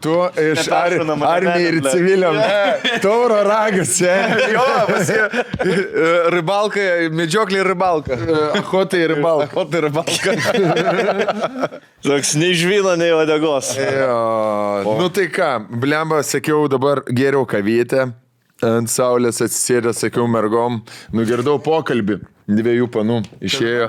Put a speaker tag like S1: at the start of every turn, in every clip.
S1: Tu iš
S2: Net
S1: ar,
S2: ašarų mane
S1: armijai ir
S2: nelemia.
S1: civiliam. Tauro ragas čia.
S3: Jo, pas jie e, ribalka, medžioklė ir ribalka.
S1: Ahotai ir balk.
S3: O tai ribalka.
S2: Toks nei žvyno, nei odegos.
S1: E, Jo. Nu tai ką, blemba, sakiau dabar geriau kavytę. Ant saulės atsisėdė, sakiau mergom, nugirdau pokalbį dviejų panų. Išėjo,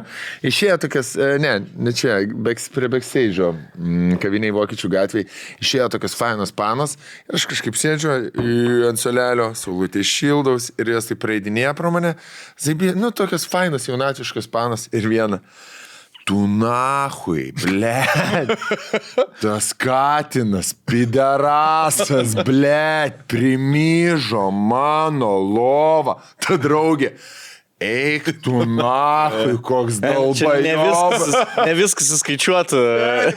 S1: išėjo tokias, e, ne, ne čia, beks, prie backstage'o, mm, kaviniai Vokiečių gatviai, išėjo tokias fainas panas ir aš kažkaip sėdžiu į- ant solelio, saulutė šildaus ir jos tai praeidinėja pro mane. Zaibė, nu tokias fainas jaunatiškas panas ir viena. Tu nahui, ble. Tas katinas, pidarasas, ble, primyžo mano lovą. Ta draugė. Eik tu nahui, koks
S2: Čia ne
S1: dalbajovas.
S2: viskas, ne viskas įskaičiuota.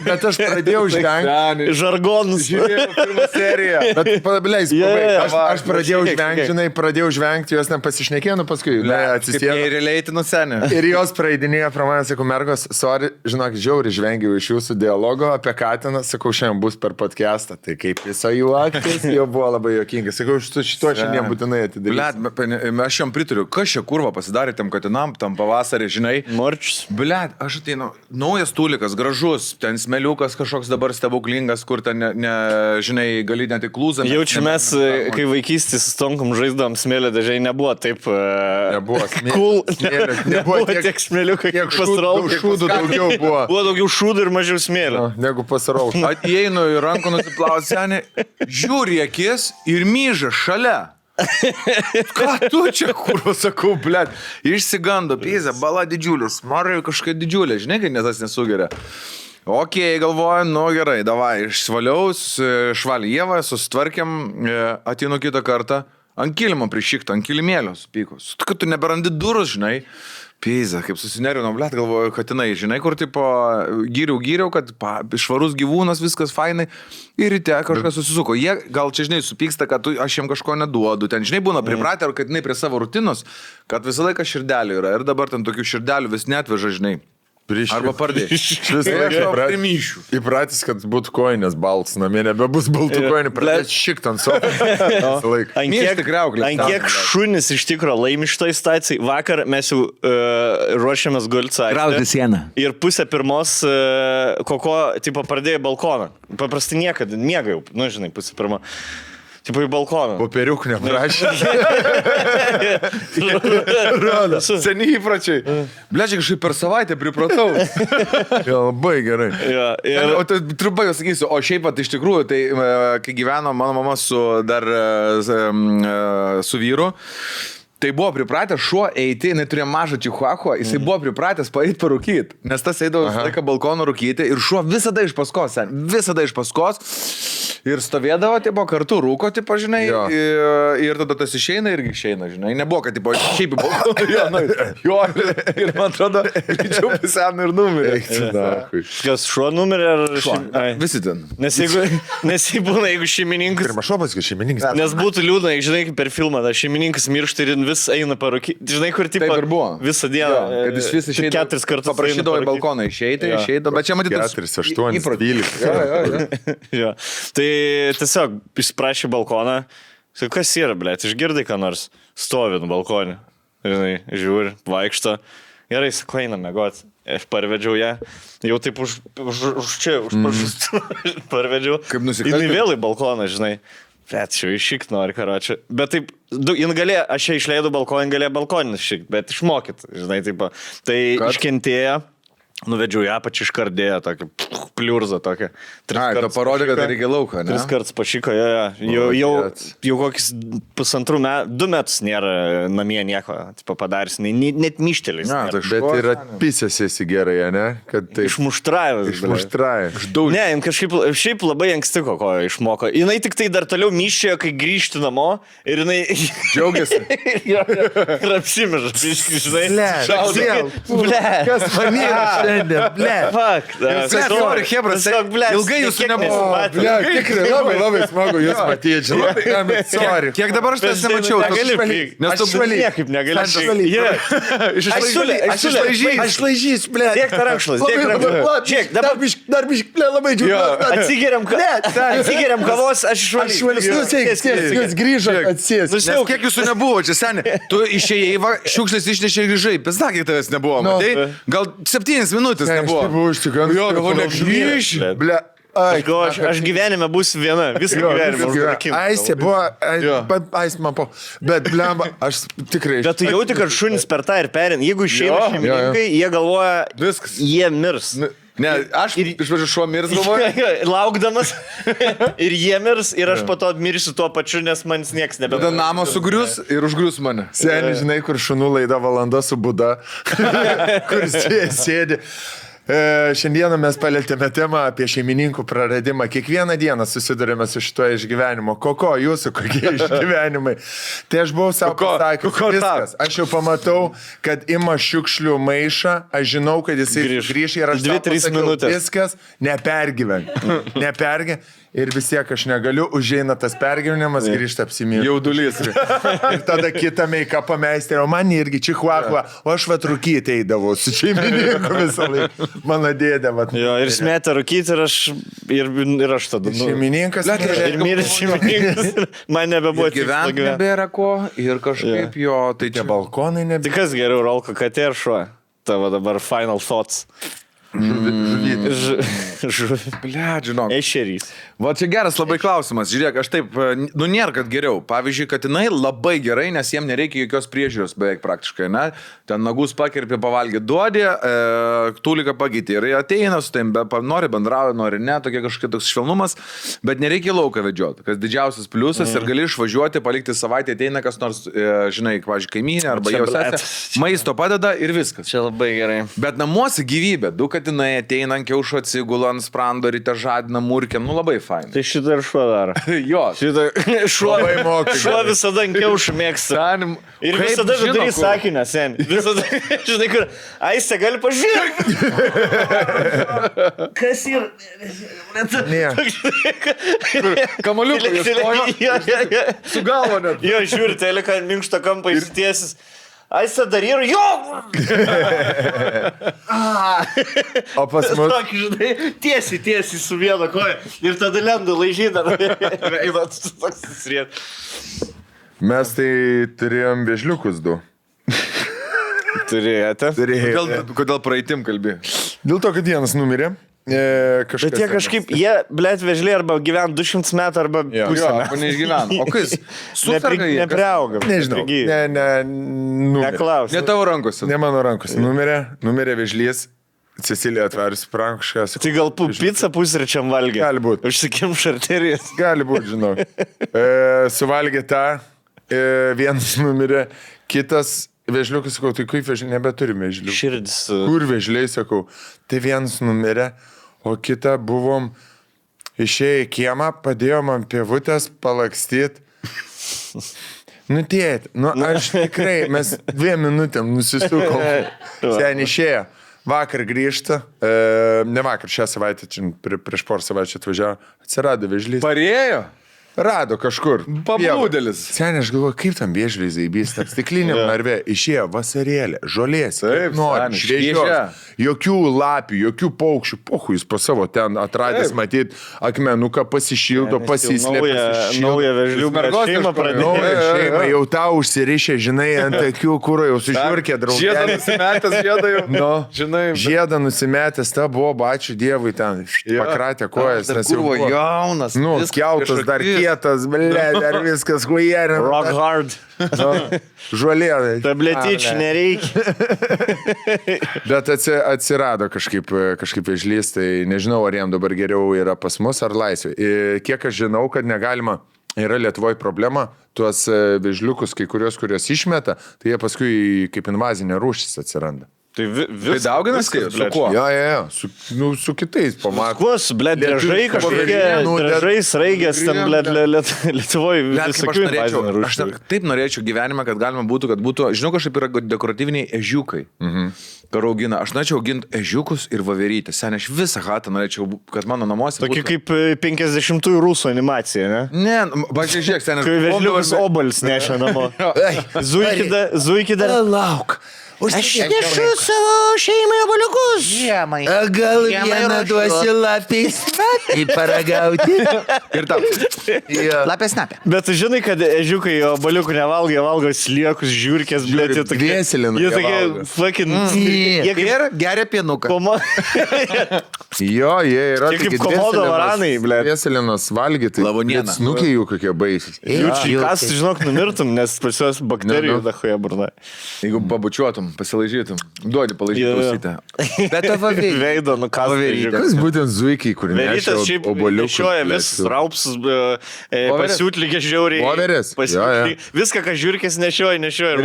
S1: Bet aš pradėjau žvengti.
S2: Žargonus.
S3: Pirmą seriją.
S1: Bet pableis,
S2: Jo, jo, jo,
S1: yeah, aš,
S2: va,
S1: aš pradėjau
S3: šiek tiek,
S1: žvengti,
S3: šiek tiek.
S1: žinai, pradėjau žvengti, jos nepasišnekėjo, nu paskui ne, atsisėdau.
S3: Ir leitinu senę.
S1: Ir jos praeidinėjo pro mane, sakau, mergos, sorry, žinok, žiauriai žvengiau iš jūsų dialogo apie Katiną, sakau, šiandien bus per podcastą, tai kaip viso jų aktas, jau buvo labai jokinga, sakau, su šituo šiandien būtinai atidarysiu.
S3: Blet, aš jam pritariu, kas čia kurva pasidarė tam katinam, tam pavasarį, žinai.
S2: Morčius.
S3: Blet, aš ateinu, naujas tulikas, gražus, ten smeliukas kažkoks dabar stebuklingas, kur ten, ne, ne, žinai, gali net įklūzą.
S2: Jaučiu mes, e, kai vaikystį su tonkom žaidom smėlio dažai, nebuvo taip... e,
S1: Nebuvo smėlio-
S2: Cool.
S1: smėlio,
S2: Nebuvo tiek smėlių,
S1: tiek
S2: kiek
S1: šūdų,
S2: pasraukų.
S1: šūdų daugiau buvo,
S2: Buvo daugiau šūdų ir mažiau smėlio.
S1: Nu, negu pasiraukiau.
S3: Ateinu į rankų nusiplauti senį, žiūri į akis ir myža šalia. Ką tu čia, kur sakau, blėt, išsigando, pyza, bala didžiulis, marai kažkokia didžiulė, žinai, kai nes tas nesugeria. Ok, galvoju, nu gerai, davai, išvaliau, švalyjevą, susitvarkėm, e, ateinu kitą kartą, ant kilimo prišyktą, ant kilimėlios pykus. Tu, kad tu neberandi durų, žinai, pyza, kaip susinerinau, blėt, galvoju, katinai, žinai, kur tipo gyriau, gyriau, kad pa, švarus gyvūnas, viskas fainai. Ir ryte kažkas susisuko. Jie gal čia, žinai, supyksta, kad tu, aš jiem kažko neduodu. Ten, žinai, būna pripratę, ar kad jinai prie savo rutinos, kad visą laiką širdelių yra. Ir dabar ten tokių širdelių vis netveža, žinai. Arba pardėti.
S1: Vis laiką
S3: primyšiu.
S1: įpratęs, įpratęs, kad būtų koinės balts, namie nebebus baltų
S2: Ir
S1: koinių,
S2: blet-
S1: pradės šikt ant savo.
S2: Ant
S3: Mėžti
S2: kiek,
S3: kriauklės
S2: ant
S3: tam,
S2: kiek
S3: blet.
S2: šunis iš tikro laimi šitoj stacijai. Vakar mes jau uh, ruošiamės gulcą.
S4: Graužti sieną.
S2: Ir pusę pirmos uh, koko, tipo, pradėjo į balkoną. Paprastai niekada, mėgau, nu žinai, pusę pirmą. Tipo į balkoną.
S1: Popieriuk neprašė.
S3: Seniai įpročiai. Blečiai kažkaip per savaitę pripratau.
S1: Labai gerai.
S2: Ja,
S3: Ir...
S2: ir,
S3: O tai trumpai pasakysiu, o šiaip pat iš tikrųjų, tai e, kai gyveno mano mama su, dar, e, z- m, e, su vyru, tai buvo pripratęs šuo eiti, jinai turėjo mažą čihuahuą, jisai buvo pripratęs paeit parūkyti, nes tas eidavo visą laiką balkono rūkyti ir šuo visada iš paskos, sen, visada iš paskos. Ir stovėdavo, tipo, kartu rūko, tipo, žinai,
S1: Jo.
S3: ir, ir tada tas išeina irgi išeina, žinai, nebuvo, kad, tipo, šiaip, buvo, jo, nu, jo, ir, ir man atrodo, greičiau paseno ir numirė.
S1: Eik tu nachui.
S2: kas šuo numerį ar...
S3: Šuo.
S2: šim- ai.
S3: Visi ten.
S2: Nes jeigu, nes jeigu būna, jeigu šeimininkas...
S1: Pirmas šopas, kad šeimininkas.
S2: Nes būtų liūdna, jei, žinai, kaip per filmą, tas šeimininkas miršta ir jin vis eina parūkyti. Žinai, kur tipo,
S3: Taip ir buvo.
S2: Visą dieną.
S3: Jo, kad jis vis
S2: tik
S3: išeidavo.
S2: Keturis kartus. eina
S3: Paprašydavo į
S2: parūkyt.
S3: balkoną išeiti,
S2: Jo.
S3: išeidavo, bet čia matyt, tas
S1: 4, 8,
S3: įprotis.
S1: 12.
S2: Jo. Tai tiesiog išprašė balkoną. Sakai, kas yra, blė, išgirdai, ką nors stovi nu balkonį. Žinai, žiūri, vaikšto. Gerai, sako, eina mėgoti. Aš parvedžiau ją, jau taip už, už, už čia, už pažastų. Mm. parvedžiau.
S3: Mhm. Kaip nusikaltėlis.
S2: Jis vėl į balkoną, žinai. Bet čia iššyk nori, karočią. Bet taip, du, jin galėjo, aš ją išleidau balkoną, jin galėjo balkoną iššyk, bet išmokyt, žinai, taip. Tai
S1: Kad?
S2: iškentėjo, nuvedžiau ją pačią iškardėję, tokį pliurzą, tokį. Tris
S3: Ai, to
S2: kartus
S3: parodė, kad
S2: pašyko.
S3: reikia lauką, ne?
S2: Tris kartus pašyko, jo, jo. Jau, jau,
S1: Maladėc.
S2: jau kokius pusantrų metų, du metus nėra namie nieko tipo, padaręs, nei- nei- net myštelis.
S3: Na, tai
S1: Bet ir atpisęs esi gerai, ne? Kad tai
S2: Išmuštravęs. blet.
S1: išmuštrai.
S2: Ne, jin kažkaip šiaip labai anksti kokojo išmoko. Jis tik tai dar toliau myščiojo, kai grįžti namo ir jinai...
S1: Džiaugiasi.
S2: Ir apsimežas, žinai.
S1: Blet,
S2: Šaudė.
S1: vėl.
S2: Ble.
S1: Kas man yra? šiandien, ble.
S2: Fuck.
S3: Jūs nesvarbu, chebra,
S2: tiesiog, blet,
S3: tai ilgai jūsų
S2: tiek
S3: nebuvo.
S2: nesimatė.
S1: Ble, tikrai labai, labai smagu jūs matyti, žinai. I'm tai Sorry.
S3: Kiek dabar aš
S2: Bet
S3: tas nemačiau?
S2: tai negali
S3: tas-
S2: pykt.
S3: Nes tu
S1: Aš
S3: buvai.
S1: švaliai.
S2: Niekaip negali.
S1: Aš švaliai.
S3: Aš
S2: siūlė- aš siūlė-
S3: išlaižysiu.
S1: Aš laižys, ble.
S2: Dėk tarankšlas, dėk tarankšlas. Žiūrėk, dabar-
S1: Dar bišk, dar bišk, ble, labai džiugu.
S2: Atsigeriam, ka... Atsigeriam kavos,
S1: Aš
S2: aš
S1: švalis,
S2: išvalysiu.
S1: jūs sėskis, nu, jūs grįžot atsės.
S3: Nes kiek jūsų nebuvo čia, seniai? Tu išėjai, va, šiukšlės išnešė ir grįžai. Pesnakiai tavęs nebuvo.
S1: Nu.
S3: Matai, gal septynis minutės
S1: Aš
S3: nebuvo.
S1: buvau ištikant.
S3: Jo, galvoju, negrįši.
S1: Ble. Ai,
S2: Aš, galvoju, aš, aš gyvenime būsiu viena, visą
S1: Jo,
S2: gyvenimą
S1: viskas
S2: užrakinsiu.
S1: gyvena. Aistė buvo, ai-
S3: Jo.
S1: bet aistė man po. Bet, blemba, aš tikrai.
S2: Bet tu jauti, kad šunys per tą ir perin. Jeigu išeina
S3: Jo,
S2: šeimininkai, jie galvoja,
S3: Viskas.
S2: jie mirs.
S3: Ne, aš
S2: Ir-
S3: iš pradžių šuo mirs galvoju.
S2: Laukdamas ir jie mirs ir aš po to mirsiu tuo pačiu, nes man niekas
S3: Tada
S2: nebebūtų.
S3: namo sugrius ir užgrius mane. E.
S1: Seniai, žinai, kur šunų laida valanda su būda, kur sė- sėdi. E, Šiandieną mes palėtėme temą apie šeimininkų praradimą. Kiekvieną dieną susidurime su šituo išgyvenimu. Koko, jūsų kokie išgyvenimai? Tai aš buvau savo
S3: Koko, koko
S1: pasakęs, viskas. Aš jau pamatau, kad ima šiukšlių maišą, aš žinau, kad jisai
S2: Grįš.
S1: grįš, grįš ir aš
S2: Dvi,
S1: tau
S2: trys
S1: pasakiau,
S2: minutės.
S1: Viskas, nepergyven. Nepergyven. Ir vis tiek aš negaliu, užeina tas pergyvenimas, grįžta apsimylėti.
S3: Jaudulys.
S1: Ir tada kitą meiką pameistrė, o man irgi čihuahua, o aš vatrukytė eidavau su šeimininku visą laiką. Mano dėdė, vat.
S2: Jo, ir smetė rūkyti ir aš, ir, ir aš tada. Nu,
S1: Šeimininkas.
S3: Blet,
S1: mirė.
S2: ir mirė šeimininkas. Man nebebuvo tikslo
S3: Gyventi
S2: gyventi.
S3: nebėra ko ir kažkaip jo, tai
S1: Tie
S3: čia bal.
S1: balkonai
S2: Tai
S1: nebėra.
S2: kas geriau, Rolko katė ar šuo? Tavo dabar final thoughts. Mm. Ž- žu-
S3: Ble, žinok.
S2: Ešerys.
S3: Va čia geras labai klausimas. Žiūrėk, aš taip, e, nu nėra, kad geriau. Pavyzdžiui, katinai labai gerai, nes jiem nereikia jokios priežiūros beveik praktiškai. Ne? Ten nagus pakirpė, pavalgė, duodė, e, tūliką pagytė. Ir jie ateina su tavim, be, pa- nori bendrauja, nori ne, tokie kažkokie toks švelnumas, bet nereikia į lauką vedžioti, kas didžiausias pliusas
S2: Mhm.
S3: mm. ir gali išvažiuoti, palikti savaitę, ateina kas nors, e, žinai, pavyzdžiui, kaimynė arba
S2: Čia,
S3: jau
S2: blet.
S3: sesė, maisto padeda ir viskas.
S2: Čia labai gerai.
S3: Bet namuose gyvybė, du katinai ateina ant kiaušo atsigulą ant sprando, ryte žadina murkiam, nu labai fainai.
S2: Tai šitą ir šuo daro.
S3: Jo,
S2: Šitą šuo,
S1: Labai moka.
S2: šuo visada ant kiaušų mėgsta.
S3: Ten,
S2: Ir
S3: kaip
S2: visada
S3: žino,
S2: vidury
S3: kur?
S2: sakinio, sen. Visada, žinai, kur aistė gali pažiūrėti. Kas yra?
S1: Ne.
S3: Kamaliukų ieškojo,
S2: Su
S3: galva net.
S2: Jo, žiūri, teleka minkšto kampą įsitiesis. Aistė dar yra, jo!
S1: O pas mus.
S2: Tokį, žinai, tiesiai, tiesiai su viena koja. Ir tada lendu laižydami. Eina, toks susiriet.
S1: Mes tai turėjom viežliukus du.
S2: Turėjote.
S1: Turėjom.
S3: Kodėl, kodėl praeitim kalbė?
S1: Dėl to, kad vienas numirė. E, kažkas
S2: Bet jie kažkaip, jie, blėt, vežliai arba gyvena 200 metų, arba
S1: Jo.
S2: pusę
S3: Jo,
S2: metų.
S3: neišgyveno. O kas?
S2: Nepri,
S3: Superga jie. kas-
S2: nepriauga.
S1: Nežinau.
S2: Prigi-
S1: Ne, ne, numirė.
S2: Neklausk.
S3: Ne tavo rankose.
S1: Ne mano rankos. Numirė, numirė viežlys. Cecilija atvarys prankškas.
S2: Tai gal pu, pica pusryčiam valgė.
S1: Gali būt.
S2: Užsikimš arterijas.
S1: Gali būti, žinau. E, suvalgė tą, e, vienas numirė, kitas vežliukas, sakau, tai kaip vežliukas, nebeturime vežliukų.
S2: Širdis. uh,
S1: Kur vežliai, sakau, tai vienas numirė, o kitą buvom išėję į kiemą, padėjom ant pievutės palakstyt. Nu tėt, nu aš tikrai, mes dviem minutėm nusisukom. Sen išėjo. Vakar grįžta, e, ne vakar, šią savaitę, čia pri- prieš porą savaičių atvažiavo, atsirado vežlys.
S3: Parėjo?
S1: Rado kažkur.
S3: Pablūdelis.
S1: Seniai, aš galvoju, kaip tam viežliai zaibys, tam stikliniam narve išėjo vasarėlė, žolės,
S3: Taip,
S1: nori,
S3: seni, šviežia.
S1: šviežios, jokių lapių, jokių paukščių, pohu jis po savo ten atradęs,
S3: Taip.
S1: matyt, akmenuką pasišildo, pasislėpė.
S2: Nauja,
S1: pasišildo.
S2: nauja vežliukų
S3: Mergos
S2: šeima
S3: ieškojo.
S2: pradėjo.
S1: Nauja
S3: Jo, jo, jo.
S1: šeima jau tau užsirišė, žinai, ant akių, kur jau sužiūrkė
S3: Žiedą
S1: draugai.
S3: nusimetęs, žiedą jau.
S1: Nu,
S3: Žinai, bet-
S1: žiedą nusimetęs, ta buvo, ačiū Dievui, ten pakratė kojas.
S3: Dar
S1: nes jau
S3: kurvo
S1: buvo-
S3: jaunas.
S1: Nu,
S3: viskas
S1: keltas dar
S3: kažkokie.
S1: kietas, blė, dar viskas huijerė.
S2: Rock hard.
S1: Žolė.
S2: Tabletyčių nereikia.
S1: Bet atsi- atsirado kažkaip, kažkaip vežlys, tai nežinau, ar jam dabar geriau yra pas mus ar laisvė. Ir Kiek aš žinau, kad negalima, yra Lietuvoje problema, tuos e, vežliukus, kai kurios, kurios išmeta, tai jie paskui kaip invazinė rūšis atsiranda.
S2: Tai vi, vis,
S3: Tai dauginas
S2: viskas,
S3: kaip? Su
S2: blet.
S3: kuo?
S1: Jo, jo, jo, su, nu, su kitais pamatai.
S2: Kus, blėt, driežai
S1: Lietuviškų
S2: kažkokie,
S1: pavardžių, nu,
S2: driežai, sraigės, ten,
S1: Griem,
S2: blėt,
S1: blet.
S2: Lietuvoje
S3: Blet, kaip aš
S2: visokių
S3: norėčiau,
S2: invazinių
S3: aš
S2: rūšių.
S3: ta- taip norėčiau gyvenime, kad galima būtų, kad būtų, žinau, kažkaip yra dekoratyviniai ežiukai, mhm. kur augina. Aš norėčiau auginti ežiukus ir vaverytę. Sen, aš visą hatą norėčiau, bu- kad mano namuose.
S2: Tokia
S3: būtų...
S2: kaip e, 50-ųjų rusų animacija, ne?
S3: Ne, pažiūrėk, žiūrėk, sen, aš
S2: Kai vežliukas
S3: Obelis-
S2: obalis neša namo.
S1: Ei,
S2: Zuikida, zuikida.
S1: lauk.
S2: savo šeimai obaliukus.
S5: Žiemai.
S1: Gal
S5: Žiemai ruošiu.
S1: lapės snapį paragauti?
S3: Ir tam. E,
S1: Jo.
S5: Lapės napė.
S2: Bet tu žinai, kad ežiukai obaliukų nevalgo, jie valgo sliekus, žiūrkės, blėt, jie tokie.
S1: Vėsiliną
S2: Jie
S1: jie
S2: tokie,
S1: valgo.
S2: fucking.
S3: Mm.
S2: Jie kaip
S5: Ir geria pienuką.
S2: komo.
S1: Jo, jie yra.
S2: Čia kaip komodo varanai, blet.
S1: Vėselinas valgyti.
S3: Lavoniena.
S1: Net Snukiai jų kokie baisūs.
S2: Jūčiai,
S5: Jo.
S2: kas, žinok, numirtum, nes pas juos bakterijų
S1: Nu, nu.
S2: dachoje burna.
S3: Jeigu pabučiuotum, pasilaižytum,
S2: Jo,
S3: duodi
S2: jo.
S3: palaižyti.
S5: Bet tavo veikia.
S2: Veido nukastas.
S1: Kas būtent zuikiai, kur nešioja
S2: Verytas šiaip
S1: obuoliukus,
S2: nešioja
S1: blet,
S2: visus
S1: su-
S2: raupsus, e,
S1: Voveres?
S2: pasiūtlygė žiauriai.
S1: Voveres?
S2: Pasiutligė-
S1: Jo,
S2: Viską, ką žiūrkės nešioja, nešioja ir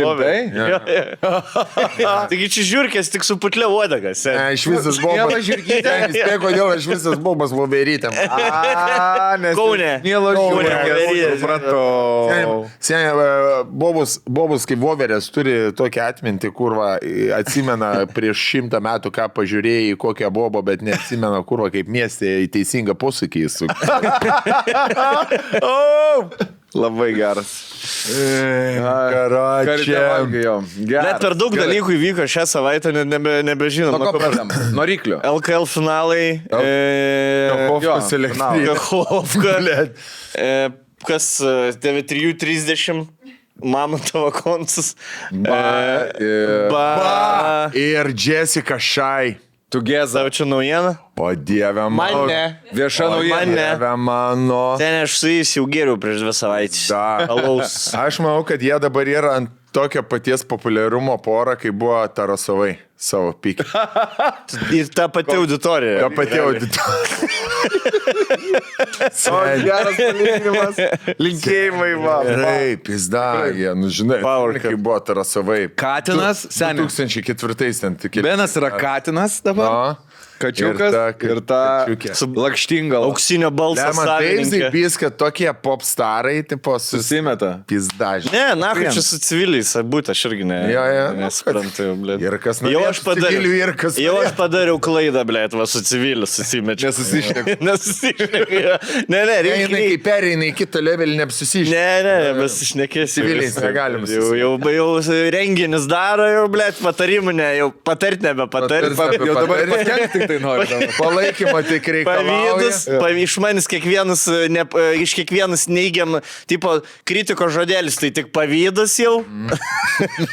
S2: lovė.
S3: Rimtai?
S1: Jo.
S2: Taigi čia žiūrkės tik su e. putlė uodaga.
S1: Ne,
S2: sen.
S1: Aš visas
S3: Ieva
S1: bobas.
S3: Žirgytė.
S1: Spėk, kodėl aš visas bobas voverytėm.
S2: Kaune.
S3: Mėlo
S2: Kaune,
S3: žiūrėk,
S2: Voverys.
S3: supratau.
S1: Seniai, e, bobus, bobus kaip voverės turi tokią atmintį, kur va, e, atsimena prieš šimtą metų, ką pažiūrėjai, kokią bobą, bet neatsimena, kur va, kaip miestė į teisingą posūkį įsukti.
S3: Labai geras.
S1: Karočią.
S2: Net per daug dalykų įvyko šią savaitę, net nebe, nebežinom.
S3: Nuo ko
S2: pradėt?
S3: pradam? Nuo ryklio.
S2: LKL finalai. e,
S3: Jo,
S1: Kofkas elektrinė.
S2: Kachovka. E, Kas e, 9330. Mamontovo koncas.
S3: Ba-
S2: Э,
S3: e,
S2: Ba.
S1: Ir Jessica Šai.
S3: Tugeza.
S2: Tau čia naujiena?
S1: O dieve mano.
S2: Man ne.
S3: Vieša
S2: O,
S3: naujiena.
S2: man ne.
S1: Dieve mano.
S2: Ten aš su jais jau geriau prieš dvi savaitės.
S1: Da.
S2: Alaus.
S1: Aš manau, kad jie dabar yra ant tokio paties populiarumo pora, kai buvo Tarasovai savo pykį.
S2: Ir ta pati auditorija.
S1: Jo pati auditorija.
S3: Geras palyginimas. Linkėjimai, va.
S1: Gerai, pizda, jie, nu žinai,
S2: Power
S1: kai buvo Tarasovai.
S3: Katinas, seniai.
S1: 2004 ten tik.
S3: Benas yra katinas dabar. Kačiukas ir ta
S1: Kačiukė.
S3: lakštinga.
S2: Auksinio balso.
S1: Ne, man taip
S2: savininkė.
S1: zaipys, kad tokie popstarai, tipo, susi...
S3: Susimeta.
S1: Pizda, žinai.
S2: Ne, na, čia su civiliais, būtų, aš irgi ne.
S1: Jo,
S2: э,
S1: jo.
S2: Nesuprantu, blė.
S1: Ir kas
S2: jau aš
S1: norėtų
S2: padariau.
S1: civilių, ir kas
S2: jau aš
S1: norėtų.
S2: padariau klaidą, blė, va su civiliu susimečiu.
S3: Nesusišneka.
S2: Nesusišnekėjau. Ne, ne,
S1: Ne, jinai
S2: reikia.
S1: kaip pereina į kitą levelį, neapsusiškai.
S2: Ne, ne, mes išnekėsime.
S1: Civiliais negalim
S2: Jau, jau, jau renginis daro, jau, blė, patarimų ne, jau patart nebepatart.
S1: Patart nebe-
S3: Jau dabar pakenkti tik tai nori.
S1: Palaikymą tik reikia.
S2: Pavydus, pavy- iš manęs kiekvienas, e, ne, e, iš kiekvienas neigiam, tipo, kritiko žodelis, tai tik pavydus jau.
S1: Mhm.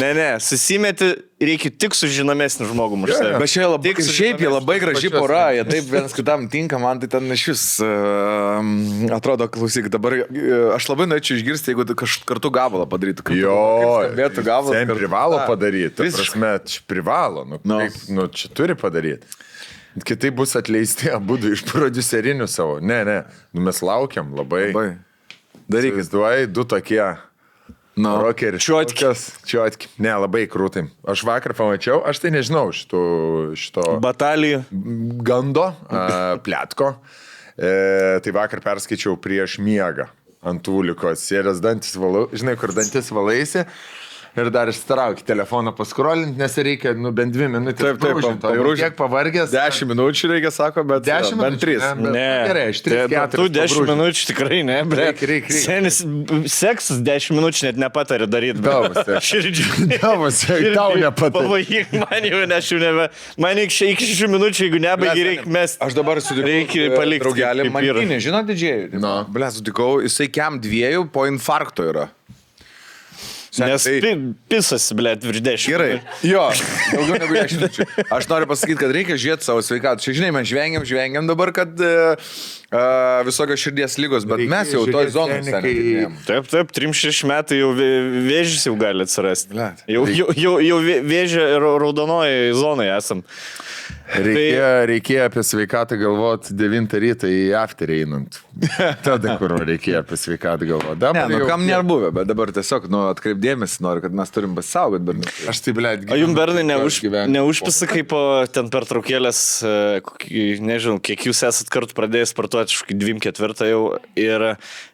S2: ne, ne, susimeti reikia tik su žinomesniu žmogumi. už save.
S3: Bet čia labai,
S2: Tik su
S3: šiaip jie
S2: žiniomis
S3: labai graži
S1: pačios
S3: pora, jie taip vienas kitam tinka, man tai ten iš vis uh, atrodo, klausyk, dabar e, aš labai norėčiau išgirsti, jeigu tu kaž, kartu gabalą padarytų. Kartu,
S1: Jo,
S3: Vietų gabalą.
S1: Ten privalo padaryti. Ta
S3: Visiškai.
S1: prasme, čia privalo. Nu,
S3: Nu.
S1: no. kaip, nu, čia turi padaryti. Kitaip bus atleisti abu iš prodiuserinių savo. Ne, ne. Nu, mes laukiam labai.
S3: Labai.
S1: Daryk, duai, du tokie.
S3: Nu.
S1: Rokeris.
S2: Čiotki.
S1: Čiotki. Ne, labai krūtai. Aš vakar pamačiau, aš tai nežinau šito, šito
S2: Batalijų.
S1: gando, a, plėtko. E, tai vakar perskaičiau prieš miegą ant ulikos. Sėdės dantis valau, žinai, kur dantis valaisi. Ir dar ištraukti telefoną paskrolinti, nes reikia nu, bent dvi minutės.
S3: Taip, taip,
S1: brūžint, o
S3: taip,
S1: jau
S3: brūžint.
S1: Kiek pavargęs?
S3: Dešimt minučių reikia, sako, bet
S1: Dešimt
S3: jo, bent
S1: minučių,
S3: trys.
S1: ne? Bet-
S2: Ne,
S1: Nu, gerai, aš tris,
S2: Te-
S1: keturis
S2: Tu 10
S1: pabrūžinau.
S2: minučių tikrai ne, bet
S1: Reik, reik, reik.
S2: senis b- seksas 10 minučių net nepatarė daryti.
S1: Gavosi.
S2: Širdžiai.
S1: Gavosi,
S2: Širdžiai
S1: tau nepataria.
S2: Pavojink, man jau ne, aš jau nebe. Man iki še- iki 6 minučių, jeigu
S3: Nu,
S2: nebaigai, reikia mes.
S3: Aš dabar sutikau. e,
S2: Reikia
S1: e,
S2: palikti
S3: Draugelį
S2: kaip- kaip yra.
S3: Martinį, žinot, didžiai.
S1: Na.
S3: Ble, sutikau, jisai kem dviejų po infarkto yra. Sen-
S2: Nes
S3: tai-
S2: pi, pisas, blė, virš 10.
S3: Gerai. Jo, daugiau negu 10 minučių. Aš noriu pasakyti, kad reikia žiūrėti savo sveikatą. Čia, žinai, mes žvengiam, žvengiam dabar, kad e, a, visokios širdies lygos, bet
S1: Reikėjo
S3: mes jau toj
S1: žiūrėt
S3: zonai.
S1: ten,
S3: seni,
S1: kai-
S3: gyvenam.
S2: Taip, taip, 36 metai jau vė- vėžys jau gali atsirasti.
S3: Blet.
S2: Jau, jau, jau, jau vė- vėžio ir raudonoji zonai esam.
S3: tai-
S1: Reikėjo, reikėjo apie sveikatą galvoti 9 ryto į afterį einant. Tada, kur reikėjo apie sveikatą galvoti.
S3: Ne, nu kam nėra buvę, bet dabar tiesiog, nu, atkreipdėmės, noriu, kad mes turim nu, pasisaugoti, berniukai.
S1: Aš tai, blėt,
S2: O jums, Bernai, neuž,
S1: gyvenu.
S2: neužpisa, kaip o, ten per traukėlės, e, nežinau, kiek jūs esat kartų pradėjęs sportuoti, aš 24 jau. Ir,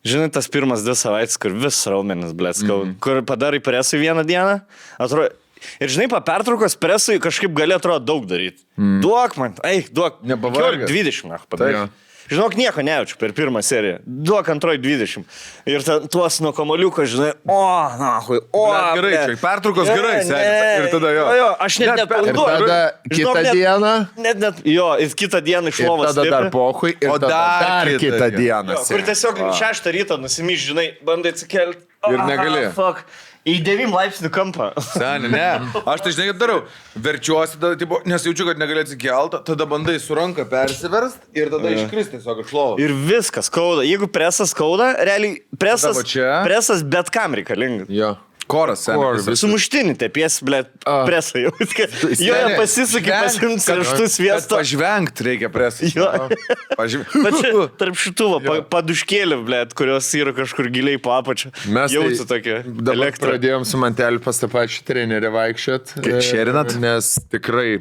S2: žinai, tas pirmas dvi savaitės, kur vis raumenis, blėts, mm
S1: Mhm.
S2: -hmm. kur padarai presui vieną dieną, atrodo. Ir žinai, po pertraukos presui kažkaip gali atrodo daug daryti. Mm. Duok man, eik, duok.
S1: Mhm. Nepavargęs.
S2: 20, na,
S1: Taip.
S2: padarai. Žinok, nieko nejaučiu per pirmą seriją. Duok antroji 20. Ir ten tuos nuo kamoliuko, žinai, o, na, o.
S3: Blet, gerai,
S2: ble.
S3: čia pertraukos gerai,
S2: Ne,
S3: seni,
S2: ne,
S3: ir tada jo.
S2: jo aš net
S3: Net per-
S1: Ir
S2: nepalduoju.
S1: tada kitą dieną.
S2: Net, net, jo, ir kitą dieną iš
S1: Ir
S2: lovos.
S1: tada dar
S2: lipi.
S1: pohui, ir
S3: O
S1: tada
S3: dar
S1: dar
S3: kitą
S1: kitą
S3: dieną.
S1: dieną.
S2: Jo, kur tiesiog šeštą ryto nusimyš, žinai, bandai atsikelti.
S3: Ir negali.
S2: Ah, fuck. Į 9 laipsnių kampą.
S3: Seni, ne. Aš tai žinai, kaip darau. Verčiuosi, tada, tipo, nes jaučiu, kad negaliu atsikelti, tada bandai su ranka persiverst ir tada iškristi tiesiog iš lovos.
S2: Ir viskas skauda. Jeigu presas skauda, realiai presas,
S3: Tada va čia.
S2: presas bet kam reikalingas.
S1: Jo.
S3: Koras, seni.
S1: Koras.
S3: visas.
S2: Sumuštinį tepies, ble,
S1: A.
S2: presą jau. Jo,
S3: Seni,
S2: pasisakė,
S3: seni,
S2: pasiimti
S3: kad-
S2: raštus
S3: Kad
S2: viesto.
S3: Pažvengt reikia presas.
S2: Jo. Bet čia
S3: Pažvengt.
S2: tarp šitų va, pa, paduškėlių, ble, kurios yra kažkur giliai po apačią.
S1: Mes tai
S2: jaučiu tokią
S1: dabar
S2: elektrą.
S1: pradėjom su manteliu pas tą pačią trenerį vaikščiot.
S3: Ke- šerinat?
S1: E, Nes tikrai,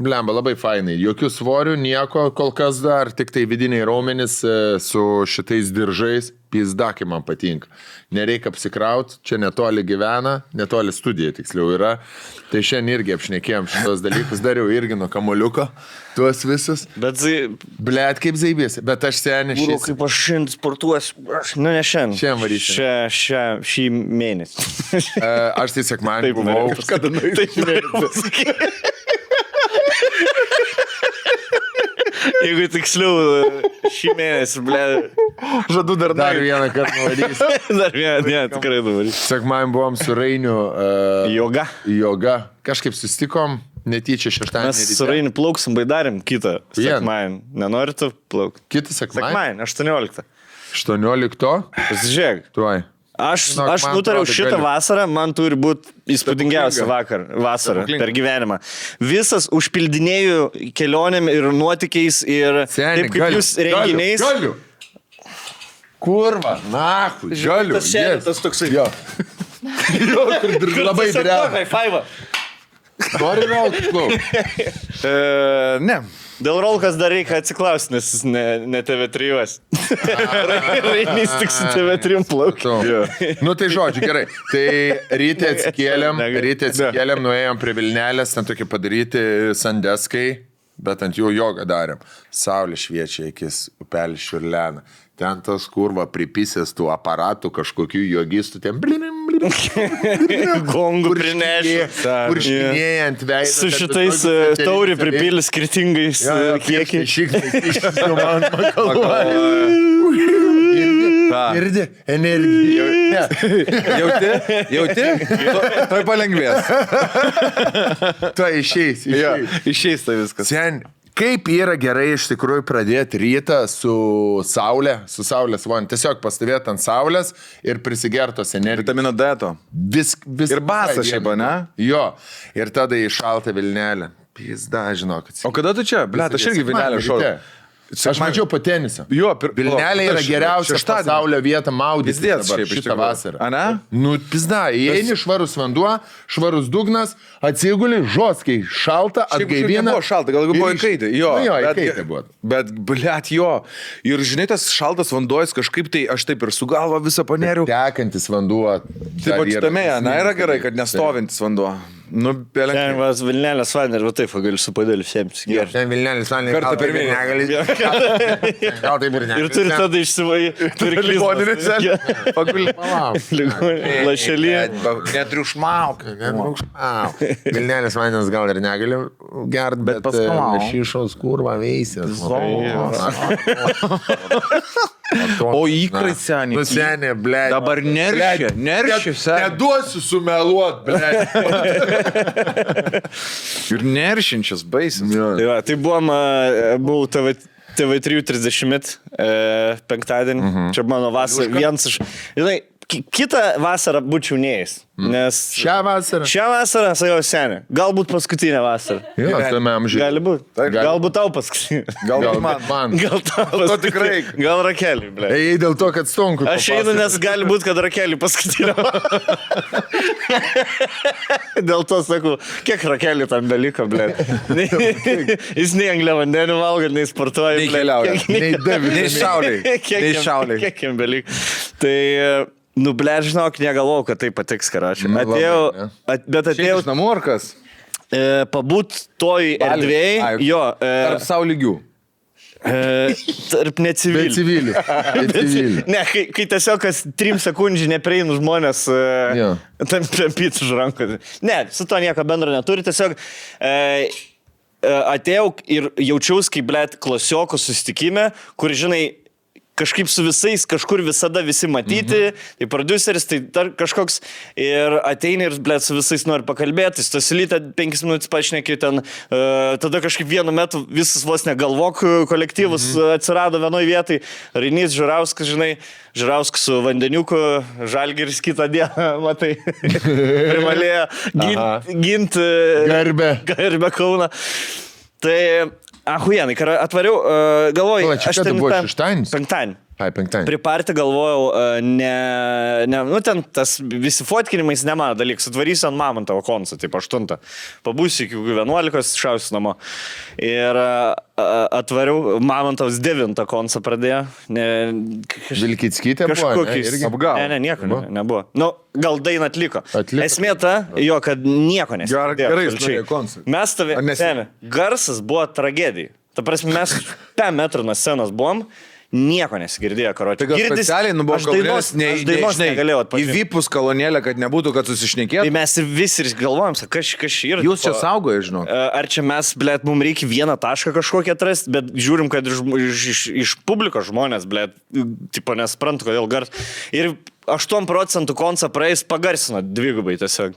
S1: lemba, labai fainai. Jokių svorių, nieko kol kas dar, tik tai vidiniai raumenys e, su šitais diržais. Pizdakai man patinka. Nereikia apsikraut, čia netoli gyvena, netoli studija tiksliau yra. Tai šiandien irgi apšnekėjom šitos dalykus, dariau irgi nuo kamoliuko tuos visus.
S2: Bet tai zai,
S1: Blet kaip zaibės, bet aš seniai
S2: Būdau,
S1: šis.
S2: kaip aš šiandien sportuosiu. Aš, nu, ne šiandien.
S1: Šiandien varysi.
S2: Šią, šią, šį mėnesį.
S1: E, Aš tai sekmanį
S2: Taip,
S1: buvau.
S2: norėjau
S1: Kažkada nuėjau.
S2: Taip, norėjau pasakyti. Jeigu tiksliau, šį mėnesį, ble,
S1: Žadu dar dar vieną kartą nuvarysiu.
S2: dar vieną dieną tikrai nuvarysiu.
S1: Sekmajam buvom su Rainiu uh,
S2: Joga.
S1: joga. Kažkaip sustikom, netyčia šeštadienį.
S2: Mes
S1: ryte.
S2: su Rainiu plauksim, baidarim kitą.
S1: Vien.
S2: Sekmain. Nenoritu plaukti.
S1: Kitą sekmadienį.
S2: Sekmain, 18.
S1: 18.
S2: Pasižiūrėk.
S1: Tuoj.
S2: Aš,
S1: Žinok,
S2: aš
S1: man
S2: nutariau
S1: atrodo,
S2: šitą
S1: galiu.
S2: vasarą, man turi būti įspūdingiausia
S3: Stebuklinga.
S2: vakar, vasara
S3: Stebuklinga.
S2: per gyvenimą. Visas užpildinėjau kelionėm ir nuotykiais ir
S1: Seni,
S2: taip kaip
S1: galiu,
S2: jūs renginiais.
S1: Galiu. galiu. Kurva, na,
S2: Žinai,
S1: galiu.
S2: tas šiandien tas toksai.
S1: Jo. jo, kur dir- labai dreba.
S2: dreba.
S1: Nori rauti, plauk.
S3: E, Ne.
S2: Dėl rolkas dar reikia atsiklausti, nes jis ne, ne TV3. juos. Rainys tik su TV3 plaukia.
S1: Tu. Nu tai žodžiu, gerai. Tai ryte atsikėlėm,
S2: Negali.
S1: ryte atsikėlėm, nuėjom prie Vilnelės, ten tokie padaryti sandeskai, bet ant jų jogą darėm. Saulė šviečia, akis upelis šiurlena. Ten tas kurva pripisęs tų aparatų kažkokių jogistų, ten blinim, blinim.
S2: Gongų prinešė.
S1: Uršinėjant veidą.
S2: Su šitais e, taurių pripilį skirtingais e, kiekiais.
S1: Šiktai, man pagalvoja. Girdi, energija. Ne,
S3: Jauti? Jauti? To- Toj palengvės.
S1: tu išeis.
S3: Jo,
S1: išeis.
S3: Išeis tai viskas.
S1: Sen, kaip yra gerai iš tikrųjų pradėti rytą su saulė, su saulės voniu. Tiesiog pastovėti ant saulės ir prisigertos energijos.
S3: Vitamino D to.
S1: Vis, vis,
S3: Ir basas
S1: visai
S3: šiaip,
S1: dienai.
S3: ane?
S1: Jo. Ir tada į šaltą Vilnelę. Pizda, žinok.
S3: O kada tu čia? Blet, aš irgi vinelę šau.
S1: Aš mačiau po tenisą.
S3: Jo, pir-
S1: Vilnelė yra
S3: Aš-
S1: geriausia
S3: šeštadienį.
S1: pasaulio vieta maudytis.
S3: Pizdėt
S1: dabar
S3: šiaip iš
S1: šitą
S3: tikrųjų.
S1: vasarą.
S3: Ane?
S1: Nu, pizda, įeini švarus vanduo, švarus dugnas, atsiguli, žoskiai, šalta,
S3: Šiaip kažkaip
S1: atgaivina.
S3: Nebuvo šalta, gal
S1: ir
S3: buvo
S1: iš-
S3: įkaitę. Jo,
S1: Nu, jo
S3: bet-
S1: įkaitę buvo.
S3: Bet, blėt, jo. Ir žinai, tas šaltas vanduojas kažkaip tai aš taip ir su galva visą paneriu.
S1: Tekantis vanduo.
S3: Taip,
S1: dar
S3: o
S1: yra
S3: šitame, na, yra
S1: esminis
S3: gerai, kad
S1: dalykas.
S3: nestovintis vanduo. Nu, pelė.
S2: Ten vas Vilnelės vandenį ir va taip, va, gali su padėliu semtis.
S1: Taip. Ten Vilnelis, Lanė,
S3: Kartą per mėnesį.
S1: Gal tai taip ir ne.
S2: Ir turi tada išsivai. Turi
S3: Ligoninės. Pagulė.
S2: Lašelį.
S3: Netriukšmauk.
S1: Vilnelis vandens gal ir negaliu gert, bet, bet
S3: paskalauk.
S1: šyšos kurva veisės.
S3: O ikrai seniai.
S1: Nu senė, ble.
S3: Dabar neršia, neršia, seniai.
S1: Neduosiu sumeluot, ble.
S3: Ir neršinčias, baisis.
S2: Tai, va, tai buvom, a, buvau TV, TV3 30 met e, penktadienį. Mhm. Čia mano vasara, vienas iš... Žinai, ki- kitą vasarą būčiau neįs, nes...
S1: Šią vasarą.
S2: Šią vasarą sakiau senį, galbūt paskutinę vasarą.
S1: Jo, tame amžiuje.
S2: Gali būti.
S1: Gali.
S2: Galbūt tau paskutinį.
S1: Galbūt
S6: Galbūt man.
S1: man.
S2: Gal tau.
S6: to tikrai.
S2: paskutinį. Gal rakeliui, ble.
S1: Ėjai dėl to, kad stonku.
S2: Aš einu, nes gali būti, kad rakelį paskutinio. Dėl to sakau, kiek rakelį tam beliko, ble. Jis nei anglią vandenį valgo, nei sportuoja.
S6: Nei
S2: blet.
S6: keliauja.
S2: Kiek-
S1: Nei
S6: Nei
S1: Davidas.
S6: šiauliai.
S2: Kiek
S6: Nei
S2: jam-
S6: šiauliai.
S2: Kiek jam belik. Tai, nu, ble, žinok, negalvojau, kad tai patiks karačiui.
S1: Nu, labai,
S2: Atėjau,
S1: ne.
S2: at, bet atėjau
S6: Atėjau iš namų ar kas?
S2: e, pabūt toj erdvėj,
S6: Ai,
S2: jo, e,
S6: Tarp savo lygių.
S2: e, tarp
S1: Be
S2: necivilių.
S1: civilių. Be civilių.
S2: Ne, kai, kai tiesiog kas trim sekundžių neprieinu žmonės e,
S1: Jo.
S2: tam tampyt už rankų. Ne, su to nieko bendro neturi, tiesiog e, e, atėjau ir jaučiausi kaip blėt klasiokų susitikime, kur, žinai, kažkaip su visais, kažkur visada visi matyti, mhm. tai produceris, tai dar kažkoks e, ir ateini ir, blėt, su visais nori pakalbėti, tu silytą penkis minutės pašneki ten, e, tada kažkaip vienu metu visas vos negalvok kolektyvus mhm. atsirado vienoje vietoje, Rinys Žirauskas, žinai, Žirauskas su vandeniuku, Žalgiris kitą dieną, matai, privalėjo
S1: Aha.
S2: ginti gint, e,
S1: Garbę.
S2: garbę Kauną. Tai, ahujenai, atvariau, e, galvoju,
S1: Pala, čia
S2: aš
S1: kada
S2: ten
S1: buvo?
S2: pe-
S1: Šeštadienis?
S2: Penktadienį.
S1: Ai, penktadienį.
S2: Priparti galvojau, e, ne, ne, nu ten tas visi fotkinimais ne mano dalykas, sutvarysiu ant mamą tavo koncą, taip 8. Pabūsiu iki kokių 11, šausiu namo. Ir e, atvariau, mamantavas 9 koncą pradėjo. Ne, kaž-
S1: Vilkitskytė buvo. ne,
S2: Kažkokiais.
S1: irgi?
S6: Apgavo.
S2: Ne, ne, nieko ne,
S1: Buvo?
S2: nebuvo. Nu, gal dainą atliko.
S1: Atliko.
S2: Esmė ta, jo, kad nieko
S6: Gerai,
S2: nesikėjo.
S6: gerai, jis
S2: absoliučiai.
S6: norėjo koncertą.
S2: Mes tave...
S6: Ar nesi-
S2: Ne, garsas buvo tragedija. Ta prasme, mes 5 metrų nuo scenos buvom, nieko nesigirdėjo, karočiui.
S6: Tai gal specialiai nubuvo
S2: aš dainos,
S6: nei,
S2: aš dainos
S6: žinai,
S2: negalėjau atpažinti.
S6: Įvypus kalonėlę, kad nebūtų, kad
S2: Tai
S6: susišnekėtų.
S2: mes ir visi ir galvojom, sak, kaž, kaž yra.
S6: Jūs čia
S2: tipo,
S6: saugoja, žinau.
S2: e, Ar čia mes, blėt, mums reikia vieną tašką kažkokį atrasti, bet žiūrim, kad iš, iš, iš, iš publikos žmonės, blėt, tipo nesuprantu, kodėl gars. Ir 8 procentų konca praeis pagarsino dvigubai tiesiog.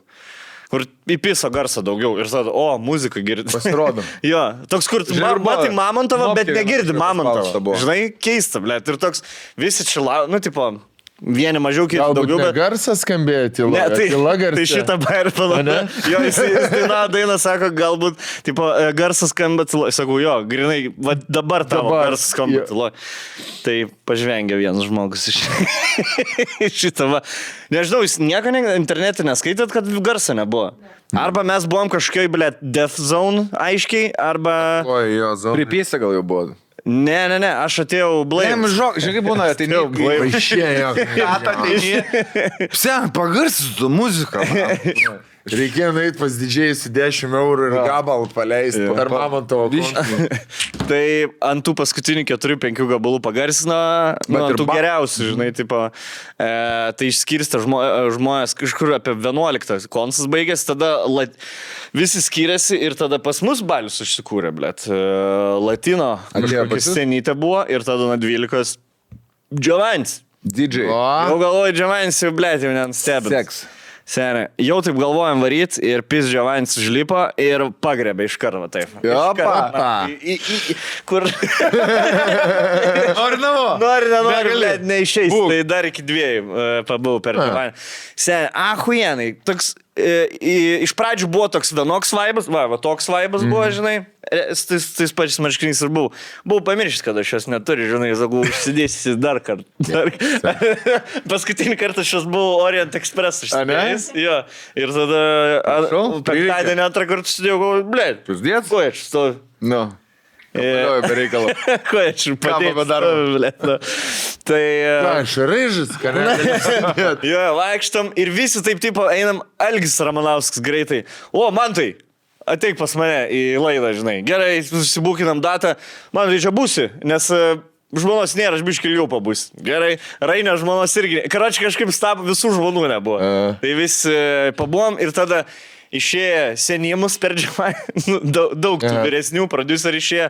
S2: Kur įpiso garso daugiau ir tada, o, muzika girdi.
S6: Pasirodo.
S2: jo, toks, kur tu
S6: Žinai,
S2: ma,
S6: ir buvo-
S2: matai Mamontovą, bet
S6: knopkę
S2: negirdi
S6: kažkokią paspausta
S2: Mamontovą.
S6: buvo.
S2: Žinai, keista, blėt. Ir toks, visi čia, lau- nu, tipo, vieni mažiau, kiti
S1: Galbūt
S2: daugiau,
S1: ne
S2: bet...
S1: garsas skambėjo tyla.
S2: Ne, tai,
S1: tyla garsas.
S2: tai šitą bairį palaukė. Jo, jis, jis daina, daina sako, galbūt, tipo, e, garsas skamba tylo. Sakau, jo, grinai, va, dabar tavo
S1: Dabar,
S2: dabar, garsas skamba
S1: jo.
S2: tylo. Tai pažvengia vienas žmogus iš iš šitą. Va. Nežinau, jūs nieko ne, internete neskaitėt, kad garso nebuvo. Arba mes buvom kažkokioj, ble, death zone, aiškiai, arba...
S1: Oi, jo, zonai.
S6: Pripysė gal jau buvo.
S2: Ne, ne, ne, aš atėjau
S6: Jam
S2: blaivas.
S6: žok, žinai, kaip būna, tai ne.
S2: Atėjau blaivas.
S1: Išėjo.
S6: Sen, pagarsintų muziką. man.
S1: Reikėjo nueiti pas didžiai su 10 eurų ir gabalą paleisti. Ar mamą tavo vyškį?
S2: Tai ant tų paskutinių 4-5 gabalų pagarsino,
S6: Bet
S2: nu,
S6: ir
S2: ant tų
S6: ba-
S2: geriausių, žinai, tipo, e, tai išskirsta žmo, e, žmonės kažkur apie 11 konsas baigėsi, tada lat, visi skiriasi ir tada pas mus balius užsikūrė, blėt. E, Latino
S6: Atėjo
S2: kažkokia
S6: pas jus?
S2: senytė buvo ir tada nuo 12 Džiovanis.
S6: Didžiai.
S1: O,
S2: Jau galvoju, Džiovanis jau, blėt, jau nenustebė.
S6: Seks.
S2: Seniai, jau taip galvojam varyt ir pis Džiovanis užlipo ir pagrebė iš karto, va taip. Iš
S6: Opa.
S2: karto, na, į- į- į- Kur...
S6: Ar namo?
S2: Nori, nenori,
S6: Negali.
S2: bet neišeis.
S6: Būk.
S2: Tai dar iki dviejų e, pabuvau per dovanį. Sen, ahujenai, toks, e, i- iš pradžių buvo toks vienoks vaibas, va, va toks vaibas buvo,
S6: Mhm.
S2: žinai, e, su tais, tais pačiais marškiniais ir buvau. Buvau pamiršęs, kad aš jos neturiu, žinai, sakau, užsidėsi dar kartą. Dar... Paskutinį kartą aš jos buvau Orient Express užsidėjęs. Jo. Ir tada a-
S6: Prašau,
S2: penktadienį antrą kartą užsidėjau, galvoju, ble,
S6: Pusdėt?
S2: ko aš stoviu.
S6: Nu.
S2: E,
S6: Jo, be reikalo.
S2: Ko aš ir padėjau.
S6: padarom?
S2: Tai... e,
S1: ką aš ryžas, ką ne?
S2: Jo, vaikštam ir visi taip tipo einam, Algis Ramanauskas greitai. O, man tai, ateik pas mane į laidą, žinai. Gerai, susibūkinam datą, man reikia būsi, nes... e, Žmonos nėra, aš biškai ilgiau pabūs. Gerai, Rainė žmonos irgi. Karačiai kažkaip stab, visų žmonių nebuvo.
S1: E.
S2: Tai vis e, pabuvom ir tada išėjo senimus per džemą, nu, daug, daug tų
S1: E.
S2: vyresnių producerių išėjo,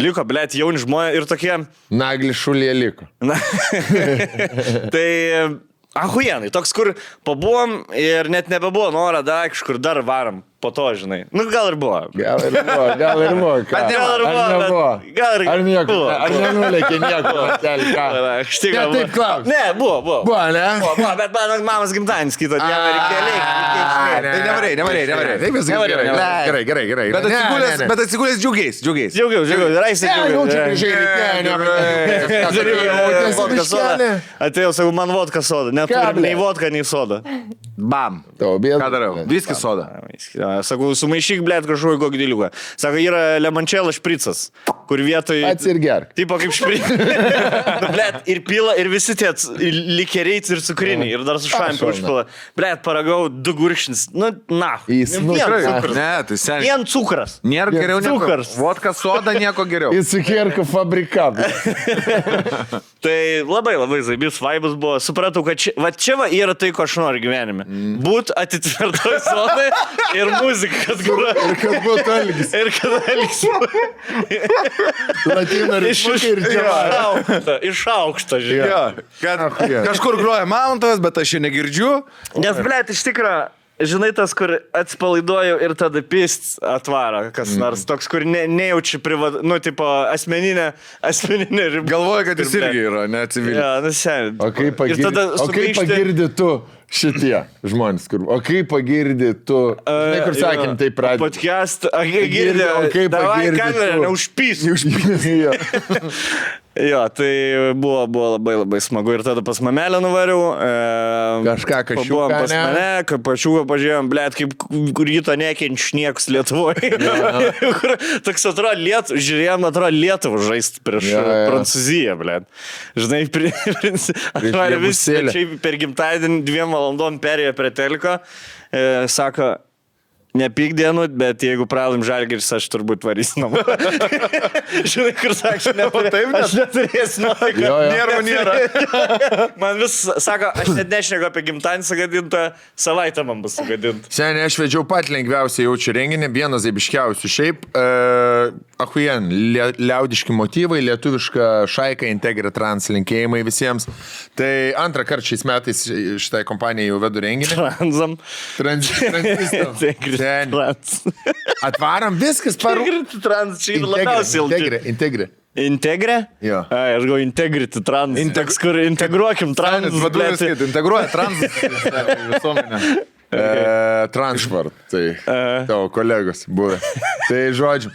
S2: liko, blėt, jauni žmonės ir tokie,
S1: Nagli šulė liko.
S2: Na. tai ahujenai, toks, kur pabuvom ir net nebebuvo norą dar kažkur dar varom. po to, žinai. Nu, gal ir buvo.
S1: Gal ir buvo, gal ir buvo. Ką?
S2: Bet gal ir buvo,
S1: Ar nebuvo?
S2: bet gal ir
S1: ar nieko,
S2: buvo.
S1: ar nenulėkė nieko. Tel, ką?
S2: Na, Aš tik
S1: Ne,
S2: gal-
S1: taip klausk.
S2: Ne, buvo, buvo.
S1: Buvo, ne?
S2: Buvo, buvo, bet mano mamos gimtadienis kitą dieną ir
S1: A,
S2: keliai.
S1: ne.
S6: Tai nevarėjai, nevarėjai, nevarėjai.
S1: Taip, viskas
S2: Nevarėjau,
S1: gerai.
S2: nevarėjau.
S1: Gerai, gerai, gerai.
S6: Bet
S1: Ne, ne,
S6: atsigulęs,
S1: ne.
S6: bet atsigulęs džiugiais, džiugiais.
S2: Džiaugiau, džiaugiau, raisai.
S1: Ne, jau čia gražiai ryte, ne, ne,
S2: Žiūrėjau,
S1: jautiesi
S2: vodka soda.
S1: biškelį.
S2: Atėjau, sakau, man vodka soda. Neturiu
S1: Ble.
S2: nei vodka, nei soda.
S6: Bam.
S1: Tau bėda.
S6: Ką darau? Viskis soda.
S2: Sakau, sumaišyk, blėt, kažkokį kokdiliuką. Sako, yra lemončelo špricas, kur vietoj...
S1: Pats ir gerk.
S2: Tipo kaip špricas. nu, blėt, ir pila, ir visi tie c- likeriai ir cukriniai. Ir dar su šampiu
S1: šauna.
S2: užpila. Blėt, paragau du gurkšnis. Nu, na.
S1: Jis, nu,
S2: vien
S1: tikrai,
S2: cukrus.
S6: Ne, tai seniai.
S2: Vien cukras.
S6: Nėra geriau negu.
S2: Cukars.
S6: Vodka soda nieko geriau.
S1: Įsikirka fabrika.
S2: Tai labai labai zaibis vaibas buvo. Supratau, kad čia va, čia va yra tai, ko aš noriu gyvenime. Mm. Būt atitvertoj zonai ir muzika, kad groja.
S1: Kad būtų algis.
S2: Ir kad elgsi.
S1: Latino ryšiai ir čia. va.
S2: Iš aukšto, žinai.
S1: Jo.
S6: Kad
S1: Ach, jo.
S6: kažkur groja mountas, bet aš jį negirdžiu.
S2: Nes, blėt, iš tikrųjų, žinai, tas, kur atsipalaiduoju ir tada pist atvaro, kas
S1: Mhm.
S2: nors toks, kur ne, nejaučiu privat, nu, tipo, asmeninę, asmeninę ribą.
S6: Galvoju, kad jis
S2: Ir, blet,
S6: irgi yra, neatsivilė.
S2: Jo, nu, sen.
S1: O kaip
S2: Ir
S1: pagirdi,
S2: tada
S1: o kaip
S2: sugaišti-
S1: pagirdi tu šitie žmonės, kur? O kaip pagirdi tu? Žinai, kur sakėm, tai pradėjai.
S2: Podcast, a, girdė,
S1: o kaip
S2: davai
S1: pagirdi
S2: kamerą,
S1: tu?
S2: neužpys.
S1: Jau
S2: Jo, tai buvo, buvo labai labai smagu ir tada pas mamelę nuvariau. E,
S1: Kažką kašiuką,
S2: Buvom pas
S1: ne?
S2: mane, kad pačiūką pažiūrėjom, blėt, kaip kur jį to nekenčiu niekas Lietuvoje. kur toks atrodo Lietuvą, žiūrėjom, atrodo Lietuvą žaisti prieš
S1: Jo,
S2: ja,
S1: jo.
S2: ja. Prancūziją, blėt. Žinai, pri, atrodo visi
S1: Jebusėlę.
S2: čia per gimtadienį dviem valandom perėjo prie telko, e, sako, Nepyk dienų, bet jeigu pralim žalgiris, aš turbūt varysiu namo. Žinai, kur sakai,
S6: O taip
S2: neturėsiu.
S6: net?
S2: Aš neturėsiu namo.
S1: Jo, jo.
S6: Nėra, nėra.
S2: Man vis sako, aš net nešneku apie gimtadienį sugadintą, savaitę man bus sugadinta.
S1: Seniai, aš vedžiau pat lengviausiai jaučiu renginį, vienas įbiškiausių šiaip. Uh, Ahujen, lie, liaudiški motyvai, lietuviška šaika, Integra Trans linkėjimai visiems. Tai antrą kartą šiais metais šitai kompanijai jau vedu renginį.
S2: Transam.
S1: Trans, transistam.
S2: Integri-
S1: Ten.
S2: Trans.
S1: Atvarom viskas parūpinti.
S2: Integrity trans, čia ir labiausiai ilgai.
S1: Integrė, integrė.
S2: Integrė?
S1: Jo.
S2: Ai, aš gau integrity trans. Integ... Kur integruokim trans.
S6: Vadovas,
S2: blėti.
S6: kad integruoja trans visuomenę.
S1: E, Transport, tai tavo kolegos buvę. Tai žodžiu,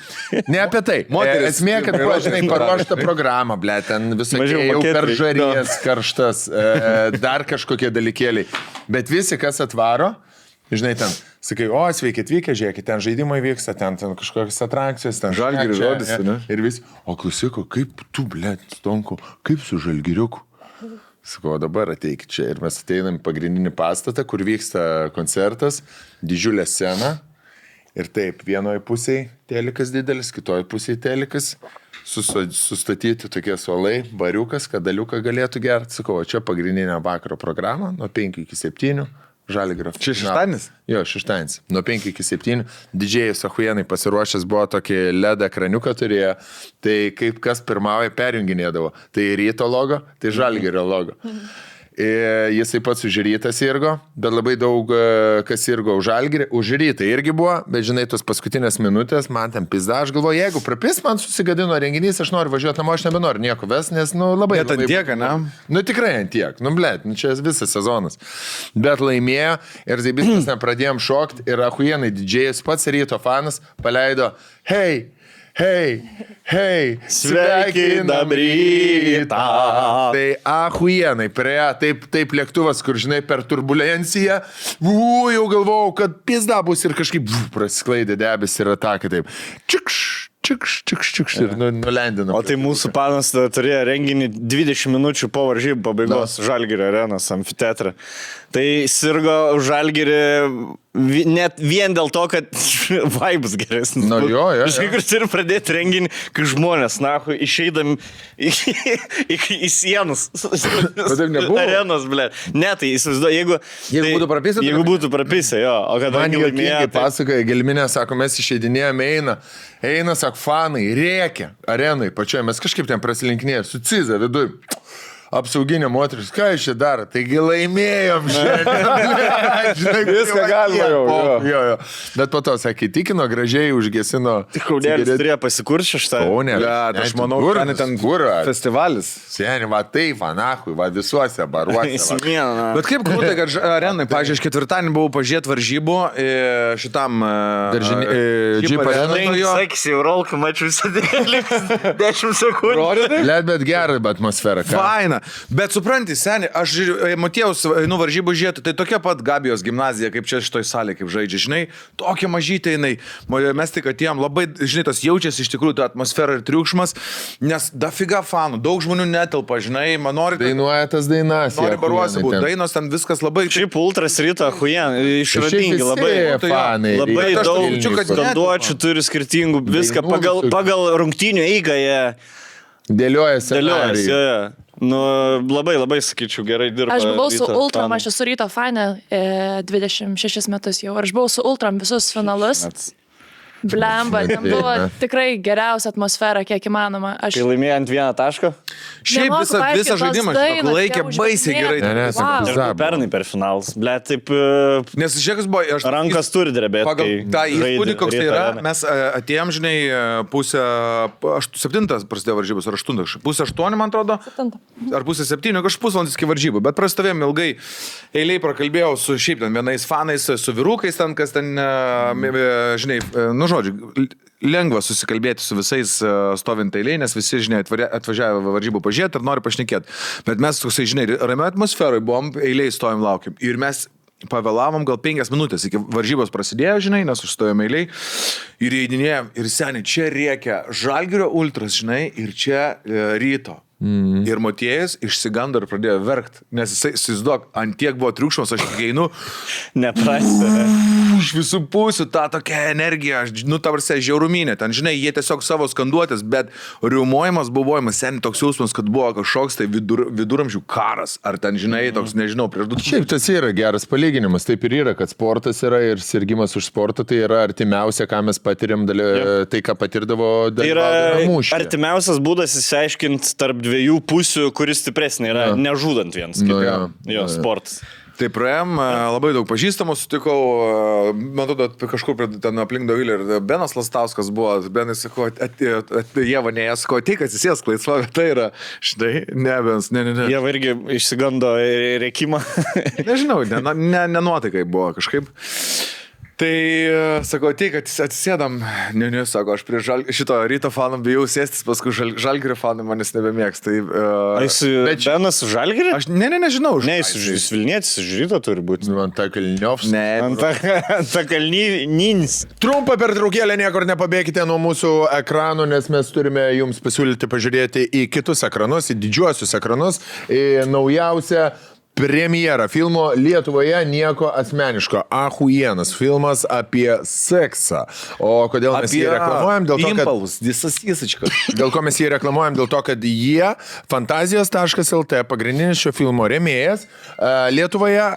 S1: ne apie tai.
S6: Moteris.
S1: E, Esmė, kad buvo, žinai, paruošta programa, ble, ten
S2: Mažiau
S1: visokie jau
S2: maketai,
S1: per žarijas, karštas, e, dar kažkokie dalykėliai. Bet visi, kas atvaro, žinai, ten, sakai, o sveiki atvykę, žiūrėkit, ten žaidimai vyksta, ten, ten kažkokios atrakcijos, ten
S6: Žalgiris
S1: čia,
S6: žodis,
S1: e.
S6: ne?
S1: Ir visi, o klausyko, kaip tu, ble, stonko, kaip su žalgiriuku? Sakau, "O dabar ateik čia. Ir mes ateinam į pagrindinį pastatą, kur vyksta koncertas, didžiulė scena. Ir taip, vienoje pusėje telikas didelis, kitoje pusėje telikas. Suso- Sustatyti tokie suolai, bariukas, kad daliuką galėtų gerti. Sakau, "O čia pagrindinė vakaro programa nuo 5 iki 7. Žalį grafį.
S6: Čia šeštadienis?
S1: Jo, šeštadienis. Nuo 5 iki 7. Didžiai Sahuienai pasiruošęs buvo tokį ledą kraniuką turėjo. Tai kaip kas pirmauja perjunginėdavo. Tai ryto logo, tai žalgerio logo. Ir E, jisai pats užrytas irgo, bet labai daug e, kas irgo už žalgerį. Užrytą irgi buvo, bet žinai, tos paskutinės minutės, man ten pizda, aš galvoju, jeigu prapis, man susigadino renginys, aš noriu važiuoti namo, aš nebenoriu nieko ves, nes, nu, labai...
S6: Net ant
S1: labai-
S6: tiek, ane?
S1: Nu tikrai ant tiek, nu blėt, nu, čia visas sezonas. Bet laimėjo ir Zaibis mes nepradėjom šokti ir Ahuienai didžėjus pats ryto fanas paleido, hei, hei, hei,
S2: Sveikinam rytą.
S1: Tai Ahuienai prie, taip, taip lėktuvas, kur žinai per turbulenciją, u, jau galvojau, kad pizda bus ir kažkaip vu, prasklaidė debesis ir ataka taip. Čikš, čikš, čikš, čikš ir nu- nulendino.
S2: O tai mūsų panas tada turėjo renginį 20 minučių po varžybų pabaigos Žalgirio arenos amfiteatrą. Tai sirgo Žalgirį vi- net vien dėl to, kad vibes geresnis.
S1: Nu
S2: būtų.
S1: jo, jo,
S2: Žinai,
S1: jo.
S2: kur turi pradėti renginį, kai žmonės, na, hu, išeidami į, į, į sienus.
S6: taip nebuvo?
S2: Arenos, ble. Ne, tai įsivaizduoju, jeigu...
S6: Jeigu
S2: tai-
S6: būtų prapisę, tai
S2: Jeigu būtų prapisę, jo. O kad tai
S1: Man juokingai pasakoja, Gelminė sako, mes išeidinėjame eina, eina, sako, fanai, rėkia arenai pačioje, mes kažkaip ten prasilinkinėjame, su Ciza viduj. apsauginė moteris, ką jūs čia dar, taigi laimėjom šiandien.
S7: Viską galima jau, jo.
S1: Jo, jo. Bet po to, sakė, tikino, gražiai užgesino.
S2: Tik kaudėlis
S1: cigaretę.
S2: turėjo pasikurti šeštą.
S1: Kaune.
S7: Blet,
S1: Ne,
S7: tai aš
S1: tu
S7: manau,
S1: kur,
S7: ten- ten
S1: kur,
S7: Festivalis.
S1: seniai, va taip, anahui, va visuose baruose. va.
S2: Įsimieną.
S3: Bet kaip grūtai, kad ž- arenai, pažiūrėjau, aš ketvirtadienį buvau pažiūrėti varžybų e, šitam...
S1: Daržinė- e, Jeep
S3: Nu,
S1: arenai.
S2: Seksy, rolka, mačiau visada 10 sekundžių.
S3: Rodyti?
S1: Blet, bet gerą atmosferą. ką?
S3: Faina. Bet supranti, seniai, aš matėjus, nu, varžybų žiūrėti, tai tokia pat Gabijos gimnazija, kaip čia šitoj salėje, kaip žaidžia, žinai, tokia mažytė jinai. Ma- e, Mes tik atėjom, labai, žinai, tas jaučiasi iš tikrųjų ta atmosfera ir triukšmas, nes da figa fanų, daug žmonių netelpa, žinai, man nori,
S1: Dainuoja tas dainas.
S3: nori
S1: jie,
S3: baruose
S1: chujonai,
S3: būti,
S1: ten.
S3: dainos ten viskas labai...
S2: Šiaip ultras ryto, huijan, išradingi
S1: Šiaip
S2: labai.
S1: visi
S3: tai jo,
S1: fanai
S2: Labai
S1: ryto
S3: aš
S2: daug
S3: jaučiu, kad
S1: Vilniuj,
S3: ne-
S2: skanduočių turi skirtingų, viską
S1: Dainų
S2: pagal,
S1: visokių.
S2: pagal rungtinių eigą jie
S1: Dėlioja scenarijų.
S2: dėliojasi. jo, jo. Nu, labai, labai sakyčiau, gerai dirba.
S8: Aš buvau su
S2: ryto
S8: Ultram,
S2: fanai.
S8: aš esu ryto fane e, 26 metus jau. ir Aš buvau su Ultram visus finalus. Blemba, ten buvo
S1: Ateina.
S8: tikrai geriausia atmosfera, kiek įmanoma. Aš
S2: Kai laimėjo ant vieną tašką,
S3: Šiaip
S8: nemoku
S3: visą,
S8: paaiškint,
S3: visą
S8: tos
S3: žaidimą
S8: dainos,
S3: žinok,
S8: tie
S3: laikė baisiai
S8: užmetinėti.
S3: gerai.
S1: Ne, ne,
S8: Wow.
S1: sakau,
S8: Aš
S2: Aš buvau
S1: Zabo.
S2: pernai per finalus, ble, taip e,
S3: Nes žiūrėk, jis buvo, aš
S2: rankas turi drebėti.
S3: Pagal tą įspūdį, koks tai yra,
S2: Mes...
S3: mes e, atėjom, žinai, e, pusę, aš, septintas prasidėjo varžybos, ar aštuntas, kažkaip, pusę aštuonių, man atrodo,
S8: Septintą.
S3: ar pusę septynių, kažkaip pusvalandis iki varžybų, bet prastovėjom ilgai, eiliai prakalbėjau su šiaip ten vienais fanais, su vyrukais ten, kas ten, e, m- e, žinai, e, nu žodžiu, l- lengva susikalbėti su visais e, stovint eiliai, nes visi, žinai, atvaria- atvažiavę varžybų pažiūrėti ir nori pašnekėti. Bet mes, toksai, žinai, ramioje atmosferoje buvom, eiliai stovim laukiam. Ir mes pavėlavom gal penkias minutės iki varžybos prasidėjo, žinai, nes užstojom eiliai ir įeidinėjom. Ir seniai, čia reikia žalgerio ultras, žinai, ir čia e, ryto. Mm. Ir motėjas išsigando ir pradėjo verkti, nes jisai, susidok, ant tiek buvo triukšmas, aš tik einu
S2: Neprasti.
S3: iš visų pusių tą tokią energiją, aš, nu, tavarse, žiauruminė, ten, žinai, jie tiesiog savo skanduotės, bet riumojimas, buvojimas, seniai toks jausmas, kad buvo kažkoks tai vidur, viduramžių karas, ar ten, žinai, toks, nežinau, prieš du
S1: Šiaip tas yra geras palyginimas, taip ir yra, kad sportas yra ir sirgymas už sportą tai yra artimiausia, ką mes patiriam, daly... tai ką patirdavo
S2: Tai yra
S1: mūšį.
S2: artimiausias būdas įsiaiškinti tarp dviejų pusių, kuris stipresnė yra,
S1: Jo.
S2: nežudant viens
S1: Nu
S2: kitą.
S1: jo,
S2: Jo,
S1: nu jo.
S2: sportas.
S3: Tai praėjom, e, labai daug pažįstamų sutikau, e, man atrodo, p- kažkur prie- ten aplink Dovilį ir Benas Lastauskas buvo, Benai sako, jie vanėje, sako, tik atsisės, laisva vieta yra, štai, ne, Benas, ne, ne, ne.
S2: Jie irgi išsigando reikimą.
S3: Nežinau, ne, na- ne, nenuotaikai buvo kažkaip. Tai e, sako, tik atsis- atsisėdam, ne, ne, sako, aš prie žal, šito ryto fanų bijau sėstis, paskui žal, žalgirio fanų manęs nebemėgs. Tai, uh,
S2: Jis Benas Žalgirė?
S3: aš ne, ne, nežinau,
S2: Ne, jis,
S3: žinai.
S2: už- jis Vilnietis, jis Žydo turi būti.
S1: Man ta Kalniovs.
S3: Ne,
S2: Ant tą kalnynis.
S1: Trumpą pertraukėlę niekur nepabėgite nuo mūsų ekranų, nes mes turime jums pasiūlyti pažiūrėti į kitus ekranus, į didžiuosius ekranus, į naujausią premjerą filmo Lietuvoje nieko asmeniško. Ahujienas filmas apie seksą. O kodėl mes jį reklamuojam? Dėl to, kad
S3: Impulse, visas įsičkas.
S1: Dėl ko mes jį reklamuojam? Dėl to, kad jie, fantazijos.lt, pagrindinis šio filmo remėjas, e, Lietuvoje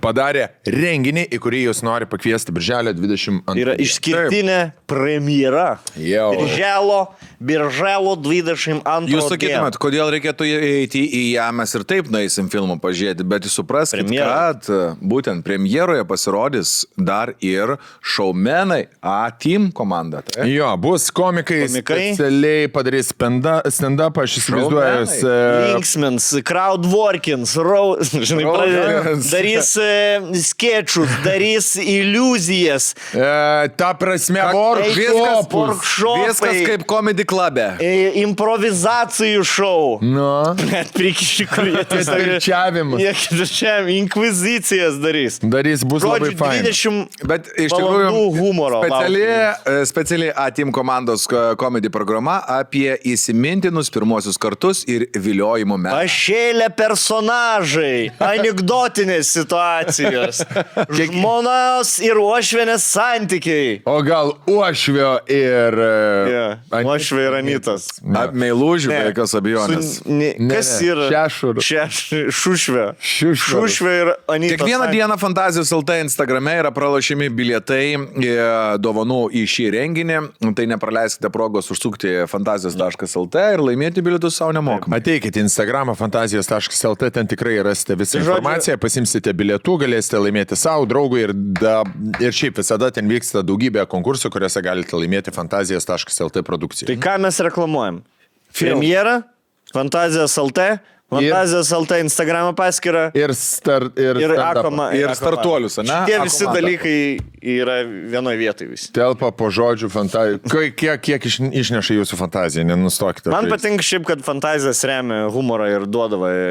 S1: padarė renginį, į kurį jūs nori pakviesti birželio 22.
S2: Yra išskirtinė premjera.
S1: Jau.
S2: Birželio, birželio 22.
S3: Jūs sakytumėt, kodėl reikėtų eiti į ją, mes ir taip nueisim filmą pažiūrėti, bet jūs supraskite,
S2: Premjera.
S3: kad e, būtent premjeroje pasirodys dar ir šaumenai A-Team komanda. Taip?
S1: Jo, bus komikai,
S2: Komikai.
S1: komikai. specialiai padarys spenda- stand-upą, aš įsivaizduoju.
S3: Showmenai.
S1: s-
S2: Linksmins, crowdworkins, rau, žinai, pradeda,
S1: Raudens.
S2: darys e, sketšus, darys iliuzijas,
S1: E, ta prasme,
S2: viskas
S1: workshopus.
S2: workshopai,
S3: Viskas kaip komedy klube.
S2: e, improvizacijų šou.
S1: Nu,
S2: Net prikiši, kur jie tiesiog...
S1: kirčiavimus.
S2: Jie čia inkvizicijas darys.
S1: Darys bus
S2: Žodžiu,
S1: labai fain.
S2: 20.
S3: Bet iš
S2: valandų
S3: tikrųjų
S2: humoro.
S3: speciali,
S2: laukia.
S3: e, speciali A-Team komandos e, komedy programa apie įsimintinus pirmosius kartus ir viliojimo metą.
S2: Pašėlė personažai, anegdotinės relacijos. Žmonos ir ošvienės santykiai.
S1: O gal Uošvio ir... e,
S2: Yeah. Ošvė ir Anytas.
S1: Apmeilužių,
S2: Ne.
S1: be jokios abejonės.
S2: Su- ne, kas yra?
S1: Šešur.
S2: Šeš- Šušvė.
S1: Šiušvė.
S2: Šušvė ir Anytas.
S3: Kiekvieną dieną Fantazijos LT Instagrame yra pralašymi bilietai e, dovanų į šį renginį. Tai nepraleiskite progos užsukti fantazijos.lt ir laimėti bilietus savo nemokamai.
S1: Ateikite į Instagramą fantazijos.lt, ten tikrai rasite visą
S2: Tai Žodžiu-
S1: informaciją, pasimsite bilietų, galėsite laimėti savo draugui ir, da, ir šiaip visada ten vyksta daugybė konkursų, kuriuose galite laimėti fantazijos.lt produkciją.
S2: Tai ką mes reklamuojam? Premjerą, Fantazijos LT, Fantazijos LT Instagram paskyrą
S1: Ir, star, ir,
S2: ir
S1: stand-upą.
S2: Akoma.
S3: ir startuolius, ane?
S2: Tie visi
S3: Akomą.
S2: dalykai yra vienoje vietoje visi.
S1: Telpa po žodžių fantazija. Kiek, kiek iš, išneša jūsų fantazija, nenustokite.
S2: Man
S1: tai-
S2: patinka šiaip, kad fantazijas remia humorą ir duodavo
S1: Jo.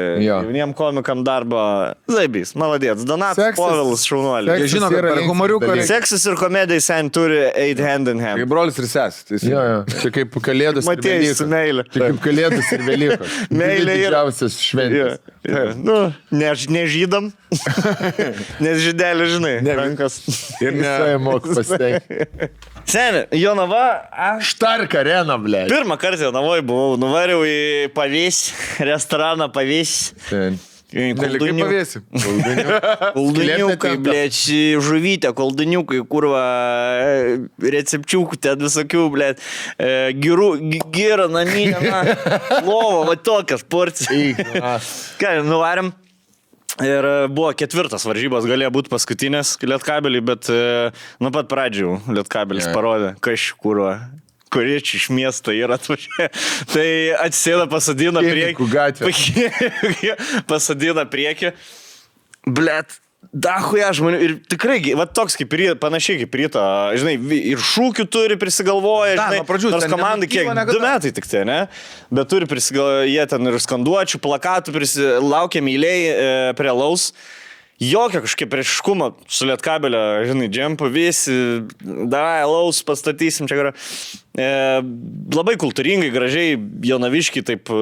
S2: jauniem komikam darbą. Zaibys, maladėts. Donatas
S1: Seksas-
S2: Povilas
S1: seksas
S2: šaunuolis.
S3: Jie žino, kad
S1: yra
S3: per
S1: linksmas
S3: humoriuką
S1: dalykas.
S2: Seksas ir komedija sen turi eiti hand in hand.
S3: Kaip brolis ir sesis.
S1: Jo, jo. Čia kaip kalėdos. ir
S2: Matėjai su
S1: Velykos.
S2: meile.
S1: Čia kaip kalėdos ir Velykos. Dvi
S2: Meilė yra-
S1: Didžiausias šventės.
S2: Jo, jo. Nu, než, nežydam. Nes žydelė, žinai, ne, rankas.
S1: Ir ne. Moku pasitenkti.
S2: Seniai, Jonava, aš
S1: Štarka arena, ble.
S2: pirmą kartą Jonavoje buvau, nuvariau į pavės, restoraną pavės.
S1: Ten.
S3: Nelikai pavėsi.
S2: tai, Kolduniukai,
S1: Klėpte
S2: blėt, žuvytė, kolduniukai, kurva, e, recepčiukų, ten visokių, blėt, gerų, gerą naminę, na, lovą, va tokias porcijas. Ką, nuvarėm. Ir e, buvo ketvirtas varžybos, galėjo būti paskutinės lietkabelį, bet e, nuo pat pradžių lietkabelis parodė, kas kurva, kurie čia iš miesto yra atvažiavę. Tai atsėda pasadina
S1: Kirnikų gatvė.
S2: priekį. pasadina priekį. Blet. Dahuja žmonių ir tikrai, gi, va toks kaip ir, jie- panašiai kaip ryta, žinai, vi- ir šūkių turi prisigalvoję,
S3: Da,
S2: žinai,
S3: nuo pradžių
S2: nors
S3: ten
S2: komandai kiek,
S3: nenutyla niekada.
S2: du metai tik tai, ne, bet turi prisigalvoję, jie ten ir skanduočių, plakatų, prisi- laukiam eiliai e, prie laus, jokio kažkokio priešiškumo su lietkabelio, žinai, džempu, visi, davai, laus pastatysim čia, yra. E, labai kultūringai, gražiai, jonaviški taip e,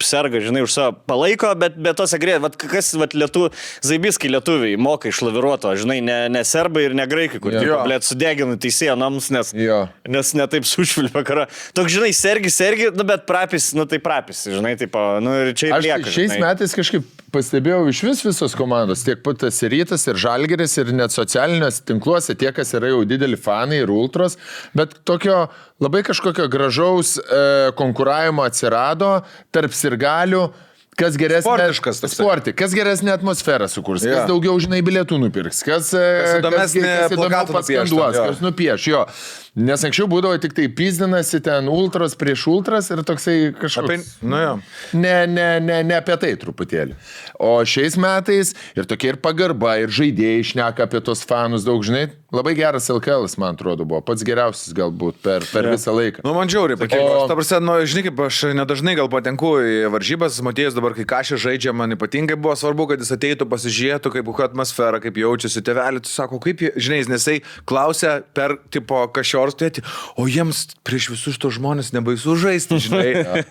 S2: serga, žinai, už savo palaiko, bet be tos agrė, vat, kas vat, lietu, zaibys, kai lietuviai moka išlaviruoto, žinai, ne, ne serbai ir ne graikai, kur,
S1: Jo.
S2: yeah. blėt, sudegina teisėją namus, nes...
S1: Jo.
S2: Nes netaip sušvilpia kara. Toks, žinai, sergi, sergi, nu, bet prapis, nu tai prapis, žinai, taip, nu ir čia ir
S1: Aš
S2: lieka.
S1: šiais
S2: žinai.
S1: metais kažkaip pastebėjau iš vis visos komandos, tiek putas ir rytas, ir žalgeris, ir net socialiniuose tinkluose, tie, kas yra jau dideli fanai ir ultros, bet tokio labai kažkokio gražaus e, konkuravimo atsirado tarp sirgalių. Kas geresnė,
S3: Sportiškas toksai.
S1: sporti, kas geresnė atmosfera sukurs, yeah.
S3: Jo.
S1: kas daugiau, žinai, bilietų nupirks, kas, e,
S3: Kas įdomesnį
S1: kas įdomiau
S3: plakatą
S1: paskanduos,
S3: nupieš ten, jo.
S1: kas nupieš, jo. Nes anksčiau būdavo tik tai pizdinasi ten ultros prieš ultras ir toksai kažkoks...
S3: Apie... Nu, jo.
S1: Ne, ne, ne, ne apie tai truputėlį. O šiais metais ir tokia ir pagarba, ir žaidėjai išneka apie tos fanus daug, žinai, labai geras LKL, man atrodo, buvo pats geriausias galbūt per, per visą laiką.
S3: Nu, man žiauriai patiko.
S1: O-
S3: Aš, ta prasme, nu, žinai, kaip aš nedažnai gal patenku į varžybas, matėjęs dabar, kai kažkai žaidžia, man ypatingai buvo svarbu, kad jis ateitų, pasižiūrėtų, kaip kokia atmosfera, kaip jaučiasi tėvelį, tu sako, kaip, jie- žinai, jis nesai klausia per, tipo, kašiors tėti, o jiems prieš visus to žmonės nebaisu žaisti, žinai.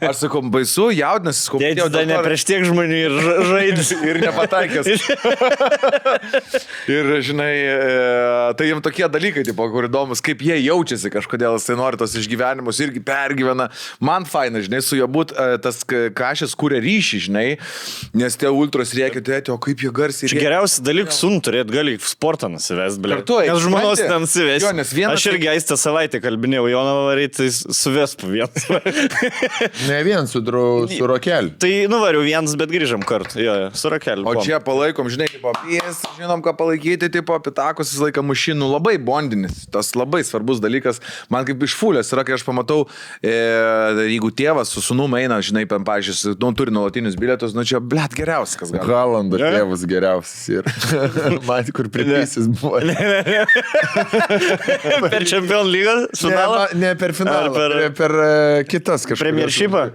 S3: Aš sakau, baisu, jaudinasi, sakau,
S2: Dėdė,
S3: "Tėti,
S2: tada
S3: dėl
S2: ne
S3: to-
S2: prieš tiek žmonių ir ža- žaidži.
S3: ir nepataikęs. ir, žinai, e, tai jiems tokie dalykai, tipo, kur įdomus, kaip jie jaučiasi kažkodėl, jisai nori tos išgyvenimus irgi pergyvena. Man faina, žinai, su juo būt e, tas k- kažkas kūrė ryšį, žinai, nes tie ultros reikia turėti, o kaip jie garsiai.
S2: Čia
S3: rėkia.
S2: geriausias dalykas, sun turėt, gali sportą nusivest, ble.
S3: Kartu eit,
S2: Nes žmonos
S3: supranti?
S2: nenusivest.
S3: Jo, nes vienas-
S2: Aš irgi aistą savaitę kalbinėjau, Jonavą varyti suvesp vienas.
S1: Ne vien su, drau, su rokeliu.
S2: tai nuvariau vienas, bet grįžom kartu. Jo, jo, su rakeliu.
S3: O
S2: buvom.
S3: čia palaikom, žinai, kaip apies, žinom, ką palaikyti, tipo, pitakus visą laiką mušinų, labai bondinis, tas labai svarbus dalykas, man kaip iš fulės yra, kai aš pamatau, e, jeigu tėvas su sunum eina, žinai, pen, pažiūrėjus, nu, turi nuolatinius bilietus, nu čia, blėt, geriausias, kas gali.
S1: Galando tėvas geriausias ir man kur pripysis buvo. Ne,
S2: per čempionų lygą
S1: ma-
S2: finalą.
S1: ne per finalą,
S2: Ar
S1: per,
S2: per-
S1: per e, kitas kažkokias.
S2: Premieršypą.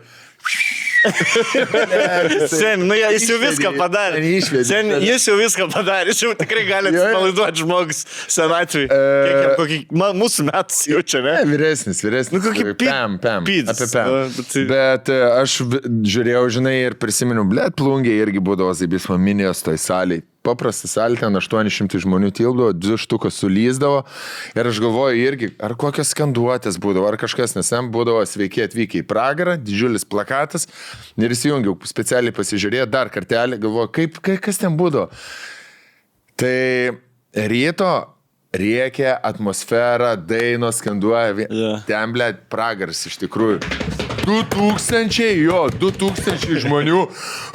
S2: Sen, nu jie- jis jau viską
S1: Išvedė,
S2: padarė.
S1: išvedė.
S2: Sen, jis jau viską padarė, jis jau tikrai gali
S1: Jo, jo.
S2: atsipalaiduoti žmogus senatvėje.
S1: E.
S2: Kokį man- mūsų metus jau čia, ne?
S1: Ne, vyresnis, vyresnis.
S2: Nu, kokį pi-
S1: pam, pam.
S2: pids.
S1: Apie pam.
S2: Na, bet tai-
S1: Bet e, aš vi- žiūrėjau, žinai, ir prisiminiau, blėt, plungiai irgi būdavo Zibis Maminijos toj saliai. paprastas salė, ten 800 žmonių tildavo, dvi štukas sulyzdavo ir aš galvoju irgi, ar kokios skanduotės būdavo, ar kažkas, nes ten būdavo sveiki atvykę į pragarą, didžiulis plakatas ir įsijungiau, specialiai pasižiūrėjau dar kartelį, galvoju, kaip, ka- kas ten būdavo. Tai ryto riekia atmosfera, dainos skanduoja,
S2: Jo.
S1: yeah. ten, ble, pragaras iš tikrųjų. 2000, jo, 2000 žmonių.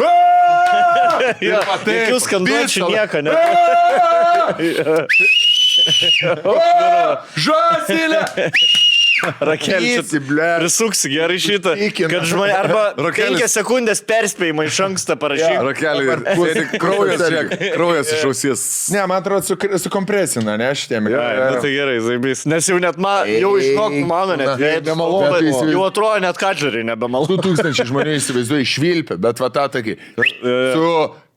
S2: Jo, jokių skanduočių nieko, ne?
S1: Žasilė!
S2: Rakelis. Prisuksi gerai šitą.
S1: Įtikina.
S2: Kad žmonės arba
S1: Rakelis.
S2: 5 sekundės perspėjimą iš anksto parašyk.
S3: Rakelį,
S1: pusė-
S3: kraujas,
S1: pusė-
S3: žiūrėk, kraujas iš ausies.
S1: Ne, man atrodo, su, su kompresina, ne, šitie
S2: Ai, nu tai gerai, zaibys. Nes jau net man, jau iš to mano net.
S1: na, nemalonu,
S2: Bet
S1: tai įsivaizduoju.
S2: Jau atrodo net kadžeriai nebemalonu.
S1: 2000 žmonių įsivaizduoja išvilpę, bet va tą tokį.
S3: E,
S1: Su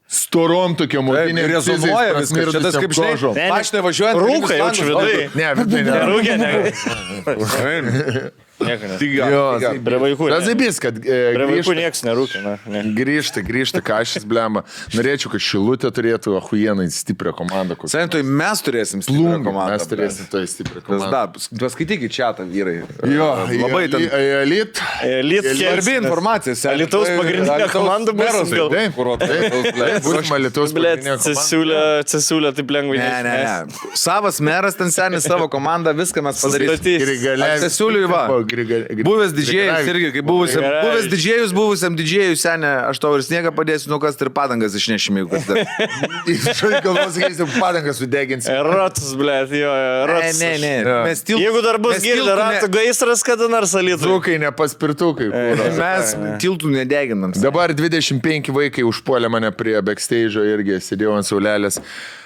S1: storom tokiam mokinėm.
S3: Rezonuoja viskas. Čia tas kaip žaižom.
S2: Ne, ne.
S3: Aš nevažiuoju.
S2: Rūkai jaučiu vidai.
S1: Ne, bet tai ne.
S2: Nerūkė, ne. Nieko ne.
S1: Jo, tai-
S2: Prie vaikų. ne.
S1: Razabys, kad e,
S2: Prie vaikų
S1: grįžta,
S2: niekas nerūkė, ne. ne.
S1: grįžta, grįžta, ką aš blema. Norėčiau, kad Šilutė turėtų ahujienai stiprią komandą. kokią.
S3: Sentoj mes turėsim stiprią
S1: Plungė,
S3: komandą.
S1: Mes turėsim toje stiprią komandą.
S3: Pizda, paskaitykit čia tą vyrai.
S1: Jo,
S3: Labai ten-
S1: Elit.
S2: Elite Kings,
S3: Svarbi
S2: nes-
S3: informacija. sen.
S2: Alytaus pagrindinė
S3: Alytaus
S2: komanda bus
S3: meras,
S2: gal.
S3: taip, kur va taip, taip,
S1: Būsim Alitos.
S2: Blet, cesiulė, cesiulė taip lengvai.
S3: Ne, ne, ne. Savas meras ten senis, savo komanda, viską mes padarysim.
S2: Statys.
S3: Sesiuliui va. Buvęs didžėjus irgi, kaip buvusiam.
S2: Gerai.
S3: Buvęs didžėjus, buvusiam didžėjus senė, aš tau ir sniegą padėsiu, nu kas ir padangas išnešim, jeigu kas dar.
S1: Išai galvos, sakysim, padangą sudeginsi.
S2: Rotas, blėt, E, jo, jo,
S3: Ne,
S2: rotas.
S3: ne, ne.
S1: Jo.
S3: Mes tilptume.
S2: Jeigu dar bus
S3: mes
S2: girdi
S3: tilptume-
S2: ratų gaisras, kada nors alytų.
S1: Zukai, ne paspirtukai. kūra.
S3: Mes tiltų nedeginam.
S1: Dabar 25 vaikai užpuolė mane prie backstage'o irgi sėdėjau ant saulelės.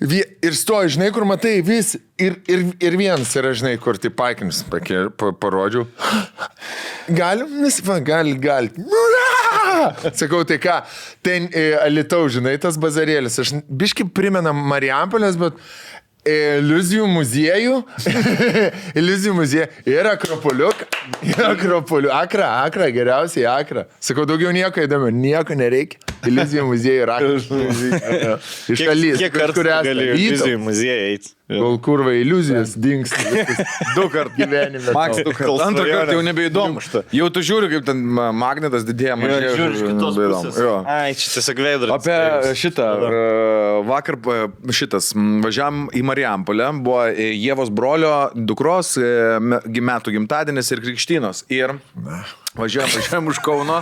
S1: Vie- Ir stoji, žinai, kur matai, vis ir, ir, ir vienas yra, žinai, kur tai paikins, pake- pa- parodžiau. Galim, nes, va, galit, galit. Nu, na! Sakau, tai ką, ten e, Alitau, žinai, tas bazarėlis, aš biški primenam Marijampolės, bet e, iliuzijų muziejų, iliuzijų muziejų ir akropoliuk, ir akropoliuk, akra, akra, geriausiai akra. Sakau, daugiau nieko įdomu, nieko nereikia. Iliuzijų muziejų ir akra. Iš šalies,
S2: Kiek kartų gali
S1: iliuzijų.
S2: vizijų muziejai eiti?
S1: Kol kurva iliuzijos dinksta. Du kartus gyvenime.
S3: Maks du kartus.
S2: Kol
S3: Antrą kartą jau
S2: svajonė
S3: nebeįdomu. Jau tu žiūri, kaip ten ma- magnetas didėja, man
S2: Ai, čia tiesiog veidrodis.
S3: Apie šitą. e, Vakar e, šitas. m, Važiavam į Marijampolę. Buvo e, Ievos brolio dukros e, me- gi- metų gimtadienis ir krikštynos. Ir važiavam, važiavam už Kauno.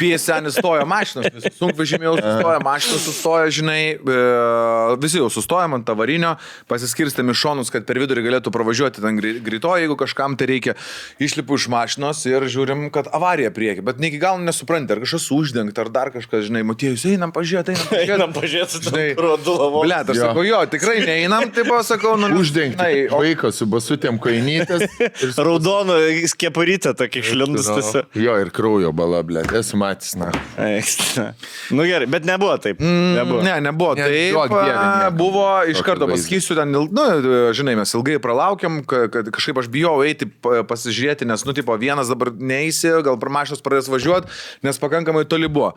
S3: Piesenis stoja mašinas. visi Sunkvežimiai jau sustoja, mašinas sustoja, žinai. e, Visi jau sustojam ant tavarinio. Pasiskirstėm iš šonus, kad per vidurį galėtų pravažiuoti ten grei- greitoji, jeigu kažkam tai reikia. Išlipu iš mašinos ir žiūrim, kad avarija prieki. Bet ne iki galo nesuprantė, ar kažkas uždengta, ar dar kažkas, žinai, matėjus, einam pažiūrėti, einam pažiūrėti.
S2: Einam pažiūrėti,
S3: Žinai,
S2: tai rodu lavo.
S3: Blet, aš
S1: Jo.
S3: sakau, jo, tikrai neinam, tai buvo, sakau, nu.
S1: Uždengti
S3: žinai, o-
S1: vaiką su basutėm kainytės. ir su-
S2: Raudono skeparytę tokį išlindus tiesiog.
S1: Jo, ir kraujo bala, ble. Esu matęs, na.
S2: Ekstra. Nu gerai, bet nebuvo taip. Nebuvo.
S3: Mm, Ne, nebuvo.
S1: Ne,
S3: Taip,
S1: duok dieve,
S3: a,
S1: ne.
S3: buvo iš
S1: Tokį
S3: karto
S1: vaizdą.
S3: pasakysiu, ten, il- nu, žinai, mes ilgai pralaukiam, ka- kad kažkaip aš bijau eiti pa- pasižiūrėti, nes, nu, tipo, vienas dabar neįsi, gal pramašas pradės važiuoti, nes pakankamai toli buvo.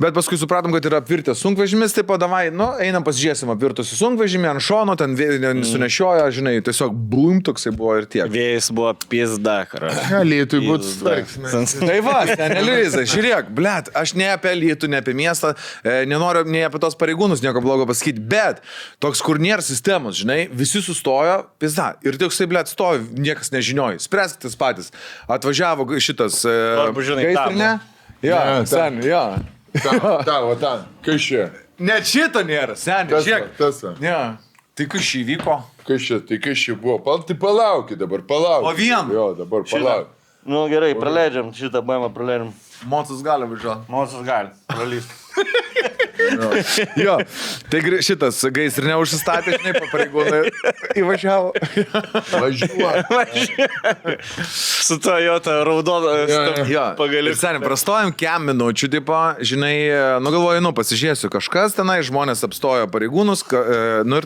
S3: Bet paskui supratom, kad yra apvirtęs sunkvežimis, tai padavai, nu, einam pasižiūrėsim apvirtusi sunkvežimį ant šono, ten vė-
S1: Mm.
S3: ne- sunešiojo, žinai, tiesiog bum toksai buvo ir tiek.
S2: Vėjas buvo pizda, karo.
S1: Galėtų būti svarksime.
S3: Tai va, Elisa, žiūrėk, blėt, aš ne apie lietų, ne apie miestą, e, nenoriu nei apie tos pareigūnus nieko blogo pasakyti, bet toks, kur nėra sistemos, žinai, visi sustojo, pizda, ir toksai, blėt, stovi, niekas nežinioja, spręskitės patys. Atvažiavo g- šitas...
S2: Arba, žinai,
S3: ne? Jo,
S1: Ne,
S3: sen, jo.
S1: Ta, ta, o ta. Kas čia?
S3: Net šito nėra, sen,
S1: Tas, va,
S3: žiūrėk.
S1: tas. va.
S3: Ne, tik iš įvyko.
S1: Kas čia, tai kas čia buvo? Pal, tai palaukit dabar, palaukit.
S3: O vien?
S1: Jo, dabar palaukit.
S2: Nu gerai, praleidžiam šitą baimą, praleidžiam.
S3: Mocas gali važiuoti.
S2: Mosas gali. Pralys.
S3: Jo, tai gri- šitas gaisrinė užsistatė, žinai, pa- pareigūnai įvažiavo.
S1: Važiuoju.
S2: Su to jo ta raudona
S3: Jo,
S2: pagaliau.
S3: Ir seniai, prastojom kiem minučių, tipo, žinai, nu galvoju, nu pasižiūrėsiu kažkas tenai, žmonės apstojo pareigūnus, ka, e, nu ir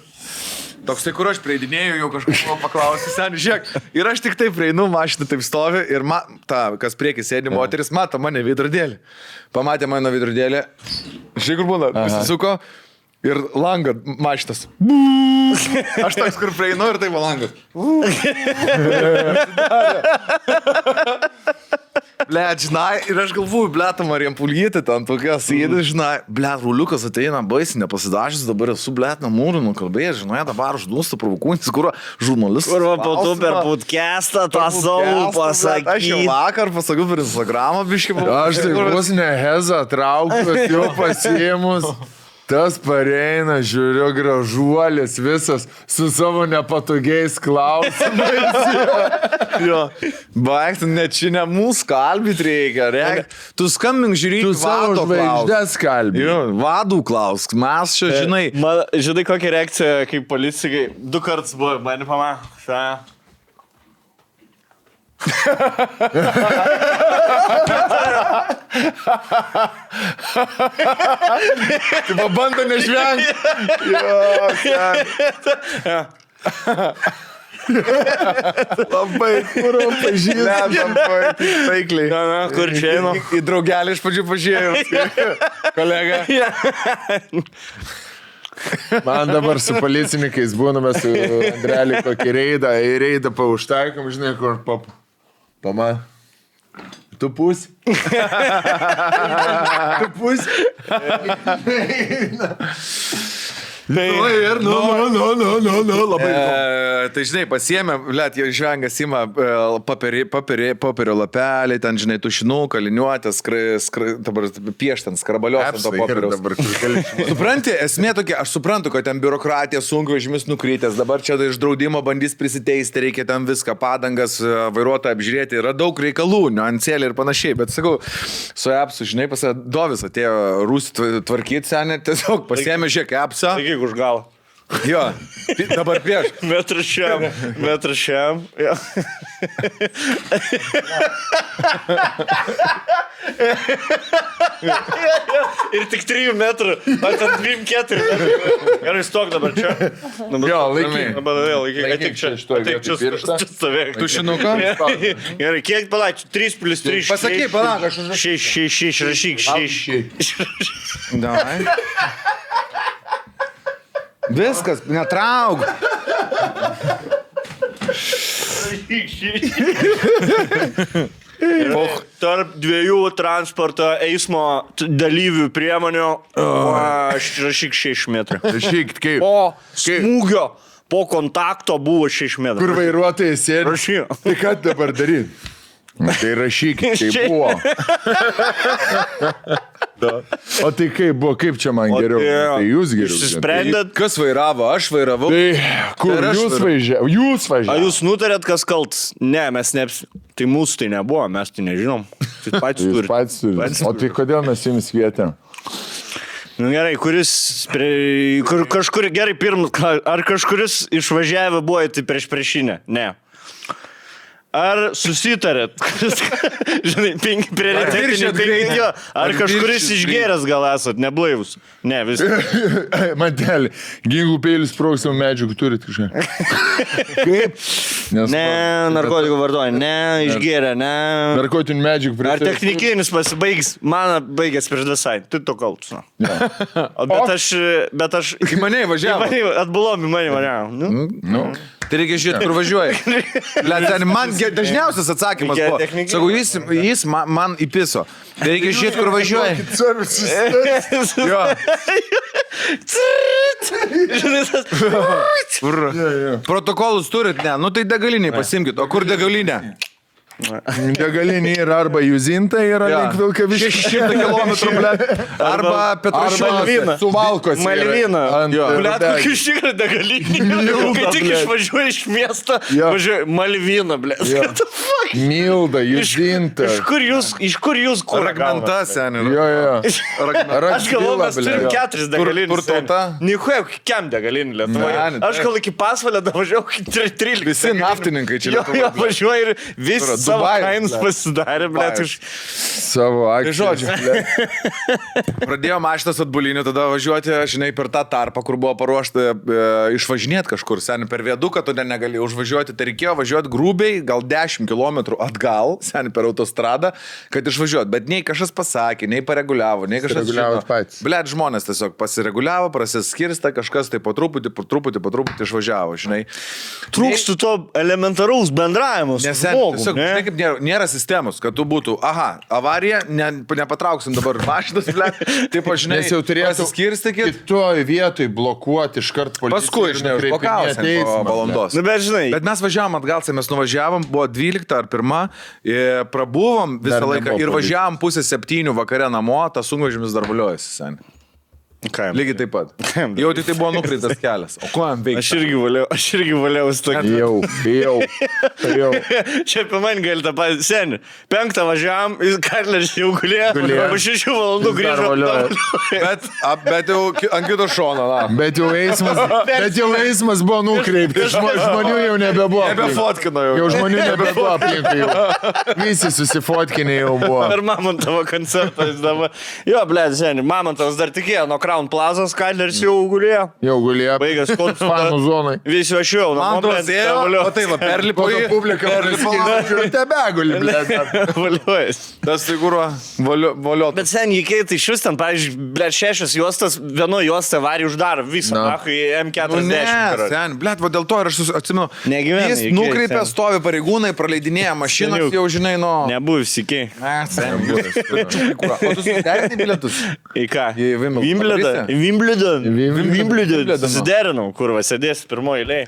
S3: toks tai, kur aš prieidinėjau, jau kažko paklausiu, seniai, žiūrėk. Ir aš tik taip prieinu, mašina taip stovi ir ma, ta, kas priekis sėdi moteris, mato mane vidurdėlį. Pamatė mano vidurdėlį, žiūrėk, kur būna, pasisuko. Ir langą maštas. Aš toks, kur prieinu ir tai va langas. Ble, žinai, ir aš galvoju, ble, tam ar jam pulytė ten tokia, sėdi, žinai, ble, ruliukas ateina, baisiai nepasidažęs, dabar esu, ble, namūrų nukalbėjęs, žinai, dabar aš duosiu provokuojantis, kur žurnalistas.
S2: Kur va po to per
S3: klausimą-
S2: podcastą tą savo
S3: Podcastą, ble, Aš jau
S2: pasakyti.
S3: vakar pasakiau per Instagramą, biškai,
S1: Aš tai bus ne Heza traukiu, jau pasiemus. Tas pareina, žiūriu, gražuolis visas su savo nepatogiais klausimais.
S3: Jo. Baigt, ne čia ne mūsų kalbėti reikia, reikia. Tu skambink žiūrėk,
S1: Tu
S3: tu
S1: savo
S3: vado klausk.
S1: žvaigždės kalbėjai.
S3: Jo, vadų klausk, mes
S2: E,
S3: čia, žinai.
S2: Man, žinai, kokia reakcija, kaip policikai du kartus buvo, man pamako.
S1: Tai pabando nežvengti.
S3: Labai, kur pažįstam, taikliai.
S2: Na, na, kur čia einu?
S3: Į draugelį iš pradžių pažiūrėjau. Kolega.
S1: Man dabar su policininkais būname su Andreliu kokį reidą, į reidą pauštaikom, žinai, kur pap. Pama. Tu pus. tu pus.
S2: Tai,
S1: Nu ir, nu, nu, nu, nu, nu, nu, labai.
S3: E, tai žinai, pasiemė, liet, jo žvengas ima e, papiri- papiri- popierio lapelį, ten, žinai, tušinų, kaliniuotės, skra, skra, dabar pieštant, skrabaliuotės to popieriaus.
S1: dabar kur kalbėti.
S3: Supranti, esmė tokia, aš suprantu, kad ten biurokratija sunkvežimis nukrytęs, dabar čia tai iš draudimo bandys prisiteisti, reikia ten viską, padangas, e, vairuotoją apžiūrėti, yra daug reikalų, niuansėlį ir panašiai, bet sakau, su apsu, žinai, pasidovis atėjo rūsį tvarkyti senę, tiesiog pasiemė žiek apsą.
S2: Sakyk, už gal.
S3: Jo, pi- dabar prieš.
S2: Metras šiam, metras šiam. Jo. Ir tik 3 metrų, ar ten 2-4. Gerai, stok dabar čia. Dabar,
S1: Jo, laikyk.
S2: Dabar vėl, laikyk.
S1: Laikyk
S2: Ateik čia,
S1: čia šitoj
S2: ateik čia,
S1: vietoj pirštą.
S2: čia stovėk.
S3: Tušinuką?
S2: Gerai, kiek palauk, 3 plus 3.
S3: Pasakyk, palauk, aš
S2: 6, 6, 6, rašyk, 6.
S3: Davai. Viskas, netrauk.
S2: Och. Tarp dviejų transporto eismo t- dalyvių priemonių. Aš rašyk 6 metrų.
S1: Rašyk, kaip.
S2: Po smūgio, po kontakto buvo 6 metrų.
S1: Kur vairuotojai sėdi.
S2: Rašyk.
S1: Tai ką dabar daryti? Tai rašyk, kaip
S2: Čia-
S1: buvo. O tai kaip buvo, kaip čia man geriau? Tai jūs geriau. žinot.
S2: Išsisprendėt.
S3: Kas vairavo, aš vairavau.
S1: Tai kur
S3: Ir aš
S1: jūs
S3: dar-
S1: važiavote? Jūs
S2: Ar
S1: važiavote.
S2: jūs nutarėt, kas kaltas? Ne, mes ne. Tai mūsų tai nebuvo, mes tai nežinom. Tai patys
S1: Jūs
S2: turite.
S1: patys turite. O tai kodėl mes jums kvietėm?
S2: Nu, gerai, kuris, prie, kur, kažkur, gerai, pirmas, kla- ar kažkuris išvažiavę buvo į tai prieš priešinę? Ne. Ar susitarėt? Žinai, penki prioritetiniai
S3: viršijot
S2: penki.
S3: greitį?
S2: jo. Ar
S3: Ar
S2: kažkuris
S3: viršijot
S2: išgėręs gal esat, neblaivus? Ne, vis.
S1: Mantelį, ginklų pėlis prauksimo medžių, turit kažką. Kaip? Nes
S2: Ne, narkotikų vartoja, ne, išgėrė, ne.
S1: Narkotinių medžių
S2: Ar
S1: prie
S2: technikinis pasibaigs, man baigęs prieš visai, tu to kaltas. nu. O Bet aš, e, bet aš,
S3: Į mane įvažiavo.
S2: atbulomi mane, mane. Nu.
S3: Tai reikia žiūrėti, kur važiuoja. Ble, ten man ge- dažniausias atsakymas
S2: Reikia
S3: buvo.
S2: technikinio.
S3: Sakau, jis, jis man, man įpiso. Tai reikia žiūrėti, kur važiuoja. Jo,
S2: Žinai, tas
S3: kur. Protokolus turit, ne, nu tai degaliniai pasimkite. O kur degalinė?
S1: Degalinė yra arba Juzinta, yra
S3: Jo.
S1: link Vilkaviškis.
S3: 600 km, ble. Arba Petrošilas.
S2: Malvina.
S1: Suvalkos. yra.
S2: Malvina.
S1: Ant-
S3: Jo.
S2: Blet,
S1: Ant-
S2: kokia iš tikrųjų degalinė.
S1: Milda,
S2: Kai tik
S1: blet.
S2: išvažiuoji iš miesto,
S1: Jo.
S2: važiuoji Malvina, ble.
S1: Jo.
S2: Iš,
S1: Milda, Juzinta.
S2: iš kur jūs, iš kur jūs kur?
S3: Fragmenta seniai.
S1: Jo, jo.
S2: Aš galvoju, mes turim keturis degalinės.
S3: kur tauta?
S2: Nihuoja, kiam degalinė Lietuvoje.
S3: Ne, ne,
S2: Aš gal iki pasvalio davažiavau iki 13.
S3: Visi naftininkai čia
S2: Jo, jo,
S3: Lietuvoj.
S2: važiuoju ir visi savo
S1: Dubajus,
S2: kainus
S1: blet.
S2: pasidarė, ble, už...
S1: Savo akis.
S3: Žodžiu. Pradėjo mašinas atbulinių, tada važiuoti, žinai, per tą tarpą, kur buvo paruošta e, išvažinėti kažkur, seniai per vėduką, tu ten negali užvažiuoti, tai reikėjo važiuoti grubiai, gal 10 km atgal, seniai per autostradą, kad išvažiuoti. Bet nei kažkas pasakė, nei pareguliavo, nei kažkas...
S1: Sureguliavot patys.
S3: Blet, žmonės tiesiog pasireguliavo, prasiskirsta, kažkas tai po truputį, po truputį, po truputį išvažiavo, žinai.
S2: Trūkstų to elementaraus bendravimo. su
S3: Nes ten
S2: žmogum,
S3: tiesiog,
S2: ne?
S3: žinai, kaip nėra, nėra sistemos, kad tu būtų, aha, avarija, ne, nepatrauksim dabar mašinas, ble, tai pažinai,
S1: Nes jau turėtų
S3: skirstykit.
S1: Kitoj vietoj blokuoti iškart policijai.
S3: Paskui, žinai, užpakaus po valandos.
S2: Na, Nu,
S1: Nu,
S2: bet žinai,
S3: Bet mes važiavom atgal, tai mes nuvažiavom, buvo 12 ar 1, e, prabuvom visą
S1: Dar
S3: laiką
S1: nebuvo
S3: ir
S1: policijos.
S3: važiavom pusę 7 vakare namo, tas sunkvežimis dar valiojasi, seniai.
S2: Ką jam
S3: Lygiai taip pat.
S2: Kam
S3: Jau tik tai buvo nukritas kelias. O kuo jam
S2: Aš
S3: veikti?
S2: irgi valiau, aš irgi valiau su tokiu.
S1: Jau, jau, jau.
S2: Čia apie man gali tą patį senį. Penktą važiavam, jis karlės jau gulėjo,
S1: Gulėjo.
S2: po šešių valandų
S1: Jis dar
S2: grįžo.
S1: valioja.
S3: Bet, a, bet jau ki- ant kito šono, na.
S1: Bet jau eismas, bet jau eismas buvo nukreiptas. Žmo, žmonių jau nebebuvo. aplink.
S3: Nebefotkino jau.
S1: Jau žmonių nebebuvo aplinkui. Jau. Visi susifotkiniai jau buvo.
S2: Per Mamontovo koncertą jis dabar. Jo, ble, seniai, Mamontovas dar tikėjo nuo Crown Plazos, Kadleris jau gulėjo.
S1: Jau gulėjo.
S2: Baigęs
S1: Fanų
S2: koncertą.
S1: zonai.
S2: Visi nu, aš jau,
S3: Man atrodo, ėjo, o tai va, perlipo
S1: Pagal
S3: į
S1: publiką persikėlė ir tebegulė, blėt.
S2: Valiuojas.
S3: Tas figūro valio, valio
S2: Bet sen, jį keitai iš vis ten, pavyzdžiui, ble, šešios juostas, vieno juostą varį uždaro visą.
S1: Na.
S2: Na, M40.
S3: Nu, ne,
S2: karoč.
S3: ten, blėt, va dėl to ir aš sus- atsimenu.
S2: Negyvena
S3: Jis
S2: iki,
S3: nukreipia,
S2: ten.
S3: stovi pareigūnai, praleidinėja mašinas,
S2: Seniuk.
S3: jau žinai, nu.
S2: Nebuvai sikiai.
S3: Ne, sen, jūs. O tu suderinai bilietus?
S2: Į ką?
S3: Į Wimbledon.
S2: Wimbledon.
S3: Padarysi?
S2: Wimbledon.
S1: Wimbledon.
S2: Wimbledon.
S3: Wimbledon.
S2: Susiderinau, kur va sėdės pirmoji eilė.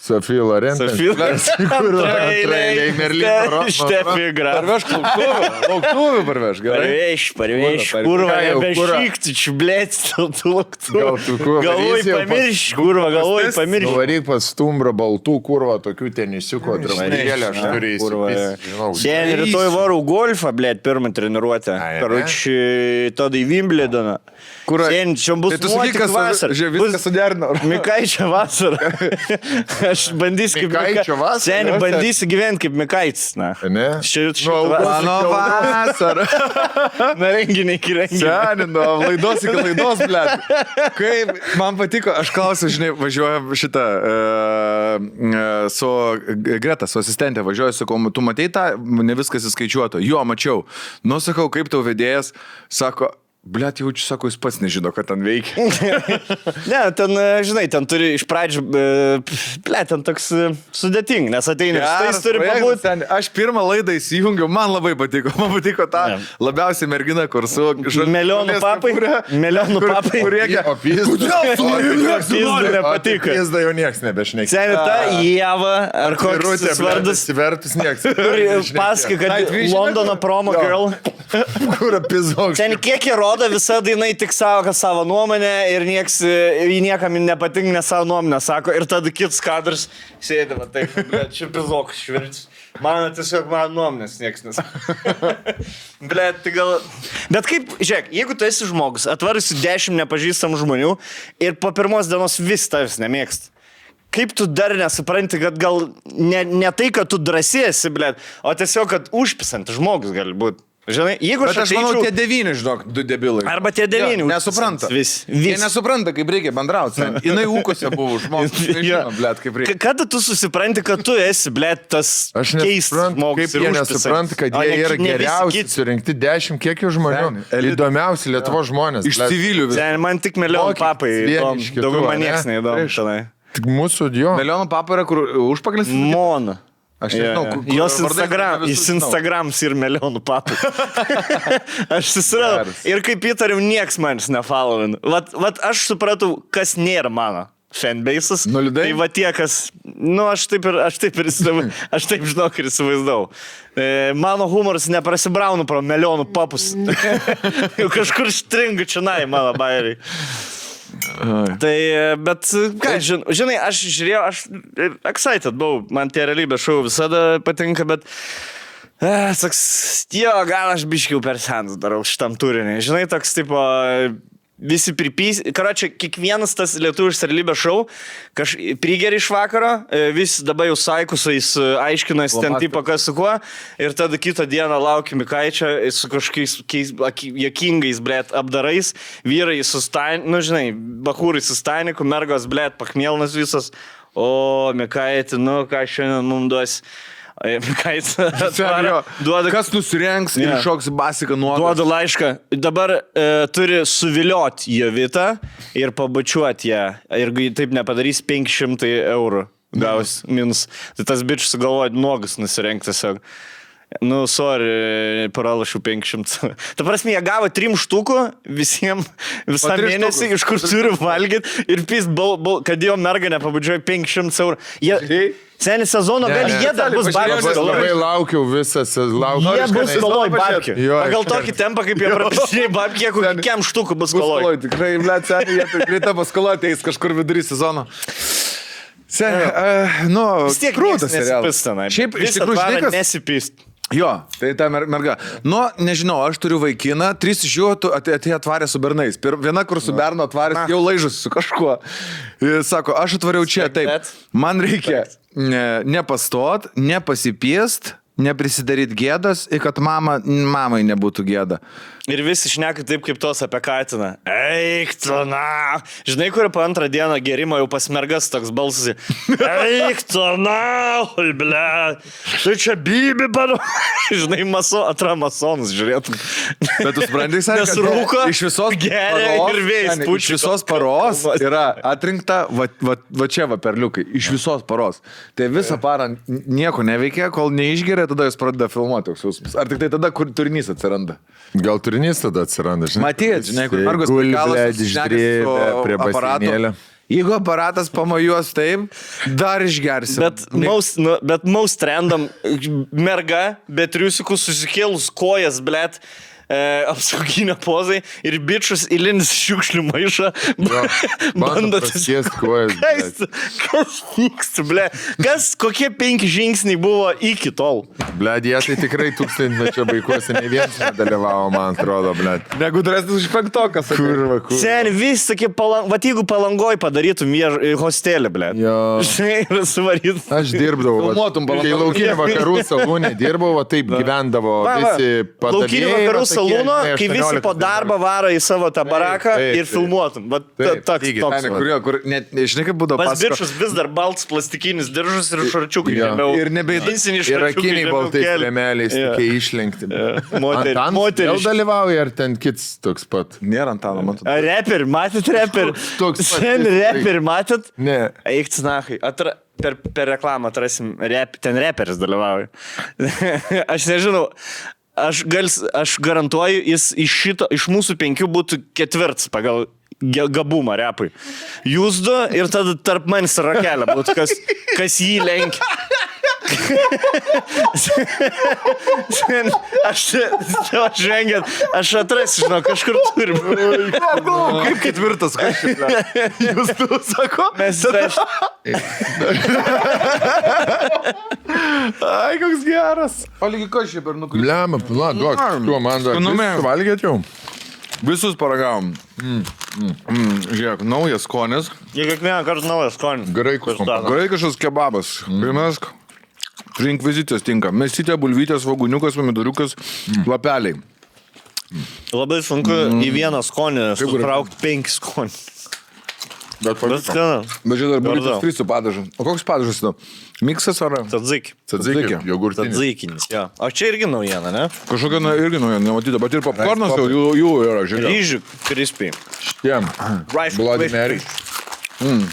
S1: Sofija Lorentė.
S2: Sofilas.
S1: Kur antrailiai Merlino Rotmano.
S2: Štefi graf.
S3: Parveš klaustuvių, laustuvių parveš, gerai.
S2: Parveš, parveš,
S3: Kurva,
S2: kurva,
S1: Ką jau, kurva?
S2: nebešykti, čiublėti, tu luktų.
S1: Gal tu kurva
S2: Galvoj
S1: darysi jau pas-
S2: pamirš, kurva, galvoj pamirš.
S1: Nuvaryk pas stumbro baltų kurvo, tokių tenisiuko draugėlė, aš
S2: Na,
S1: turiu
S2: kurva.
S1: įsivaizduoti.
S2: Šiandien rytoj varau golfą, blėt, pirmą treniruotę.
S1: Ai,
S2: Karučiui, tada į Wimbledoną.
S3: Kur-
S2: Šiandien čia bus
S3: Tai tu sakyk,
S2: nuotykių
S3: kas
S2: vasarą.
S3: Žiūrėk,
S2: Bus-
S3: viską suderino.
S2: Mikaičio vasara. Aš bandysiu kaip
S1: Mikaičio
S2: Mika-
S1: vasara?
S2: Seni, bandysiu gyventi kaip Mikaitis. Na,
S1: Ne?
S2: Čia
S1: Nu,
S2: šitą
S3: Mano vasara.
S2: na renginį iki renginio.
S3: Senino, laidos iki laidos, blėt. Kaip man patiko, aš klausiu, žinai, važiuoju šitą e, e, su Greta, su asistentė, važiuoju, sakau, tu matei tą, ne viskas įskaičiuota. Jo, mačiau. Nu, sakau, kaip tau vedėjas, sako, blėt, jaučiu, sako, jis pats nežino, ką ten veikia.
S2: Ne, ten, e, žinai, ten turi iš pradžių, e, ble, ten toks e, sudėtinga, nes ateini,
S3: Tai
S2: štai jis turi
S3: Geras projektas
S2: pabūti.
S3: ten. Aš pirmą laidą įsijungiau, man labai patiko. Man patiko ta
S2: Ne.
S3: labiausiai mergina, kur su žal-
S2: Melionų
S3: žolės
S2: papai,
S3: kepure,
S2: melionų
S3: kur-
S2: papai.
S3: kur rėkia,
S1: O pizda.
S2: Jis nepatiko.
S1: Jis da jau nieks nebešnekė.
S2: Seni ta Jėva, ar koks tas vardas,
S1: Svertus nieks.
S2: kuri paskai, kad Londono promo girl.
S1: Kur apizoks.
S2: Seni, kiek jie rodo, visa dainai tik savo, kas savo nuomonę ir nieks, e, jį niekam nepatinka, nes savo nuomonę sako. Ir tada kitas kadras sėdė, va taip, bet čia pizokas švirčius. Man tiesiog mano nuomonės niekas nesako. Ble, tai gal. Bet kaip, žiūrėk, jeigu tu esi žmogus, atvarysi dešimt nepažįstamų žmonių ir po pirmos dienos vis tavęs nemėgst. Kaip tu dar nesupranti, kad gal ne, ne tai, kad tu drąsiesi, ble, o tiesiog, kad užpisantis žmogus gali būti. Žinai, jeigu
S3: Bet
S2: aš,
S3: aš manau,
S2: ateičiau-
S3: tie devyni, žinok, du debilai.
S2: Arba tie devyni.
S3: Jo, Nesupranta.
S2: Vis.
S3: Jie
S2: vis.
S3: nesupranta, kaip reikia bendrauti. Jinai ūkose buvo žmogus.
S2: Jo.
S3: Žinoma, blėt, kaip reikia.
S2: Ka- Kada tu susipranti, kad tu esi, ble, tas
S1: Aš
S2: keistas
S1: nesuprantu,
S2: žmogus?
S1: kaip jie nesupranta, kad jie yra geriausi surinkti dešimt kiek jų žmonių.
S3: Ten,
S1: Įdomiausi Lietuvo žmonės.
S3: Iš civilių visų.
S2: Sen, man tik mėliau
S1: Mokytis
S2: papai.
S1: vieni
S2: įdomu.
S1: iš kitų,
S2: Daugiau man
S1: ane?
S2: nieks neįdomu.
S1: Taip.
S2: Žinai.
S1: Tik mūsų jo.
S3: Melionų papara, kur užpakalis.
S2: Mon.
S3: Aš nežinau,
S2: Jo, jo.
S3: kur- kur
S2: Jos
S3: vardai,
S2: Instagram,
S3: ne visus
S2: jis
S3: žinau.
S2: Instagrams ir milijonų papų. aš susiradau. Ir kaip įtariu, nieks manęs nefollowin. Vat, vat aš supratau, kas nėra mano. Fanbase'as.
S3: Nu, liudai?
S2: Tai va tie, kas. Nu, aš taip ir, aš taip ir, įsivaizdavau- aš taip žinok ir įsivaizdavau. E, mano humoras neprasibraunu pro milijonų papus. Jau Kažkur stringa čia nai mano bairiai. Tai, bet, ką, žin, žinai, aš žiūrėjau, aš e, excited buvau, man tie realybės šau visada patinka, bet... E, toks, jo, gal aš biškiau per senas darau šitam turiniui. Žinai, toks tipo... visi pripys. Karočią, kiekvienas tas lietuvių realybės šau, kažkaip prigeri iš vakaro, e, vis dabar jau saikusais aiškinasi ten tipo kas su kuo. Ir tada kitą dieną laukiam Mikaičio e, su kažkokiais keis- aki- juokingais, blėt, apdarais. Vyrai sustan, nu žinai, bakūrai sustaniku, mergos, blėt, pakmėlnas visas. O, Mikaitė, nu ką šiandien mums duos. E, Mikaitė,
S3: Serio,
S2: duoda
S3: Kas nusirengs ir
S2: Ne.
S3: šoks basika nuotrauką?
S2: Duodu laišką. Dabar e, turi suvilioti Jovitą ir pabučiuoti ją. Ir jeigu ji taip nepadarys 500 eurų. Gaus minus. Tai tas bičias sugalvoja nuogas nusirengti tiesiog. Nu, sorry, pralašiau 500. Ta prasme, jie gavo trim štukų visiems visą
S3: tris
S2: mėnesį,
S3: štukus.
S2: iš kur turiu valgyti ir pys, bal, bal, kad jo merga nepabudžioja 500 eurų. Jie, senį sezoną gal jie dar bus
S1: Labai,
S2: baigęs.
S1: labai laukiau visas, laukiau.
S2: Jie bus skoloj babkių.
S1: Jo,
S2: Pagal tokį tempą, kaip jie prasidėjo babkių, jeigu kokiam štukų bus skoloj.
S3: Paskoloj, tikrai, blėt, seniai, jie taip greitai paskola ateis kažkur vidury sezono. Seniai, uh, nu,
S2: Vis tiek
S3: krūtas serialas.
S2: nesipistana.
S3: Šiaip, iš tikrųjų, žinai, kas...
S2: nesipist.
S3: Jo, tai ta mer merga. Nu, nežinau, aš turiu vaikiną, trys iš jų tu- atė- atėjo atvarė su bernais. Pir viena, kur su bernu atvarė, jau laižus su kažkuo. Ir sako, aš atvariau čia, taip.
S2: bet.
S3: Man reikia ne, nepastot, nepasipiest, neprisidaryti gėdos ir kad mama, mamai nebūtų gėda.
S2: Ir visi šneka taip, kaip tos apie Katiną. Eik tu, na. Žinai, kur po antrą dieną gerimo jau pasmergas toks balsas. Eik tu, na, ble. Tu čia bibi, badu. Žinai, maso, atramasonus žiūrėtum.
S3: Bet tu supranti, seniai,
S2: Nes rūko,
S3: iš visos
S2: geria
S3: paros,
S2: ir vėjas
S3: seniai,
S2: pučia.
S3: Iš visos paros yra atrinkta, va, va, va čia va perliukai, iš visos paros. Tai visą parą nieko neveikia, kol neišgeria, tada jūs pradeda filmuoti toks jausmas. Ar tik tai tada, kur turinys atsiranda?
S1: Gal turinys tada atsiranda, žinai?
S3: Matyt, žinai, kur mergos
S1: Guli,
S3: prikalas
S1: blėt,
S3: šnekasi
S1: išdrėbę
S3: su
S1: prie
S3: aparatu.
S1: basinėlio.
S3: Jeigu aparatas pamojuos taip, dar išgersi.
S2: Bet most, nu, bet most random merga, bet riusikų susikėlus kojas, blėt, e, apsauginio pozai ir bičius įlins šiukšlių maišą.
S1: Bando
S2: Bandot
S1: atsisėsti kojas.
S2: Kas,
S1: blėt.
S2: kas vyksta, ble? Kas, kokie penki žingsniai buvo iki tol?
S1: Bled, jie tai tikrai tūkstantmečio baiguose ne vienas nedalyvavo, man atrodo, bled.
S3: Negu drąsus iš penktokas.
S1: Kur, va, kur.
S2: Sen, vis tokie palang... Vat jeigu palangoj padarytum viež... hostelį, ble.
S1: Jo.
S2: Žinai, ir suvarytum.
S1: Aš dirbdavau. vat,
S3: Filmuotum
S1: Kai
S3: balandį.
S1: laukinė vakarų salūnė dirbau, va taip gyvendavo
S2: Va, va.
S1: visi padalėjai.
S2: Laukinį vakarų salūną, kai visi po darbo varo į savo tą baraką
S1: taip,
S2: ir
S1: taip.
S2: filmuotum. Bet
S1: Taip,
S2: toks,
S1: lygiai,
S2: toks. va.
S3: Seniai, kur, jo, kur, net, žinai, kaip būdavo
S2: Pas
S3: pasako-
S2: bičius vis dar baltas plastikinis diržas ir šarčiukai.
S1: Jo.
S2: žemiau.
S3: Ir nebeit-
S2: Džinsinį
S1: Ir
S2: švarčiuką
S1: akiniai
S2: žemiau
S1: baltais
S2: kelio.
S1: lemeliais,
S2: Jo.
S1: tokie išlenkti.
S2: Moter-
S1: Antanas
S2: moteriški.
S1: Vėl dalyvauja, ar ten kits toks pat?
S3: Nėra antano, man atrodo.
S2: Reper, matyt reper.
S1: Toks- toks-
S2: Sen reper, matyt.
S1: Ne.
S2: Eik, cnahai. Atra... Per, per reklamą atrasim, rep, ten reperis dalyvauja. aš nežinau, aš, gals, aš garantuoju, jis iš, šito, iš mūsų penkių būtų ketvirtas pagal ge- gabumą repui. Jūs du ir tada tarp manęs rakelė būtų, kas, kas jį lenkia. Sen, aš, čia- aš žengęs, aš atrasiu, žinau, kažkur turim.
S3: Kaip ketvirtas, ką aš čia. Jūs tu sako?
S2: Mes aš,
S3: Ai, koks geras. O lygi ko aš čia per nukrį.
S1: Lemia, pla, duok, tu man dar.
S3: Skanume.
S1: Viską Valgėt jau?
S3: Visus paragavom. Mm, žiūrėk, naujas skonis.
S2: jie kiekvieną kartą naujas skonis.
S1: Graikų kompa-
S3: Graikiškas kebabas. Primesk. Trinkvizicijos tinka. Mesytė, bulvytės, vaguniukas, pomidoriukas, lapeliai.
S2: Labai sunku
S3: Mhm.
S2: į vieną skonį sutraukti penkis skonį.
S1: Bet
S2: Bet
S1: pavyko.
S2: skana.
S3: Bet žiūrėk, dar
S2: Gardau.
S3: bulvytės frisų padažas. O koks padažas tu? Miksas ar
S2: Tadzik.
S1: Tadzikė,
S3: Tadzikė.
S1: jogurtinė.
S2: Tadzikinis. Jo. O čia irgi naujiena, ne?
S3: kažkokia na, irgi nauja, nematyta, bet ir popkornas jau jų, jų yra, žiūrėk.
S2: Ryžių krispiai.
S1: Tiem.
S2: Rice
S1: Bloody
S2: crispy.
S1: Mary.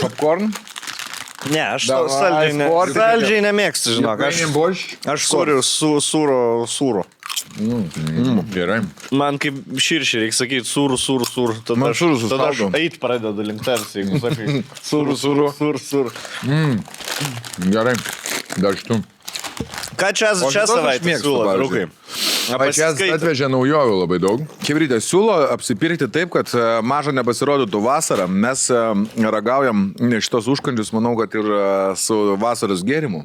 S3: Popkorn.
S2: Ne, aš
S3: Davai,
S2: saldžiai, ne,
S3: sportininkas.
S2: saldžiai nemėgstu, žinok. Aš,
S1: Ukrainian borscht.
S2: aš sūriu su sūro, sūro.
S1: Mm, Gerai.
S2: Man kaip širšiai reikia sakyti sūrų, sūrų, sūrų. Tada
S3: Man
S2: aš-
S3: sūrų su
S2: Tada aš
S3: saldum.
S2: eit pradedu link tavęs, jeigu sakai. Sūrų, sūrų, sūrų, sūrų.
S1: Gerai. Dar šitų.
S2: Ką čia, čia
S3: šitos aš
S2: savaitę
S3: mėgstu,
S2: siūlo, draugai?
S3: pavyzdžiui.
S1: Va čia
S2: Pasiskaitę.
S1: atvežė naujovių labai daug.
S3: Kevrytė siūlo apsipirkti taip, kad e, maža nepasirodytų vasarą. Mes e, ragaujam šitos užkandžius, manau, kad ir e, su vasaros gėrimu.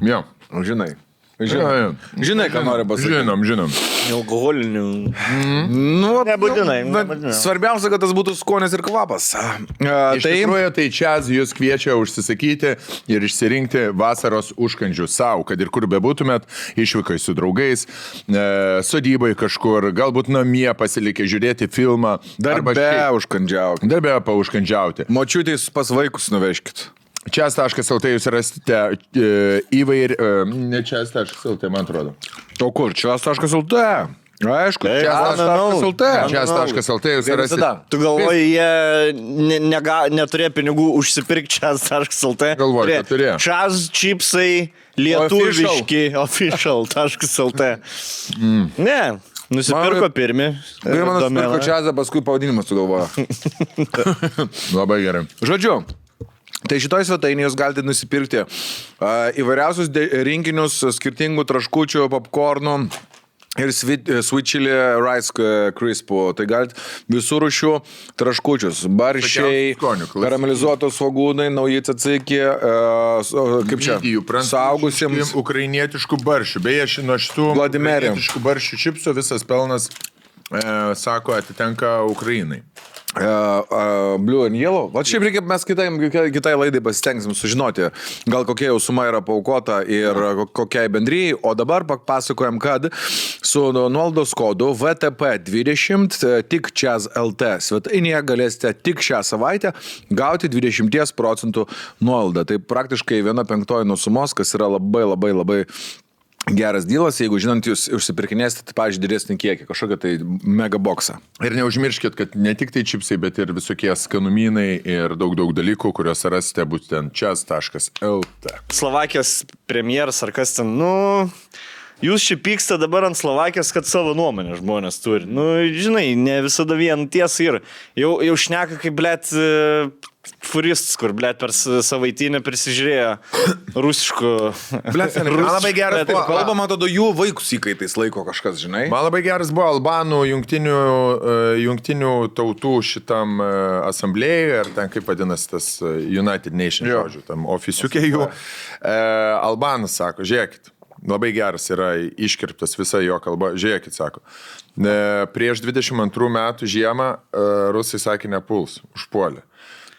S1: Jo.
S3: Žinai.
S1: Žinai,
S3: Žinai, ką noriu pasakyti.
S1: Žinom, žinom.
S2: Alkoholinių.
S3: Nu, vat,
S2: Nebūtinai,
S3: nu, vat,
S2: nebūtinai.
S3: Svarbiausia, kad tas būtų skonis ir kvapas. A,
S1: Iš tai... tikrųjų, tai čia jūs kviečia užsisakyti ir išsirinkti vasaros užkandžių savo, kad ir kur bebūtumėt, išvykai su draugais, e, sodybai kažkur, galbūt namie pasilikę žiūrėti filmą. arba
S3: Darbe
S1: šiaip-
S3: užkandžiauk.
S1: Darbe paužkandžiauti.
S3: Močiutės pas vaikus nuveškit.
S1: Čias.lt jūs rasite e, įvairių... E, ne čias.lt, man atrodo.
S3: O kur? Čias.lt. Aišku,
S2: Ei, manau.
S3: čias.lt.
S1: Čias.lt jūs rasite...
S3: visada.
S2: Tu galvoji, jie ne, nega, neturėjo pinigų užsipirkti čia taškas.lt.
S1: Galvoju, kad turėjo.
S2: Čas čipsai lietuviški official.lt. Ne, nusipirko
S3: Man-
S2: pirmi.
S3: Ir man atsitiko
S2: domeną.
S3: čiasą, paskui pavadinimas sugalvojo.
S1: Labai gerai.
S3: Žodžiu. Tai šitoj svetainėje jūs galite nusipirkti uh, įvairiausius de- rinkinius e, skirtingų traškučių, popkornų ir switchili rice e, crispų. Tai galite visų rušių traškučius. Baršiai,
S1: Visokiausių skonių, klasikinių.
S3: karamelizuotos svagūnai, nauji atsakė, uh, kaip čia,
S1: Midijų, prancūziškų,
S3: suaugusiems.
S1: Ukrainietiškų baršių. Beje, ši- nuo šitų
S3: Vladimire.
S1: ukrainietiškų baršių čipsų visas pelnas, e, sako, atitenka Ukrainai.
S3: Uh, uh, blue and yellow. Va šiaip reikia, mes kitai, kitai laidai pasistengsim sužinoti, gal kokia jau suma yra paukota ir ko- kokiai bendryjai. O dabar papasakojam, kad su nu- nuolaidos kodu VTP20 e, tik čia LT svetainėje galėsite tik šią savaitę gauti 20 procentų nuolaidą. Tai praktiškai viena penktoji nuo sumos, kas yra labai labai labai geras dylas, jeigu žinant, jūs užsipirkinėsite, tai, pavyzdžiui, didesnį kiekį, kažkokią tai mega boksą.
S1: Ir neužmirškit, kad ne tik tai čipsai, bet ir visokie skanumynai ir daug daug dalykų, kuriuos rasite būtent čias.lt.
S2: Slovakijos premjeras ar kas ten, nu, jūs šį pyksta dabar ant Slovakijos, kad savo nuomonę žmonės turi. Nu, žinai, ne visada vien tiesa ir jau, jau šneka kaip blėt furistas, kur blėt per s- savaitinę prisižiūrėjo rusiškų.
S3: Ble, ten
S2: Rusų-
S3: labai geras
S2: bet ir
S3: buvo.
S2: kalba-
S3: Kalbama, atrodo, jų vaikus įkaitais laiko kažkas, žinai.
S1: Man labai geras buvo Albanų jungtinių, e, jungtinių tautų šitam e, asamblėjui, ar ten kaip vadinasi tas e, United Nations, žodžiu, tam ofisiukė jų. E, Albanas sako, žiūrėkit, labai geras yra iškirptas visa jo kalba, žiūrėkit, sako. E, prieš 22 metų žiemą e, rusai sakė nepuls, užpuolė.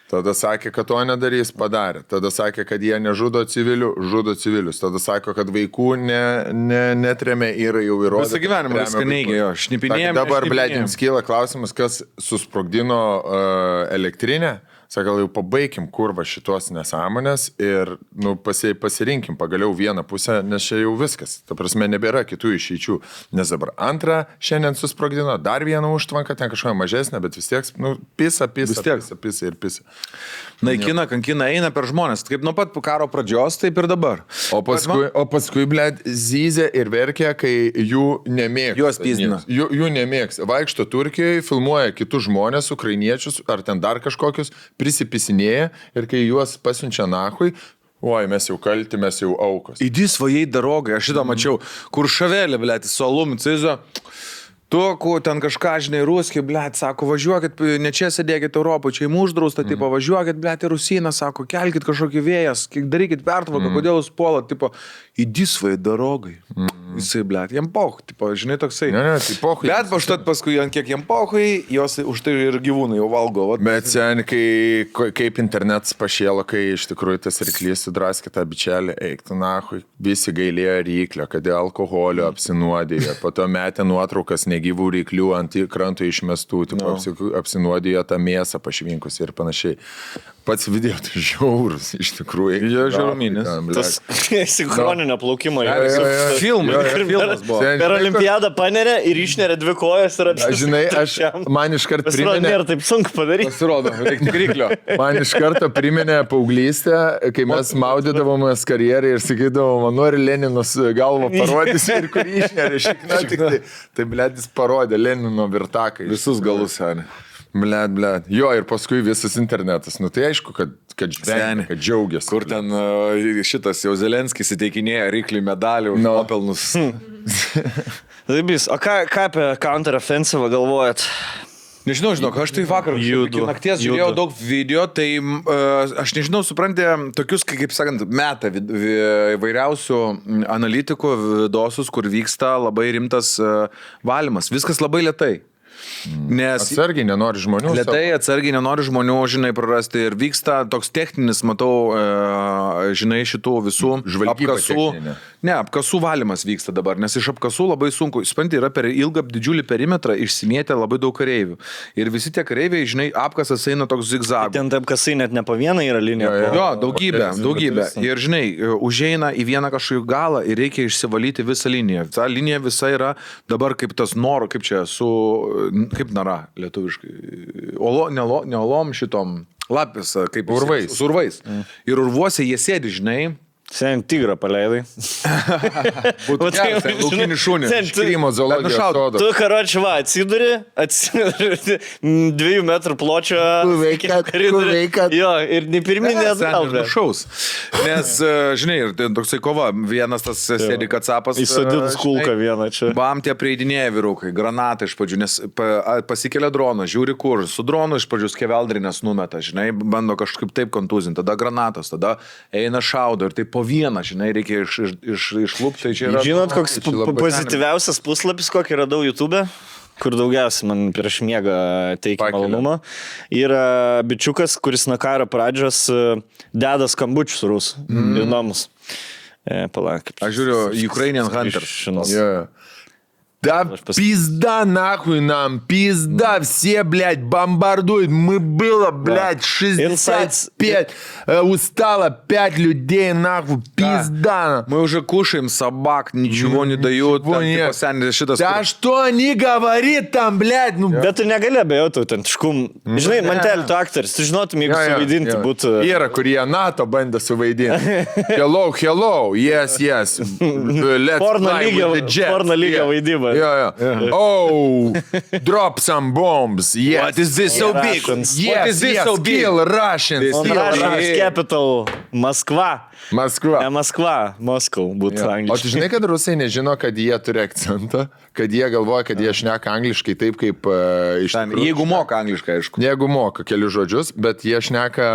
S1: Tada sakė, kad to nedarys, padarė. Tada sakė, kad jie nežudo civilių, žudo civilius. Tada sako, kad vaikų ne, ne, netremė yra jau įrodymai.
S3: Visą gyvenimą viską neigė, jo, šnipinėjam,
S1: Dabar, blė,
S3: šnipinėjam.
S1: jums kyla klausimas, kas susprogdino uh, elektrinę. Sakau, jau pabaikim kurva šitos nesąmonės ir nu, pasi, pasirinkim pagaliau vieną pusę, nes čia jau viskas. Ta prasme, nebėra kitų išeičių. Nes dabar antrą šiandien susprogdino, dar vieną užtvanką, ten kažkokią mažesnę, bet vis tiek, nu, pisa, pisa,
S3: Vis tiek.
S1: pisa, pisa ir pisa.
S3: Naikina, kankina, eina per žmonės. Kaip nuo pat karo pradžios, taip ir dabar.
S1: O paskui, o paskui blėt, zyzė ir verkė, kai jų nemėgsta.
S3: Juos pyzdina.
S1: Nieks. Jų, jų nemėgsta. Vaikšto Turkijoje, filmuoja kitus žmonės, ukrainiečius ar ten dar kažkokius, prisipisinėja ir kai juos pasiunčia nahui, oi, mes jau kalti, mes jau aukos.
S3: Įdys vajai darogai, aš
S1: Mhm.
S3: šitą mačiau, kur šavelė, blė, su alumi, cizo. tai Tu, kur ten kažką, žinai, ruskiai, blė, sako, važiuokit, ne čia sėdėkit Europoje, čia jums uždrausta, mm.
S1: Mhm.
S3: tipo, važiuokit, blė, į Rusiną, sako, kelkit kažkokį vėjas, kiek darykit pertvarką, mm.
S1: Mhm.
S3: kodėl jūs puolat, tipo, įdys vajai darogai. Mm. Jisai, blė, jam pauk, tipo, žinai, toksai.
S1: Ne, ne, tai pochui.
S3: Bet užtat paskui, ant kiek jam pohui, jos už tai ir gyvūnai jau valgo. Vat.
S1: Bet sen, kai, ko- kaip internetas pašėlo, kai iš tikrųjų tas ryklys sudraskė tą bičelį, eiktų nahui, visi gailėjo ryklio, kad dėl alkoholio apsinuodijo, po to metė nuotraukas negyvų ryklių ant į krantų išmestų, tipo, no. apsi, apsinuodijo tą mėsą pašvinkus ir panašiai. Pats video tai žiaurus, iš tikrųjų.
S3: Video žiauruminis.
S2: Tas sinchroninio plaukimo jau.
S1: jo, jo.
S3: Filmas,
S2: Ir
S3: filmas buvo.
S1: Sen,
S2: Per
S1: žinai,
S2: olimpiadą panerė ir išnėrė dvi kojas ir
S1: kur-
S2: apsisukė.
S1: Žinai, aš, man iškart
S2: Pasirodo,
S1: priminė,
S2: nėra taip sunku padaryti.
S3: Pasirodo, reikia ryklio.
S1: Man iš karto priminė paauglystę, kai mes maudydavomės karjerą ir sakydavom, man nori Leninos galvą parodys ir kur išneri šikna. tik Tai, tai bledis parodė Lenino virtakai.
S3: Visus galus, seniai.
S1: Bled, bled. Jo, ir paskui visas internetas. Nu tai aišku, kad, kad, žvengia,
S3: Seni.
S1: kad džiaugiasi.
S3: Kur ten e, šitas jau Zelenskis įteikinėja ryklį medalių,
S1: No.
S3: nuopelnus.
S2: Zabys, o ką, ką apie counteroffensyvą galvojat?
S3: Nežinau, žinok, aš tai vakar
S2: Judu,
S3: iki nakties
S2: judu.
S3: žiūrėjau daug video, tai mm, e, aš nežinau, suprantė, tokius, kai- kaip sakant, metą vid- vi- įvairiausių mm, analitikų vidosus, kur vyksta labai rimtas e, valymas. Viskas labai lietai.
S2: Mm.
S3: Nes
S1: Atsargiai nenori žmonių.
S3: Lietai, atsargiai nenori žmonių, žinai, prarasti ir vyksta toks techninis, matau, e, žinai, šitų visų
S1: Žvalgyba
S3: apkasų.
S1: techninė.
S3: Ne, apkasų valymas vyksta dabar, nes iš apkasų labai sunku, spanti, yra per ilgą didžiulį perimetrą išsimėtę labai daug kareivių. Ir visi tie kareiviai, žinai, apkasas eina toks zigzagas.
S2: Ten taip kasai net ne po vieną yra linija.
S1: Jo,
S2: po-
S3: Jo, daugybė,
S1: Orkestras,
S3: daugybė.
S1: orkestras.
S3: Ir žinai, e, užeina į vieną kažkokį galą ir reikia išsivalyti visą liniją. Ta linija visa yra dabar kaip tas noro, kaip čia su, kaip nara lietuviškai, olo, ne, olo, ne olom šitom, lapis, kaip jis-
S1: Urvais. Mm.
S3: Su urvais. Ir urvuose jie sėdi, žinai.
S2: Sen tigrą paleidai. Būtų
S3: geras, ten laukinis šunys.
S1: Krymo zoologijos
S3: Nušaut.
S1: sodo.
S2: Tu, karoči, va, atsiduri, atsiduri m, dviejų metrų pločio.
S5: Kuveikat,
S2: koridorių.
S5: kuveikat.
S2: Jo, ir nei pirminė, nei atgal. blet.
S3: Šaus. Nes, e, žinai, ir ten toksai kova, vienas tas sėdi kacapas.
S2: Įsodinus
S3: e,
S2: kulką
S3: žinai,
S2: vieną čia.
S3: Bam tie prieidinėja vyrukai, granatą iš pradžių, nes pa- a- pasikelia droną, žiūri kur, su dronu iš pradžių skeveldrinės numeta, žinai, bando kažkaip taip kontuzinti, tada granatos, tada eina šaudo ir tai po vieną, žinai, reikia iš, iš, iš, išlūpti, tai čia yra...
S2: Žinot, koks
S1: čia labai-
S2: p- pozityviausias puslapis, kokį radau YouTube, kur daugiausiai man prieš miegą teikia
S1: Pakelia.
S2: malonumą, yra bičiukas, kuris nuo karo pradžios e, deda skambučius rus mm. ir namus. E, Palauk.
S3: Aš žiūriu, Ukrainian Hunter.
S2: Šinos. Yeah.
S1: Yeah. Да
S2: Aš pas-
S1: пизда нахуй нам, пизда, все, блядь, бомбардуют. Мы было, блядь, 65, э, устало 5 людей нахуй, пизда.
S3: Мы уже кушаем собак, ничего не дают.
S1: ничего
S3: там,
S1: нет.
S3: типа, сами шитас-
S1: Да что они говорят там, блядь, ну,
S2: Bet tu negali abejoti autentiškum. Žinai, man telto aktorius, tu žinotum, jeigu yeah, yeah, suvaidinti e, yeah. būtų.
S1: Yra, kurie NATO bandė suvaidinti. Hello, hello, yes, yes. Let's
S2: Porno
S1: fly with
S2: lygio-
S1: the jets.
S2: porno lygio vaidyba.
S1: Jo, jo. Oh, drop some bombs, yes.
S3: What is this so big?
S2: Russians.
S1: Yes,
S3: What is this
S1: yes,
S3: so big?
S1: kill Russians,
S2: On
S1: kill
S2: Russia's
S1: Russians.
S2: capital Maskva.
S1: Maskva.
S2: Ne Maskva, Moskau būtų yeah.
S1: O tu
S2: angliškai.
S1: žinai, kad rusai nežino, kad jie turi akcentą, kad jie galvoja, kad jie šneka angliškai taip, kaip uh, iš
S3: Ten,
S1: tikrųjų.
S3: Jeigu moka angliškai, aišku.
S1: Jeigu moka kelius žodžius, bet jie šneka,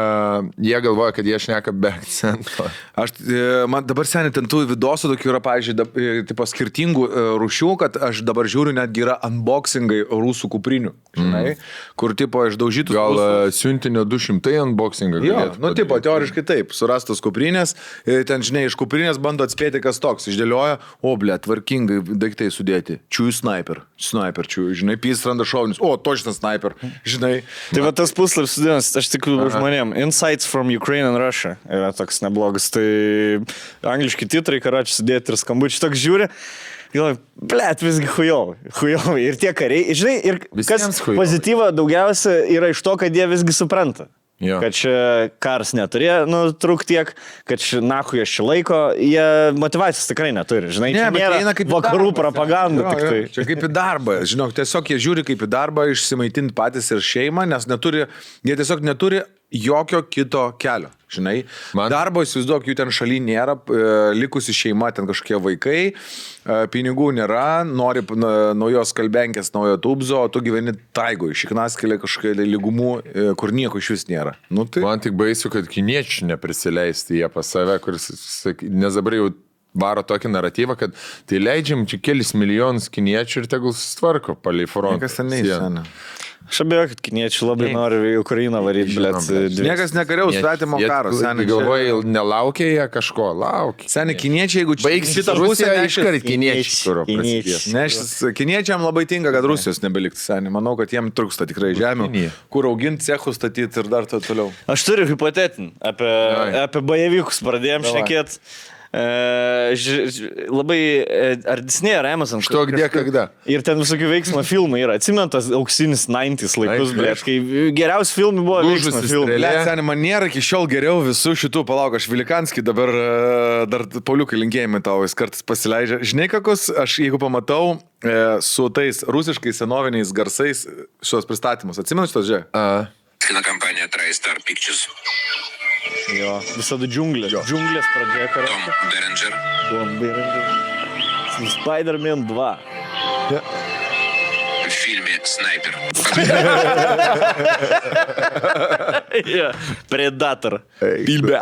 S1: jie galvoja, kad jie šneka be akcento.
S3: Aš, e, man dabar seniai ten tų vidosų tokių yra, pavyzdžiui, dab, e, tipo, skirtingų e, rūšių, kad aš dabar žiūriu netgi yra unboxingai rusų kuprinių, žinai, mm. kur tipo išdaužytų.
S1: Gal e, siuntinio 200 unboxingą
S3: Jo,
S1: galėtų.
S3: nu, tipo,
S1: padaryt.
S3: teoriškai taip, surastas kuprinės, e, ten, žinai, iš kuprinės bando atspėti, kas toks, išdėlioja, o, ble, tvarkingai daiktai sudėti, čiųjų sniper, sniper, čiųjų, žinai, pystranda šaunis, o, točnas sniper, žinai,
S2: Tai va tas puslapis sudėnas, aš tikiu žmonėm, Insights from Ukraine and Russia yra toks neblogas, tai angliški titrai, karačius sudėti ir skambučiai toks žiūri. Galvoju, blėt, visgi hujovai, hujovai. Ir tie kariai, žinai, ir
S1: Visiems
S2: kas
S1: chujovai.
S2: pozityva daugiausia yra iš to, kad jie visgi supranta.
S1: Jo.
S2: Kad čia karas neturėjo, nu, truk tiek, kad čia nahu jie šį laiko, jie motivacijos tikrai neturi, žinai,
S3: Ne,
S2: čia
S3: bet jie
S2: nėra
S3: eina kaip į
S2: vakarų
S3: darbą,
S2: propaganda
S3: Jo,
S2: tik
S3: jo,
S2: tai.
S3: Čia kaip į darbą. Žinok, tiesiog jie žiūri kaip į darbą išsimaitinti patys ir šeimą, nes neturi, jie tiesiog neturi jokio kito kelio. Žinai, Man...
S1: Man-
S3: darbo įsivaizduok, jų ten šaly nėra, e, likusi šeima, ten kažkokie vaikai, e, pinigų nėra, nori p- na- naujos kalbenkės, naujo tubzo, o tu gyveni taigo, išiknaskelė kažkokia lygumų, e, kur nieko iš vis nėra. Nu, tai...
S1: Man tik baisu, kad kiniečių neprisileisti jie pas save, kuris, sak- nes dabar jau varo tokį naratyvą, kad tai leidžiam čia kelis milijonus kiniečių ir tegul susitvarko palei frontą.
S3: Niekas ten neįsena.
S2: Aš abejoju, kad kiniečiai labai nori į Ukrainą varyti,
S1: Žinoma,
S2: blėt.
S1: blet.
S2: dvi-
S3: Niekas nekariau Tai svetimo karo, seniai.
S1: Galvoja, nelaukia jie kažko, laukia.
S3: Seniai, kiniečiai, jeigu čia-
S1: Baigs šitą Rusiją iškart kiniečių turo
S2: Kiniečiai.
S1: prasidės.
S3: Ne, šis kiniečiam labai tinka, kad Rusijos nebeliktų seniai. Manau, kad jiem trūksta tikrai žemė,
S1: Kinija.
S3: kur auginti cechus statyti ir dar to toliau.
S2: Aš turiu hipotetinį. Apie, apie bajavikus pradėjom šnekėti. E, ž- ž- labai, e, ar Disney, ar Amazon.
S1: Što,
S2: kur-
S1: kde,
S2: kažkur-
S1: kada?
S2: Ir ten visokių veiksmo filmų yra. Atsimenu tas auksinis 90s laikus,
S1: Aišku,
S2: blėt, kai geriausi filmai buvo
S1: Lūžusi
S2: veiksmo
S1: strėlė.
S2: filmai.
S3: Ble, seniai, man nėra iki šiol geriau visų šitų, palauk, aš Vilikanski dabar e, dar poliukai linkėjimai tau, jis kartais pasileidžia. Žinai, kokius aš jeigu pamatau e, su tais rusiškais senoviniais garsais e, šios pristatymus, atsimenu šitos žia.
S1: A,
S9: Кинокомпания TriStar Pictures.
S2: Jo, visada džiunglės. Džiunglės pradžioje
S9: Том
S2: karo.
S9: Беренджер.
S2: Spider-Man 2.
S9: В фильме Снайпер.
S2: Jo, Predator.
S1: Pilbė.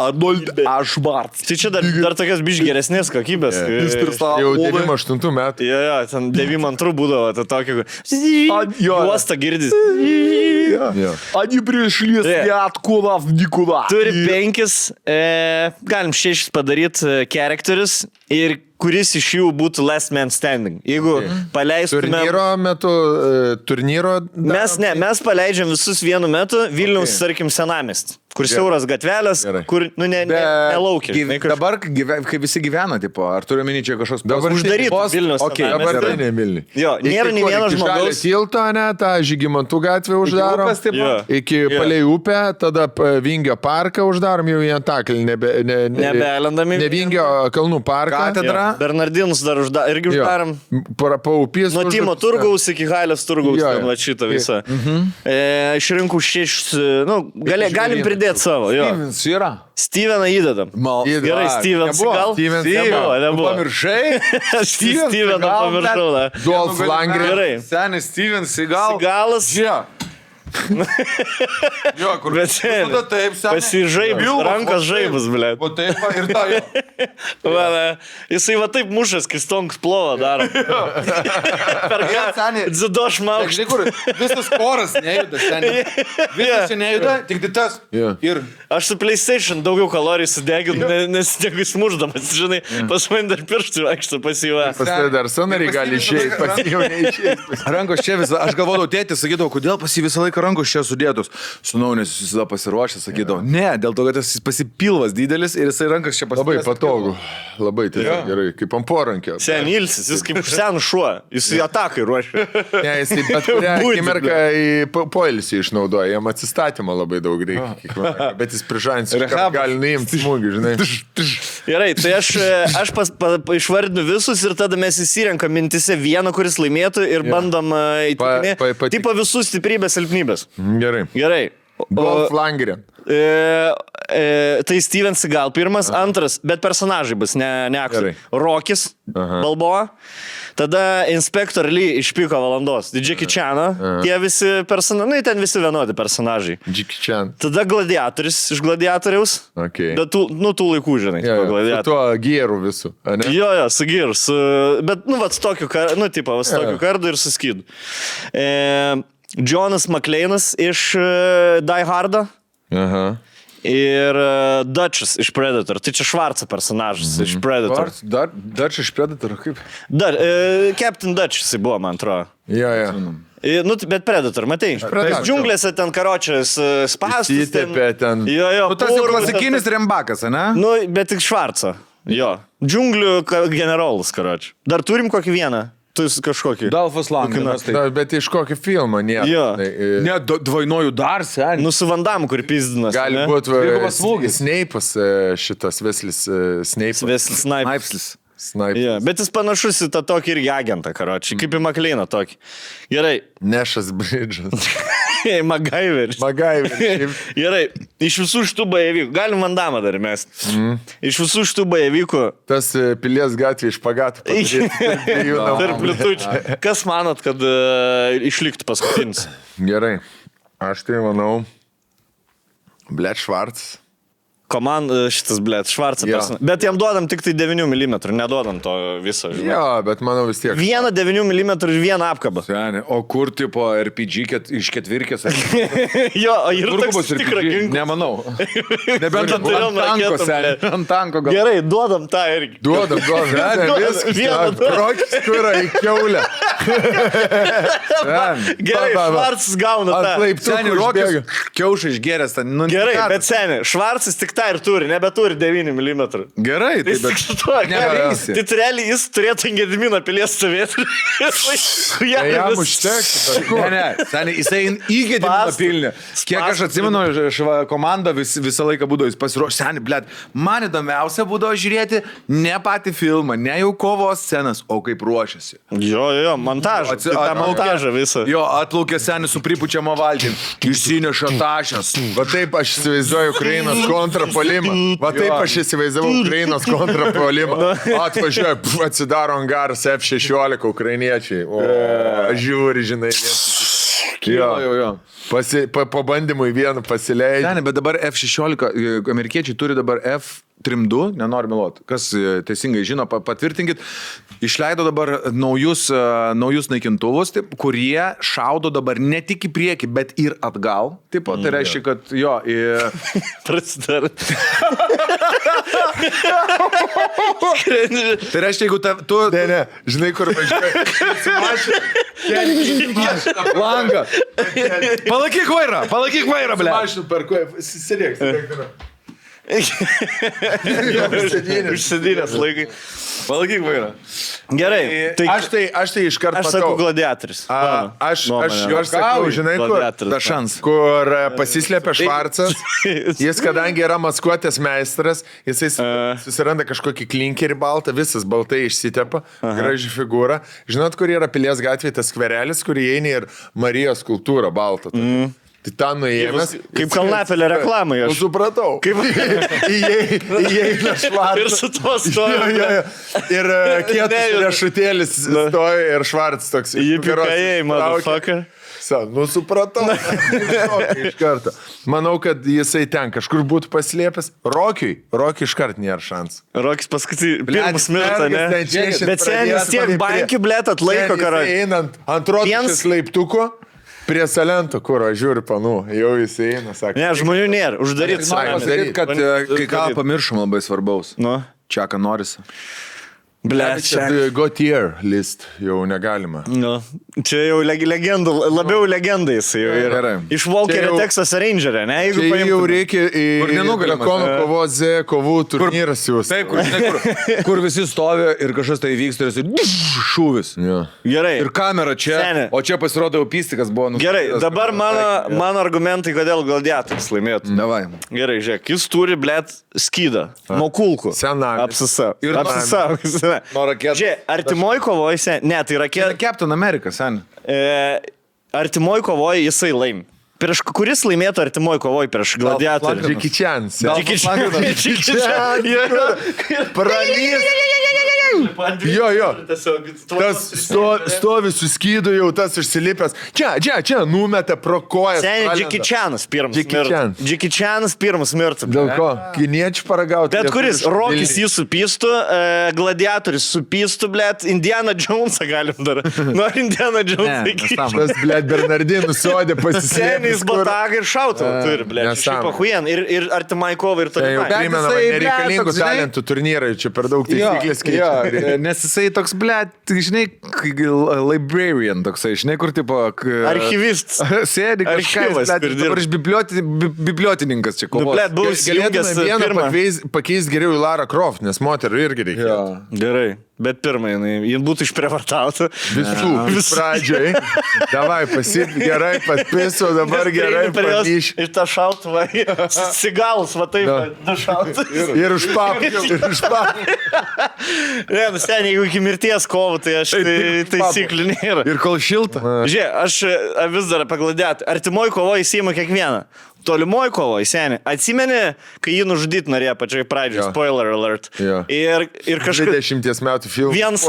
S3: Arnold Ašbarts.
S2: Tai čia dar, dar tokias biš geresnės kokybės.
S3: Jis pristato.
S1: Jau 98 metų.
S2: Jo, jo, ten 92 būdavo, tai tokia.
S3: jo.
S2: Juosta girdis.
S1: Jo.
S3: Они пришли
S2: Э.
S3: с ниоткуда в никуда.
S2: Turi penkis, e, galim šešis padaryti charakterius ir kuris iš jų būtų last man standing. Jeigu paleistume
S1: Turnyro metu, e, turnyro.
S2: Mes ne, mes paleidžiam visus vienu metu Vilnius, okay. tarkim, senamest, kur siauras gatvelės,
S1: Gerai.
S2: kur, nu, ne, ne, nelaukia.
S3: Gyv...
S2: žinai, kažkur-
S3: Dabar, kai gyve- kai visi gyvena, tipo, ar turiu minį čia kažkoks
S1: Dabar
S3: pos-
S2: uždarytų
S3: pos-
S2: Vilniaus
S3: okei,
S2: senamiestį.
S3: dabar-
S1: Dabar tai ne Vilniui.
S2: Jo, nėra nei vieno žmogaus.
S1: Tilto, ne, tą Žygimantų gatvę
S3: Iki
S1: uždaro.
S3: upės, tipo,
S2: Jo.
S1: Iki
S2: Jo.
S1: palei upę, tada p- Vingio parką uždarom jau į Antaklį, nebe, ne, ne,
S2: Nebelendami.
S1: ne Vingio kalnų parką.
S3: Katedra.
S2: Jo. Bernardinus dar užda, irgi
S1: Jo.
S2: uždarom.
S1: Pra- Paupys.
S2: Nuo
S1: uždarytas.
S2: Timo turgaus iki Halės turgaus,
S1: Jo, jo.
S2: ten
S1: mhm.
S2: va šitą visą. E, Aš rinkau šešis, e, nu, gali, galim pridėti savo. Jo.
S3: Stevens yra.
S2: Steveną įdedam.
S3: Mal.
S2: Gerai, Stevens
S1: nebuvo.
S2: gal?
S1: Stevens
S2: nebuvo, nebuvo.
S3: Pamiršai?
S2: Aš Steveną
S3: gal net-
S2: pamiršau. da.
S1: Dolph Langren.
S2: Gerai.
S3: Senis Stevens, gal.
S2: Galas.
S3: Čia. Jo, kur Nu,
S2: Bet seni,
S3: Tada taip, seniai.
S2: Pasižaibas,
S3: Bilbas,
S2: rankas
S3: va taip,
S2: žaibas, blė.
S3: Va taip, va, ir ta jo.
S2: Va, va. Jisai va taip mušas, kai stonks plovą daro. Per ką?
S3: Jo, seni.
S2: Dzido šmaukšt.
S3: Žinai, kur visas koras nejuda, seniai. Visas čia nejuda, tik tai tas.
S1: Jo.
S3: Ir
S2: Aš su PlayStation daugiau kalorijų sudeginu, ne, nes negu smuždamas, žinai, pas mane dar pirštų vaikšto pasijuo.
S1: Pas tai dar scenariai gali išėjti, pas jį jau neišėjti.
S3: Rankos čia visą, aš galvodavau, tėtis sakydavo, kodėl pas jį visą laiką rankos čia sudėtos. Sūnau, nes jis visada pasiruošęs, sakydavo, ne, dėl to, kad tas pasipilvas didelis ir jisai rankas čia
S1: Labai
S3: pasidės.
S1: patogu. Labai tai gerai, kaip ant porankio.
S2: Sen Ilsis, jis kaip sen šuo, jis į ataką ruošia.
S1: Ne, jis bet kurią
S2: Būti,
S1: akimirką į po- poilsį išnaudoja, jam atsistatymą labai daug reikia. kiekvieną. Bet jis prižanis, kad
S3: Ah. Rehabas.
S1: gali neimti smūgį, žinai.
S2: Gerai, tai aš, e, aš pas, pa, pa, išvardinu visus ir tada mes įsirenkam mintise vieną, kuris laimėtų ir bandom
S1: Pa-
S2: įtikinti.
S1: pa- patik-
S2: Tipo visus stiprybės, silpnybės.
S1: Gerai.
S2: Gerai. O-
S1: Dolph Langren.
S2: E, e, tai Stevens gal pirmas, Aha. antras, bet personažai bus, ne, ne aktoriai.
S1: Gerai.
S2: Rokis, Balboa, tada Inspector Lee iš piko valandos, Didžiai Kičiano, tie visi personažai, ten visi vienodi personažai.
S1: Džiki Chan.
S2: Tada Gladiatoris iš Gladiatoriaus,
S1: Okay.
S2: bet tų, nu, tų laikų, žinai,
S1: Jo,
S2: tipo
S1: jo, Su
S2: Gladiatorius.
S1: tuo gėru visų. ane?
S2: Jo, jo, su girs. Bet, nu, va, su tokiu, kar- nu, tipo, va, su tokiu
S1: Jo.
S2: kardu ir su skydu. E, Jonas McLeanas iš e, Die Hardo.
S1: Aha.
S2: Ir e, Dutchas iš Predator, tai čia Švarca personažas iš Predator.
S3: Dar- Dar, dar čia iš Predator, kaip?
S2: Dar, e, Captain Dutchas jisai buvo, man atrodo.
S1: Jo, jo.
S2: E, nu, t- bet Predator, matai,
S1: Predator.
S2: Predator. džiunglėse ten karočias spastas.
S1: Įsitepė ten.
S2: Jo, jo.
S3: Nu, tas jau
S2: purvas,
S3: klasikinis rembakas, ne?
S2: Nu, bet tik Švarca. Jo. Džiunglių ka- generolas, karočias. Dar turim kokį vieną. Tu esi kažkokį.
S3: Dalfas Lankinas.
S2: tai-
S1: Na, bet iš kokio filmo, ne. e,
S2: Jo.
S3: Ne, du- dvainoju dar, seniai.
S2: Nu, su Vandam, kur pizdinas.
S1: Gali būti
S3: Dvigubas smūgis.
S1: Sneipas, e, šitas Veslis Sneipas.
S2: Veslis Snipes.
S3: Aipslis.
S1: Sneipas.
S2: Jo, bet jis panašus į tą tokį irgi agentą, karočią, kaip į Makleiną tokį. Gerai,
S1: Nešas Bridžas.
S2: Magaiveris.
S1: Magaivis.
S2: Gerai, iš visų šitų bajavykų, galim mandamą dar mes.
S3: Mhm.
S2: Mm. Iš visų šitų bajavykų
S1: Tas e, pilies gatvė iš pagatų.
S2: tarp lietučių. Kas manot, kad uh, išliktų paskutinis?
S1: Gerai. Aš tai manau. Blet Švarts.
S2: Komanda e, šitas, blė, Švarcas.
S1: Jo.
S2: Yeah. Bet jam duodam tik tai 9 mm, neduodam to viso. žinai.
S1: Jo, bet manau vis tiek.
S2: Vieną 9 mm ir vieną apkabą.
S3: Seniai, o kur tipo RPG ket, iš ketvirkės?
S2: jo, o ir toks
S3: Turgubas ir
S2: tikrą ginklą.
S3: Nemanau. Nebent ant,
S2: Keturiom
S3: ant tanko,
S2: raketom,
S3: seniai.
S2: blet.
S3: Ant tanko gal.
S2: Gerai, duodam tą irgi.
S1: Duodam, duodam.
S2: Duodam,
S1: Viskas.
S2: vieną duodam.
S1: Rokis, kur yra į keulę.
S2: Gerai,
S1: va, va.
S2: Švarcas gauna
S1: Ant
S2: tą.
S1: laiptų.
S3: Seniai,
S1: kur
S3: Rokis
S1: užbėga.
S3: kiaušai išgeręs ten. Nu,
S2: Gerai,
S3: ką-
S2: bet seniai, Švarcas tik tą ir turi, nebeturi 9 mm.
S3: Gerai, tai
S2: Jis
S3: bet...
S2: tik su tuo,
S3: nepavysi.
S2: tai realiai jis turėtų ant Gedimino pilies stovėti.
S1: Tai Jam užteks. bet ko?
S3: Ne, ne, seniai, jisai įgėdė
S2: Spastų.
S3: pilnį. Kiek aš
S2: Spastų.
S3: atsimenu, iš, iš va, komanda vis, visą laiką būdavo, jis pasiruošė, seniai, blėt, man įdomiausia būdavo žiūrėti ne patį filmą, ne jau kovos scenas, o kaip ruošiasi.
S2: Jo, jo, jo, montažą. Atsi... Tą montažą visą. Jo.
S3: Jo, atplaukė seniai su pripučiama valtim, išsineša tašęs.
S1: Va taip aš įsivaizduoju Ukrainos kontrą kontrapolimą. Va taip aš įsivaizdavau Ukrainos kontrapolimą. Atvažiuoja, pf, atsidaro angaras F-16 ukrainiečiai. O, žiūri, žinai. viens į kitą. Jo,
S3: jo.
S1: pasi, pa, pabandymui vieną pasileidžiu.
S3: Ne, bet dabar F-16, e, amerikiečiai turi dabar F-32, nenoriu meluoti. Kas e, teisingai žino, pa- patvirtinkit. Išleido dabar naujus, e, naujus naikintuvus, taip, kurie šaudo dabar ne tik į priekį, bet ir atgal. Taip, tai reiškia, kad jo, e,
S2: Prasidar.
S3: tai reiškia, jeigu ta, tu...
S1: Ne, ne, žinai, kur važiuoja.
S3: Langą. Palaikyk vairą, palaikyk vairą, ble.
S1: Mašinų perkuoja, sėdėk.
S2: Užsidinės laikai. Palaikyk vairą. Gerai. Tai
S1: Aš tai, aš tai iškart
S2: aš sakau gladiatorius.
S1: A, aš,
S2: Nuomonė.
S1: aš juos sakau, žinai, kur,
S2: Gladiatorius.
S1: ta šans. kur e, pasislėpė Švarcas. Jis, kadangi yra maskuotės meistras, jisai su-
S2: A.
S1: susiranda kažkokį klinkerį baltą, visas baltai išsitepa, graži figūra. Žinot, kur yra Pilies gatvė, tas skverelis, kur įeini ir Marijos kultūra baltą. Mm. Tai ten nuėjęs.
S2: Kaip- Mhm. kaip Kalnapilio reklamai aš.
S1: Aš Nu, supratau.
S2: Kaip-
S1: Įeina Švarcas.
S2: Ir su tuo
S1: Jo,
S2: stovi.
S1: jo, jo. Ir e, kietas
S2: Nejaučiu.
S1: riešutėlis stovi ir švarts toks.
S2: Jį
S1: nugaros
S2: pikajai,
S1: traukia.
S2: motherfucker.
S1: Sa, nu supratau. Šokai iš karto. Manau, kad jisai ten kažkur būtų paslėpęs. Rokiui, Rokiui iš karto nėra šansų.
S2: Rokis paskutinį. Pirmas mirta,
S1: mergas
S2: ne?
S1: ten češit
S2: Bet
S1: pradės,
S2: seniai vis tiek
S1: man prie-
S2: bankių blėt atlaiko
S1: Ten jisai
S2: karą.
S1: Einant ant rokiškės
S2: Viens-
S1: laiptuko prie salento, kur aš žiūriu, panu, jau jis eina, sako.
S2: Ne, žmonių nėra.
S1: Ai,
S2: Uždaryt
S3: Noriu
S2: savo.
S1: pasakyt-
S3: pasakyti, kad e, kai ką
S2: Daryt.
S3: pamiršom labai svarbaus.
S2: Nu,
S3: Čia, ką norisi.
S2: blėt, čia.
S1: Gotier list jau negalima.
S2: Nu, čia jau leg legendų, labiau legendais jau yra.
S1: Gerai.
S2: Iš Walkerio
S1: Čia jau-
S2: Texas Rangerio, ne? Jeigu
S1: Tai jau
S2: paimtume.
S1: reikia į
S3: Kur nenugalimas,
S1: Drakonų
S3: e.
S1: kovos Z kovų turnyras jūs.
S3: Taip, kur, žinai, kur, kur visi stovi ir kažkas tai vyksta ir esi šūvis.
S1: Ja.
S2: Gerai.
S3: Ir kamera čia,
S2: Seni.
S3: o čia pasirodo jau pystikas buvo nustatytas.
S2: Gerai, dabar mano,
S3: Taigi,
S2: mano argumentai, kodėl gladiatorius laimėtų.
S1: Mm.
S3: Davai.
S2: Gerai, žiūrėk, jis turi, blėt, skydą. Nuo kulkų.
S1: Senamis.
S2: Apsisa.
S3: Ir nuo-
S2: apsisa.
S3: nuo raketų.
S2: Žiūrėk, artimoj kovoj, sen... ne, tai
S3: Ke-
S2: raketė.
S3: Captain America, sen.
S2: E, artimoj kovoj jisai laim. Prieš, kuris laimėtų artimoj kovoj prieš gladiatorių?
S1: Džikičians.
S2: Džikičianas.
S1: Pralys. Jo, jo. Tas sto, stovi suskydu jau tas išsilipęs. Čia, čia, čia, numeta pro kojas.
S2: Seniai,
S1: pralenda.
S2: Džikičianas pirmas.
S1: Jackie Chan.
S2: Džikičianas pirmas mirtas.
S1: Dėl ko? Kiniečių paragauti.
S2: Bet kuris,
S1: lietuviškų
S2: Rokis
S1: vilnių.
S2: jį supystų, e, Gladiatorius supystų, blėt, Indiana Jonesą galim dar. Nu, ar Indiana Jonesą
S3: Ne,
S2: iki.
S3: nesąmonė.
S1: Tas, blėt, Bernardinų sodė
S2: Seniais
S1: pasislėpęs. kur- E,
S2: batagą ir šautą turi, blėt. Šiaip
S1: nesąmonė.
S2: pahujien. Ir, ir artimai kovai ir
S1: Tai jau
S2: tolimai.
S1: primena man
S3: jisai, blet,
S1: nereikalingų
S3: toks, žinai-
S1: talentų turnyrai, čia per daug taisyklės keičia.
S3: jo, nes jisai toks, ble, žinai, k- librarian toksai, žinai, kur tipo... k-
S2: Archyvistas.
S3: Sėdi
S2: Archyvas,
S3: kažkas,
S2: kur
S3: ble, dabar
S2: dirba.
S3: aš biblioti, bi, bibliotininkas čia
S2: Nu,
S3: kovos.
S2: blėt, buvau įsijungęs
S1: Galėtume vieną
S2: pirmą.
S1: pakeisti pakeist geriau į Lara Croft, nes moterų irgi reikia.
S3: Jo.
S2: Gerai, bet pirmą jinai, jin būtų išprievartauta.
S1: Visų
S2: Visų.
S1: pradžiai. Davai, pasip gerai, papiso, dabar
S2: Nes
S1: gerai
S2: prieini prie jos
S1: papiš.
S2: Ir tą šautuvą, sigalus, va taip, nušautas.
S1: Ir už pap. Ir už pap.
S2: Ne, nu seniai, jeigu iki mirties kovo, tai aš tai, taisyklių nėra.
S3: Ir kol šilta.
S2: Žiūrėk, aš e, vis dar pagladėt. Artimoji kovoje įsima kiekvieną. Tolimoji kovoje, seniai. Atsimeni, kai jį nužudyti norėjo pačioj pradžioje.
S1: Jo.
S2: Spoiler alert.
S1: Jo.
S2: Ir, ir kažkaip...
S1: 20 Nu, metų filmas.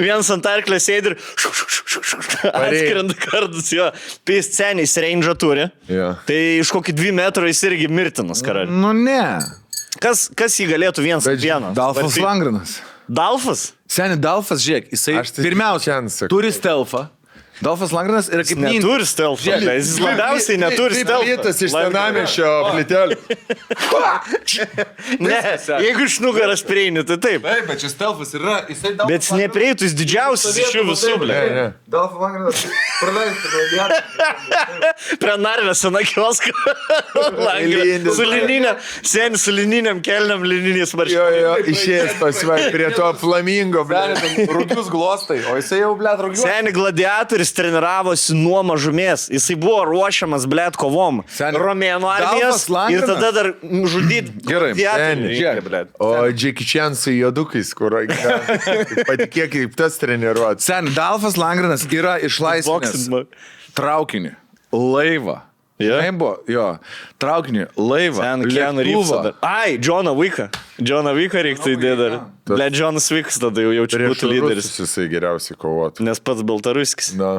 S2: Vienas ant, ant arklio sėdi ir
S1: Parei.
S2: atskrenda kartus jo. Tai jis seniai range turi.
S1: Jo.
S2: Tai iš kokį dvi metrų jis irgi mirtinas karalius.
S3: Nu ne.
S2: Kas, kas jį galėtų vienas ant vieno?
S3: Dalfas
S2: Vartyt?
S3: Langrinas.
S2: Dalfas?
S3: Seniai, Dalfas, žiūrėk, jisai
S1: Aš tai
S3: pirmiausia
S1: ten sakau.
S3: turi stelfą. Dalfas Langrinas yra kaip nin-
S2: Neturi stelfo. blė, Jis labiausiai neturi stelfo.
S1: Vytas iš
S2: Langrinas.
S1: senamišio plitelio.
S2: Ne, jeigu iš nugaras prieini, tai taip.
S6: Taip, bet čia stelfas yra, jisai daug.
S2: Bet jis neprieitų, jis didžiausias iš jų visų, ble.
S1: Ne, ne.
S6: Dalfa Langrinas praleistų gladiatorių.
S2: Prie narvės sena kiosko.
S1: Eilinis.
S2: su lininiam, seniai su lininiam kelniam lininiais
S1: Jo,
S2: maršrutais.
S1: jo, išėjęs pasvai prie to flamingo. blet.
S6: Rūkius glostai, o jisai jau, blėt, rūkius.
S2: Seniai gladiatorius treniravosi nuo mažumės. Jisai buvo ruošiamas, blėt, kovom.
S3: Seni,
S2: Romėnų
S3: Dalfas
S2: armijos. Ir
S3: Langrinas.
S2: tada dar žudyti.
S3: Gerai,
S1: seni,
S2: Gerai,
S3: žiūrėk.
S2: blėt.
S1: O Džekičian su jodukais, kur patikėk, kaip tas treniruotas.
S3: Seniai, Dalfas Langrinas yra
S2: Boksing,
S3: išlaisvinęs
S2: man.
S3: traukinį, laivą,
S2: Jo.
S3: Žinai, buvo, jo. Traukinį, laivą.
S2: Ten Keanu
S3: lėktuvą.
S2: Reeves. Ai, Džoną Vyką. Džoną Vyką reiktų įdėti tai dar. Ble, Džonas Vykas tada jau jaučiu būtų lyderis.
S1: Rusus Jisai geriausiai kovotų.
S2: Nes pats Baltaruskis.
S1: Na.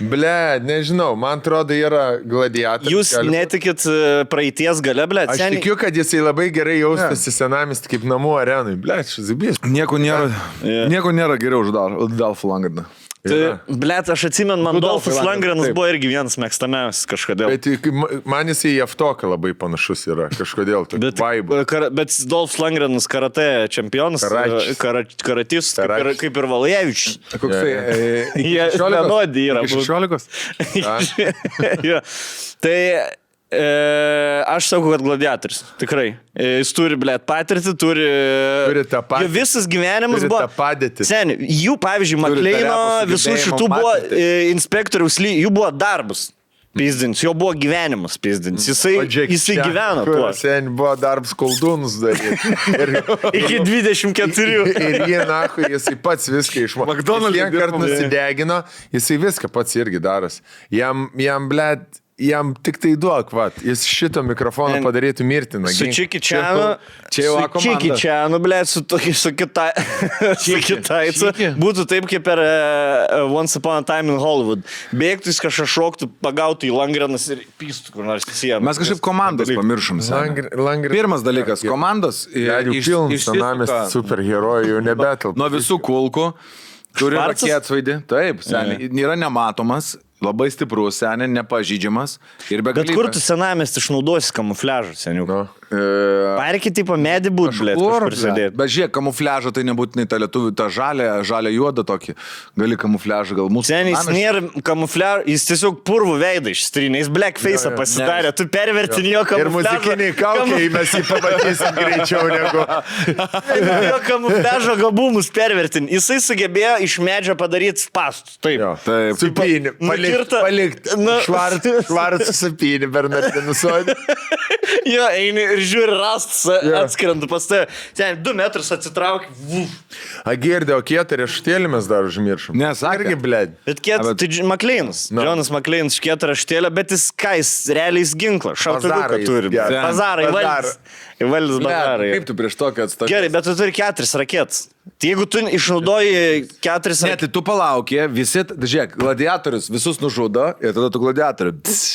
S1: Ble, nežinau, man atrodo, yra gladiatorius.
S2: Jūs netikit e, praeities gale, ble,
S1: Aš
S2: seniai.
S1: tikiu, kad jisai labai gerai jaustųsi senamist kaip namų arenui. Ble, šis zibys.
S3: Nieko nėra,
S2: Jo.
S3: nieko nėra geriau už Dal- Dalfą Langardą.
S1: yra.
S2: Tai, ble, aš atsimenu, man
S3: Rudolfas
S2: Dolfas
S3: Lundgren,
S2: Langrenas
S3: taip.
S2: buvo irgi vienas mėgstamiausias kažkodėl.
S1: Bet juk ma- man jisai į Jeftoką labai panašus yra. Kažkodėl.
S2: Bet, e,
S1: Bet vaibų.
S2: kara, bet Dolfs Langrenas karate čempionas, e,
S1: Karačius.
S2: kara, karatis, kaip ir,
S1: Karačius.
S2: kaip ir Valajevičius.
S3: Koksai? e,
S1: Jo,
S2: Jie vienodi yra. abu.
S3: 16.
S2: jo. Tai e, aš sakau, kad gladiatorius. Tikrai. E, jis turi, blė, patirtį, turi... e,
S1: Turi tą pat-
S2: Jo visas gyvenimas
S1: turi
S2: buvo...
S1: tą padėtį.
S2: Seniai, jų, pavyzdžiui, Makleino,
S3: tą repo
S2: visų
S3: sugebėjimo
S2: šitų buvo
S3: patirtį.
S2: e, inspektoriaus, ly- jų buvo darbas. Pizdins, jo buvo gyvenimas pizdins. Jisai, tai jisai gyveno tuo.
S1: Sen buvo darbs koldūnus daryti. Ir,
S2: Iki 24.
S1: ir jie, na, jisai pats viską išmoko.
S3: McDonald's
S1: Kiek kartų
S3: dirbom, jo.
S1: nusidegino, jisai viską pats irgi daras. Jam, jam ble, jam tik tai duok, va, jis šito mikrofono
S2: Man-
S1: padarytų mirtiną.
S2: Su
S1: Gink-
S2: Čikičianu.
S3: čia jau A
S2: su
S3: komanda.
S2: Čikičianu, ble, su, toki- su, kita, su kitaicu.
S3: Čiki.
S2: Būtų taip, kaip per uh, Once Upon a Time in Hollywood. Bėgtų jis kažką šoktų, pagautų į Langrenas ir pystų kur nors į sieną.
S3: Mes kažkaip komandos pamiršom. seni.
S1: Langri, langri.
S3: Pirmas dalykas - komandos. i-
S1: Ja, jau
S3: iš-
S1: pilnas
S3: išsisuka
S1: senamis superherojų jau nebetelpa.
S3: Nuo visų kulkų. Turi
S2: Švarcas?
S3: raketsvaidį. Taip, seniai. Yra nematomas, labai stiprus, seniai, nepažydžiamas. Ir be
S2: Bet kur tu senamest išnaudosi kamufliažą, seniuk? No.
S3: e,
S2: Parkį tipo medį būtų, ble,
S3: Kur,
S2: kur
S3: ble?
S2: prisidėti.
S3: bet žiūrėk, kamufliažą tai nebūtinai tą lietuvių, tą žalę, žalę juodą tokį. Gali kamufliažą, gal mūsų.
S2: Seniai, jis
S3: senamiesčio-
S2: nėra kamufliažas, jis tiesiog purvų veidą išstrinė, jis blackface e pasidarė, tu pervertini jo
S1: Ir
S2: kamufliažą.
S1: muzikiniai kaukiai mes jį pamatysim greičiau negu...
S2: Jo kamufliažo gabumus pervertin. Jisai sugebėjo iš medžio padaryti spastus. Taip.
S1: Jo,
S3: Taip.
S1: Supinį. Palikti.
S2: Nukirto-
S1: Palikti.
S2: Nu.
S1: Švarcą supinį Bernardinų sodį.
S2: Jo, eini ir žiūri rastas,
S1: Jo.
S2: atskrenda pas tave. Ten 2 metrus atsitraukia.
S1: Agirdė, o kietą riešutėlį mes dar užmiršom.
S3: Ne, sakė.
S1: Irgi, bled.
S2: Bet kiek,
S3: bet-
S2: tai Makleinas.
S1: Na.
S2: Jonas Makleinas škieta raštėlė, bet jis ką, jis realiai jis ginklą. Šautuką
S1: Bazarą jis
S2: turi.
S1: geria.
S2: Pazarai,
S1: Bazar.
S2: valdys. Įvaldys
S3: Ble,
S2: bazarai.
S3: nu, Kaip tu prieš tokį atstatyti?
S2: Gerai, bet tu turi keturis raketas. Tai jeigu tu išnaudoji keturis
S3: Ne, tai
S2: raketas.
S3: tu palaukė, visi, žiūrėk, gladiatorius visus nužudo ir tada tu gladiatorių. Tss.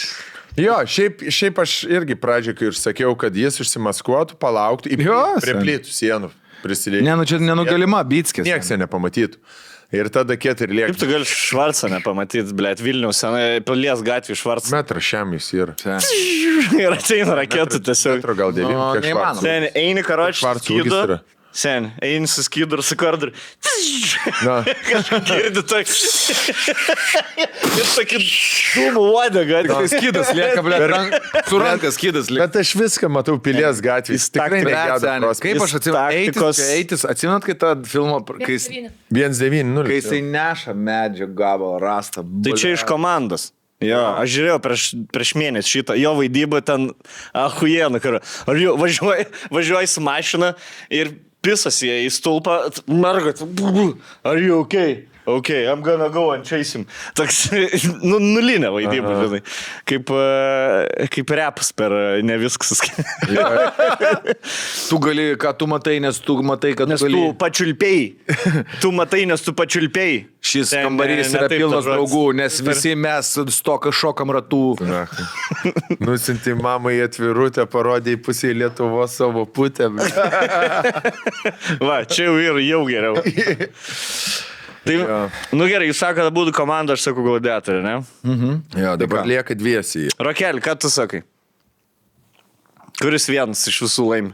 S1: Jo, šiaip, šiaip aš irgi pradžioje, kai ir sakiau, kad jis užsimaskuotų, palauktų, į-
S3: Jo,
S1: prie
S3: sen.
S1: plytų sienų prisilietų.
S3: Ne, nu čia nenugalima, bitskis.
S1: Niekas jo nepamatytų. Ir tada kietą ir
S2: Kaip tu
S1: lieka.
S2: gali Švarcą nepamatyti, bl ⁇ t, Vilnius, senai, palies gatvį Švarcą.
S1: Metras šiam jis yra.
S2: ir ateina raketų tiesiog.
S1: Metro gal devym.
S3: Nu,
S1: kiek
S3: neįmanoma.
S1: Švarcas.
S2: Sen, eini karočią.
S1: Švarcų ūgis yra.
S2: Sen, eini su skydu ir su kardu.
S1: Na.
S2: Kažką girdi tokį. Ir tokį dūmų uodegą.
S3: Tai skydas lieka, ble, rank, su rankas skydas lieka.
S1: Bet aš viską matau pilies gatvės.
S2: Jis
S1: Tikrai
S2: taktika-
S1: negeda
S3: Seni,
S1: prospektas.
S3: Kaip aš atsimenu,
S2: taktikos-
S3: eitis, eitis, atsimenat, kai tą filmą, kai, jis-
S8: Devyni.
S1: 1-9-0.
S3: kai jisai neša medžio gabalą rastą.
S2: Tai čia iš komandos. Jo, aš žiūrėjau prieš, prieš mėnesį šitą, jo vaidybą ten ahujieną, kur ar jau važiuoji, važiuoji su mašina ir pisas jie į stulpą, t- mergat, ar jau ok, ok, I'm gonna go and chase him. Toks, nu, nulinė vaidyba, žinai, kaip, e, kaip repas per e, ne viskas.
S3: Tu gali, ką tu matai, nes tu matai, kad
S2: Nes
S3: tu
S2: tu
S3: gali.
S2: pačiulpėjai, tu matai, nes tu pačiulpėjai.
S3: Šis
S2: Ten, e,
S3: kambarys
S2: ne
S3: yra
S2: taip tas
S3: pilnas
S2: žodis.
S3: draugų, nes visi mes stoka šokam ratų.
S1: Nusinti mamai atvirutę, parodė į pusę Lietuvos savo putę.
S2: Va, čia jau ir jau geriau. Tai, nu gerai, jūs sakote, būtų komanda, aš sakau, gladiatoriai, ne?
S1: jo, dabar lieka dviesi.
S2: Rokeli, ką tu sakai? Kuris vienas iš visų laimi?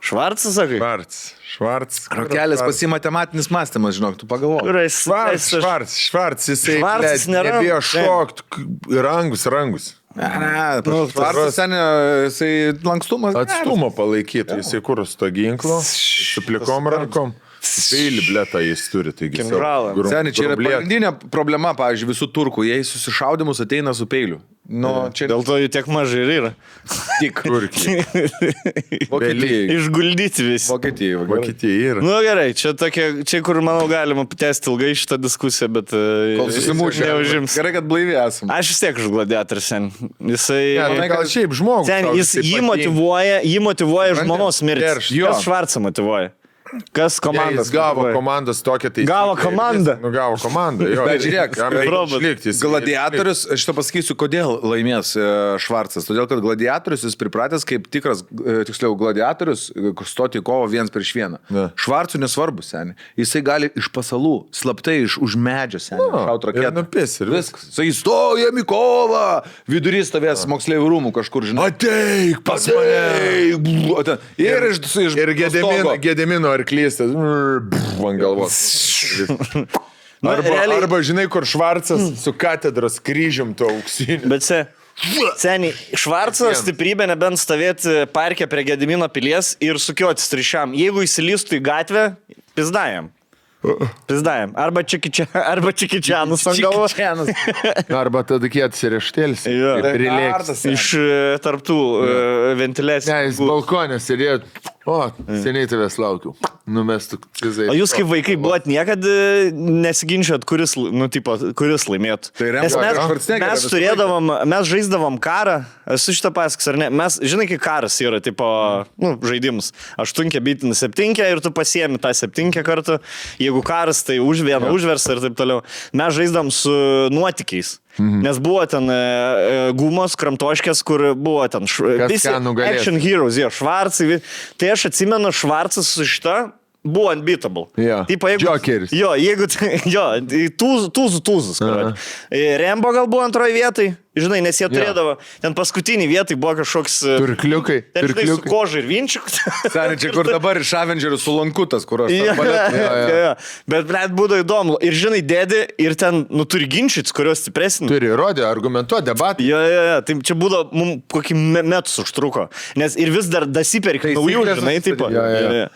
S2: Švarcas, sakai?
S1: Švarc. Švarc.
S3: Rokelis
S1: Švarc.
S3: pasimatematinis mąstymas, žinok, tu pagalvok.
S2: Kuris
S1: Švarc,
S2: leis aš-
S1: švarc, švarc, jisai
S2: Švarcas
S1: bled,
S2: nėra-
S1: nebijo šokti, rangus, rangus.
S3: Ne, nu,
S1: Švarcas-
S3: Švarcas ten, jisai lankstumas.
S1: Atstumą palaikyti, jisai kur su to ginklu, su plikom rankom. Peilį bletą jis turi, taigi. savo
S2: Kinžalą.
S1: grum-
S3: Seniai, čia yra
S1: grublėtą.
S3: pagrindinė problema, pavyzdžiui, visų turkų, jie į susišaudimus ateina su peiliu. Nu, čia
S2: Dėl to jų tiek mažai ir yra.
S3: tik
S1: Turkija.
S3: Vokietijai.
S2: Išguldyti visi.
S3: Vokietijai. Vokietijai.
S1: Vokietija yra.
S2: Nu gerai, čia, tokia, čia kur, manau, galima tęsti ilgai šitą diskusiją, bet... Kol
S3: Susimušę.
S2: Neužims.
S3: Gerai, kad blaivi esame.
S2: Aš vis tiek už gladiatorius sen. Jisai...
S1: Ne, tai gal šiaip žmogus.
S2: Sen,
S1: tau
S2: jis,
S1: jisai
S2: jį,
S1: patinka.
S2: motivuoja, jį motivuoja žmonos mirtis.
S1: Keršt, jo.
S2: Jos Švarcą motivuoja. Kas
S1: Ja,
S2: komandas?
S1: jis gavo
S2: motivuoja?
S1: komandos tokią tai.
S2: Gavo komandą.
S1: Nu, gavo komandą. Jo,
S3: Bet žiūrėk, e,
S1: jam reikia
S2: Robert,
S1: išlikt, jis-
S3: Gladiatorius, aš to pasakysiu, kodėl laimės e, Švarcas. Todėl, kad gladiatorius jis pripratęs kaip tikras, e, tiksliau, gladiatorius e, stoti į kovą viens prieš vieną.
S1: Ne.
S3: Švarcų nesvarbu, seniai. Jisai gali iš pasalų, slaptai iš už medžio, seniai.
S1: Jo,
S3: Šaut
S1: Nu, ir
S3: raketą.
S1: nupis ir
S3: Viskas. Jisai stojam į kovą. Vidurys stovės moksleivių rūmų kažkur, žinai.
S1: Ateik pas mane.
S3: Ateik, blu, o ten- Ir iš... iš
S1: Ir Gedemino,
S3: stogo.
S1: gedemino arklys, tas, brr, brr, ant galvos.
S2: Na,
S1: Arba,
S2: realiai-
S1: arba žinai, kur Švarcas su katedros kryžium to auksiniu.
S2: Bet se. Seniai, Švarco stiprybė nebent stovėti parke prie Gedimino pilies ir sukiotis trišiam. Jeigu įsilystų į gatvę, pizdajam. Pizdajam. Arba čikičianus ant galvos.
S1: Arba tada kietas ir ištėlis.
S2: Jo.
S1: Prilėks.
S2: Iš e, tarptų
S1: Ne,
S2: ventiliacijų.
S1: jis balkonė sėdėjo. O, seniai tavęs laukiu. Numestų kizai.
S2: O jūs kaip vaikai buvot niekad e, nesiginčiot, kuris, l- nu, tipo, kuris laimėtų.
S3: Tai Rembo
S2: Nes
S3: ir
S2: mes,
S3: Schwarzeneggerio
S2: mes
S3: visą
S2: turėdavom, mes žaisdavom karą, esu šitą pasakas ar ne, mes, žinai, kai karas yra, tipo, nu, žaidimus, aštunkė bitinį septinkę ir tu pasiemi tą septinkę kartą, jeigu karas, tai už vieną, užversą ir taip toliau. Mes žaisdavom su nuotikiais. Mhm. Nes buvo ten e, e, gumos, kramtoškės, kur buvo ten š, e,
S1: Kas ką nugalės.
S2: action heroes, jie, švarcai. vi- Tai aš atsimenu, švarcas su šita buvo unbeatable.
S1: Jo.
S2: Tipo, jeigu,
S1: Jokeris.
S2: Jo, jeigu, t- jo, tūzų, tūzų, tūzus. Rembo gal buvo antroje vietoje, žinai, nes jie turėdavo, ten paskutinį vietoj buvo kažkoks... e,
S1: Turkliukai.
S2: Ten žinai, su
S1: Turkliukai.
S2: kožu ir vinčiu.
S3: Seniai, čia kur dabar iš Avengerių sulankutas, kur aš...
S2: Jo,
S3: ten palet-
S2: jo, jo. Bet, blėt, būdavo įdomu. Ir, žinai, dėdė, ir ten, nu, turi ginčytis, kurios stipresnis.
S1: Turi įrodyti, argumentuoti, debatą.
S2: Jo, jo, jo, tai čia būdavo, mums kokį me- metus užtruko, nes ir vis dar dasiperkai naujų,
S3: Taisyklės
S2: žinai, taip.
S1: Jo, jo, jo.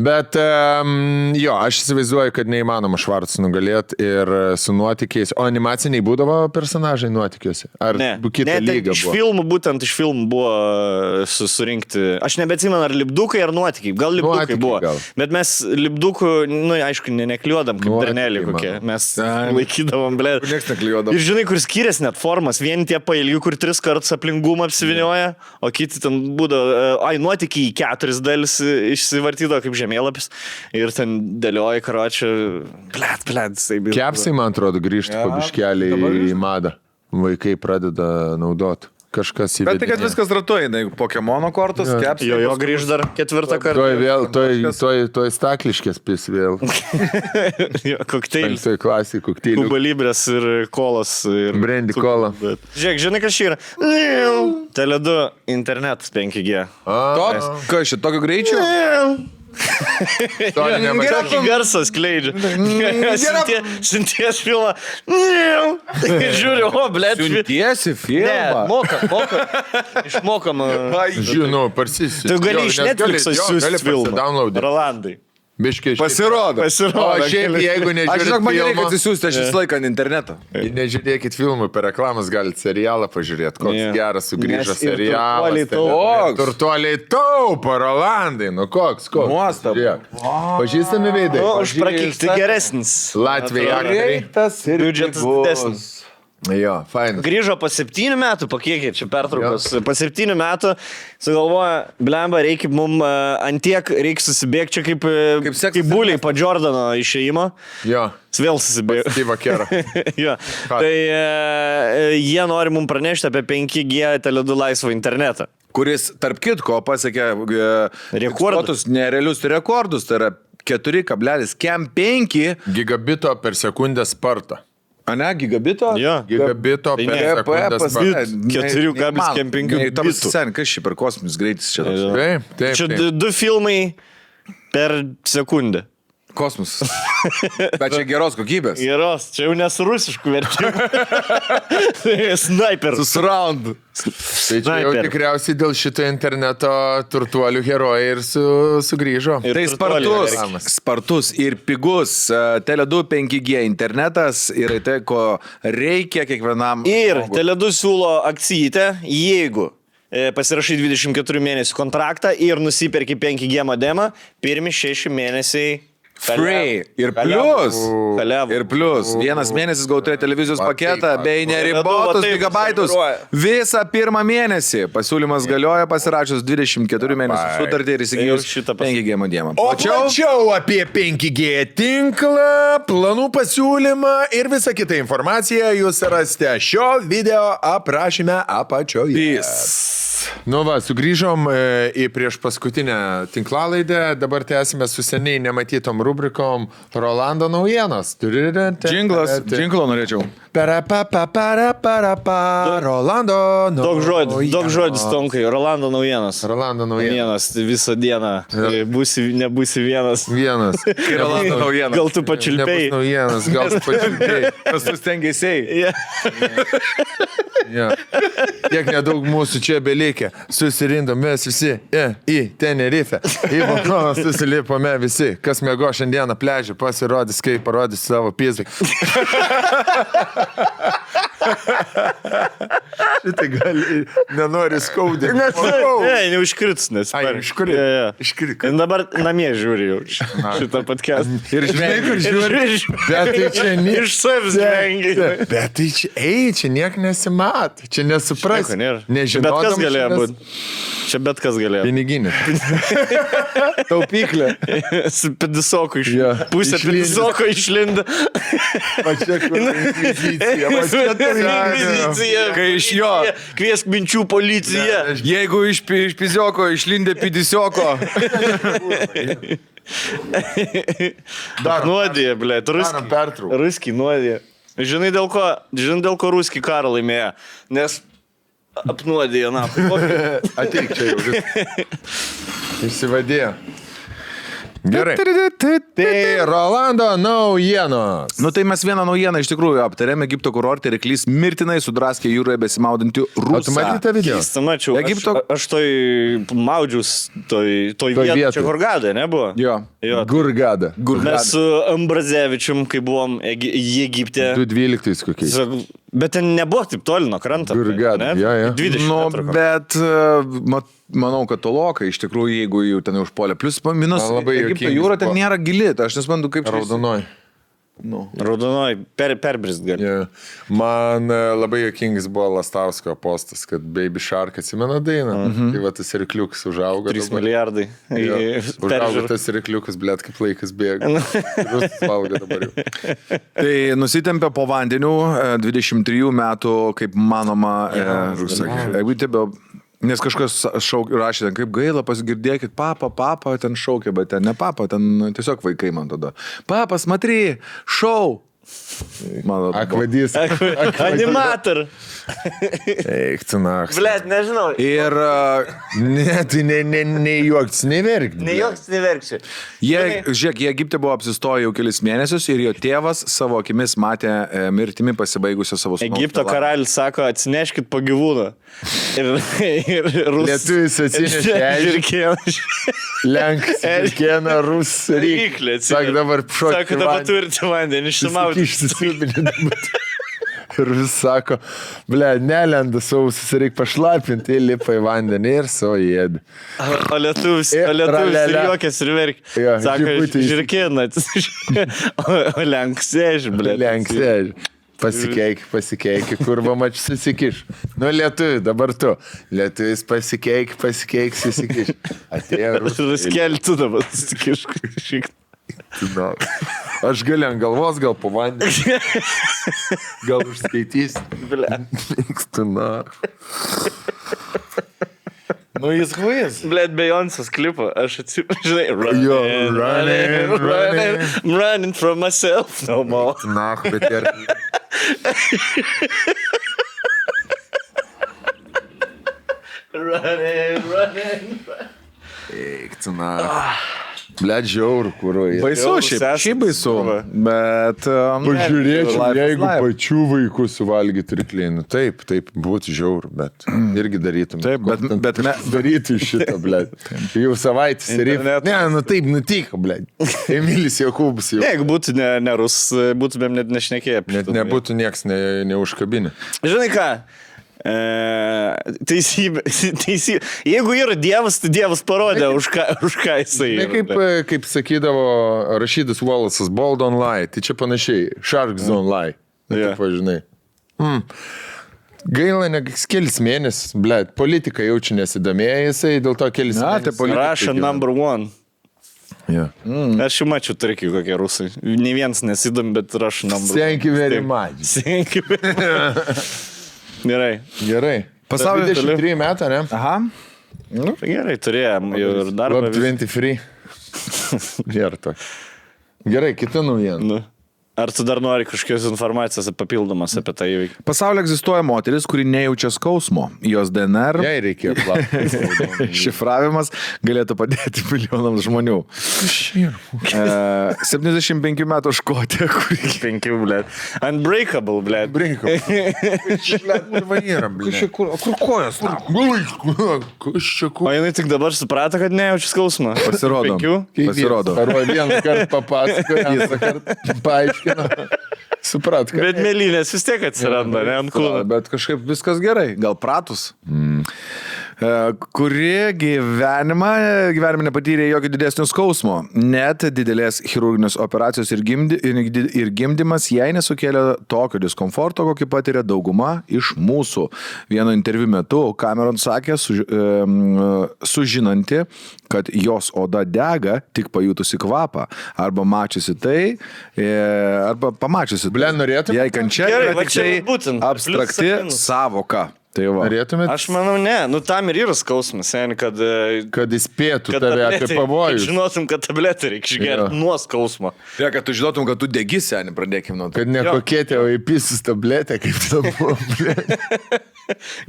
S1: Bet um, jo, aš įsivaizduoju, kad neįmanoma švarcų nugalėti ir e, su nuotykiais. O animaciniai būdavo personažai nuotykiuose? Ar
S2: Ne,
S1: bu- kita
S2: ne, ten
S1: lyga
S2: iš
S1: buvo?
S2: filmų, būtent iš filmų buvo e, su- surinkti. Aš nebeatsimenu, ar lipdukai, ar nuotykiai. Gal
S1: Nu,
S2: lipdukai
S1: Nuotykiai
S2: buvo.
S1: gal.
S2: Gal. Bet mes lipdukų, nu, aišku, ne- nekliuodam, kaip
S1: Nuotykiai,
S2: dernelį kokie.
S1: mano.
S2: Mes laikydavom, ble.
S3: Niekas neklijuodavo.
S2: Ir žinai, kur skiriasi net formas. Vieni tie pailgi, kur tris kartus aplingumą apsivinioja, o kiti ten būdavo, e, ai, nuotykiai į keturis dalis e, išsivartydavo kaip žemėlapis. Ir ten dėlioja karočią, ble, ble, jisai buvo.
S1: Kepsai, man atrodo, grįžta ja, pabiškelį į madą. Vaikai pradeda naudoti. Kažkas įvyko.
S3: Bet tai, kad viskas ratu eina, jeigu Pokemono kortos, keps.
S2: Jo, jo, grįž dar ketvirtą kartą.
S1: Toj vėl, toj, toj, toj stakliškės pis vėl.
S2: Jo, kokteilis.
S1: Penktoj klasėje kokteilių.
S2: Kubalibrės ir kolos. Ir
S1: Brandy cola.
S2: Bet. Žiūrėk, žinai, kas čia yra? Teledu internetas 5G.
S3: Toks, kas šit, tokio greičio?
S1: To nemačiau.
S2: Kokį garsą skleidžia. Sintie- Sinties filmą. Ir Žiūriu, o, blėt. Ne,
S3: Tiesi, filmą.
S2: moka, moka. Išmokama.
S1: Žinau, parsisiu.
S2: Tu gali iš Netflix'o siūsti filmą.
S1: Download.
S2: Rolandai.
S1: Biškiai. iš-
S3: Pasirodo.
S1: O
S2: Pasirodo.
S1: šiaip, jeigu
S3: Aš žinok, man
S1: nežiūrėkit
S3: reikia
S1: filmą,
S3: atsisiųsti, aš visą laiką ant interneto.
S1: nežiūrėkit filmų, per reklamas galite serialą pažiūrėti, koks
S2: Jo.
S1: yeah. geras sugrįžo
S2: Nes ir
S1: serialas.
S2: Turtuoliai
S1: ten.
S2: taupo.
S1: Ir Turtuoliai taupo, Rolandai, nu koks, koks.
S3: Nuostabu.
S1: Žiūrėk. Pažįstami veidai.
S2: Nu, Už prakilti geresnis.
S1: Latviai aktoriai.
S3: ir
S2: Biudžetas didesnis.
S1: Jo, fain.
S2: Grįžo po septynių metų, po kiek jie čia pertraukos, po septynių metų sugalvojo, blemba, reikia mums antiek, reikia susibėgti čia kaip,
S3: Kaip
S2: kaip,
S3: seksas
S2: kaip būliai po Jordano išėjimo.
S1: Jo.
S2: Jis vėl susibėgo.
S1: Tai vakera.
S2: jo. Tai e, jie nori mums pranešti apie 5G teledų laisvą internetą.
S3: Kuris, tarp kitko, pasiekė
S2: Rekordus.
S3: rekordus, nerealius rekordus, tai yra 4,5,
S1: Gigabito per sekundę spartą.
S3: ane, gigabito?
S2: Jo.
S1: Gigabito
S2: Tai
S1: per
S2: ne,
S1: sekundę
S3: GP
S1: spartą.
S3: pas
S2: Keturių kablis kem penkių bitų.
S3: Sen, kas čia per kosminis greitis čia? toks?
S1: Taip, taip.
S2: Čia
S1: taip.
S2: du, du filmai per sekundę.
S3: Kosmosas. Bet čia geros kokybės.
S2: Geros, čia jau nesu rusiškų vertimų. Tai Sniper.
S3: Susround.
S1: Tai čia jau
S2: Sniper.
S1: tikriausiai dėl šito interneto turtuolių herojai ir su, sugrįžo.
S2: Ir
S3: Tai
S2: turtuolį
S3: spartus,
S2: verkiamas.
S3: spartus ir pigus e, Tele2 5G internetas ir tai, ko reikia kiekvienam.
S2: Ir
S3: žmogui.
S2: Teledu siūlo akcijytę, jeigu e, pasirašai 24 mėnesių kontraktą ir nusipirki 5G modemą, pirmi 6 mėnesiai.
S3: Free. Ir
S2: Kaliavų.
S3: plius.
S2: Kaliavų.
S3: Ir plius. Vienas mėnesis gauti televizijos paketą bei
S2: Tada va
S3: neribotus
S2: taip
S3: gigabaitus.
S2: sufleruoja.
S3: Visą pirmą mėnesį. Pasiūlymas galioja pasirašus 24 mėnesių sutartį
S1: tai
S3: ir įsigijus
S2: Ir šitą pas-
S3: 5G modemą.
S1: O plačiau apie 5G tinklą, planų pasiūlymą ir visą kitą informaciją jūs rasite šio video aprašyme apačioje. Nu va, sugrįžom e, į prieš paskutinę tinklalaidę, dabar tęsime su seniai nematytom rubrikom Rolando naujienas.
S3: Džinglas. Džinglo norėčiau.
S1: Parapaparaparapa. Rolando naujienas.
S2: Daug žodis, daug žodis, Tonkai. Rolando naujienas.
S1: Rolando naujienas.
S2: Vienas visą dieną.
S1: Jo.
S2: E, Būsi, nebūsi vienas.
S1: Vienas.
S3: Rolando naujienas.
S2: Gal tu
S1: Nebus
S2: pačiulpėjai.
S1: naujienas, gal pačiulpėjai.
S3: Kas tu stengiasi?
S2: Yeah.
S1: Ja. Tiek nedaug mūsų čia belikė. Susirindom mes visi e, į Tenerife. Į balkoną susilipome visi. Kas mėgo šiandieną pležį, pasirodys, kai parodys savo pizdą. Šitai gali, nenori skaudinti.
S2: Ne, neužkrits, nes.
S1: Ai,
S2: per-
S1: iškrit.
S2: Jo, jo.
S1: Iškrit.
S2: Ir Dabar namie žiūri jau ši- šitą podcastą.
S1: Ir žinai, kur žiūri. Bet tai čia ne.
S2: Iš savęs vengi.
S1: Bet tai čia, ei, čia niek nesimat, čia nesupras.
S2: Nežinau. Bet kas galėjo
S1: šitas-
S2: būti? Čia bet kas galėjo.
S1: Piniginė. Taupyklė.
S2: Su pedisoku iš...
S1: Jo.
S2: Pusė
S1: Išlindęs.
S2: pedisoko išlinda.
S1: Va čia kur inkvizicija, va čia tai galima.
S2: Policija.
S3: Kai iš jo.
S2: Kviesk minčių
S1: Tai
S2: policija.
S3: Jeigu iš, pi- iš pizioko išlindė pidisioko,
S1: Darom
S2: Nuodė, ble.
S1: Darom pertrauką.
S2: Ruskį nuodė. Žinai dėl ko, žinai dėl ko ruskį karą laimėjo? Nes apnuodė, na.
S1: Ateik čia jau. vis- Išsivadėjo. Gerai. Tai Rolando naujienos.
S3: Nu tai mes vieną naujieną iš tikrųjų aptarėme. Egipto kurortė reklys mirtinai sudraskė jūroje besimaudantį
S1: O tu matai tą
S3: rusą.
S1: video?
S2: Keista, mačiau.
S3: Egipto-
S2: Egipto... Aš, aš toj maudžius, toj, toj,
S1: Toj
S2: toj vietoj.
S1: vietoj.
S2: Čia Hurgadė, nebuvo?
S3: Jo.
S2: jo.
S1: Gurgada.
S2: Mes su Ambrazevičium, kai buvom Egi į Egipte.
S1: 2012 kokiais.
S2: tiesiog- Bet ten nebuvo taip toli nuo krantą.
S1: Hurgadą, jo, jo.
S2: 20.
S3: Nu,
S2: metrų.
S3: bet e, mat, manau, kad tolokai iš tikrųjų, jeigu jau ten užpuolė. Plus, pa- minus,
S1: Man labai
S3: Egipto
S1: juokingas
S3: jūra ten
S1: buvo.
S3: nėra gili, tai aš nesuprantu, kaip čia
S1: Raudonoji.
S2: Raudonoji, per, perbrist gali.
S1: Jo. Man e, labai jokingas buvo Lastavsko postas, kad Baby Shark atsimena dainą. Mhm. Tai va tas rykliukas užaugo.
S2: 3
S1: dabar.
S2: milijardai.
S1: Jo. Užaugo
S2: Peržiūrėtas.
S1: tas rykliukas, blėt, kaip laikas bėga. Rusas valgo dabar jau.
S3: Tai nusitempė po vandeniu e, 23 metų, kaip manoma, rusai. Jeigu tebe... Nes kažkas šauk, rašė ten, kaip gaila, pasigirdėkit, papa, papa, ten šaukia, bet ten ne papa, ten nu, tiesiog vaikai man tada. Papas, matry, šau. Man atrodo.
S1: Akvadys.
S2: Animator.
S1: Eik, tu naks.
S2: Blet, nežinau.
S3: Ir e,
S1: Ne, tai ne, ne, ne juoktis, neverk.
S2: Ne joks neverkščiai.
S3: Jie,
S2: Gerai.
S3: žiūrėk, jie Egipte buvo apsistoję jau kelis mėnesius ir jo tėvas savo akimis matė e, mirtimi pasibaigusią savo sūnų.
S2: Egipto karalius sako, atsineškit po gyvūną. Ir, ir rusas.
S1: Lietuvis atsinešė ežį. Lenkas, Elkena, Rus,
S2: Ryklė.
S1: Ryklė. Sak dabar šokti.
S2: Sako, dabar turite vandenį, išsimauti.
S1: Išsisipinti. Ir vis sako, ble, nelenda sausis, reikia pašlapinti, lipa į vandenį ir savo jėdi.
S2: O lietuvis,
S1: Ir
S2: o lietuvis ir
S1: tralialia.
S2: juokės ir verkia.
S1: E, Jo,
S2: Sako,
S1: žibutė iš-
S2: žirkinas. O lenksėži, blė.
S1: Lenksėdžiu. Pasikeik, pasikeik, kurva mačius susikiš. Nu, lietuvi, dabar tu. Lietuvis pasikeik, pasikeik, susikiš. Atėjo rusai.
S2: Skeltų dabar, kišku, šiek
S1: Na, Nu, Aš galiu ant galvos, gal po vandeniu. Gal užskaitys.
S2: tiek.
S1: Minkstuna. Nu, jis huijas.
S2: Bled Beyonce'os klipą, aš atsiprašau, žinai, running,
S1: Jo, running, running.
S2: running, running from myself, no more.
S1: Na, bet ir.
S2: Running, running.
S1: Minkstuna. Blet, žiaur, kur jie.
S3: Baisu
S2: Jau
S3: šiaip,
S2: sesės,
S3: šiaip baisu.
S2: va.
S3: Bet... um,
S1: Pažiūrėčiau,
S3: life is
S1: jeigu
S3: life.
S1: pačių vaikų suvalgyti riklinį. Taip, taip, būtų žiaur, bet irgi darytum.
S3: Taip, bet-
S1: Ko ten
S3: bet me-
S1: Daryti šitą, ble. Jau savaitę serifą.
S2: Internetu.
S1: Ne, nu taip nutiko, ble. Emilis Jokūbas jau.
S2: Ne, jeigu būtų ne, ne rus, būtumėm net nešnekėję. apie
S1: Net
S2: šitą dalyką.
S1: nebūtų nieks ne- neužkabinę.
S2: Žinai ką? E, teisybė, teisybė. Jeigu yra dievas, tai dievas parodė, už ką, už ką jisai.
S1: Ne
S2: yra,
S1: kaip,
S2: ble.
S1: e, kaip sakydavo rašydas Wallace'as, Bold on Lie, tai čia panašiai, Sharks on Lie.
S2: Jo.
S1: Yeah. Taip, žinai. Mm. Gaila, ne kelis mėnesius, ble, politika jaučiu nesidomėję, jisai dėl to kelis
S3: Na, tai
S1: mėnesius.
S3: politika
S2: Rašo number one.
S1: Yeah.
S2: Aš jau mačiau trikį kokie rusai. Ne vienas nesidomi, bet rašo number one.
S1: Thank you very much.
S2: Senkime. Gerai.
S1: Gerai.
S3: Pasaulio
S1: 23 metų, ne?
S3: Aha.
S2: Gerai, turėjom jau ir darbą.
S1: Lab
S2: vis-
S1: 23. Gerai, to. Gerai, kita naujiena.
S2: Nu. Ar tu dar nori kažkokios informacijos papildomas apie tą įvykį?
S3: Pasaulyje egzistuoja moteris, kuri nejaučia skausmo. Jos DNR
S1: Jei reikėjo plaukti.
S3: šifravimas galėtų padėti milijonams žmonių. E, 75 metų škotė, kuri...
S2: Penkių, blėt. Unbreakable, blėt.
S1: Brinko. Kas čia kur? Kur kojas? Gulai. Kas čia kur?
S2: O jinai tik dabar suprato, kad nejaučiu skausmą.
S3: Pasirodo.
S2: Penkių?
S3: Pasirodo.
S1: Arba vieną kartą papasakojo, kitą kartą paaiškino. Suprat, kad.
S2: Bet mėlynės vis tiek atsiranda, ne ant kūno.
S3: Bet kažkaip viskas gerai, gal pratus.
S1: Mm.
S3: E, Kuri gyvenimą, gyvenime nepatyrė jokio didesnio skausmo. Net didelės chirurginės operacijos ir, gimdy, ir, gdy- ir gimdymas jai nesukėlė tokio diskomforto, kokį patiria dauguma iš mūsų. Vieno interviu metu Cameron sakė, suži, em, sužinanti, kad jos oda dega tik pajutusi kvapą. Arba mačiusi tai, e, arba pamačiusi. tai.
S1: Ble, norėtum?
S3: Jei kančia
S2: Gerai,
S3: yra
S2: va
S3: tik
S2: čia
S3: tai
S2: ir būtent,
S3: abstrakti
S2: pliusas ir minusas.
S3: savoka. Tai va.
S1: Norėtumėt,
S2: Aš manau, ne. Nu tam ir yra skausmas, sen, kad... e,
S1: kad įspėtų
S2: kad
S1: tave
S2: tabletę-
S1: apie pavojus.
S2: kad Žinotum, kad tabletę reikia
S1: Jo.
S2: išgerti nuo skausmo.
S3: Ja, kad tu žinotum, kad tu degi senį, pradėkim nuo to.
S1: Kad ne
S2: Jo.
S1: kokie tie vaipisis tabletė, kaip tau buvo.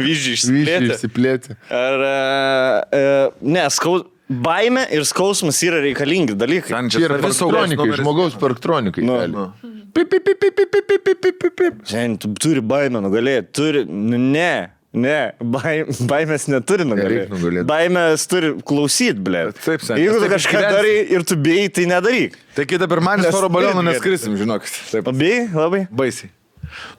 S2: Vyzdžiai
S1: Vyšiai
S2: išsiplėtė.
S1: išsiplėti.
S2: Ar... e, e, Ne, skaus... Baime ir skausmas yra reikalingi dalykai.
S3: Ten
S1: Čia yra parktronikai, žmogaus parktronikai.
S2: Nu,
S1: realiai.
S2: nu.
S1: Pip, pip, pip, pip, pip, pip, pip, pip, pip, pip.
S2: Žinai, tu turi baimę nugalėti, turi, nu ne, ne, baim, baimės neturi
S1: Nereik nugalėt.
S2: nugalėti. Baimės turi klausyt, ble.
S3: Taip, seni,
S2: Jeigu tu
S3: taip
S2: kažką
S3: gyvensi.
S2: darai ir tu bijai, tai nedaryk.
S3: Tai kitą pirmadienį
S2: Nes
S3: su oro balionu
S2: irgi-
S3: neskrisim, žinokit. Taip.
S2: O bijai labai?
S3: Baisiai.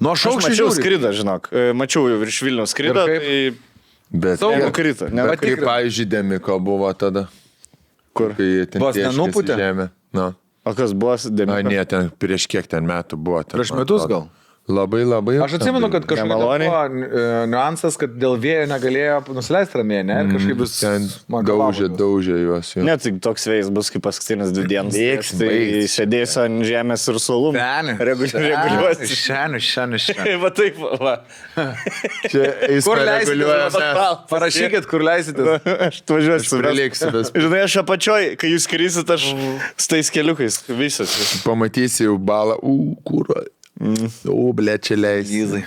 S3: Nuo
S2: Aš
S3: šaukščių
S2: mačiau
S3: žiūri.
S2: skridą, žinok. E, Mačiau jau virš Vilniaus skridą.
S1: Ir
S2: Tai
S1: Bet
S2: Saugu krito,
S1: Ne, bet kaip,
S3: nepatikrinau.
S1: pavyzdžiui, Demiko buvo tada. Kur? Kai jie ten
S3: Vos
S1: tėškėsi
S3: nenupūtė?
S1: į žemę. Na,
S2: o kas buvo?
S1: A,
S2: Demi-
S1: ne, ten prieš kiek ten metų buvo. Ten,
S3: Prieš
S1: man
S3: metus
S1: atrodo.
S3: gal?
S1: Labai, labai. jau
S3: Aš
S1: ten
S3: atsimenu,
S1: buvo.
S3: kad kažkokia
S2: Nemaloniai.
S3: buvo e, niuansas, kad dėl vėjo negalėjo nusileisti ramiai, ne? Ir kažkaip vis
S1: Mm, ten
S3: man galavo
S1: daužė,
S3: juos.
S1: daužė juos. Jo.
S2: Ne, tai toks vėjas bus kaip paskutinis dvi dienas.
S1: Bėgs,
S2: tai
S1: baigs.
S2: sėdėsiu ant žemės ir solų.
S3: Seni.
S2: Reguliuosi.
S3: Seni, seni, seni.
S2: Va taip, va.
S1: Čia eismo
S3: Kur
S1: reguliuojamas.
S3: leisite?
S1: ne.
S3: Parašykit, kur leisite.
S2: Aš važiuosiu.
S1: Priliksiu, Mhm. bet
S2: Žinai, aš apačioj, kai jūs krisit, aš su tais keliukais visas.
S1: pamatysi jau balą. U, kūro.
S3: Mm.
S1: U, ble, čia leisi.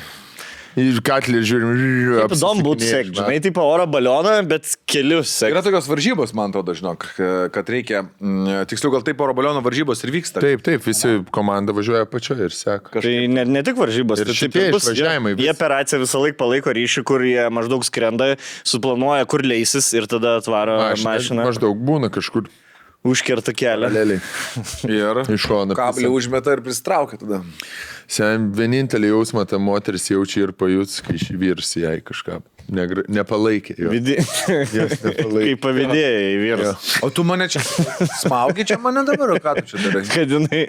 S1: Ir katlį žiūrim. žiūrim,
S2: Įdomu būtų
S1: apsisukinėji,
S2: sekti, žinai, taip oro balioną, bet kelius
S3: Yra
S2: sekti.
S3: tokios varžybos, man atrodo, žinok, e, kad reikia, mm, tiksliau gal taip oro baliono varžybos ir vyksta.
S1: Taip, taip, visi komanda važiuoja pačioje ir seka.
S2: Tai ne, ne tik varžybos,
S1: Ir
S2: tai taip
S1: šitie
S2: ir bus.
S1: išvažiavimai
S2: Jie, jie
S1: vis.
S2: per aciją visą laiką palaiko ryšį, kur jie maždaug skrenda, suplanuoja, kur leisis ir tada atvaro
S1: Aš mašiną.
S2: mašiną,
S1: Maždaug būna kažkur.
S2: užkerta kelią.
S1: Leliai.
S3: Ir
S1: Iš šono.
S3: kablį užmeta ir pristraukia tada.
S1: Sen vienintelį jausmą ta moteris jaučia ir pajuts, kai šį vyrs jai kažką negra... nepalaikė. Jo.
S2: Vidi...
S1: nepalaikė.
S2: Kaip pavydėjai vyras.
S3: O tu mane čia smaugi čia mane dabar, o ką tu čia darai?
S2: kad jinai,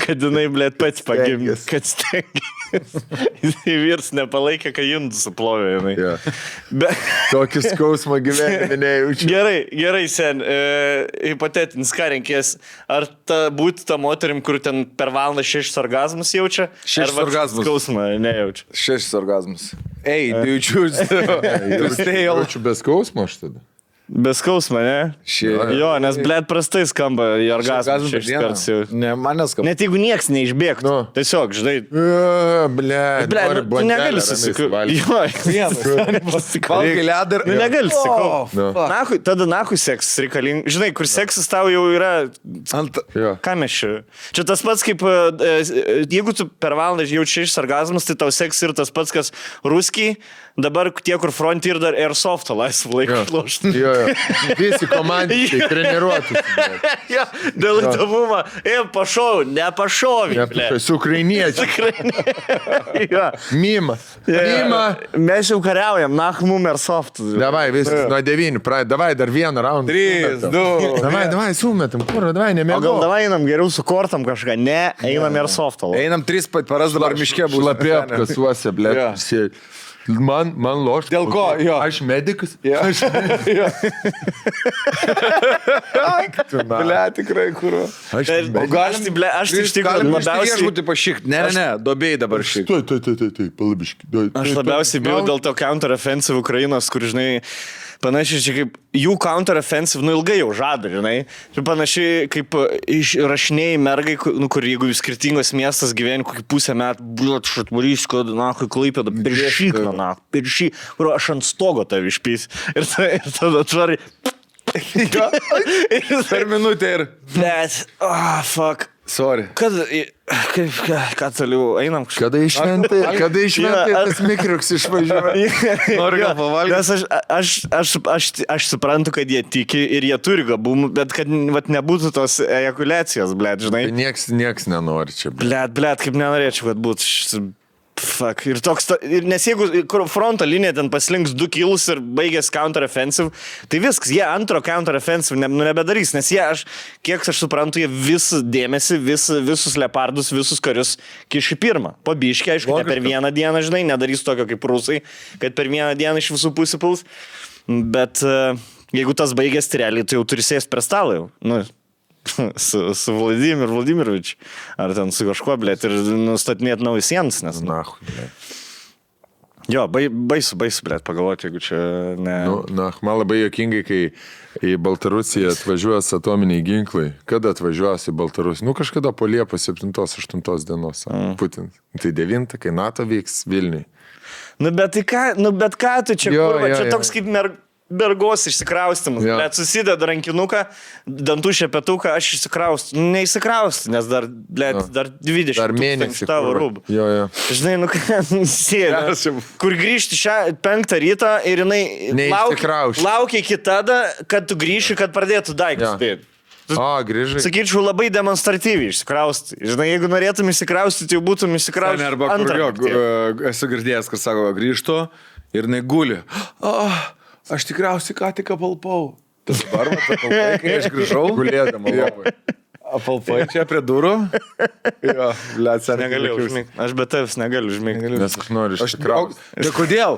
S2: kad jinai, blėt, pats pagimdė,
S1: Stengės.
S2: kad stengiasi. Jisai vyrs nepalaikė, kad jindų suplovė jinai.
S1: Jo.
S2: Be...
S1: Tokį skausmą gyvenime nejaučiu.
S2: Gerai, gerai, sen, e, hipotetinis karinkės, ar ta, būti tą moterim, kur ten per valandą šešis orgasmus jaučia,
S3: Šešis
S2: ar vat
S3: orgazmus.
S2: skausmą nejaučia.
S3: Šešis orgasmas. Ei, tai jaučiu,
S1: Jaučiu be skausmo aš tada.
S2: Beskaus mane.
S3: Šiaip.
S2: Jo, nes blėt prastai skamba į orgasmą.
S3: Orgazmas per
S2: šešis
S3: dieną.
S2: kartus jau.
S3: Ne, man neskamba.
S2: Net jeigu nieks neišbėgtų.
S1: Nu.
S2: Tiesiog, žinai.
S1: Ble,
S2: Ble, nu, tu negali susikaupt. Jo,
S3: Valgai
S2: negali
S3: ledą ir...
S2: Nu, negali susikaupt.
S1: Nu.
S2: Nahui, tada nahui seksas reikalingas. Žinai, kur seksas tau jau yra
S3: Ant...
S1: Jo.
S2: Ką mes čia? Čia tas pats kaip, e, e, jeigu tu per valandą jaučiai iš sargazmas, tai tau seks ir tas pats, kas ruskiai, dabar tie, kur front ir dar airsoftą laisvą laiką išlošti.
S1: Jo, jo. Visi komandiai treniruotis. blet.
S2: ja, dėl įdomumo, e, pašau, nepašovė.
S1: Ne, Su ukrainiečiu.
S2: Tikrai ne. ja.
S1: Mima. Mima.
S2: Mes jau kariaujam, nah, mum airsoft.
S1: Davai, vis nuo devynių, pradė, davai dar vieną raundą.
S3: 3, 2.
S1: Davai, davai, sumetam, kur, davai,
S2: O gal
S1: nemėgau.
S2: davai einam geriau su kortam kažką, ne, einam airsoftą.
S3: Einam 3 paras dabar miške būtų.
S1: Šlapė apkasuose, ble.
S3: Jo.
S1: Man, man loš.
S3: Dėl ko? Jo.
S1: Aš medikas.
S3: Aš... Ble, tikrai, kur.
S1: Aš
S2: Ir-
S1: medikas.
S2: Aš tai, ble, aš tai iš tikrųjų labiausiai...
S3: Aš būtų pašykt. Ne, ne, ne, dobėjai dabar šykt.
S1: Tuoj, tuoj, tuoj, tuoj, tuoj, palabiškai. tuoj,
S2: Aš
S1: tuoj,
S2: labiausiai
S1: tuoj.
S2: bijau dėl to counteroffensive Ukrainos, kur, žinai, panašiai čia kaip jų counteroffensive, nu ilgai jau žada, žinai. Čia panašiai kaip e, išrašinėjai mergai, ku- nu, kur jeigu jūs skirtingos miestas gyveni kokį pusę metų, blėt, šatmurys, kad, na, kai klaipėda, piršyk, na, piršyk, kur aš ant stogo tavį išpys. Ir, ta, ir tada tvariai.
S3: Per minutę ir...
S2: Bet, ah, oh, fuck.
S3: Sorry.
S2: Kad, i- kaip, ką, ką toliau, einam kažkaip.
S1: Kada išventai, kada išventai
S2: Jo, aš-
S1: tas mikroks išvažiuoja.
S3: Noriu gal
S2: Jo,
S3: pavalgyti.
S2: Nes aš, aš, aš, aš, aš suprantu, kad jie tiki ir jie turi gabumų, bet kad vat, nebūtų tos ejakulacijos, blėt, žinai.
S1: Nieks, nieks nenori čia. bl-
S2: Blėt, blėt, kaip nenorėčiau, kad būtų. šis- Fuck. Ir toks, to, ir nes jeigu kur fronto linija ten paslinks du kilus ir baigės counteroffensive, tai viskas, jie antro counteroffensive ne, nu, nebedarys, nes jie, aš, kiek aš suprantu, jie visą dėmesį, vis, visus leopardus, visus karius kiši pirmą. Pabiškiai, aišku, ne per vieną dieną, žinai, nedarys tokio kaip rusai, kad per vieną dieną iš visų pusių puls, bet e, jeigu tas baigės realiai, tu jau turi sėsti prie stalo jau. Nu, su, su Vladimir Vladimirovič, ar ten su kažkuo, blėt, ir nustatinėti naujus sienas, nes,
S1: Na,
S2: na.
S1: chuj, bl-
S2: Jo, bai, baisu, baisu, blėt, pagalvoti, jeigu čia ne. Nu.
S1: nu, na, man labai jokingai, kai į Baltarusiją atvažiuos atominiai ginklai. Kada atvažiuos į Baltarusiją? Nu, kažkada po Liepos 7-8 dienos. Mm. Putin. Tai 9, kai NATO vyks Vilniui.
S2: nu, bet tai ką, nu, bet ką tu čia,
S1: Jo,
S2: jo, kurva,
S1: jo,
S2: jo, čia
S1: jo.
S2: jo. toks kaip mer, mergos išsikraustimas,
S1: Jo.
S2: bet susideda rankinuką, dantų šepetuką, aš išsikraustu, Nu, neįsikraustu, nes dar, blėt, dar 20
S1: Dar
S2: tūkstančių
S1: mėnesį.
S2: tavo
S1: kur-
S2: rūbų.
S1: Jo, jo.
S2: Žinai, nu ką, sėdi. Kur grįžti šią penktą rytą ir jinai
S1: Neišsikraušti.
S2: laukia iki tada, kad tu grįši, kad pradėtų daiktus
S1: Jo.
S2: dėti.
S1: O, grįžai.
S2: Sakyčiau, labai demonstratyviai išsikrausti. Žinai, jeigu norėtum išsikrausti, tai jau būtum
S3: Ten
S2: išsikrausti.
S3: arba kur, jo, gu- esu girdėjęs, kad sako, grįžtu ir neguli. Oh, aš tikriausiai ką tik apalpau. Tas barbas, apalpai, kai aš grįžau.
S1: Gulėdama. lovoje.
S3: Apalpai čia prie durų. Jo, liatsą
S2: Negaliu užmigti. Aš be tavęs negaliu užmigti.
S1: Nes aš noriu
S3: Aš
S1: išsikrauti.
S3: Bet kodėl?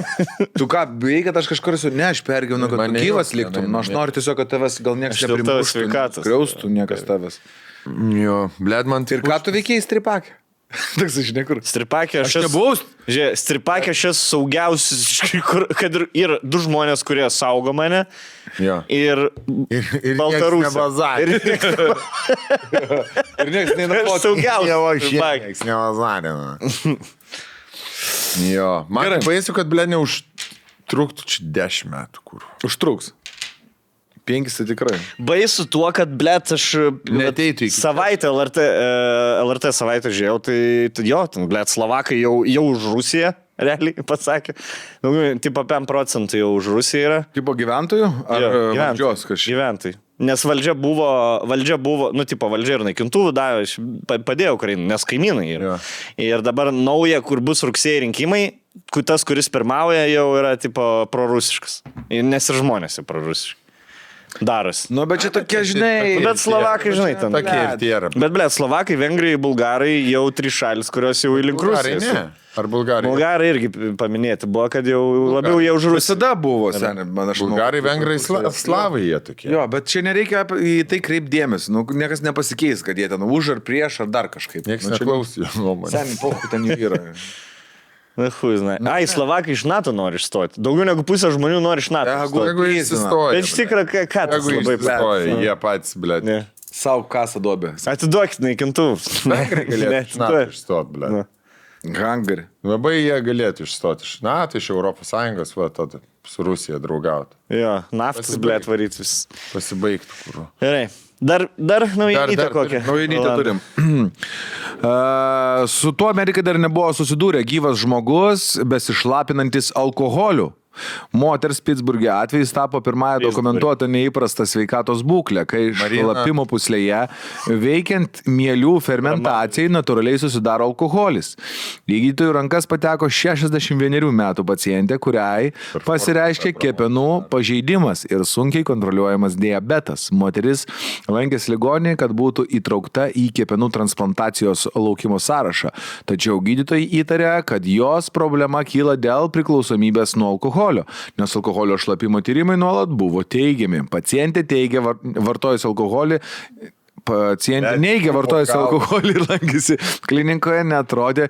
S3: Tu ką, bijai, kad aš kažkur esu? Ne, aš pergyvenu, kad
S1: Man
S3: tu gyvas
S1: nejauku,
S3: liktum.
S1: ne,
S3: Na, aš
S1: ne.
S3: noriu tiesiog, kad tavęs gal niekas
S2: Aš dėl tavo
S3: neprimuštų,
S2: sveikatos.
S3: Griaustų niekas tavęs.
S1: Jo, blėd man tai.
S3: Ir ką tu veikiai stripakė? Toks iš niekur.
S2: Stripakė aš,
S3: Aš nebuvau st-
S2: Žiūrėk, stripakė aš esu saugiausias, iš kai kur- kad ir yra du žmonės, kurie saugo mane.
S1: Jo.
S2: Ir,
S1: Ir, ir
S2: Baltarusė.
S1: Baltarusija. Ir
S3: Ir niekas
S2: Nu, aš
S3: neina.
S2: saugiausias. stripakė.
S1: Nieks nevazarina. Jo, man Gerai. baisu, kad blė neužtruktų čia 10 metų, kur.
S3: Užtruks. Penkis tai tikrai.
S2: Baisu tuo, kad, blėt, aš e,
S1: Neateitų iki-
S2: savaitę LRT, e, LRT savaitę žiūrėjau, tai, tai jo, ten, blėt, Slovakai jau, jau už Rusiją, realiai pasakė. Nu, Daugiau, tipo 5 procentų jau už Rusiją yra.
S3: Tipo gyventojų ar
S2: Jo,
S3: e,
S2: gyventojai.
S3: valdžios kažkaip?
S2: Gyventojai. Nes valdžia buvo, valdžia buvo, nu, tipo, valdžia ir naikintuvų davė, aš pa- padėjau Ukrainai, nes kaimynai yra. Ir dabar nauja, kur bus rugsėjai rinkimai, kur tas, kuris pirmauja, jau yra, tipo, prorusiškas. Ir Nes ir žmonės jau prorusiški. Daras.
S3: Nu, bet čia tokie, žinai.
S2: Bet Slovakai, žinai, ten.
S1: Tokie ir tie yra.
S2: Bet, ble, Slovakai, Vengrijai, Bulgarai jau trys šalis, kurios jau į link
S1: Bulgarai, ne.
S2: Rusiją.
S1: Ar Bulgarai?
S2: Bulgarai irgi paminėti buvo, kad jau labiau jie už Rusiją.
S3: Visada buvo, seniai, man aš manau.
S1: Bulgarai, vengrai, sla, slavai jie tokie.
S3: Jo, bet čia nereikia apie- į tai kreipdėmės. Nu, niekas nepasikeis, kad jie ten už ar prieš ar dar kažkaip.
S1: Niekas
S3: nu, čia-
S1: neklausė jo nuomonės.
S3: Seniai, pohu ten jų yra.
S2: Na, hui, žinai. Ai, slovakai iš NATO nori išstoti. Daugiau negu pusė žmonių nori iš NATO. išstoti.
S1: Jeigu jis įstoja.
S2: Bet iš tikrųjų, ką, ką tas
S1: Jeigu
S2: labai
S1: jis įstoja,
S2: plėtoja.
S1: jie patys, bl ⁇ t.
S3: Savo kasą duobę.
S2: Atiduokit naikintuvus.
S1: Vengrai galėtų iš NATO
S2: Neatiduoja.
S1: išstoti, bl
S2: Ne.
S1: ⁇ t.
S3: Hangarį.
S1: Labai jie galėtų išstoti iš NATO, iš Europos Sąjungos, va, tada su Rusija draugauti.
S2: Jo, naftas,
S1: Pasibaigt.
S2: blė, varyti vis.
S1: Pasibaigtų, kur.
S2: Gerai. Dar, dar
S1: Dar- tai
S2: naujienytę
S1: dar
S2: kokią.
S1: turim
S3: Naujanytę
S2: Olandų.
S3: turim. E, Su tuo Amerikai dar nebuvo susidūrę gyvas žmogus, besišlapinantis alkoholiu. Moters Pittsburgė atvejis tapo pirmąją
S2: Pittsburghe.
S3: dokumentuotą neįprastą sveikatos būklę, kai
S1: Marina.
S3: šlapimo puslėje veikiant mielių fermentacijai natūraliai susidaro alkoholis. Į gydytojų rankas pateko 61 metų pacientė, kuriai pasireiškė kepenų pažeidimas ir sunkiai kontroliuojamas diabetas. Moteris lankėsi ligoninėje, kad būtų įtraukta į kepenų transplantacijos laukimo sąrašą. Tačiau gydytojai įtarė, kad jos problema kyla dėl priklausomybės nuo alkoholio, nes alkoholio šlapimo tyrimai nuolat buvo teigiami. Pacientė teigia var- vartojus alkoholį. Pacientė neigia vartojus alkoholį ir lankėsi klinikoje, netrodė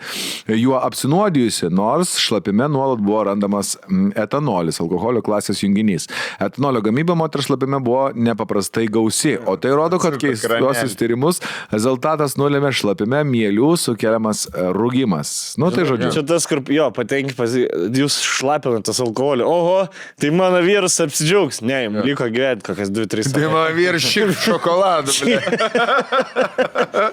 S3: juo apsinuodijusi, nors šlapime nuolat buvo randamas mm, etanolis, alkoholio klasės junginys. Etanolio gamyba moters šlapime buvo nepaprastai gausi, o tai rodo, kad
S1: Atsirka
S3: keistuosius
S1: kranelį.
S3: tyrimus rezultatas nulėmė šlapime mielių sukeliamas e, rūgimas. Nu tai žodžiu.
S2: Čia tas, kur, jo, patenki, pas, jūs šlapinatės alkoholį. Oho, tai mano vyras apsidžiaugs. Ne, jam liko gyventi kokias 2-3
S1: Tai
S2: dienas.
S1: man viršyk šokoladų. bl ⁇ t.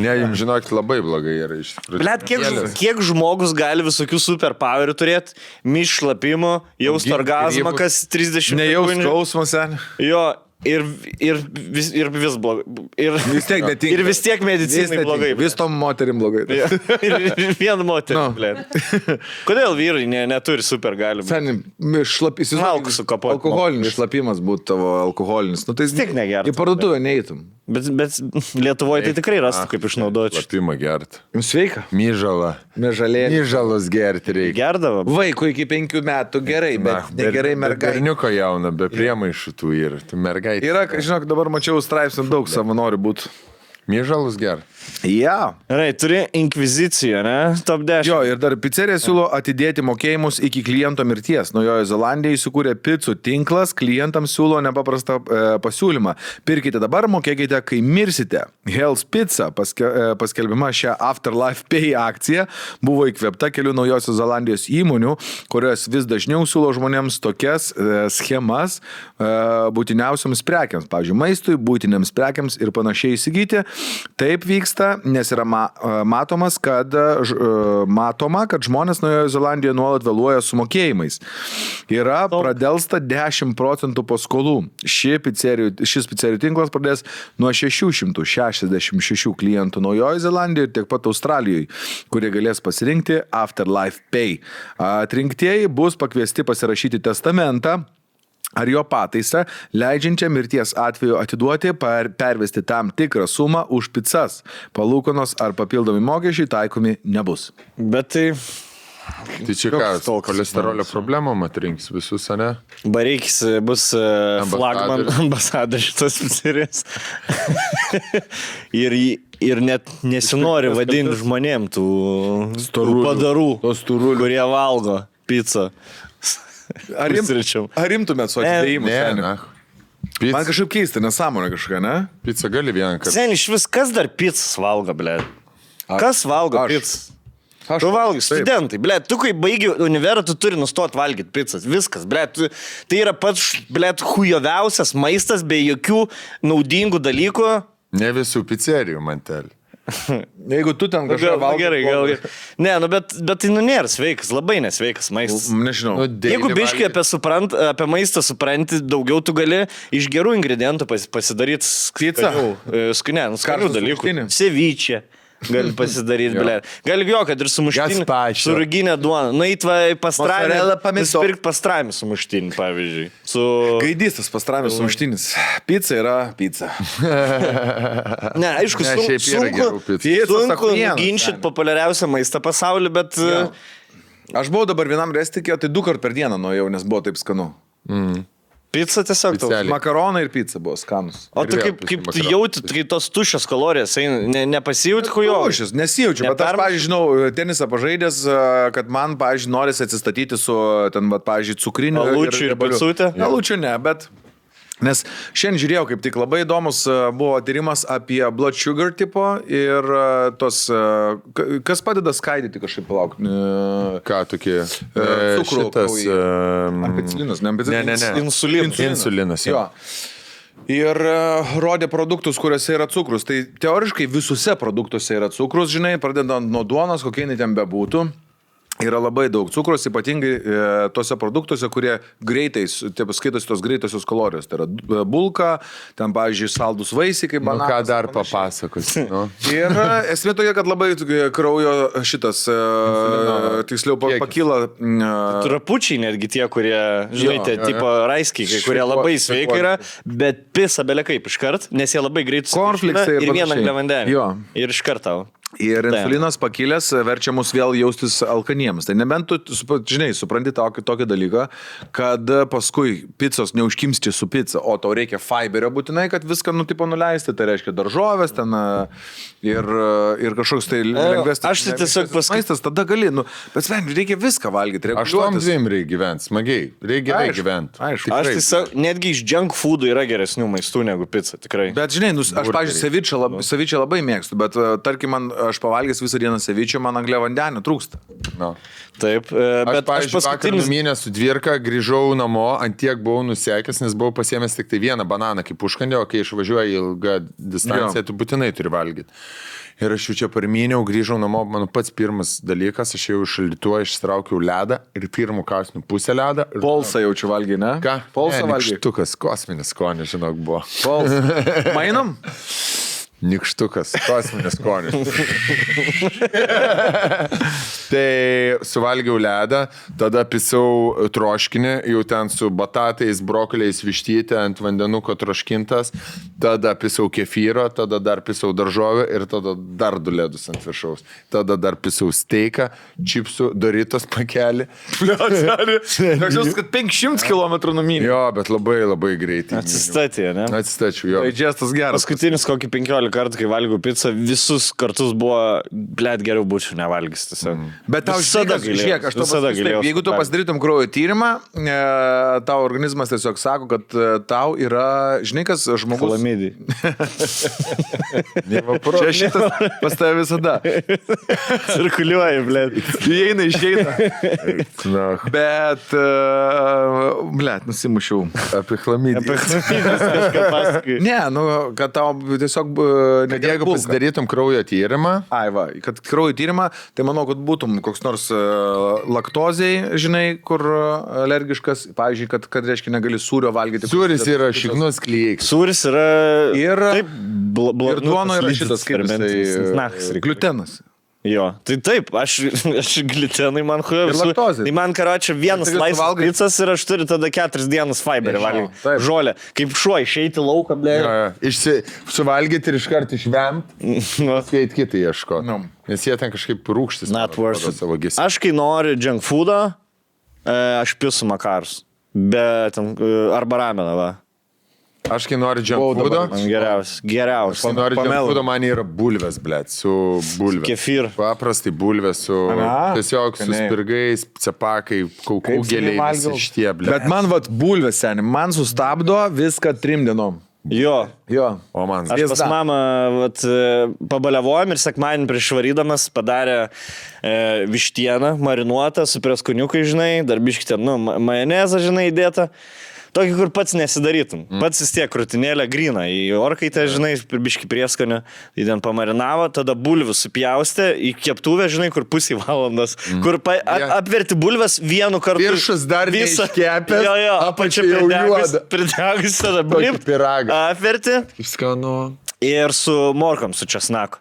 S1: Ne, jums žinokit, labai blogai yra iš tikrųjų.
S2: Blet, kiek, ž- kiek žmogus gali visokių superpowerių turėti, mišlapimo, jaust
S1: Augint
S2: orgasmą
S1: grybus.
S2: kas 30
S3: Nejaus
S2: sekundžių.
S3: skausmo sen.
S2: Jo, ir, ir, vis, ir vis blogai. Ir,
S3: Nu, Vis tiek netinka.
S2: ir vis tiek medicinai blogai.
S3: Vis tom moterim blogai.
S2: Jo, ir, ir vien moterį.
S3: Nu.
S2: No. Kodėl vyrai ne, neturi supergalių?
S3: Sen, šlapis,
S2: Malkų sukapot.
S3: Alkoholinis šlapimas būtų tavo alkoholinis. Nu, tai jis
S2: Vis tiek negertum,
S3: Į parduotuvę neįtum.
S2: Bet, bet Lietuvoje tai tikrai
S3: Ah,
S2: rastų, kaip išnaudoti.
S1: Šlapimą gerti.
S3: Jums sveika.
S1: Myžalą.
S3: Mežalėlė.
S1: Myžalos gerti
S3: tai-
S1: reikia.
S2: Gerdavo.
S3: Vaikų iki penkių metų gerai, bet negerai mergaitė.
S1: Berniuko jauna, be priemaišų tų ir mergaitė.
S3: Yra, žinok, dabar mačiau straipsnių daug savanorių būtų.
S1: Myžalus gerti.
S3: Ja.
S2: Gerai, turi inkviziciją, ne? Top 10.
S3: Jo, ir dar pizzerija siūlo atidėti mokėjimus iki kliento mirties. Naujojo Zelandijoje įsikūrė pizzų tinklas, klientams siūlo nepaprastą e, pasiūlymą. Pirkite dabar, mokėkite, kai mirsite. Hell's Pizza paske, e, paskelbima šią Afterlife Pay akciją buvo įkvėpta kelių naujosios Zelandijos įmonių, kurios vis dažniau siūlo žmonėms tokias e, schemas e, būtiniausiams prekiams, pavyzdžiui, maistui, būtiniams prekiams ir panašiai įsigyti. Taip vyksta, nes yra ma, e, matomas, kad, e, ž, e, matoma, kad žmonės Naujojo Zelandijoje nuolat vėluoja su mokėjimais. Yra pradelsta 10 procentų paskolų. Ši pizzerijų, šis pizzerijų tinklas pradės nuo 666 klientų Naujojo Zelandijoje ir tiek pat Australijoje, kurie galės pasirinkti Afterlife Pay. Atrinktieji bus pakviesti pasirašyti testamentą ar jo pataisą, leidžiančią mirties atveju atiduoti, per, pervesti tam tikrą sumą už pizzas. Palūkonos ar papildomi mokesčiai taikomi nebus.
S2: Bet tai
S1: Tai čia
S2: Koks
S1: ką,
S2: toks
S1: cholesterolio
S2: žmogus?
S1: problemą matrinks visus, ar ne?
S2: Bareikis bus e, flagman ambasadorius šitos pizzerijos. ir, jį- ir net nesinori vadinti žmonėm tų
S3: Storulių.
S2: tų padarų,
S3: Tos storulių.
S2: kurie valgo pizzą.
S3: Ar,
S2: imt- Pusryčiam.
S3: ar imtumėt su
S2: atidėjimu,
S3: atidėjimu?
S1: Ne, ne.
S3: Man
S1: Pica,
S3: kažkaip keista, nesąmonė kažkokia, ne?
S1: pica gali vieną kartą.
S2: Sen iš vis, kas dar pizzas valgo, ble? Kas valgo
S3: aš.
S2: pizzas?
S3: Nu,
S2: Tu valgai, studentai, ble, tu kai baigi universitetą, tu turi nustoti valgyti pizzas, viskas, ble, tu, tai yra pats, ble, hujoviausias maistas be jokių naudingų dalykų.
S1: Ne visų pizzerijų mantelį.
S3: Jeigu tu ten kažką
S2: Nu, Gal,
S3: valgai.
S2: gerai, gal. Ne, nu, bet, bet tai nu nėra sveikas, labai nesveikas maistas.
S3: Nežinau.
S1: Nu,
S3: Nu,
S1: daily
S2: Jeigu biškai
S1: valgyt.
S2: apie, suprant, apie maistą supranti, daugiau tu gali iš gerų ingredientų pas, E, pasidaryti
S3: Picą?
S2: skanių, nu, skanių
S3: Karštą
S2: dalykų.
S3: sumuštinį?
S2: Sevyčią. Gali pasidaryti, ble. Gali jo, kad ir sumuštinį. Nu,
S1: Gazpacho.
S2: Su ruginė duona. Na, įtvai pastrami.
S3: Mozzarella, pomidor.
S2: Pirk pastrami sumuštinį, pavyzdžiui. Su...
S3: Gaidys tas pastramis sumuštinis. Pica yra pica.
S2: Ne, aišku,
S1: Ne,
S2: sun,
S1: šiaip yra gerų
S2: sunku,
S1: picų.
S2: sunku
S3: sako, vienas,
S2: ginčyti populiariausią maistą pasaulyje, bet... e,
S3: Jo. Aš buvau dabar vienam restikė, tai du kart per dieną nuėjau, nes buvo taip skanu.
S2: Pica tiesiog tau.
S1: Picelė.
S3: Makaronai ir pica buvo skanus.
S2: O
S1: Ir
S2: tu
S1: vėl
S2: kaip,
S1: pica
S2: kaip tu
S1: makaronai.
S2: jauti, kaip tos tušios kalorijos, eina, ne, nepasijūti kujo.
S3: Aš nesijaučiu, bet aš,
S2: Nepermuš-
S3: pavyzdžiui, žinau, tenisą pažaidęs, a, kad man, pavyzdžiui, norisi atsistatyti su, e, ten, vat, pavyzdžiui, cukriniu.
S2: Alučiu ir
S3: riebaliu.
S2: picute?
S3: Alučiu ne, bet. Nes šiandien žiūrėjau, kaip tik labai įdomus a, buvo tyrimas apie blood sugar tipo ir a, tos, a, ka- kas padeda skaidyti kažkaip palauk. e,
S1: Ką tokie? e,
S3: cukrų
S1: Šitas.
S3: kraujyje.
S1: em,
S3: Ampicilinas, ne ampicilinas.
S1: Ehm, Ne, ne, ne.
S2: Insulinas.
S1: Insulinas, jo.
S3: Jo. Ir e, rodė produktus, kuriuose yra cukrus. Tai teoriškai visuose produktuose yra cukrus, žinai, pradedant nuo duonos, kokie jinai ten bebūtų. Yra labai daug cukrus, ypatingai e, tose produktuose, kurie greitai, s- taip skaitosi tos greitosios kalorijos. Tai yra d- bulka, ten, pavyzdžiui, saldus vaisiai, kaip
S1: Nu, ką
S3: bananas.
S1: dar papasakosi? Nu.
S3: Ir e, esmė tokia, kad labai e, kraujo šitas, e, tiksliau, pa-
S1: Kiekis.
S3: pakyla. e,
S2: Trapučiai netgi tie, kurie, žinai,
S3: Jo,
S2: tie
S3: jo,
S2: tipo raiskiai, kurie
S1: Šlifuo-
S2: labai
S1: šlifuoti.
S2: sveikai yra, bet pisa belekaip iškart, nes jie labai greit
S3: Cornflakesai
S2: suvirškina
S3: tai ir
S2: ir vieną
S3: panašiai.
S2: angliavandenį.
S3: Jo.
S2: Ir iškart tau.
S3: Ir
S2: Taip.
S3: insulinas pakilęs verčia mus vėl jaustis alkaniems. Tai nebent tu, supa- žinai, supranti tokį, tokį dalyką, kad paskui picos neužkimsti su pica, o tau reikia fiberio būtinai, kad viską nutipo nuleisti. Tai reiškia daržovės ten a, ir, a, ir kažkoks tai lengvesnis.
S2: aš tai tiesiog paskui-
S3: Maistas tada gali, nu, bet sven, reikia viską valgyti.
S1: Aš tom dviem reikia gyventi, smagiai. Reikia gerai
S3: Aišku,
S1: gyventi.
S3: aišku.
S2: Aš tiesiog, netgi iš junk foodų yra geresnių maistų negu pica, tikrai.
S3: Bet žinai, nu, aš,
S1: Burgeriai.
S3: pavyzdžiui, savyčią labai mėgstu, bet a, tarkim, man, aš pavalgęs visą dieną savyčią, man anglė vandenio trūksta.
S1: Nu.
S2: Taip, e,
S1: Aš,
S2: bet aš, aš paskutinis...
S1: mėnesį su dvirka grįžau namo, ant tiek buvau nusekęs, nes buvau pasiemęs tik tai vieną bananą kaip užkandė, o kai išvažiuoji ilgą distanciją,
S3: Jo.
S1: tu būtinai turi valgyti. Ir aš jų čia parmyniau, grįžau namo, mano pats pirmas dalykas, aš jau šaldytuo ištraukiau ledą ir pirmų kausnių pusę ledą. Ir...
S3: Polsą jaučiu valgyti, ne?
S1: Ką?
S3: Polsą valgyti.
S1: Nikštukas, kosminis skonis, žinok, buvo.
S3: Pols. Mainom?
S1: Nikštukas, kosminis skonis. tai suvalgiau ledą, tada pisau troškinį, jau ten su batatais, brokoliais, vištytė ant vandenuko troškintas, tada pisau kefyro, tada dar pisau daržovę ir tada dar du ledus ant viršaus. Tada dar pisau steiką, čipsų, doritos pakelį.
S3: Aš jau kad 500 km numynė.
S1: Jo, bet labai labai greitai.
S2: Atsistatė, ne?
S1: Atsistačiau, jo.
S3: Tai džestas geras.
S2: Paskutinis kokį 15 kartų, kai valgiau pizzą, visus kartus buvo, blėt, geriau būčiau nevalgęs tiesiog.
S3: Mhm. Bet tau
S2: visada
S3: žinai, kas-
S2: galėjau.
S3: žiūrėk, aš tau
S2: visada
S3: pasakysiu taip,
S2: galėjau.
S3: Jeigu tu pasidarytum kraujo tyrimą, e, tavo organizmas tiesiog sako, kad e, tau yra, žinai, kas žmogus.
S2: Kalamidį.
S3: Čia šitas pas tave visada.
S2: Cirkuliuoja, blėt.
S3: Įeina, išeina.
S1: Na,
S3: Bet,
S1: e,
S3: blėt, nusimušiau.
S1: apie chlamydį.
S2: Apie kalamidį kažką pasakai.
S3: Ne, nu, kad tau tiesiog... e,
S1: Kad jeigu pasidarytum kraujo tyrimą,
S3: Ai, va, kad kraujo tyrimą, tai manau, kad būtum koks nors e, laktozijai, žinai, kur e, alergiškas, pavyzdžiui, kad, kad reiškia, negali sūrio valgyti.
S1: Sūris yra šiknus klyks.
S2: Sūris yra.
S3: Ir-
S2: Taip, nu, bl bl
S3: Ir duona yra šitas kaip
S2: fermentas. Na,
S3: jisai, e, gliutenas.
S2: Jo, tai taip, aš, aš gliutenai man hujo
S3: Ir
S2: visų.
S3: laktozė.
S2: Tai man karočią vienas
S3: Tai tu
S2: laisvas
S3: valgai-
S2: picas ir aš turiu tada keturias dienas fiberį valgyti.
S3: taip.
S2: Žolė, kaip šuo išeiti lauką, blė.
S1: Išsi, suvalgyti ir iškart išvemti,
S2: Nu,
S1: kai eit kitai ieško.
S3: Nu.
S1: Nes jie ten kažkaip rūkštis.
S2: Not
S1: man atrodo,
S2: worth it.
S1: Savo gis.
S2: Aš kai noriu junk foodo, e, aš pisu makarus. Bet, arba rameną, va.
S1: Aš kai noriu džempūdo,
S2: Man geriausias. Geriausias.
S1: kai noriu
S3: Pamela.
S1: džempūdo, man yra bulvės, blėt, su bulvės.
S2: Kefyr.
S1: Paprastai bulvės su...
S3: Ana,
S1: Tiesiog su
S3: skaniai.
S1: spirgais, cepakai, kaukų
S3: Kaip skaniai
S1: gėliai,
S3: valgiau.
S1: šitie, blėt.
S3: Bet man, vad, bulvės seniai, man sustabdo viską trim dienom.
S2: Jo.
S3: Jo.
S1: O man.
S2: Aš pas mamą vat, e, pabaliavojom ir sekmadienį prieš varydamas padarė e, vištieną marinuotą su preskoniukai, žinai, darbiškite, nu, ma- majonezą, žinai, įdėtą. Tokį, kur pats nesidarytum.
S1: Mm.
S2: Pats vis tiek krūtinėlę grina į orkaitę, žinai, biški prieskonio, jį ten pamarinavo, tada bulvius supjaustė į keptuvę, žinai, kur pusį valandos, kur pa, a,
S1: Yeah.
S2: apverti bulves vienu kartu.
S1: Mm. Viršus dar neiškepęs,
S2: Jo, jo,
S1: apačia
S2: apačia
S1: jau
S2: pridegus,
S1: juoda.
S2: pridegus tada blipt,
S1: pyragą.
S2: apverti
S1: Skanu.
S2: Ir su morkom, su česnaku.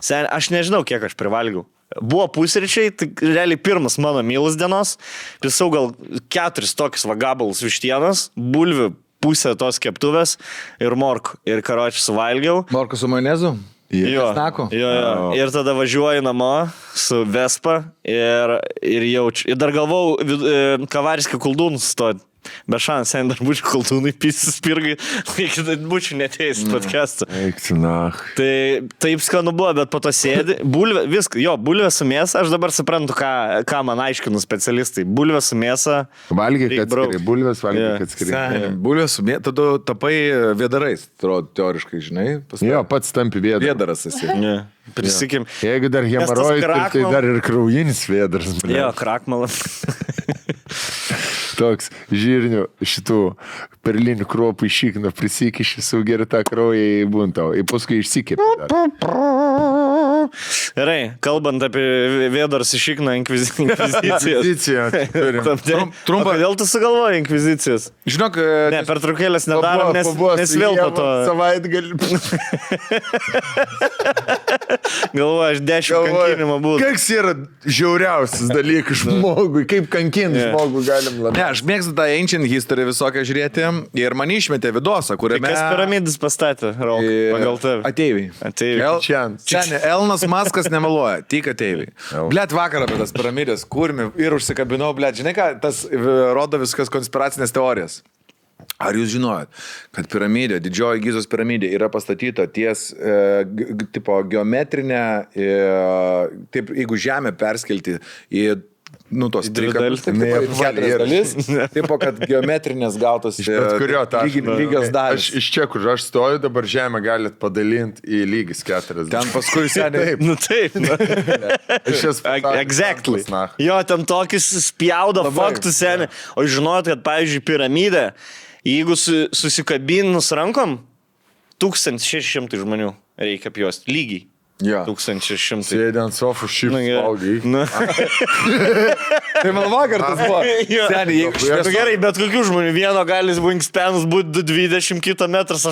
S2: Sen, aš nežinau, kiek aš privalgiau. Buvo pusryčiai, tai realiai pirmas mano mylas dienos, pisau gal keturis tokius vagabalus vištienos, bulvių pusę tos keptuvės ir morkų. Ir karočią suvalgiau.
S3: Morku su majonezu?
S2: Jo,
S3: česnaku?
S2: jo, jo. Ir tada važiuoju namo su Vespa ir, ir jaučiu. Ir dar galvau vid- e, kavariskį kuldūnus stoti. be šansų, sen dar būčiau kaltūnai, pysis pirgai, būčiau neteisęs podcast'ą.
S1: Eiksinach.
S2: Tai taip skanu buvo, bet po to sėdi. Bulvė, viską, jo, bulvė su mėsa, aš dabar suprantu, ką, ką man aiškino specialistai. Bulvė su mėsa.
S1: Valgyk
S2: Reik braukt.
S1: atskirai, bulvės
S2: Jo.
S1: valgyk atskirai.
S2: Sa-
S3: Bulvės, sumė- tada tapai e, vėdarais, atrodo, teoriškai, žinai. pas tave.
S1: Jo, pats tampi vėdas.
S3: Vėdaras esi.
S2: Ne. Prisikim.
S1: Jeigu dar
S2: tas
S1: hemorojus, tai
S2: krakmol-
S1: dar ir kraujinis vėdas.
S2: Jo, krakmalas.
S1: toks žirnių šitų perlinių kruopų išikna prisikiši, sugeri tą kraują į buntą, į paskui išsikėpė.
S2: Gerai, kalbant apie Vėdars išikną inkvizicijas. Trum,
S3: Trum- trumpą-
S2: Kodėl tu sugalvoji inkvizicijas?
S3: Žinok, e,
S2: Ne, pertraukėlės nedarom, nes, nes vėl po to
S1: Savaitgalį.
S2: galvoju, aš dešimt
S1: Galvoju,
S2: kankinimo būdų.
S1: Koks yra žiauriausias dalykas žmogui, kaip kankinti
S2: Jo.
S1: žmogų galim
S3: Nu. Ne,
S1: labiau.
S3: aš mėgstu tą ancient history visokią žiūrėti ir man išmetė vidosą,
S2: Tai
S3: kuriame...
S2: kas piramidis pastatė, Rauk, pagal tave?
S3: Ateiviai.
S2: Ateiviai.
S1: Čia.
S3: Čia ne, Elnas Maskas nemeluoja, tik ateiviai. Blet vakar apie tas piramidės, kurmi ir užsikabinau, blet, žinai ką, tas e, rodo viskas konspiracinės teorijas. Ar jūs žinojot, kad piramidė, didžioji Gizos piramidė yra pastatyta ties, e, g- g- tipo, geometrinė, e, taip, jeigu žemę perskelti į, nu, tos
S2: Į dvi dalis.
S3: taip, taip,
S1: Ne,
S3: į keturias
S1: apvaliai
S3: dalis, tipo, kad geometrinės gautos iš
S1: Bet kurio taško.
S3: lygios
S1: Aš
S3: dalis.
S1: iš čia, kur aš stoju, dabar žemę galit padalinti į lygis 40.
S3: Ten paskui seniai.
S1: Taip,
S2: Nu taip. nu.
S1: aš esu.
S2: Exactly.
S1: Nah.
S2: Jo, ten tokius spjaudo faktų seniai. O žinot, kad, pavyzdžiui, piramidė, jeigu su, susikabinus rankom, 1600 žmonių reikia apjuos. Lygiai.
S1: Jo.
S2: 1600.
S1: Sėdė ant sofų šip
S2: Nu, gerai.
S1: spaudai.
S2: Nu,
S3: Tai man vakar tas buvo.
S2: Jo.
S3: Seniai, jeigu
S2: nu,
S3: šviesu
S2: gerai, bet kokių žmonių. Vieno galis wingspanas būtų 20 km 8.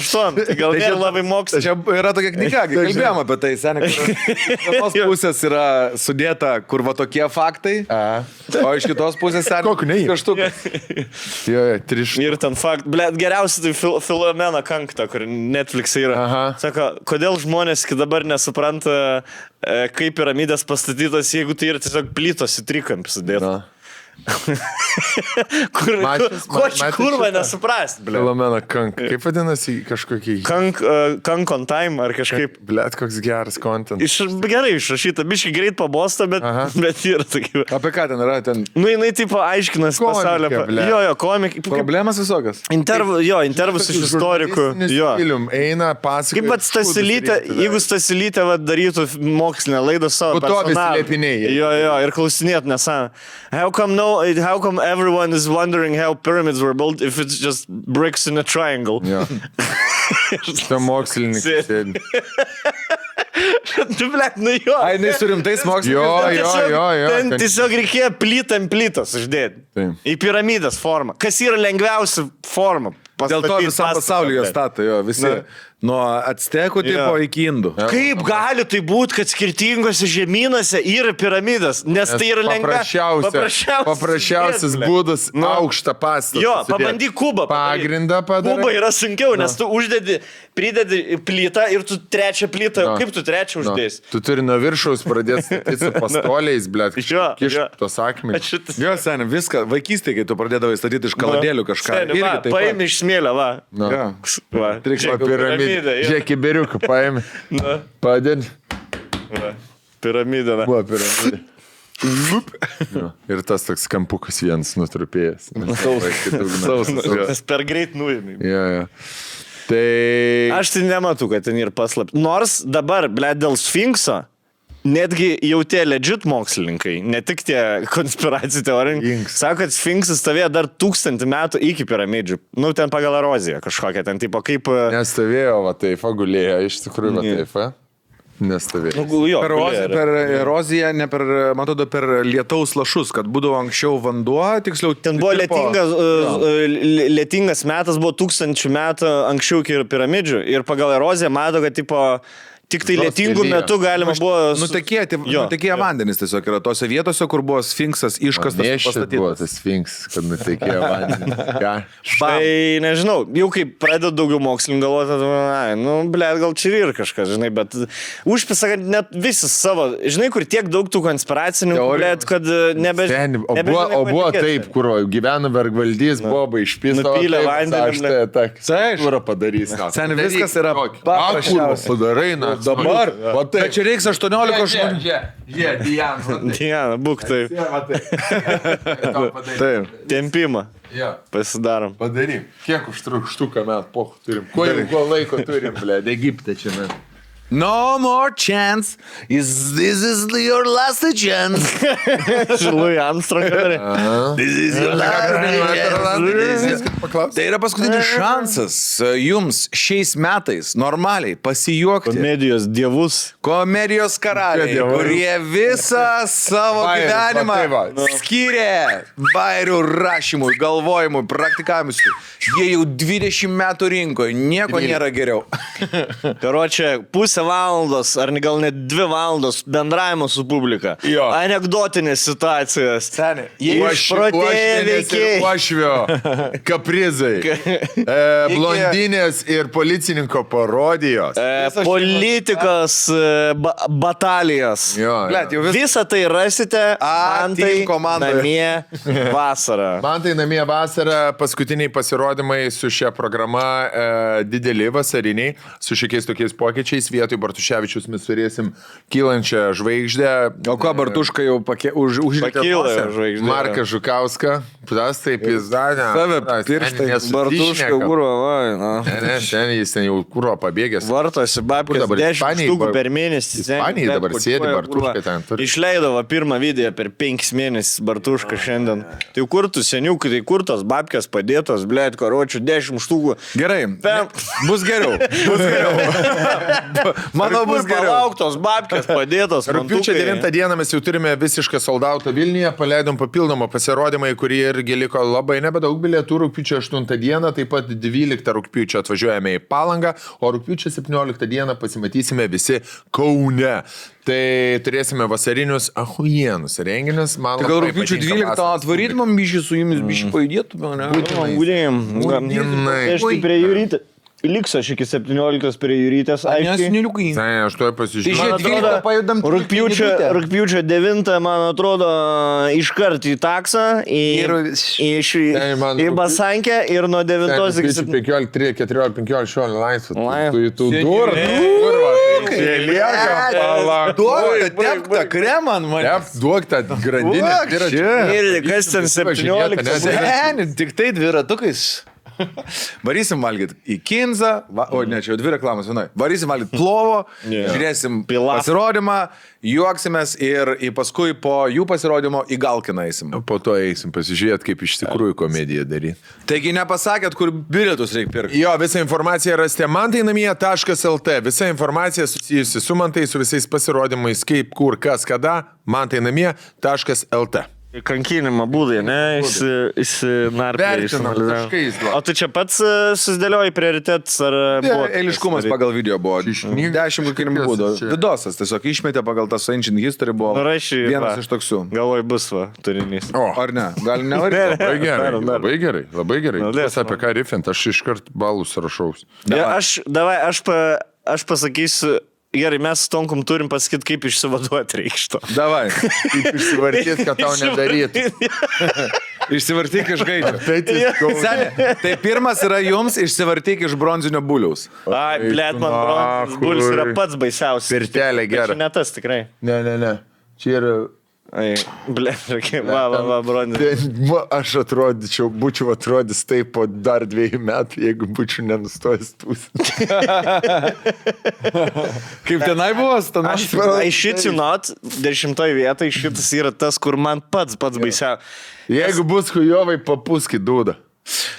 S2: Tai gal
S3: Tai
S2: nėra
S3: čia-
S2: labai
S3: Tai
S2: mokslas.
S3: Čia yra tokia knyga, kai kalbėjom apie tai, seniai. Iš vienos pusės yra sudėta, kur va tokie faktai,
S1: A.
S3: o iš kitos pusės seniai.
S1: Kokiu neįjau?
S3: Kažtuk.
S1: Jo, jo, triš.
S2: Ir ten fakt, blėt, geriausia tai fil Filomena Kankta, kur Netflix'e yra.
S1: Aha.
S2: Sako, kodėl žmonės iki dabar nesupranta, e, kaip piramidės pastatytas, jeigu tai yra tiesiog plytos į trikampį sudėta. Kur,
S1: Mačius-
S2: ko čia
S1: matęs
S2: kurva
S1: šitą?
S2: nesuprast, blėt.
S1: Filomena Kank. Kaip vadinasi kažkokie...
S2: Kank, e, kank on time ar kažkaip.
S1: Blet, koks geras kontentas.
S2: Iš, gerai išrašyta, biškai greit pabosta, bet,
S1: Aha.
S2: bet yra tokia.
S3: Apie ką ten yra? Ten
S2: Nu, jinai taip aiškinasi
S1: Komikė,
S2: pasaulio. pa-
S1: blet.
S2: Jo, jo, komikė.
S3: problemas visokios.
S2: Interv, jo, intervus iš istorikų. Jo.
S1: Ilium eina, pasakoja.
S2: Kaip pat Stasilytė, jeigu Stasilytė va, darytų mokslinę laidą savo.
S1: Po to visi
S2: personažą.
S1: liepiniai.
S2: Jo, jo, ir klausinėt nesąmonę. How, come no, how come everyone is wondering how pyramids were built if it's just bricks in a triangle?
S1: Jo. Šitą mokslininką. sėdi.
S2: tu blek, nu jo.
S3: Ai, jis su rimtais
S1: Jo,
S3: mokslais.
S1: jo,
S2: Tiesiog
S1: jo, jo.
S2: Ten
S1: ten-
S2: tiesiog reikėjo plytą ant plytos uždėti.
S1: Taip.
S2: Į piramidės formą. Kas yra lengviausia forma?
S3: Dėl to
S2: pastatyt
S3: visam
S2: pastatą.
S3: pasaulyje stato, jo, visi. Nuo actekų tipo
S2: Jo.
S3: iki indų.
S2: Kaip gali tai būti, kad skirtingose žemynuose yra piramidas? Nes tai yra lengva.
S1: Paprasčiausia-
S2: paprasčiausias
S1: Paprasčiausias
S2: sudėt, ble.
S1: būdas nu. aukštą pastatą.
S2: Jo,
S1: sudėt.
S2: pabandyk kubą. padaryt.
S1: Pagrindą
S2: Kuba
S1: padaryti.
S2: yra sunkiau, nes tu uždedi, pridedi plytą ir tu trečią plytą.
S1: Na.
S2: Kaip tu trečią
S1: Nu.
S2: uždėsi? Nu.
S1: Tu turi nuo viršaus pradėti su pastoliais, blėt.
S2: Jo, jo.
S1: Iš tos akmenys.
S2: Šitas.
S3: Jo, seniai, viską, vaikystėje, kai tu pradėdavai statyti iš kaladėlių kažką.
S2: Seni, va,
S3: taip pat.
S2: Paimi iš smėlio, va.
S1: Na.
S3: Jo.
S2: va.
S1: Trikšma
S2: žiūrėk,
S1: piramidė.
S2: jo. Nu.
S1: Žiūrėk, beriuką paėmė.
S2: Na.
S1: Padėdė.
S2: Va. Piramidė, va.
S1: Buvo piramidė. Jo. Nu. Ir tas toks kampukas vienas nutrupėjęs. Nu, Sausas. Jo,
S2: Nes Nu, per greit nuėmė.
S1: jo. Tai...
S2: Aš tai nematau, kad ten ir paslapti. Nors dabar, ble, dėl Sfinkso, netgi jau tie legit mokslininkai, ne tik tie konspiracijų teorininkai,
S1: Inks.
S2: sako, kad Sfinksas stovėjo dar tūkstantį metų iki piramidžių. Nu, ten pagal eroziją kažkokią, ten tipo kaip... e, Ne.
S1: Nestovėjo, va taip, gulėjo, iš tikrųjų, va
S2: Ne.
S1: taip, va. Nestovėjo.
S2: nu, Jo,
S3: Per,
S2: gulėjo
S3: eroziją,
S2: ir-
S3: per eroziją, ne per, man atrodo, per lietaus lašus, kad būdavo anksčiau vanduo, tiksliau.
S2: Ten buvo e,
S3: tipo-
S2: lėtingas, lėtingas metas, buvo tūkstančių metų anksčiau iki piramidžių ir pagal eroziją mato, kad tipo Tik tai lietingų
S1: lyja.
S2: metų
S3: Nu,
S2: galima buvo... su-
S3: Nutekėti,
S2: Jo,
S3: nutekėję
S2: jo.
S3: vandenys tiesiog yra tose vietose, kur buvo sfinksas iškastas ir
S1: Nešit buvo tai
S3: pastatytas.
S1: tas sfinks, kad nutekėjo vandenį. Ką?
S2: Tai nežinau, jau kai pradedu daugiau mokslinį galvoti, tai, ai, nu, ble, gal čia ir kažkas, žinai, bet užpisa, kad net visi savo, žinai, kur tiek daug tų konspiracinių, ble, kad e,
S1: Ten,
S2: nebežinau.
S1: o buvo, o buvo taip, kur gyveno vergvaldys, bobai išpildo.
S2: Nupylė vandenį,
S1: Aš
S2: ne.
S1: tai tą kultūrą padarys.
S3: Ten viskas yra
S1: Akurvas
S3: paprasčiausia.
S1: padarai, na.
S3: Dabar.
S1: Va
S3: Nu,
S1: tai.
S3: Bet
S1: taip.
S3: čia reiks 18 žmonių.
S6: Jie, Diana.
S2: Diena, būk taip,
S3: Taip.
S2: tempimą
S1: Jo.
S2: pasidarom.
S1: Padarim. Kiek užtruks štuką metų, poh, turim. Ko ilgo laiko turim, blė, Egipte čia mes.
S3: No more chance. Is, this is your last chance.
S2: Žilui Amstrongas.
S3: This is your last chance.
S1: Paklausim.
S3: Tai yra paskutinis šansas e, jums šiais metais normaliai pasijuokti.
S2: Medijos dievus.
S3: Komedijos karaliai,
S1: Dievai.
S3: kurie visą savo
S1: Bairius,
S3: gyvenimą
S1: va tai va. Nu.
S3: skyrė bairių rašymui, galvojimui, praktikavimui. Jie jau 20 metų rinkoje, nieko nėra geriau.
S2: Karočią, pusę valandos, ar ne- gal net dvi valandos bendravimo su publika.
S1: Jo.
S2: Anekdotinės situacijos.
S3: Seniai,
S2: Jie išprotėję veikiai.
S1: Ošvio kaprizai. E, blondinės ir policininko parodijos.
S2: E, Politikos e, ba batalijos.
S1: Jo.
S3: Blet, jau vis...
S2: Visą tai rasite
S3: A,
S2: Antai
S3: team komandoje.
S2: namie vasarą.
S1: Man tai namie vasara, paskutiniai pasirodymai su šia programa e, dideli vasariniai, su šiekiais tokiais pokyčiais. Vietoj Bartuševičius mes turėsim kylančią žvaigždę.
S3: O ko Bartuška jau pakė... už, užlėkė?
S2: Pakilo jau žvaigždė.
S1: Marką Žukauską, tas taip jis darė.
S3: Save pirštai.
S2: Bartuška, kurva, va, na.
S1: Ne, ne, šiandien jis ten jau kūro pabėgęs.
S2: Vartosi, babkės,
S1: dabar,
S2: 10
S1: Ispanijai
S2: štukų
S1: bar-
S2: per mėnesį.
S1: Ispanijai
S2: ten,
S1: dabar
S2: ten
S1: sėdi,
S2: kurčiuoja,
S1: Bartuška
S2: kurva.
S1: ten turi.
S2: Išleido va pirmą video per 5 mėnesius Bartušką šiandien. Tai kur tu seniukai, tai kur tos babkės padėtos, blėt, karočių, 10 štukų.
S3: Gerai.
S2: Pem-
S3: Bus geriau. Bus geriau. Manau, bus geriau.
S2: Lauktos babkės padėtos.
S1: Rūpiučio 9 dieną mes jau turime visišką soldautą Vilniuje, paleidom papildomą pasirodymą, į kurį irgi liko labai nebedaug bilietų. Rūpiučio 8 dieną, taip pat 12 rūpiučio atvažiuojame į Palangą, o rūpiučio 17 dieną pasimatysime visi Kaune. Tai turėsime vasarinius ahujienus renginius. Man
S3: Tai Gal
S1: labai
S3: rūpiučio
S1: patinka
S3: 12
S1: vasaros
S3: atvaryt man bišį su jumis, bišį pajudėtume, ne?
S2: Gulėjom.
S1: Būtinai.
S2: Aš tai prie jūrytės. Liksiu aš iki 17 prie jūrytės.
S3: Nes neliukai.
S1: Ne, aš tuoj
S3: Tai
S1: pasižiūrėjau.
S3: žiūrėk, 12 pajudam tik
S2: Rūpiučio,
S3: minutę.
S2: rūpiučio 9, man atrodo, iškart į taksą, į,
S3: Ir-
S2: į, šį,
S1: Ei, man
S2: į
S1: rugpjū-
S2: basankę ir nuo 9 iki 7.
S1: 15, 3, 14, 15, 16 laisvas.
S2: Laif.
S1: Tu, tu, tu dur, dur. Čia lieka
S3: Duokite
S1: palakų.
S3: teptą kremą ant manęs.
S1: Tep, duok tą grandinę.
S3: Uak,
S1: dviračių.
S3: čia.
S2: Ir kas ten
S1: Važinėta,
S2: 17?
S1: ne?
S3: Seni, tik tai dviratukais. Varysim valgyti į Kinzą, va, o ne, čia jau dvi reklamos vienoje. Varysim valgyti plovo, yeah. žiūrėsim
S2: Pilaf.
S3: pasirodymą, juoksimės ir į paskui po jų pasirodymo į Galkiną eisim.
S1: Po to eisim pasižiūrėti, kaip iš tikrųjų komediją daryti.
S3: Taigi nepasakėt, kur bilietus reikia pirkti.
S1: Jo, visą informaciją rasite mantainamie.lt. Visa informacija susijusi su mantai, su visais pasirodymais, kaip, kur, kas, kada, mantainamie.lt.
S2: Kankinimo būdai, ne? э, Įsinarpėti.
S1: Vertinam taškais, va.
S2: O tu čia pats e, susidėlioji prioritetus ar... e,
S3: Ne,
S2: buvo tas
S3: Eiliškumas
S2: padaryta?
S3: pagal video buvo.
S1: Išnygęs.
S3: Dešimt kokių būdų.
S1: Čia.
S3: Vidosas tiesiog išmetė pagal tą su Ancient History buvo.
S2: Nurašy, Nu, va.
S3: Vienas iš toksių.
S2: Galvoj bus, va, turinys.
S1: O,
S3: Ar ne? Gal nevaryt?
S1: Labai gerai,
S2: Darom, darom.
S1: labai gerai, labai gerai.
S2: Nu,
S1: Jūs
S2: dėsim.
S1: apie ką rifint, aš iškart balus rašaus.
S2: Ja, aš, davai, aš, pa, aš pasakysiu, gerai, mes su Tonkum turim pasakyti, kaip išsivaduoti reikšto.
S3: Davai.
S1: Kaip išsivartyt, kad tau nedaryt.
S3: Išsivartyk iš gaidžio.
S1: Tai tiesiog.
S3: Seni, tai pirmas yra jums išsivartyk iš bronzinio buliaus.
S2: Ai, blėt, man bronzas
S1: nachui.
S2: bulis yra pats baisiausias.
S1: Pirtelė
S2: Bet
S1: gera.
S2: čia Ne tas tikrai.
S1: Ne, ne, ne. Čia yra.
S2: Ai, blėt, reikia, va, va, va, bronzas.
S1: Va, Aš atrodyčiau, būčiau atrodys taip po dar dviejų metų, jeigu būčiau nenustojęs tūs.
S3: Kaip tenai buvo, ten aš.
S2: Ai, šit you not, dešimtoj vietai šitas yra tas, kur man pats pats baisiausias.
S1: Jeigu bus hujovai, papuskit dūdą.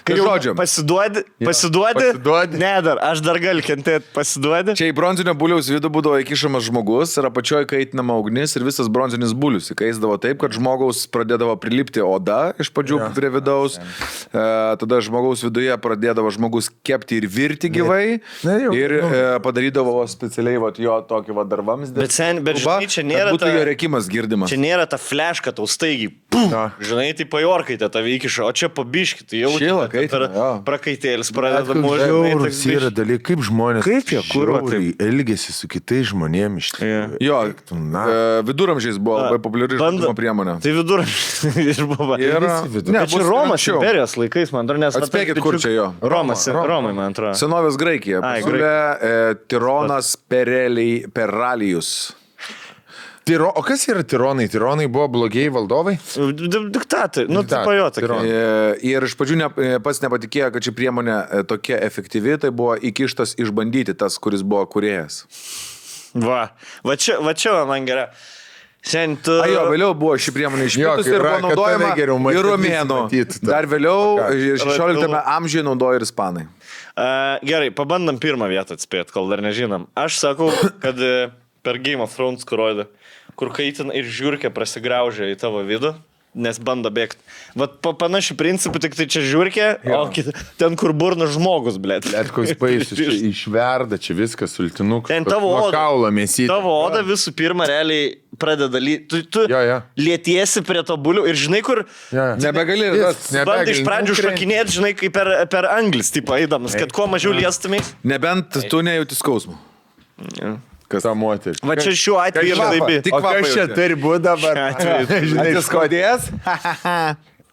S2: Kai jau
S3: Tai Žodžiu.
S2: Pasiduodi, pasiduodi,
S1: Pasiduodi.
S2: Ne, dar, aš dar galiu kentėti, pasiduodi.
S3: Čia į bronzinio buliaus vidų būdavo įkišamas žmogus ir apačioje kaitinama ugnis ir visas bronzinis bulius įkaisdavo taip, kad žmogaus pradėdavo prilipti oda iš pradžių ja. prie vidaus, e, tada žmogaus viduje pradėdavo žmogus kepti ir virti gyvai
S1: Na, jau,
S3: ir
S1: nu.
S3: e, padarydavo specialiai vat, jo tokį vadarvams.
S2: Bet sen- bet žinai, čia nėra
S3: Būtų
S2: ta-
S3: jo reikimas girdimas.
S2: Čia
S3: Čia...
S2: nėra ta fleška tau staigiai. Pum, žinai, tai pajorkai te tave įkišo, o čia pabiškit, jau
S3: Šyla, kaitina, jo.
S2: prakaitėlis pradeda tai
S1: Žiaurus yra
S2: mužinti.
S1: dalykai, kaip žmonės.
S2: Kaip jie, kur va
S1: žiauriai elgiasi su kitais žmonėmis iš tikrųjų.
S3: Jo,
S1: Tu, na.
S3: e, viduramžiais buvo labai populiari žaidimo priemonė.
S2: Tai viduramžiai ir buvo.
S3: Ir,
S1: vidur-
S2: Bet čia
S3: bus ir
S2: Romas
S3: anksčiau.
S2: imperijos laikais, man atrodo, nes... va tas
S3: Atspėkit, kur
S2: bičiuk-
S3: čia jo.
S2: Romas,
S3: Roma, Roma.
S2: Romai, man atrodo.
S3: Senovės Graikija.
S2: Ai,
S3: Pasiūlė e, Tironas Pereliai, Peralijus.
S1: Tyro, o kas yra tironai? Tironai buvo blogiai valdovai?
S2: Di- Diktatai, nu tai
S1: Diktatai,
S2: pajota.
S1: tironai.
S3: E, ir iš pradžių ne, e, pats nepatikėjo, kad ši priemonė e, tokia efektyvi, tai buvo įkištas išbandyti tas, kuris buvo kuriejas.
S2: Va, va čia, va čia va man gera. Sen, tu...
S3: A, jo, vėliau buvo ši priemonė
S1: Jo,
S3: išplitusi
S1: kai
S3: ir
S1: ra-
S3: buvo
S1: kad
S3: naudojama
S1: tave geriau
S3: ir
S1: matytų,
S3: romėnų.
S1: matytų tą-
S3: Dar vėliau,
S1: Ką?
S3: e, 16 amžiuje naudojo ir ispanai.
S2: A, gerai, pabandom pirmą vietą atspėti, kol dar nežinom. Aš sakau, kad e, per Game of Thrones kuroidą, kur kaitina ir žiūrkė prasigraužia į tavo vidų. Nes bando bėgti. Vat pa, panašiu principu, tik tai čia žiūrkė, o kita, ten, kur burna žmogus, blėt.
S1: Net koks baisus, čia išverda čia viskas, sultinukas.
S2: Ten tavo oda.
S1: kaulą mesyti.
S2: Tavo oda visų pirma realiai pradeda lyti. Tu, tu
S1: Jo, jo.
S2: lietiesi prie to bulių ir žinai, kur...
S1: Ja.
S3: Nebegali rast.
S2: Bandai iš pradžių šokinėti, žinai, kaip per, per anglis, tipo, eidamas, kad kuo mažiau liestumai.
S3: Nebent tu nejauti skausmų.
S1: Kas ta moteris?
S2: Va čia šiuo atveju ir
S3: kvapą,
S2: taip.
S3: tik
S1: O
S3: kvapą
S1: kas čia
S3: jauti.
S1: taribu dabar?
S2: Šiuo atveju.
S1: Žinai,
S3: Atsiskodės?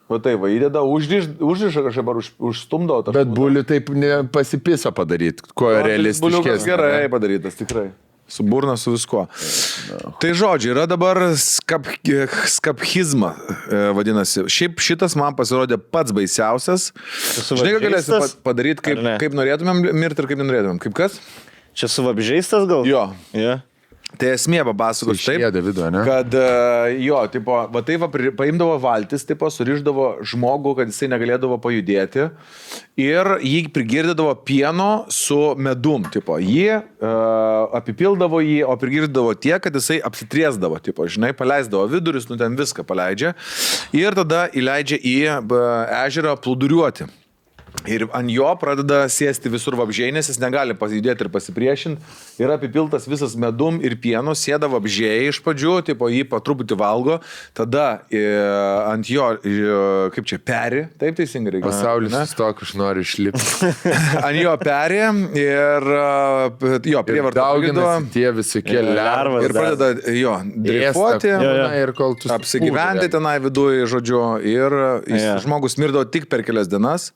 S3: O tai va, įdeda, užriš- užriša kažkaip ar už, užstumdo. tą
S1: Bet
S3: šūdą.
S1: bulių taip pasipisa padaryti, kuo realistiškesnis.
S3: Buliukas gerai padarytas, tikrai. Su burna, su viskuo. Tai žodžiu, yra dabar skap, skapchizma, e, vadinasi. Šiaip šitas man pasirodė pats baisiausias. Žinai, ką galėsim
S2: vabzdžiais tas?
S3: padaryti, kaip,
S2: Ar ne?
S3: kaip norėtumėm mirti ir kaip nenorėtumėm. Kaip kas?
S2: Čia su vabžiais tas gal?
S3: Jo.
S2: Ja.
S3: Tai esmė papasakos
S1: Taip,
S3: taip,
S1: Davido, ne?
S3: kad e, jo, tipo, va taip va, pri- paimdavo valtis, tipo, suriždavo žmogų, kad jisai negalėdavo pajudėti ir jį prigirdavo pieno su medum, tipo, jį uh, apipildavo jį, o prigirdavo tiek, kad jisai apsitriesdavo, tipo, žinai, paleisdavo vidurius, nu ten viską paleidžia ir tada įleidžia į e, ežerą plūduriuoti. Ir ant jo pradeda sėsti visur vabžiai, nes jis negali pasidėti ir pasipriešinti. Yra apipiltas visas medum ir pienu, sėda vabžiai iš pradžių, tipo jį patruputį valgo, tada e, ant jo, e, kaip čia, peri, taip teisingai reikia.
S1: Pasaulis
S3: ne?
S1: sustok, aš noriu išlipti.
S3: Ant jo peri ir e, jo, prievartą
S1: Dauginasi
S3: augindavo.
S1: tie visokie
S2: Ir
S1: lervos.
S2: lervos.
S3: Ir pradeda e, jo, drifuoti.
S1: ėst tą
S2: Jo, jo.
S1: kūną Ir kol tu
S3: apsigyventi tenai viduje, žodžiu, ir e, jis,
S2: Jo.
S3: yeah. žmogus mirdavo tik per kelias dienas.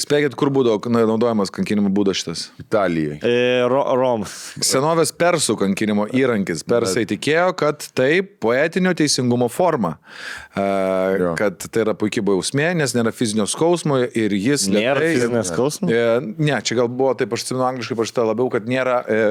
S3: Spėkit, kur būdavo na, naudojamas kankinimo būdas šitas.
S1: Italijai.
S2: E, ro, rom.
S3: Senovės persų kankinimo įrankis. Persai tikėjo, kad tai poetinio teisingumo forma.
S1: Jo.
S3: A, kad tai yra puikiai bausmė, nes nėra fizinio skausmo ir jis...
S2: Nėra
S3: lėtai-
S2: fizinės skausmo?
S3: E, Ne, čia gal buvo, taip aš atsimenu angliškai pašta labiau, kad nėra, e,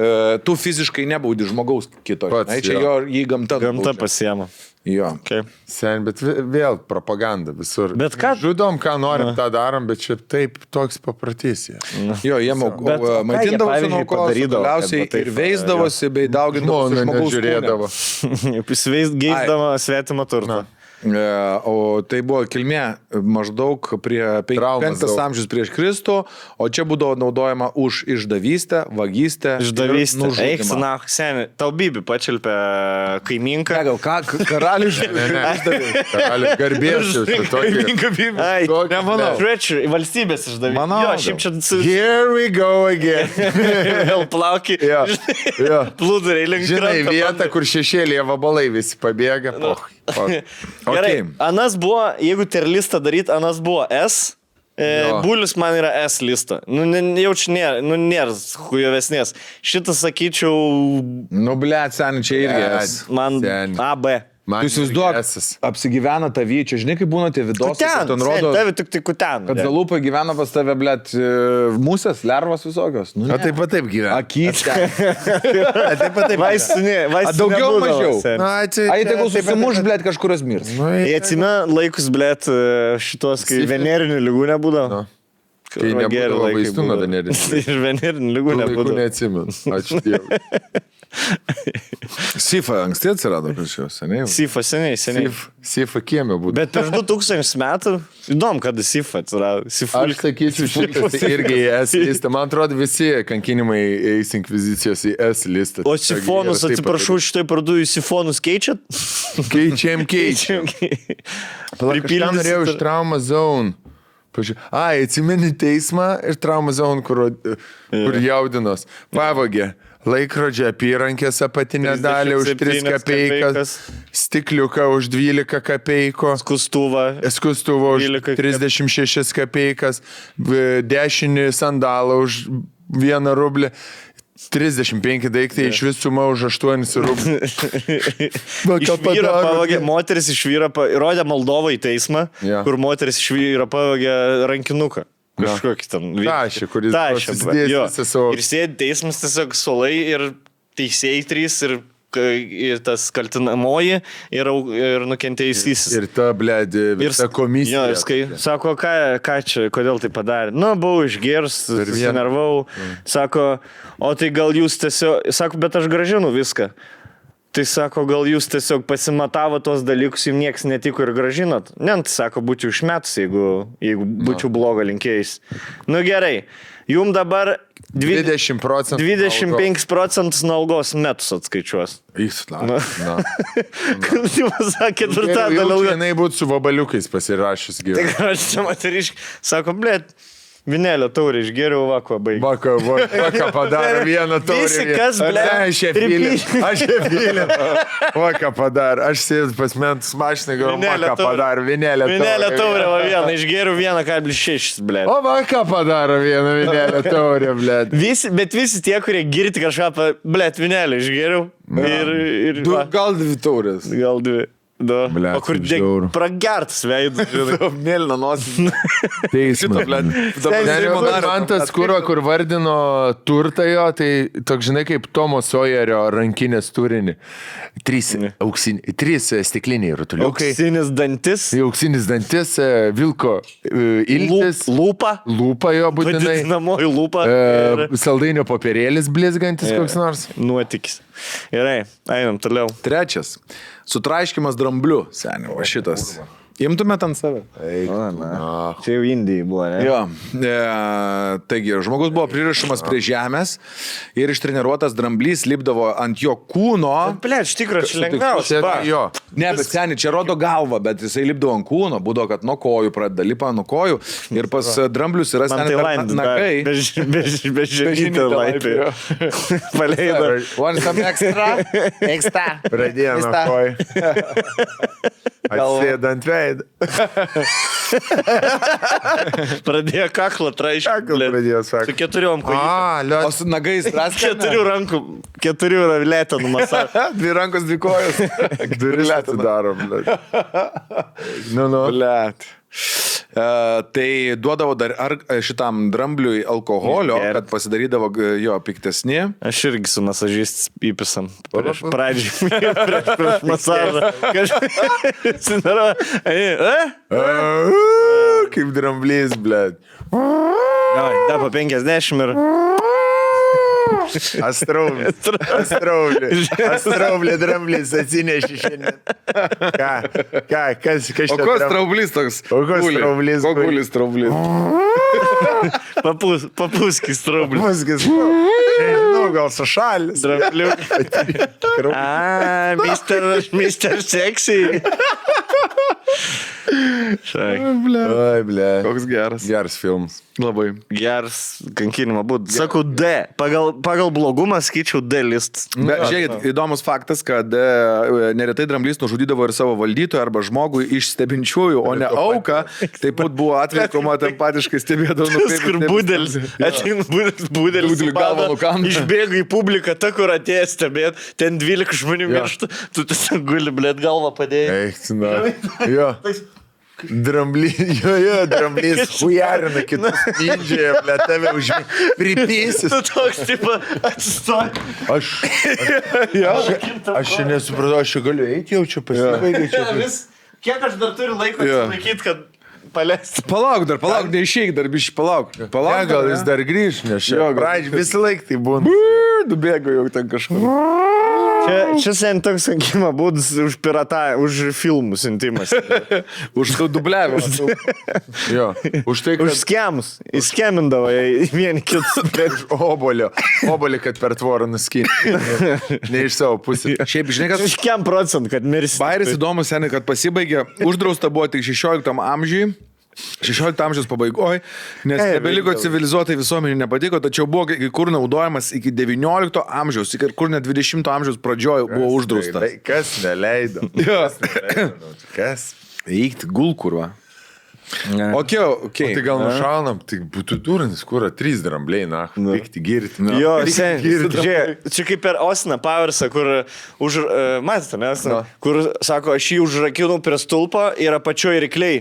S3: tu fiziškai nebaudi žmogaus kito.
S1: Pats,
S3: Na, čia
S1: jo.
S3: jo, jį gamta.
S2: Gamta
S3: nubaudžia.
S2: pasiema.
S3: Jo.
S2: Okay.
S1: Sen, bet vi- vėl propaganda visur.
S2: Bet ką-
S1: Žudom, ką norim, tą darom, bet čia taip toks papratys. jie.
S3: Jo, jie
S2: Bet ką jie,
S3: maitindavosi
S2: pavyzdžiui,
S3: naukos,
S2: padarydavo, kad
S3: galiausiai
S2: va taip,
S3: ir veisdavosi, bei daugindavosi
S1: Žmona
S3: žmogaus kūne.
S1: Nu, nežiūrėdavo.
S2: Įsiveist geisdama svetimą turtą.
S3: E, O tai buvo kilmė maždaug prie
S1: Traumas
S3: 5
S1: daug.
S3: amžiaus prieš Kristų, o čia būdavo naudojama už išdavystę, vagystę. ir
S2: Išdavystė. Eik,
S3: nužudymą.
S2: na, seniai. Tau bibi pačelpė
S3: Ne,
S2: kaimynką.
S3: gal ką, k- karalius išdavė.
S1: Galim garbėsiu.
S3: Kaimynka bibi.
S2: Ai,
S1: Tokį,
S2: nemanau.
S1: ne.
S2: Treachery, valstybės išdavė.
S3: Manau,
S2: Jo, šiaip čia su
S1: Here we go again.
S2: vėl plauki.
S1: Jo, jo.
S2: Plūduriai link
S1: Žinai,
S2: kranto
S1: vieta,
S2: bando.
S1: kur šešėlėje vabalai visi pabėga. Poch, poch.
S2: Gerai,
S3: Okei.
S2: anas buvo, jeigu terlistą daryt, anas buvo S. E,
S1: Jo.
S2: bulius man yra S lista. Nu, ne, jau čia nėra, nu, nėra hujovesnės. Šitas, sakyčiau,
S3: Nu, ble, seniai, čia irgi. es.
S2: man
S1: Seni.
S2: AB.
S1: Man
S3: Tu įsivaizduok,
S1: irgi esas.
S3: apsigyvena tavyčia, žinai, kaip būna tie vidos,
S2: Ten,
S3: ten rodo.
S2: Tavi tik tai kuten.
S3: Kad galupai gyvena pas tave, bl ⁇ t, e, musės, lervos visokios.
S1: O
S3: Nu, ne.
S1: taip pat taip gyvena.
S3: Akytė.
S2: taip pat taip. Vaistinė,
S3: A,
S2: vaistinė.
S3: daugiau, mažiau?
S1: tai Nu,
S3: Ai, tegul susimuš, bl ⁇ t, kažkurios mirs.
S2: Jie atsimė laikus, blėt, e, šitos, kai
S1: Sifilis.
S2: venerinių lygų nebūdavo.
S1: Kai nebūdavo vaistų nuo venerinės ligos.
S2: Ir venerinį lygų
S1: Laikų
S2: nebūdavo.
S1: neatsimenu. nu, Ačiū Dievui.
S3: Sifa anksti atsirado kažkoks, seniai.
S2: Sifa seniai, seniai.
S1: Sif, sifa kiemė būtų.
S2: Bet prieš 2000 metų, įdomu, kada Sifa atsirado.
S1: Aš
S2: Sifulka.
S1: sakyčiau, šitas irgi į S listą. Man atrodo, visi kankinimai eis inkvizicijos į S listą.
S2: O sifonus, atsiprašau, šitoj parduoju sifonus keičiat?
S1: Keičiam, keičiam. Pripildžiau.
S2: Pripildysit
S1: Norėjau iš
S2: ar-
S1: traumą zoną. Pažiūrėjau. Ai, atsimeni teismą ir traumą zoną, kur, kur jaudinos. Pavogė. Laikrodžio apyrankės apatinę dalį už 3
S2: 37
S1: kapeikas,
S2: kapeikas.
S1: stikliuką už 12 kapeiko,
S2: Kustuvą.
S1: skustuvo už
S2: 12 kap-
S1: 36 kapeikas, v- dešinį sandalą už 1 rublį. 35 daiktai iš visumą už 8 rublį. Va,
S2: Iš
S1: ką
S2: vyro
S1: padarote?
S2: pavogė, moteris iš vyro, pa- įrodė Moldovą į teismą,
S1: Jo.
S2: kur moteris iš vyro pavogė rankinuką. Kažkokį ten. vy-
S1: Tašį, kuris buvo
S2: Tašį, va,
S1: susidėjęs
S2: jo.
S1: visą savo-
S2: Ir sėdi teismas tiesiog solai ir teisėjai trys ir, ir tas kaltinamoji ir, au- ir nukentėjusysis.
S1: Ir ta, bled, visa komisija.
S2: Jo, ir skai, sako, ką, ką čia, kodėl tai padarė. Nu, buvau išgers, nervau. Sako, o tai gal jūs tiesiog, sako, bet aš gražinu viską. Tai sako, gal jūs tiesiog pasimatavo tos dalykus, jums niekas netiko ir gražinat. Ne, tai sako, būčiau išmetus, jeigu, jeigu
S1: Nu.
S2: būčiau blogo linkėjais. Nu gerai, jums dabar dvi-
S1: 20 procentų.
S2: 25 procentus nuo algos metus atskaičiuos.
S1: Jis, na. na.
S2: Sakė,
S1: Nu,
S2: ketvirtadalį
S1: Geriau
S2: algos.
S1: jinai būtų su vabaliukais pasirašęs
S2: Tai
S1: gyventi.
S2: ką aš čia moteriškai, sako, blėt, vinelio taurį išgeriau vakvo baigti.
S1: Vaka, vaka, vaka padaro vieną taurę.
S2: Visi, kas, ble,
S1: Aš efilė.
S2: pripy-
S1: Aš efilė. Vaka padaro. Aš sėdžiu pas mentus mašiną, galvoju, vaka padaro. Vinelė taurė.
S2: Vinelio taurę va vieną, išgeriau vieną kablį šešis, blėt.
S1: O vaka padaro vieną vinelę taurę, blėt.
S2: Visi, bet visi tie, kurie girti kažką, pa, blėt, vinelį išgeriau. Ir, ir
S3: Du,
S2: va,
S3: gal dvi taurės.
S2: gal dvi. Du.
S1: Blet,
S2: o kur
S1: kaip
S2: dėk,
S1: žiauru.
S2: pragertas veidas.
S3: Mėlyna nosis.
S1: Teismas. Ne,
S3: Dabar
S1: ne,
S3: Seimo
S1: man-
S3: nario-
S1: Man tas kūro, kur vardino turtą jo, tai toks, žinai, kaip Tomo Sojerio rankinės turinį. Trys, auksin, trys e, stikliniai rutuliukai. Tai
S2: Auksinis dantis,
S1: Auksinis dantis, e, vilko e, iltis,
S2: lūp, lūpa,
S1: lūpa jo būtinai,
S2: vadinamoji lūpa.
S1: e,
S2: ir
S1: saldainio papirėlis blizgantis koks nors.
S2: Nuotykis. Gerai, einam toliau.
S3: Trečias. Sutraiškimas drambliu, seniau. Va šitas. Imtumėt ant save.
S2: Čia jau Indijai buvo, ne?
S3: Jo. E, taigi, žmogus buvo pririšamas prie žemės ir ištreniruotas dramblys lipdavo ant jo kūno.
S2: Ble, iš tikrųjų, čia lengviausia.
S1: Čia-
S2: va.
S1: Jo,
S3: Ne, bet seniai, čia rodo galvą, bet jisai lipdavo ant kūno, būdavo, kad nuo kojų pradeda lipa nuo kojų ir pas e, dramblius yra
S2: Man tai
S3: seniai
S2: laimė.
S3: nakai.
S2: Bežinyti laipė. Paleido.
S3: Want some extra?
S5: Ekstra.
S1: pradėjo nuo
S5: Visą.
S1: kojų. Atsėda ant veidą.
S2: Pradėjo kaklą traiškyti.
S1: Kaklą pradėjo, sako.
S2: Su keturiom kojom.
S1: A,
S3: O
S1: liot.
S3: su nagais raskina.
S2: Keturių rankų, keturių ravilėtą numasavę.
S3: Dvi rankos, dvi kojos.
S1: Duris atidarom. Nu, nu.
S3: Blet. Uh, tai duodavo dar ar, e, šitam drambliui alkoholio,
S2: Išgert.
S3: kad pasidarydavo e, jo piktesni.
S2: Aš irgi su masažistas įpisam. Prieš pradžią. Prieš, prieš masažą. Kažkas. e?
S1: A, E, Kaip dramblys, blėt.
S2: Da, po 50 ir...
S1: Astraublė. Astraublė. Astraublė dramblys atsinešė šiandien. Ką? Ką? Kas? Kas
S3: O
S1: čia?
S3: koks
S1: dram-
S3: dramblys toks?
S1: O koks dramblys guli?
S3: Kokulis dramblys.
S2: Papūs, papūskis traublį.
S1: Paskis. Nežinau, gal sušalis.
S2: Drambliuk. A, Mr. Mr. Sexy. Šai,
S1: Oi, blė.
S3: Koks geras.
S1: Geras filmas.
S3: Labai.
S2: geras kankinimo būdas. Sakau D. Pagal, pagal blogumą skaičiau D list.
S1: Nu,
S3: Bet žiūrėkit, įdomus faktas, kad e, neretai dramblys nužudydavo ir savo valdytoją arba žmogų iš stebinčiųjų, o ne auką. Taip pat buvo atvejų, kuomet empatiškai stebėdavo
S2: Tas,
S3: nu, nukreipęs
S2: kur
S3: dėmesį.
S2: būdelis. Ateina būdelis, būdelis.
S3: Budelį galvą nukanda.
S2: Išbėga į publiką, ta, kur atėjęs stebėt, ten 12 žmonių miršta. Tu tiesiog guli, blėt, galvą padėjai.
S1: Eik, na. Jo. Dramblys, jo, jo, dramblys, hujarina kitus mindžiai, blė, tave užmė. Pripysis.
S2: Tu toks, taip, atsistok.
S1: Aš. Aš, aš čia nesupratau, aš čia galiu eiti, jau čia pasibaigė.
S2: Vis, kiek aš dar turiu laiko
S3: Jo.
S2: atsilaikyti, kad paleisti.
S3: Palauk dar, palauk, neišeik dar, biš, palauk. Palauk,
S1: Ne, gal jis dar grįž, nes čia.
S3: Jo, gal-
S1: pradžioj visą laiką tai būna.
S3: Dubėgo jau ten kažkur.
S2: Čia, čia sen toks sankimo būdas už piratą, už filmų siuntimas.
S3: Už du dubliavimus.
S1: Jo. Už tai,
S2: Už
S1: kad
S2: skemus. Įskemindavo jie vieni kitus.
S1: obolio. Obolį, kad per tvorą nuskinti. Ne iš savo pusės.
S3: Šiaip, žinai, kas
S2: Už kiem procent, kad mirsi.
S3: Bairis
S1: Tai-
S3: įdomus, seniai, kad pasibaigė. Uždrausta buvo tik 16 amžiui. 16 amžiaus pabaigoje, nes
S2: Ei,
S3: nebeliko
S2: veikiau.
S3: civilizuotai visuomeniai nepatiko, tačiau buvo kai kur naudojamas iki 19 amžiaus, iki kur net 20 amžiaus pradžioje buvo uždrausta.
S1: Tai Kas neleido?
S3: Jo.
S1: Kas?
S3: Eikti gulkurva. Ok, ok.
S1: Tai gal nušaunam, tai būtų durinis, kur yra trys drambliai, na, vykti girti.
S2: Jo, sen, žiūrėk, čia kaip per Osną Powersą, kur, už, uh, matėte, ne, Osną, kur sako, aš jį užrakinau prie stulpo ir apačioje rykliai.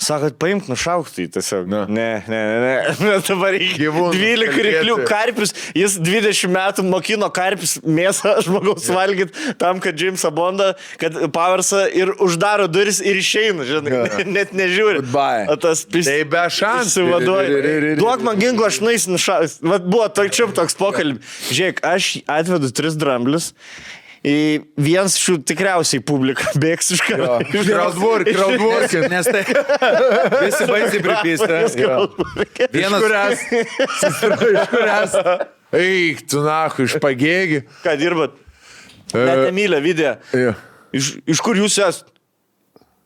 S2: Sakot, paimk, nušauk tai tiesiog.
S1: Na.
S2: Ne, ne, ne, ne. Mes dabar reikia.
S1: Gyvūnus
S2: 12 ryklių
S1: kalbėti.
S2: karpius, jis 20 metų mokino karpius mėsą žmogaus valgyti tam, kad Jamesą Bondą, kad Powersą ir uždaro duris ir išeina, žinai, net nežiūri.
S3: Goodbye.
S2: O tas pis...
S1: Tai be šansų.
S2: Išsivaduoju. Duok man ginklą, aš nais nušaus. Vat buvo točiam toks pokalbis. Žiūrėk, aš atvedu tris dramblius. Į vienas šių tikriausiai publika bėgs iš karto.
S1: Kraudvor, kraudvor.
S3: Nes tai visi baisiai pripysta. Vienas kurias.
S1: Eik, tu nahu, iš pagėgi.
S2: Ką dirbat? Net nemylė video.
S1: E, Jo.
S2: Iš, iš kur jūs esate?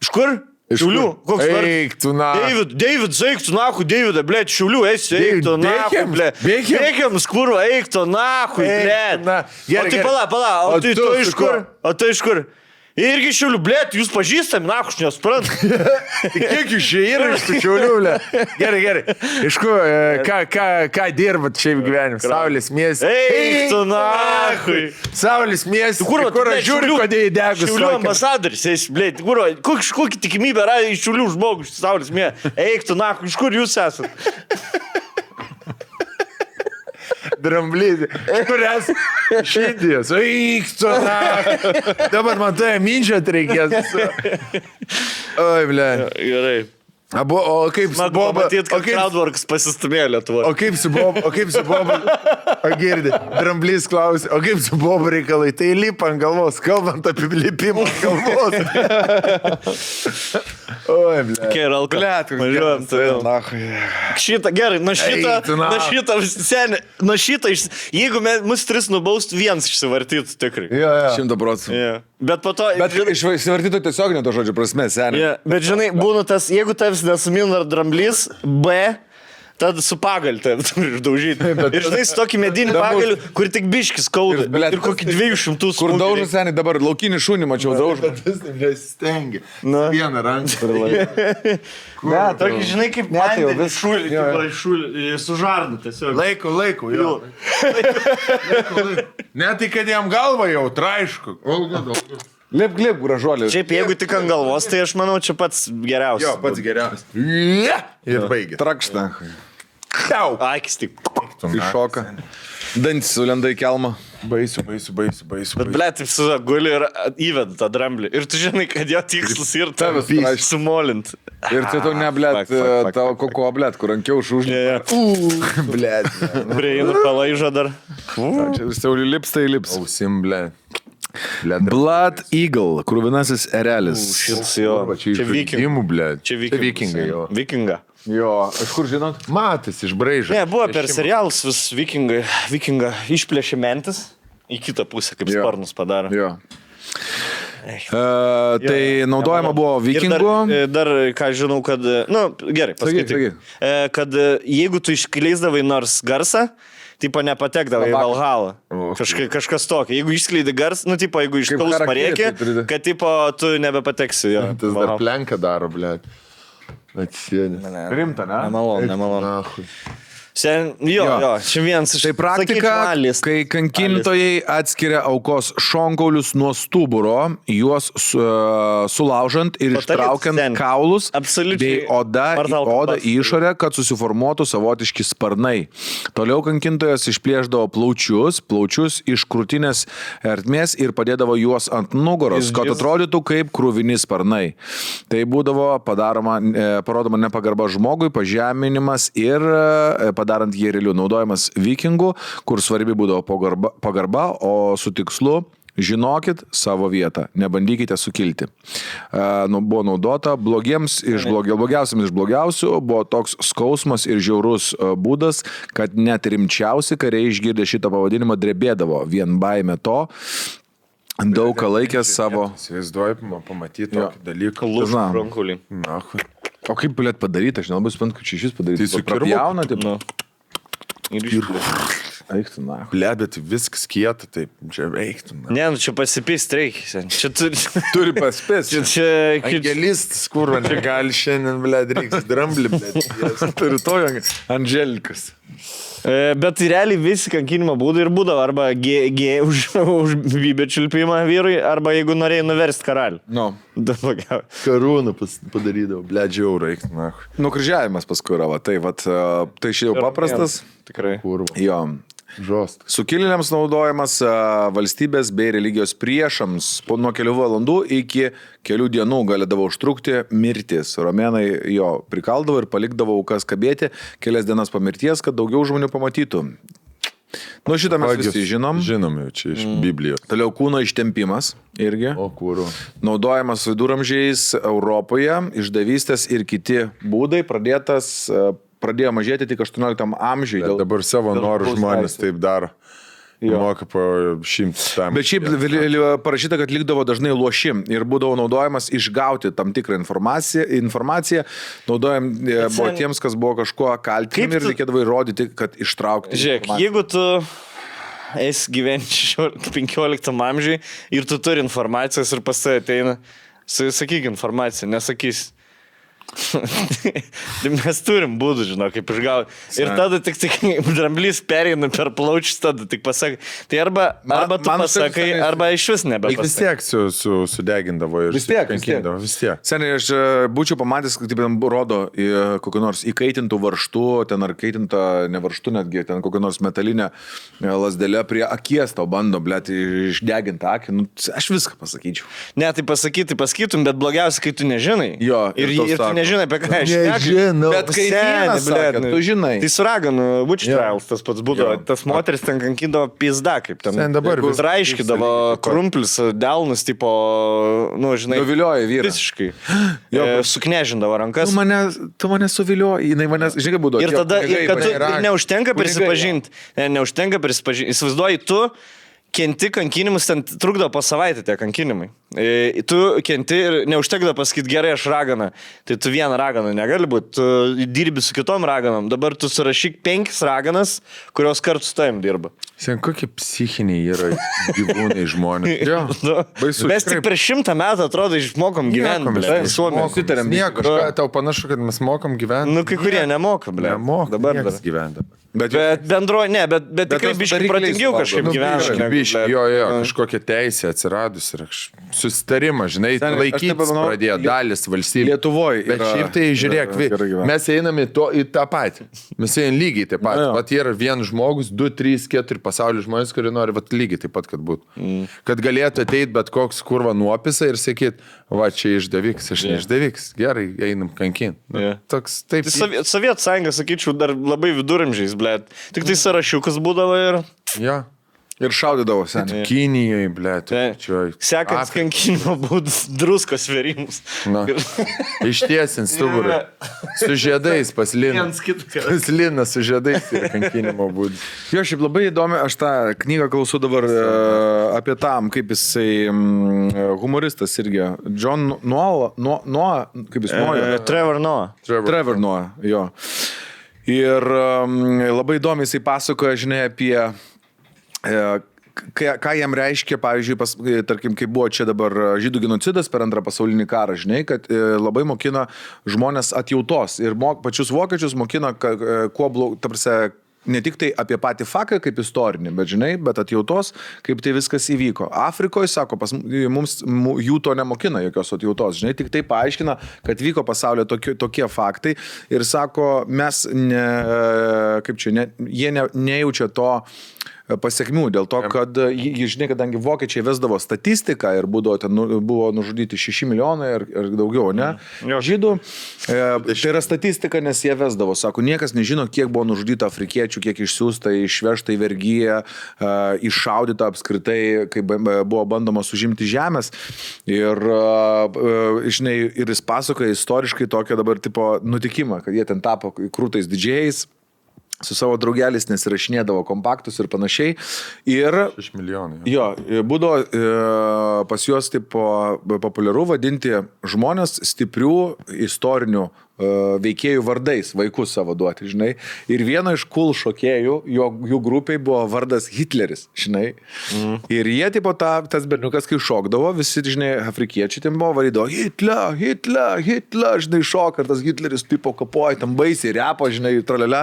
S2: Iš kur?
S1: Iš
S2: Šiaulių.
S1: kur?
S2: Koks vardas?
S1: Eik, tu nahu.
S2: David, David, eik tu nahu, David, e, blė, šiuliu, esi, eik tu e, nahu,
S1: Beckham?
S2: blė.
S1: Beckham?
S2: Bėgiam, skurva, eik tu nahu,
S1: Eik
S2: blė.
S1: tu na- Gerai,
S2: O tai
S1: gerai.
S2: pala, pala, o,
S1: O
S2: o tai
S1: tu
S2: tu
S1: su
S2: iš
S1: kuo?
S2: kur? O tai iš kur? Irgi šiuliu, blė, jūs pažįstami, nahu, aš nesuprantu.
S1: Tai Kiek iš čia yra iš tų šiauliulė? Gerai, gerai. Iš kur, e, ką, ką, ką dirbat šiaip gyvenim? Saulės miestas.
S2: Eik tu nahu.
S1: Saulės miestas.
S2: Kur,
S1: kur aš žiūriu, kodėl įdegus.
S2: Šiulių
S1: laukiam?
S2: ambasadoris, jis, blė, kur, kokia, kokia tikimybė yra iš šiulių žmogus, saulės mė. Eik tu E, nahu, iš kur jūs esate?
S1: Dramblys. Kurias iš Indijos. Eik tu nahu. Dabar man toje minčiat reikės. Oi, ble.
S2: Gerai.
S1: Abu, o kaip su
S2: Man buvo
S1: Boba?
S2: matyti,
S1: O
S2: kad
S1: kaip
S2: Crowdworks pasistumėjo Lietuvoje.
S1: O kaip su Bobu, o kaip su Bobu, o girdi, dramblys klausia, o kaip su Bobu reikalai, tai lip ant galvos, kalbant apie lipimą ant galvos. Oi, ble.
S2: Gerai, alka. Važiuojam toliau. Šitą, gerai, nuo šito,
S1: tu na.
S2: nuo šito, seniai, nuo šito, iš- jeigu me- mus tris nubaust, vienas išsivartytų tikrai.
S1: Jo, jo.
S3: 100 procentų.
S2: Yeah. Bet po to...
S3: Bet
S2: žinai-
S3: išvartyto tiesioginio to žodžio prasme, seniai.
S2: Yeah. Bet žinai, būna tas, jeigu tavęs nesumin ar dramblys, B. Tad su pagal ten turi išdaužyti.
S1: bet-
S2: Ir žinai, su tokį medinį pagalį, kur tik biškis skauda.
S3: Ir,
S2: Ir,
S3: blet,
S2: ir kokį 200
S3: Kur
S2: smūgį
S3: daužas,
S2: reikia.
S3: seniai, dabar laukinį šunį mačiau daužą.
S1: Jis nesistengia.
S2: Na.
S1: Vieną ranką. Ne,
S2: Tokį, žinai, kaip
S3: tai jau
S2: vandenį
S3: vis-
S2: šulį,
S3: jo, jo.
S2: kaip šulį, sužardą tiesiog.
S1: Laiko, laiko, jo. Laiko, laiko. Ne tai, kad jam galva jau traišku. Olga, olga.
S3: Lip, lip, gražuolis.
S2: Šiaip jeigu tik ant galvos, tai aš manau, čia pats
S1: Jo,
S2: geriausias.
S1: pats geriausias. Ja. Ir baigė.
S3: Trakšta.
S1: Tau.
S2: Akis tik.
S3: Iššoka. Dantis sulenda į kelmą.
S1: Baisu, baisu, baisu, baisu.
S2: Bet, ble, taip su guli ir įveda tą dramblį. Ir tu žinai, kad jo tikslas yra
S3: Tavęs
S2: tave
S3: prašo.
S2: sumolint.
S3: Ir tai
S1: Ah,
S3: tau
S2: Fuck,
S3: neblėt,
S2: fuck, fuck,
S3: tau koko blėt, kur ankiau užužnė.
S2: Yeah.
S1: Blet.
S2: Prieinu palaižą dar.
S3: Saulė lips, tai lips.
S1: Ausim, ble.
S3: Blood Eagle, krūvinasis erelis.
S2: Šis jo. Čia vikingai.
S1: vikingų, ble.
S2: Čia vikingai.
S1: vikingai jo.
S2: Vikinga.
S3: Jo, iš kur žinot?
S1: Matys iš braižo.
S2: Ne, buvo per serialus vis vikingai. Vikinga išplėšė mentis. Į kitą pusę, kaip
S3: Jo.
S2: sparnus padaro.
S3: Jo. Uh, tai naudojama buvo
S2: Ir dar-
S3: vikingų.
S2: e, Dar, ką žinau, kad, na, nu, gerai,
S3: Sakyk,
S2: pasakyk. E, Kad e, jeigu tu iškleisdavai nors garsą, tipo nepatekdavai į Valhalą. Kažka, kažkas tokio. Jeigu išskleidai garsą, nu, tipo, jeigu išklaus
S3: charakterį
S2: pareikia,
S3: taip turi-
S2: kad, tipo, tu nebepateksi jo.
S1: Tas dar
S2: Valhalą.
S1: plenka daro, ble. Atsėdė.
S3: Rimta, ne?
S2: Nemalonu, nemalonu.
S1: Nahui.
S2: Sen, jo, jo,
S3: Jo.
S2: jo, čia vienas iš...
S3: Tai praktika,
S2: sakyčiau, alis.
S3: kai kankintojai atskiria aukos šonkaulius nuo stuburo, juos su, e, sulaužant ir
S2: Patalyt
S3: ištraukiant
S2: ten.
S3: kaulus,
S2: Absoliučiai
S3: bei oda, į
S2: kvartalo
S3: odą
S2: kalbas.
S3: į išorę, kad susiformuotų savotiški sparnai. Toliau kankintojas išplėždavo plaučius, plaučius iš krūtinės ertmės ir padėdavo juos ant nugaros,
S2: Jis-
S3: kad
S2: jis-
S3: atrodytų kaip krūvini sparnai. Tai būdavo padaroma, e, parodoma nepagarba žmogui, pažeminimas ir e, padarant jį realiu naudojimas vikingų, kur svarbi būdavo pagarba, pagarba o su tikslu Žinokit savo vietą, nebandykite sukilti. E, nu, buvo naudota blogiems iš blogiausiams, blogiausiams iš blogiausių, buvo toks skausmas ir žiaurus e, būdas, kad net rimčiausi kariai išgirdę šitą pavadinimą drebėdavo vien baime to, daug ką laikė savo...
S1: Įsivaizduoju, pamatyti
S3: Jo.
S1: tokį dalyką.
S2: Lūžo
S3: žinoma.
S2: rankulį.
S1: Na, kur.
S3: O kaip galėt padaryti, aš nelabai suprantu, kad čia šis
S1: Tai
S3: padaryti.
S1: su kirvuku.
S3: prapjauna, taip,
S2: Nu. Ir išplėšė.
S3: eik tu, na.
S1: Lebėt viskas kieta, tai čia veiktų. na.
S2: Ne, nu čia pasipisti reikia. sen. Čia tu...
S1: Turi paspės.
S2: Čia, čia, čia,
S1: Angelistas, kur man gali šiandien, ble, reiks dramblį, ble. Turi to, Angelikas.
S2: E, Bet realiai visi kankinimo būdai ir būdavo arba gė, gė, už, už bybę čiulpimą vyrui, arba jeigu norėjai nuversti karalių.
S3: Nu,
S2: Dabar gal.
S1: Karūną pas- padarydavo, ble, džiaurai, na.
S3: nukryžiavimas paskui yra, va, tai, va, tai šiaip jau paprastas.
S2: Tikrai.
S1: Kurva.
S3: Jo.
S1: Žost.
S3: Sukilėliams naudojamas a, valstybės bei religijos priešams po nuo kelių valandų iki kelių dienų galėdavo užtrukti mirtis. Romėnai jo prikaldavo ir palikdavo aukas kabėti kelias dienas po mirties, kad daugiau žmonių pamatytų. Nu šitą mes
S1: Ogi,
S3: visi žinom.
S1: Žinom jau čia iš Biblijos.
S3: Toliau kūno ištempimas irgi.
S1: O kurva.
S3: naudojamas viduramžiais Europoje, išdavystės ir kiti būdai pradėtas, e, pradėjo mažėti tik 18 amžiui.
S1: Bet dabar savo norų
S3: žmogaus
S1: žmonės
S3: teisių.
S1: taip daro.
S3: Jo.
S1: Moka po šimtus tam.
S3: Bet šiaip vėl- vėl parašyta, kad likdavo dažnai lošim ir būdavo naudojamas išgauti tam tikrą informaciją, informaciją naudojam e, buvo
S2: sen-
S3: tiems, kas buvo kažkuo kaltinami
S2: Kaip
S3: ir
S2: tu-
S3: reikėdavo įrodyti, kad ištraukti.
S2: Žiūrėk,
S3: informaciją.
S2: jeigu tu esi gyventi 15 amžiui ir tu turi informacijos ir pas tai ateina, sa- sakyk informaciją, nesakys. Tai Mes turim būdų, žinau, kaip išgauti. Ir tada tik, tik dramblys pereina per plaučius, tada tik pasakai. Tai arba,
S3: Man-
S2: arba tu
S3: man
S2: pasakai,
S3: visai-
S2: arba iš vis
S1: Bet vis
S2: nebepasakai.
S1: tiek su, su, sudegindavo ir
S3: Vis tiek, vis tiek.
S1: kankindavo, vis tiek.
S3: Seniai, aš e, būčiau pamatęs, kaip ten rodo į kokiu nors įkaitintų varštų, ten ar kaitinta ne varštų, netgi ten kokiu nors metalinę e, lasdelę prie akies tau bando, blėt, išdeginti akį. Nu, aš viską pasakyčiau.
S2: Ne, tai pasakyti, pasakytum, bet blogiausia, kai tu nežinai.
S3: Jo,
S2: ir,
S3: ir
S2: ir,
S3: tau
S2: ir tu
S3: sako.
S2: nežinai, apie ką aš
S1: Nežinau.
S3: Bet kai vienas sako, tu žinai.
S2: Tai su raganu, Witch Trials tas pats būdavo.
S1: Jo.
S2: Tas moteris ten kankindavo pizda, kaip ten.
S1: Ten dabar
S2: Kur
S1: vis-
S2: raiškydavo krumplius, delnus, tipo, nu, žinai.
S3: Nuvilioja vyrą.
S2: Visiškai.
S3: Jo,
S2: Jo,
S3: kur-
S2: suknežindavo rankas.
S1: Nu,
S3: Tu mane, tu mane suvilioji, jinai mane, žinai, būdavo.
S2: Ir
S3: tie
S2: tada,
S3: pinigai
S2: ir kad tu
S3: pas-
S2: ir neužtenka
S3: Kunigai,
S2: prisipažinti, ne, neužtenka prisipažinti, įsivaizduoji, tu kenti kankinimus, ten trukdo po savaitę tie kankinimai. E, Tu kenti ir neužtekda pasakyti gerai, aš raganą. Tai tu vieną raganą negali būti, tu dirbi su kitom raganom, dabar tu surašyk penkis raganas, kurios kartu su tavim dirba.
S1: Sen kokie psichiniai yra gyvūnai žmonės. Jo,
S2: Nu,
S1: baisu,
S2: Mes
S1: tikrai.
S2: tik prieš šimtą metų atrodo išmokom gyventi,
S1: mes
S2: ble,
S1: taip
S2: visuomenė.
S3: Susitarėm.
S1: Nieko, kažką tau panašu, kad mes mokam gyventi.
S2: Nu, kai kurie nemoka, ble.
S1: Nemokam.
S2: Dabar dar.
S1: gyventi.
S3: Bet, bet,
S2: Bet bendroji, ne, bet, bet, bet tikrai
S3: tas
S2: biškai
S3: varikliai
S2: pratingiau
S3: suvalgo.
S2: kažkaip
S3: Nu,
S2: gyvena. negu-
S1: Biški, jo, jo, kažkokia teisė atsiradus ir susitarimas, žinai,
S3: Seni, aš
S1: laikytis
S3: taip manau,
S1: pradėjo
S3: Lie-
S1: dalis valstybės.
S3: Lietuvoj
S1: Bet
S3: yra-
S1: šiaip tai žiūrėk,
S3: yra-
S1: vi-
S3: gerai gyvena.
S1: mes einame to, į tą patį. Mes einame lygiai taip pat.
S3: Na, jo.
S1: Pat yra vienas žmogus, du, trys, keturi pasaulio žmonės, kurie nori vat, lygiai taip pat, kad būtų. Kad galėtų ateiti bet koks kurva nuopisa ir sakyti, va čia išdaviks, aš neišdaviks, gerai, einam kankin. Nu,
S2: Jo.
S1: Toks taip.
S2: Tai Sovie- Sovietų sąjunga, sakyčiau, dar labai viduramžiais, ble. Tik tai sąrašiukas būdavo ir
S1: Ja.
S3: ir šaudydavo seniai.
S1: Kinijoje, ble,
S2: Tai-
S1: čia.
S2: sekantis kankinimo būdas - druskos vėrimus.
S1: Na. Ištiesint stuburą. Su žiedais paslina.
S2: Viens kitą.
S1: Paslina su žiedais ir kankinimo būdu.
S3: Jo, šiaip labai įdomi, aš tą knygą klausau dabar e, apie tam, kaip jisai mm, humoristas irgi. John Noah, Noah, Noah kaip
S2: E,
S3: jis Noah.
S2: Trevor Noah.
S1: Trevor.
S3: Trevor Noah, jo. Ir um, labai įdomiai jisai pasakoja, žinai, apie e, ką, ką jam reiškia, pavyzdžiui, pas, e, tarkim, kai buvo čia dabar e, žydų genocidas per antrą pasaulinį karą, žinai, kad e, labai mokina žmonės atjautos ir mok, pačius vokiečius mokina, ka, e, kuo blogiau, tarsi, ne tik tai apie patį faktą kaip istorinį, bet, žinai, bet atjautos, kaip tai viskas įvyko. Afrikoje, sako, pas, m- mums mu- jų to nemokina jokios atjautos, žinai, tik tai paaiškina, kad vyko pasaulio tokie, tokie faktai ir sako, mes, ne, e, kaip čia, ne, jie ne, nejaučia to pasiekmių dėl to, kad, e, ji- ji- žinai, kadangi vokiečiai vesdavo statistiką ir būdavo, ten, nu- buvo nužudyti 6 milijonai ir, ir daugiau, ne?
S2: Jo.
S3: Žydų. E, tai yra statistika, nes jie vesdavo. Sako, niekas nežino, kiek buvo nužudyta afrikiečių, kiek išsiųsta, išvežta į vergyją, e, iššaudyta apskritai, kai ba- ba- buvo bandoma sužimti žemės. Ir, e, e, žinai, ir jis pasakoja istoriškai tokio dabar tipo nutikimą, kad jie ten tapo krūtais didžiais su savo draugeliais nesirašinėdavo kompaktus ir panašiai. Ir
S1: Iš milijonų.
S3: Jo, būdavo e, pas juos tipo populiaru vadinti žmonės stiprių istorinių e, veikėjų vardais, vaikus savo duoti, žinai. Ir vieno iš kul cool šokėjų, jo, jų grupiai buvo vardas Hitleris, žinai. Mm. Ir jie, tipo, ta, tas berniukas, kai šokdavo, visi, žinai, afrikiečiai ten buvo varydavo Hitler, Hitler, Hitler, žinai, šok, ir tas Hitleris, tipo, kapoja, tam baisiai repo, žinai, trolelė.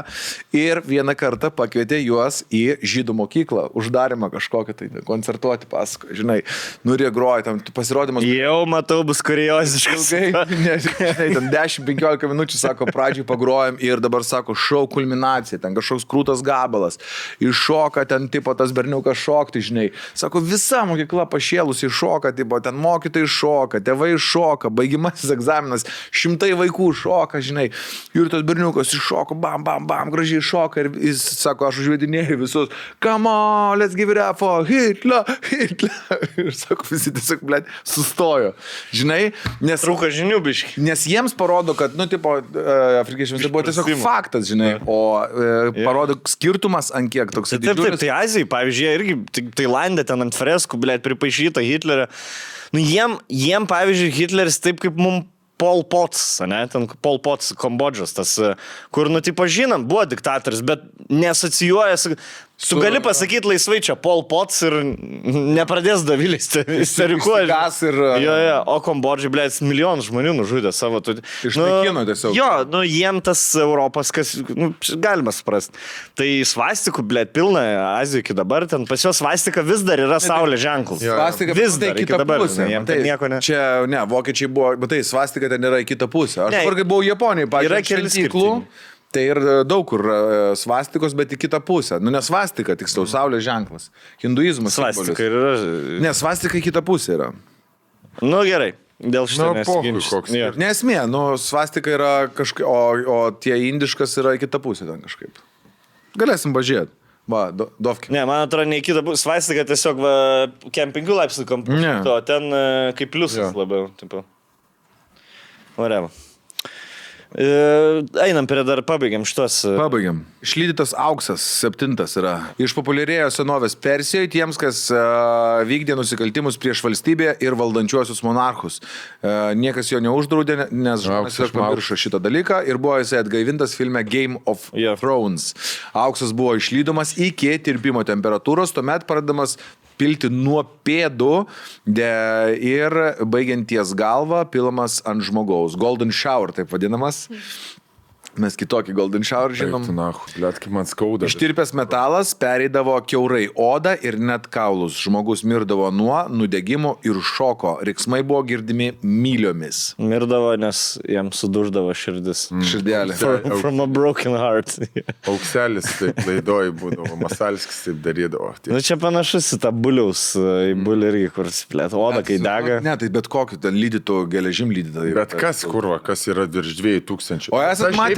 S3: Ir vieną kartą pakvietė juos į žydų mokyklą, uždarimą kažkokią tai koncertuoti, pasakoju, žinai, Nu nurie groja, tam pasirodymas
S2: Jau matau, bus kurioziškas.
S3: ilgai, ne, žinai, ten 10-15 minučių, sako, pradžiai pagrojom ir dabar, sako, šau kulminacija, ten kažkoks krūtas gabalas, iššoka ten, tipo, tas berniukas šokti, žinai, sako, visa mokykla pašėlusi šoka, tipo, ten mokytojai šoka, tėvai šoka, baigimasis egzaminas, šimtai vaikų šoka, žinai, ir tas berniukas iššoka, bam, bam, bam, gražiai šoka ir jis sako, aš užvedinėjau visus, come on, let's give it up for Hitler, Hitler. Ir sako, visi tiesiog, blėt, sustojo. Žinai, nes
S2: Trūko žinių biški.
S3: Nes jiems parodo, kad, nu, tipo, e, afrikiečiams tai buvo tiesiog
S2: Išprusimo.
S3: faktas, žinai, o e, parodo skirtumas, ant kiek toks
S2: Taip, taip, tai Azijai, pavyzdžiui, jie irgi Tai- Tailandė ten ant freskų, blėt, pripašyta Hitlerio. Nu, jiem, jiem, pavyzdžiui, Hitleris taip kaip mum Pol Pots, ne, ten Pol Pots Kambodžas, tas, e, kur, nu, tipo, žinom, buvo diktatorius, bet neasocijuoja su... Tu gali pasakyti laisvai čia Pol Pots ir nepradės davilis, isterikuoja.
S3: išsigąs ir, e,
S2: Jo, jo, o Kambodžiai, blė, milijonus žmonių nužudė savo. Tu...
S3: Išnaikino tiesiog.
S2: Jo, nu, jiem tas Europos, kas, nu, čia galima suprasti. Tai svastikų, blė, pilna Azijoje iki dabar, ten pas juos svastika vis dar yra saulės ženklas.
S3: Svastika tai
S2: vis dar
S3: į
S2: iki
S3: kitą
S2: dabar.
S3: pusę.
S2: Pusė, jiem tai
S3: matai,
S2: nieko ne. Čia...
S3: Čia, ne, vokiečiai buvo, bet tai svastika ten yra į kitą pusę. Aš
S2: Ne.
S3: kur kai buvau Japonijoje, pavyzdžiui,
S2: Yra
S3: ant
S2: keli
S3: šventyklų,
S2: skirtingi.
S3: Tai ir e, daug kur e, svastikos, bet į kitą pusę. Nu, ne svastika, tiksliau, saulės ženklas.
S2: Mhm.
S3: Hinduizmas.
S2: Svastika ir yra.
S3: Ne, svastika į kitą pusę yra.
S2: Nu gerai, dėl šito.
S1: Nu, pochui
S2: nesiginčysiu.
S1: koks
S2: Jo.
S3: Nesmė, nu, svastika yra kažkaip, o, o tie indiškas yra į kitą pusę ten kažkaip. Galėsim pažiūrėti. Va, do, dovkime.
S2: Ne, man atrodo, ne į kitą pusę. Svastika tiesiog va, kem 5 laipsnių kampu.
S3: Ne.
S2: O ten e, kaip pliusas ja. labiau. tipo. Varėm. E, Einam prie dar pabaigiam šitos. e,
S3: Pabaigiam. Išlydytas auksas, septintas yra. Išpopuliarėjo senovės Persijoje tiems, kas uh, vykdė nusikaltimus prieš valstybę ir valdančiuosius monarchus. Uh, niekas jo neuždraudė, ne- nes žmonės
S1: Auksas
S3: tiesiog pamiršo šitą dalyką ir buvo jisai atgaivintas filme Game of
S2: Jo.
S3: Thrones. Auksas buvo išlydomas iki tirpimo temperatūros, tuomet pradedamas pilti nuo pėdų de, ir baigianties galvą pilamas ant žmogaus. Golden shower taip vadinamas. Mes kitokį Golden Shower žinom.
S1: Na, liet, kaip man skauda.
S3: Ištirpęs metalas pereidavo keurai odą ir net kaulus. Žmogus mirdavo nuo nudegimų ir šoko. Riksmai buvo girdimi myliomis.
S2: Mirdavo, nes jam suduždavo širdis.
S3: Mm. Širdelė.
S2: From, from a broken heart.
S1: Aukselis taip laidoji būdavo, Masalskis taip darydavo. Tai
S2: Na Nu, čia panašus į tą buliaus, e, į bulį irgi, kur splėt oda, kai dega.
S3: Mm. Ne, tai bet kokį ten lydytų, geležim lydytų.
S1: Bet kas, kurva, kas yra virš 2000?
S3: Tai O esat
S1: Aš šiaip
S3: matę?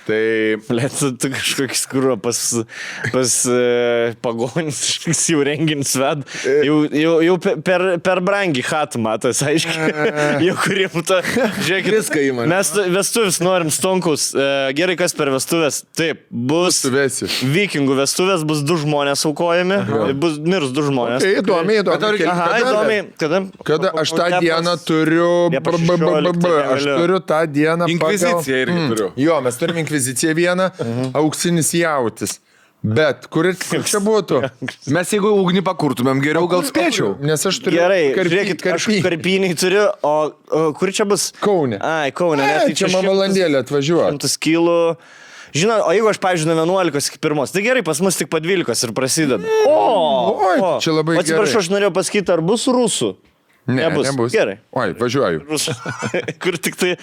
S1: Tai
S2: Blet, tu, tu kažkoks kur pas, pas e, pagonis, kažkoks jau renginis ved,
S3: E.
S2: jau, jau, jau pe- per, per brangi hat matas, aiškiai, jau kurim tą, žiūrėkit,
S3: E. Viską įmonė.
S2: Mes tu- vestuvis norim stonkus, E, gerai, kas per vestuves, taip, bus
S1: suvesi.
S2: vikingų vestuvės, bus du žmonės aukojami, bus mirs du žmonės.
S1: Tai įdomiai, įdomiai.
S2: Aha, įdomiai, kada?
S1: Kada aš tą
S2: Liepos-
S1: dieną turiu...
S2: Liepos
S1: b- b- b- b-
S2: 16
S1: Aš
S2: negaliu.
S1: turiu tą dieną... pagal- Mhm.
S3: Inkviziciją irgi turiu.
S1: Jo, mes turim inkviziciją vieną,
S2: Mhm.
S1: auksinis jautis. Bet kur ir kur čia būtų?
S3: Mes jeigu ugnį pakurtumėm, geriau gal spėčiau.
S1: Nes aš turiu...
S2: Gerai,
S1: karpyt,
S2: žiūrėkit, aš
S1: karpyt.
S2: karpinį turiu, o, o kur čia bus?
S1: Kaune.
S2: Ai, Kaune,
S1: Ne,
S2: ne, tai
S1: čia man
S2: šimtas-
S1: valandėlė atvažiuoja.
S2: Šimtas kilų. Žinai, o jeigu aš, pavyzdžiui, nuo 11 iki 1, tai gerai, pas mus tik po 12 ir prasideda. O,
S1: Oi, čia labai
S2: O Atsiprašau,
S1: gerai.
S2: aš norėjau pasakyti, ar bus rusų?
S1: Ne,
S2: nebus.
S1: nebus.
S2: Gerai.
S1: Oi, važiuoju.
S2: Rusų. Kur tik tai.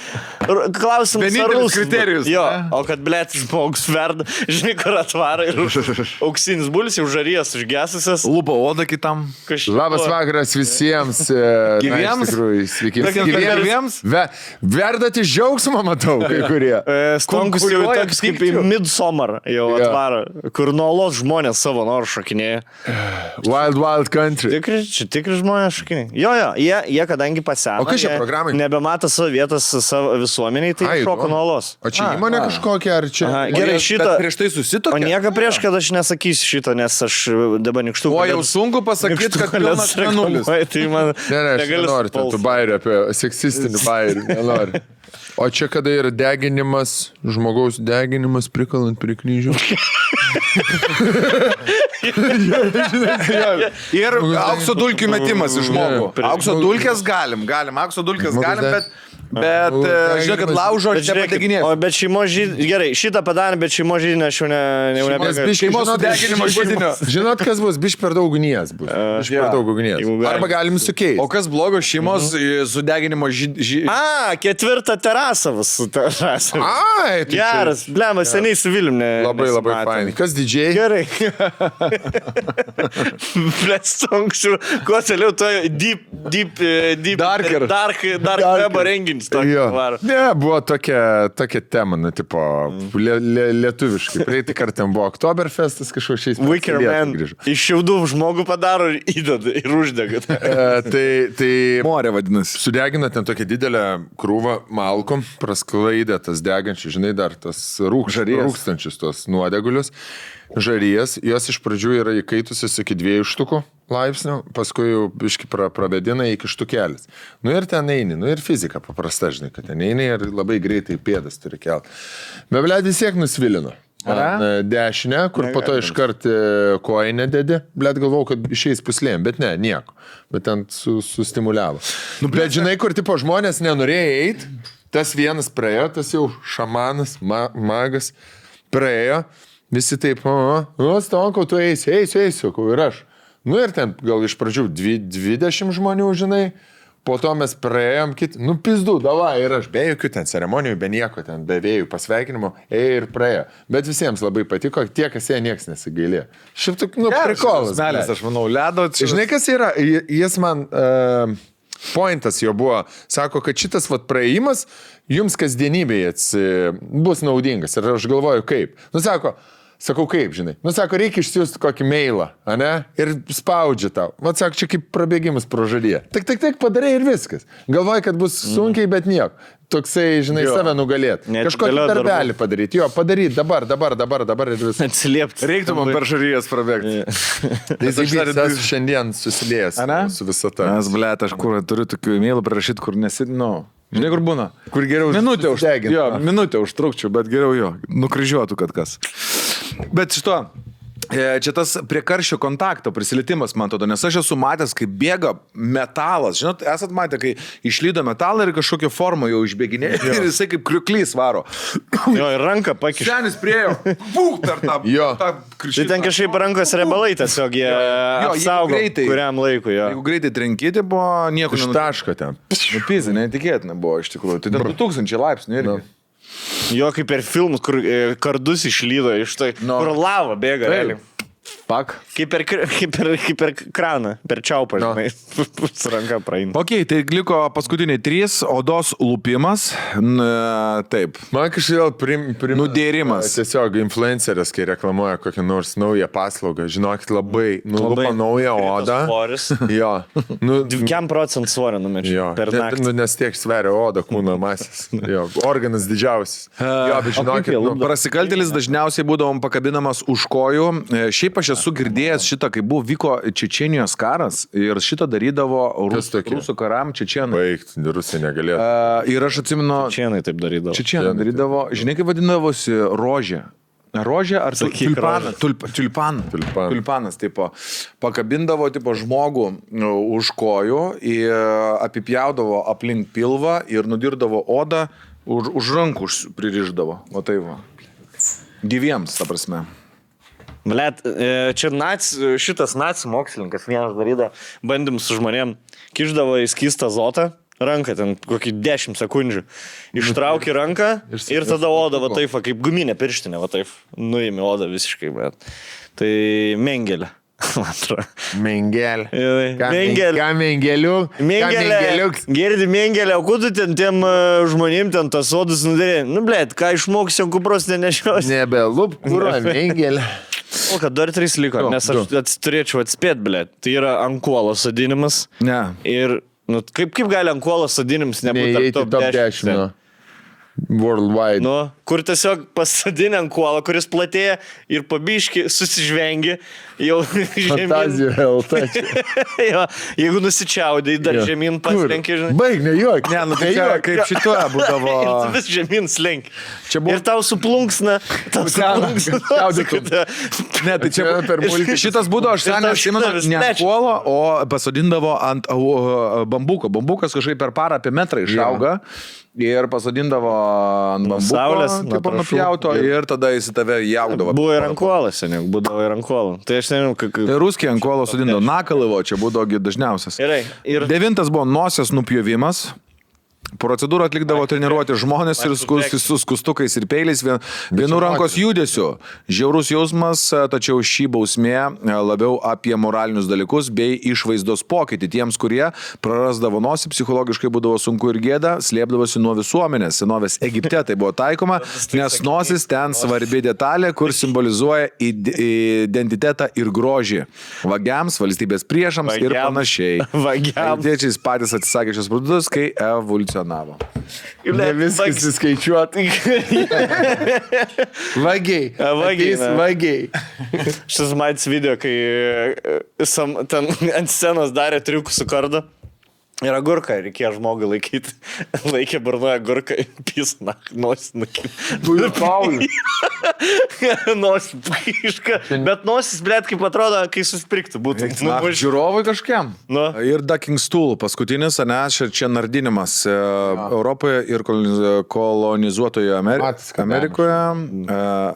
S2: r- Klausimas. ar
S3: Vienintelis
S2: rusų-
S3: kriterijus,
S2: Jo,
S3: ne?
S2: o kad blėt žmogus verda, žinai, kur atvaro ir už- auksinis bulis, užarijas, užgesusias.
S3: Lupa oda kitam.
S1: Labas vakaras visiems. e, na, iš
S3: Gyviems?
S1: tikrųjų, Sveiki.
S2: Tokiem
S3: gyviems?
S1: Ve, verdat iš džiaugsmo, matau, kai kurie.
S2: E, Stonkus jau
S3: Kunkuliuoja
S2: toks kaip į
S3: pykčiu.
S2: midsomar jau
S1: Jo.
S2: atvaro, kur nuolos žmonės savo norų šokinėja.
S1: Wild Wild Country.
S2: Tikri, čia tikri žmonės šokinėja. Jo, jo, jie, jie kadangi paseno.
S1: O kas čia
S2: jie
S1: programai?
S2: Nebemato savo vietos savo visuomeniai, tai
S1: Ai,
S2: šoko
S1: įdomu.
S2: nuolos.
S1: O čia įmonė kažkokia, ar čia...
S2: Aha, gerai, šitą.
S3: Bet Prieš tai
S2: O
S3: susitokė.
S2: nieko prieš, kad aš nesakysiu šito, nes aš dabar nikštų.
S3: O jau sunku pasakyti, kad pilnas mėnulis.
S2: Tai man.
S1: Ne, ne, aš
S2: negaliu
S1: nenoriu ten
S2: spaust.
S1: tų bairių apie seksistinį bairių, nenoriu. O čia kada yra deginimas, žmogaus deginimas prikalant prie kryžių.
S3: Ir aukso dulkių metimas iš žmogų.
S1: Ne,
S3: Aukso dulkės galim, galim, aukso dulkės
S1: Žmogus
S3: galim,
S1: dar-
S3: bet... Bet
S1: Žmogus dar-
S3: e, žinokit, laužo
S2: Bet
S3: aš
S2: žiūrėkit,
S3: nepadeginėsiu.
S2: o bet šeimo žydinį, gerai, šitą padarėm, bet šeimo žydinį aš jau, ne, jau
S1: Nes
S2: nebegaliu.
S1: biškį,
S3: Šeimos
S1: žinot,
S3: sudeginimo žudinio.
S1: Žinot, kas bus, biš per daug ugnies bus. Biš per
S3: jo.
S1: daug ugnies.
S2: Jeigu galim.
S1: Arba galim sukeisti.
S3: O kas blogo šeimos e, sudeginimo žydinio?
S2: A, ketvirtą terasą vas su terasą.
S1: Ai, tai čia
S2: Geras, blem, aš seniai su Vilniumi.
S1: Labai labai fainai. Kas didžiai?
S2: Gerai. Blestonks, kuo toliau to deep, deep, eh, deep.
S3: Darker.
S2: Dark, dark web renginys. tokį varo.
S1: Ne, buvo tokia, tokia tema, nu, tipo,
S2: Mm.
S1: lie, lie, lietuviškai. Praeitį kartą ten buvo Oktoberfestas kažkoks šiais metais į
S2: Wicker
S1: Lietuvą
S2: Man.
S1: grįžo.
S2: Iš šiaudų žmogų padaro ir įdeda ir uždega.
S1: E, tai, tai
S3: Morė vadinasi.
S1: sudegina ten tokią didelę krūvą malkom, prasklaidė tas degančius, žinai, dar tas rūk, rūkstančius tos nuodegulius. Žarijas, jos iš pradžių yra įkaitusios iki dviejų štukų laipsnių, paskui jau biški pra, prabedina iki štukelis. Nu ir ten eini, nu ir fizika paprasta, žinai, kad ten eini ir labai greitai pėdas turi kelti. Beblė vis tiek nusvilino. Man, e, Dešinę, kur po to iškart e, kojinę dedi. Blet galvau, kad išeis puslėm, bet ne, nieko. Bet ten su, sustimuliavo. Nu, bet žinai, kur tipo žmonės nenorėjo eiti, tas vienas praėjo, tas jau šamanas, ma, magas praėjo, visi taip, o, o, nu, stonko, tu eisi, eisi, eisi, sakau, ir aš. Nu ir ten gal iš pradžių dvi- 20 žmonių, žinai, po to mes praėjom, kit, nu pizdu, dava ir aš, be jokių ten ceremonijų, be nieko ten, be vėjų pasveikinimo, ėjo ir praėjo. Bet visiems labai patiko, tie, kas jie, niekas nesigailė. Šiaip tik, nu, prikolas.
S3: Melis,
S1: blet.
S3: aš manau, ledo. čia-
S1: Žinai, kas yra? Ji- Jis man... Uh, Pointas jo buvo, sako, kad šitas vat praėjimas jums kasdienybėje atsi, bus naudingas. Ir aš galvoju, kaip. Nu, sako, sakau, kaip, žinai. Nu, sako, reikia išsiųsti kokį mailą, ne? Ir spaudžia tau. Vat sako, čia kaip prabėgimas prožalyje. Tik, tik, tik padarai ir viskas. Galvoju, kad bus sunkiai, bet nieko. Toksai, žinai, jo. save nugalėt.
S2: Neatidėliot
S1: Kažkokį
S2: darbų.
S1: darbelį padaryti. Jo, padaryti dabar, dabar, dabar, dabar ir viskas.
S2: Atsiliepti.
S3: Reiktų man per žarijas prabėgti.
S1: Tai jis visas šiandien susiliejęs
S3: Ane?
S1: su visata.
S3: Mes, blė, tai aš kur turiu tokių mėlų prirašyti, kur nesidinau. Žinai, kur būna?
S1: Kur geriau
S3: Minutę, už,
S1: uždegint.
S3: jo, minutę užtrukčiau, bet geriau jo, nukryžiuotų kad kas. Bet šito, e, čia tas prie karščio kontakto prisilietimas, man atrodo, nes aš esu matęs, kaip bėga metalas. Žinot, esat matę, kai išlydo metalą ir kažkokią formą jau išbėginėja ir jisai kaip kriuklys varo.
S2: Jo, ir ranką pakišti.
S3: Senis priejo, būk per tą,
S1: Jo.
S3: tą
S2: Tai
S3: krišį.
S2: ten kažkaip rankos riebalai tiesiog jie
S3: jo, jeigu
S2: apsaugo
S3: greitai-
S2: kuriam laikui. Jo.
S3: Jeigu greitai trenkyti buvo, nieko
S1: Iš
S3: nenutiko.
S1: taško ten.
S3: Nu, Pizė, neįtikėtina buvo iš tikrųjų. Tai ten 2000 laipsnių irgi.
S1: Nu.
S2: Jo, kaip per filmus, kur e, kardus išlydo iš tai, no. kur lava bėga. realiai.
S5: Pak.
S2: Kaip per, kr- kaip per, kaip per kraną, per čiaupą,
S1: No.
S2: žinai. Su ranka praeina.
S3: Ok, tai liko paskutiniai trys - odos lūpimas. N, e, taip.
S1: Man kažkaip prim, prim...
S3: Nudėrimas.
S1: Tiesiog influenceris, kai reklamuoja kokią nors naują paslaugą, žinokit, labai nulupa
S2: Labai
S1: naują
S2: kritas
S1: odą.
S2: svoris.
S1: Jo. Nu,
S2: Kiam procent svorio numečiau
S1: Jo,
S2: per
S1: Ne-
S2: naktį?
S1: Nu, nes tiek sveria oda, kūno masės. Jo, organas didžiausias. Jo, bet žinokit,
S2: jie
S1: nu,
S2: lupdo?
S3: Prasikaltėlis dažniausiai būdavom pakabinamas už kojų. E, Šiaip aš esu girdėjęs šitą, kai buvo vyko Čečienijos karas ir šitą darydavo
S1: Kas
S3: rus,
S1: tokie?
S3: rusų karam Čečienai.
S1: baigti, rusai negalėjo.
S3: E, Ir aš atsimenu,
S2: Čienai taip darydavo.
S3: Čečienai
S1: Čečėnai,
S3: darydavo, žinai, kaip vadinavosi, rožė. Rožė ar tu-
S2: Sakyk,
S3: tulpanas?
S2: rožė.
S3: Tulp, tulpan.
S1: Tulpan.
S3: Tulpanas, tipo, pakabindavo tipo, žmogų nu, už kojų, ir apipjaudavo aplink pilvą ir nudirdavo odą, už, už rankų už- pririždavo. O tai va. Gyviems, ta prasme.
S2: Blet, e, čia nac, šitas nacijų mokslininkas vienas darydavo bandymus su žmonėm, kiždavo į skystą azotą, ranką ten kokį 10 sekundžių, ištraukė ranką ir tada odą, va taip, va, kaip guminė pirštinė, va taip, nuėmė odą visiškai, bet tai mengelė. man atrodo.
S1: Mengel.
S2: Jinai-
S1: Ką
S2: Mengel.
S1: men- Ką mengeliu? Ką
S2: Mengelė.
S1: mengeliuks?
S2: Girdi mengelė, o kudu ten tiem e, žmonėm ten tas odas nudarė. Nu, blėt, ką išmoksiu, ant kupros nenešios.
S1: Nebelup, kur mengelė.
S2: O, kad dar trys liko, nes aš ats, turėčiau atspėti, blė. Tai yra ankuolo sadinimas.
S3: Ne.
S2: Ir nu, kaip, kaip gali ankuolo sadinimas nebūti
S1: Neįeiti
S2: tarp
S1: top, top 10.
S2: ten?
S1: nu. Worldwide.
S2: Nu, kur tiesiog pasadinė ankuolą, kuris platėja ir pabiški susižvengi jau žemyn.
S1: Fantazija LT. čia.
S2: jo, jeigu nusičiaudai, dar
S1: Jo.
S2: jo. žemyn
S1: Kur?
S2: paslenki, žinai.
S1: Baig, ne juok.
S3: Ne, nu tai čia kaip šituo
S2: Ir tu
S3: būdavo.
S2: vis žemyn slink.
S3: Čia buvo-
S2: Ir tau suplunksna, tau
S3: Pusena,
S2: suplunksna.
S3: šaudytum.
S2: kada-
S3: Ne, tai čia
S1: Čia per multikus.
S3: Šitas būdavo, aš
S2: Ir
S3: seniai
S2: tau šitą
S3: atsimenu,
S2: vis
S3: ne
S2: plečia.
S3: kuolo, o pasodindavo ant au, bambuko. Bambukas kažkaip per parą apie metrą išauga. Ir pasodindavo ant bambuko,
S2: saulės, nuo
S3: tipo,
S2: trąšų.
S3: nupjauto ir tada jis į tave jaudavo.
S2: Buvo ir ankuolas, seniau, būdavo ir ankuolas. Tai aš nežinau, kaip...
S3: Tai ruskiai ant kuolo sodindavo. Nakalivo čia būdavo gi dažniausias.
S2: Gerai. Ir
S3: Devintas buvo nosies nupjovimas. Procedūrą atlikdavo treniruoti žmonės ir skus, su skustukais ir peiliais vien, vienu rankos judesiu. Žiaurus jausmas, e, tačiau šį bausmė e, labiau apie moralinius dalykus bei išvaizdos pokytį. Tiems, kurie prarasdavo nosį, psichologiškai būdavo sunku ir gėda, slėpdavosi nuo visuomenės. Senovės Egipte tai buvo taikoma, nes nosis ten svarbi detalė, kur simbolizuoja id- identitetą ir grožį. Vagiams, valstybės priešams ir
S2: Vagiams.
S3: panašiai.
S2: Vagiams.
S3: Egiptiečiais patys atsisakė šios produktus, kai evoliucionavo.
S1: Ne viskas įskaičiuot. Vagiai.
S2: Vagiai,
S1: Ateis
S2: ne.
S1: Vagiai.
S2: Šis Maits video, kai e, sam, ten ant scenos darė triukų su kardu. Ir agurką reikėjo žmogui laikyti. Laikė burnoje agurką ir pisna, nosis
S1: Puiku,
S2: nukirto.
S1: Paulius.
S2: nosis plyška. Bet nosis, blėt, kaip atrodo, kai suspriktų būtų. Nu,
S3: Na,
S2: už-
S3: žiūrovai kažkiem.
S2: Nu.
S3: Ir Ducking Stool, paskutinis, ne, čia, čia nardinimas e, Europoje ir koloniz- kolonizuotoje Amer...
S1: Matas Kapenas.
S3: Amerikoje.
S1: Mm.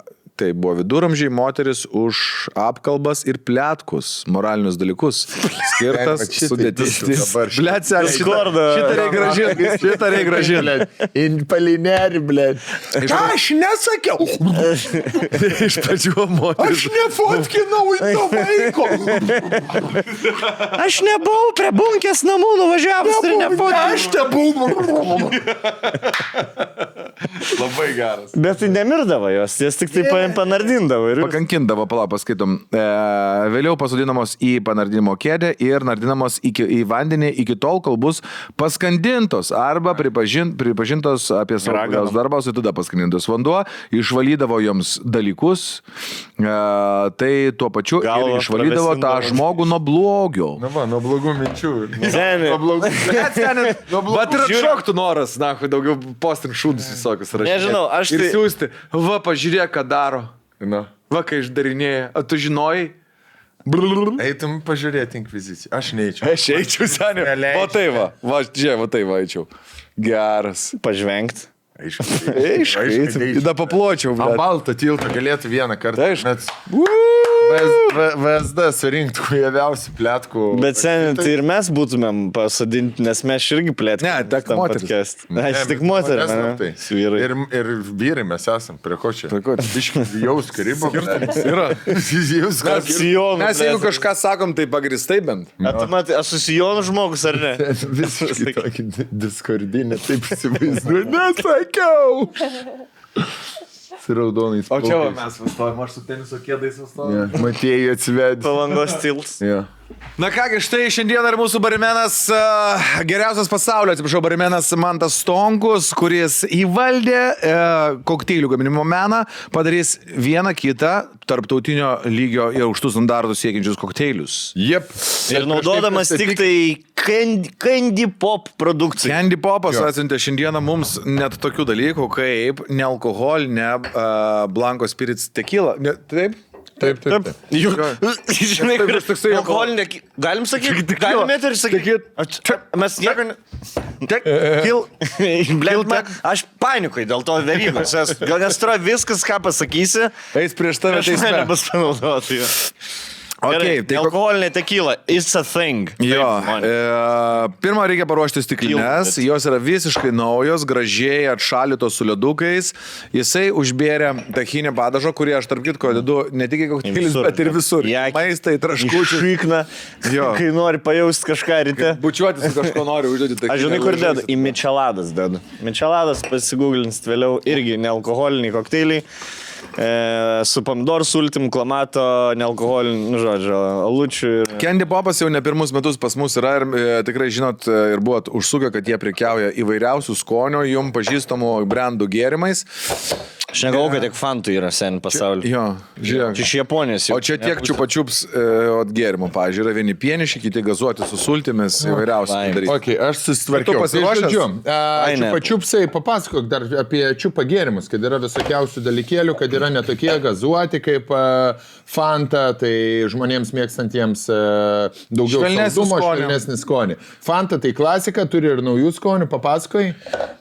S3: E, Tai buvo viduramžiai moteris už apkalbas ir plėtkus, moralinius dalykus. Skirtas
S1: Blet, va šitai
S3: sudėtis.
S1: dabar šitą-
S3: Blet, senis, šitą,
S2: Discordą.
S3: šitą reikia gražinti. Šitą reikia gražinti.
S1: Palineri, blė. Ką aš nesakiau?
S2: nu
S3: Iš pradžių
S2: tai
S3: moteris.
S1: Aš nefotkinau į to vaiko.
S2: Aš nebuvau prie bunkės namų nuvažiavęs ir nebuvau.
S1: Aš te buvau.
S6: Labai geras.
S2: Bet tai nemirdavo jos, jas tik tai yeah. panardindavo. Ir...
S3: Pakankindavo, pala, paskaitom. E, vėliau pasodinamos į panardinimo kėdę ir nardinamos iki, į vandenį iki tol, kol bus paskandintos arba pripažin, pripažintos apie savo
S2: Raganom.
S3: kurios darbą, o tada paskandintos vanduo, išvalydavo joms dalykus, e, tai tuo pačiu
S2: Galvą
S3: ir išvalydavo tą
S2: pravėsindavo.
S3: žmogų nuo blogio.
S1: Na, va, nuo blogų minčių.
S2: Seni.
S1: Nuo blogų.
S3: Bet ir
S2: Žiūri-
S3: atšoktų noras, na, daugiau postin šūdus visokius rašyti.
S2: Nežinau, aš
S3: Ir
S2: tai-
S3: siūsti, va, pažiūrėk, ką daro.
S1: Na.
S3: Va, kai išdarinėja, o tu žinojai?
S1: Eitum pažiūrėti inkviziciją. Aš neįčiau.
S3: Aš eičiau, seniai.
S1: Neleidžia.
S3: Va tai va, va, čia, va tai va eičiau. Geras.
S2: Pažvengti.
S3: Iškaitim. Tada papločiau,
S1: Ant
S3: bl ⁇
S1: baltą tiltą galėtų vieną kartą.
S3: Tai aišku.
S1: Net VS- V- VSD surinktų javiausių plėtkų.
S2: Bet seniai, tai ir mes būtumėm pasodinti, nes mes čia irgi plėtėme.
S3: Ne, tik moteris.
S2: Aš tik moterį.
S1: Mes
S2: ne?
S1: slaptai.
S2: Su vyrai.
S1: nu tai. Ir, ir vyrai mes esam, prie ko čia? Prie ko? Jau skrybo.
S3: Yra.
S1: Jau skrybo.
S2: Sijonų.
S3: Mes jeigu kažką sakom, tai pagristai bent.
S2: Matai, aš susijonų žmogus ar ne?
S1: Visiškai tokį di- diskordinį, taip įsivaizduoju. Nesakiau. Su raudonais.
S3: O čia va
S1: plaukais.
S3: mes sustojom, aš su teniso kėdais sustojom.
S1: Ja, Matėjai atsivedė.
S2: Palangos tilts.
S1: Ja.
S3: Na kągi, štai šiandien ir mūsų barimenas, a, geriausias pasaulio, atsiprašau, barimenas Mantas Stonkus, kuris įvaldė e, kokteilių gaminimo meną, padarys vieną kitą tarptautinio lygio ir aukštų standartų siekiančius kokteilius.
S1: Jep.
S2: Ir naudodamas tik tai kandi- candy pop produkciją.
S3: Candy Popas atsiuntė šiandieną mums net tokių dalykų, kaip nealkoholinė uh, Blanko Spirits tequila. Ne, taip?
S1: Taip, taip. taip.
S2: Juk, žinai,
S3: Taip,
S2: kur
S3: aš toksai-
S2: alkoholinė. ki- Galim sakyti, galim net ir sakyti. Aš- Mes nieko. ne- Kil. Blet, man- Aš panikoj dėl to verygos. Aš- Gal nestra viskas, ką pasakysi.
S3: Eis prieš tave
S2: Aš
S3: teisme.
S2: mane bus panaudoti. jo.
S3: Okay,
S2: Gerai,
S3: tai ko-
S2: Alkoholinė tekyla. It's a thing.
S3: Jo,
S2: Taip, žmonės.
S3: e, pirmą reikia paruošti stiklines,
S2: Pilnas.
S3: jos yra visiškai naujos, gražiai atšalytos su ledukais. Jisai užbėrė tahinį padažą, kurį aš tarp kitko dedu ne tik į kokteilius,
S2: Visur.
S3: bet ir visur.
S2: Į
S3: Ja,
S2: akį.
S3: Maistai, traškučiai.
S2: Šikna.
S3: Jo.
S2: Kai nori pajausti kažką ryte.
S3: Bučiuotis su kažko noriu uždėti. tahinį,
S2: Aš žinai, kur dedu?
S3: uždėsi.
S2: Į Micheladas dedu. Micheladas pasigūglinsit vėliau irgi nealkoholiniai kokteiliai. E, su pomidor sultim, klamato, nealkoholiniu, nu, žodžiu, alučiu. Ir...
S3: Candy Popas jau ne pirmus metus pas mus yra ir e, tikrai žinot e, ir buvot užsukę, kad jie prekiauja įvairiausių skonio, jum pažįstamų brandų gėrimais.
S2: Aš negalvoju, kad tiek fantų yra sen pasaulyje.
S3: Jo, žiūrėk.
S2: Iš Japonijos. jau.
S3: O čia tiek čiupačiups e, gėrimų, pažiūrėjau, yra vieni pieniši, kiti gazuoti su sultimis,
S2: Laimė.
S3: įvairiausių daryti.
S1: Ok, aš susitvarkiau. Tai
S3: Tu pasiruošęs?
S2: Ai, ne.
S1: Pačiupsai, papasakok dar apie čiupą gėrimus, kad yra visokiausių dalykėlių, kad yra netokie gazuoti kaip a, Fanta, tai žmonėms mėgstantiems a, daugiau
S3: Švelnesnį
S1: saldumo,
S3: skonį.
S1: švelnesnį skonį. Fanta tai klasika, turi ir naujų skonių, papasakoji.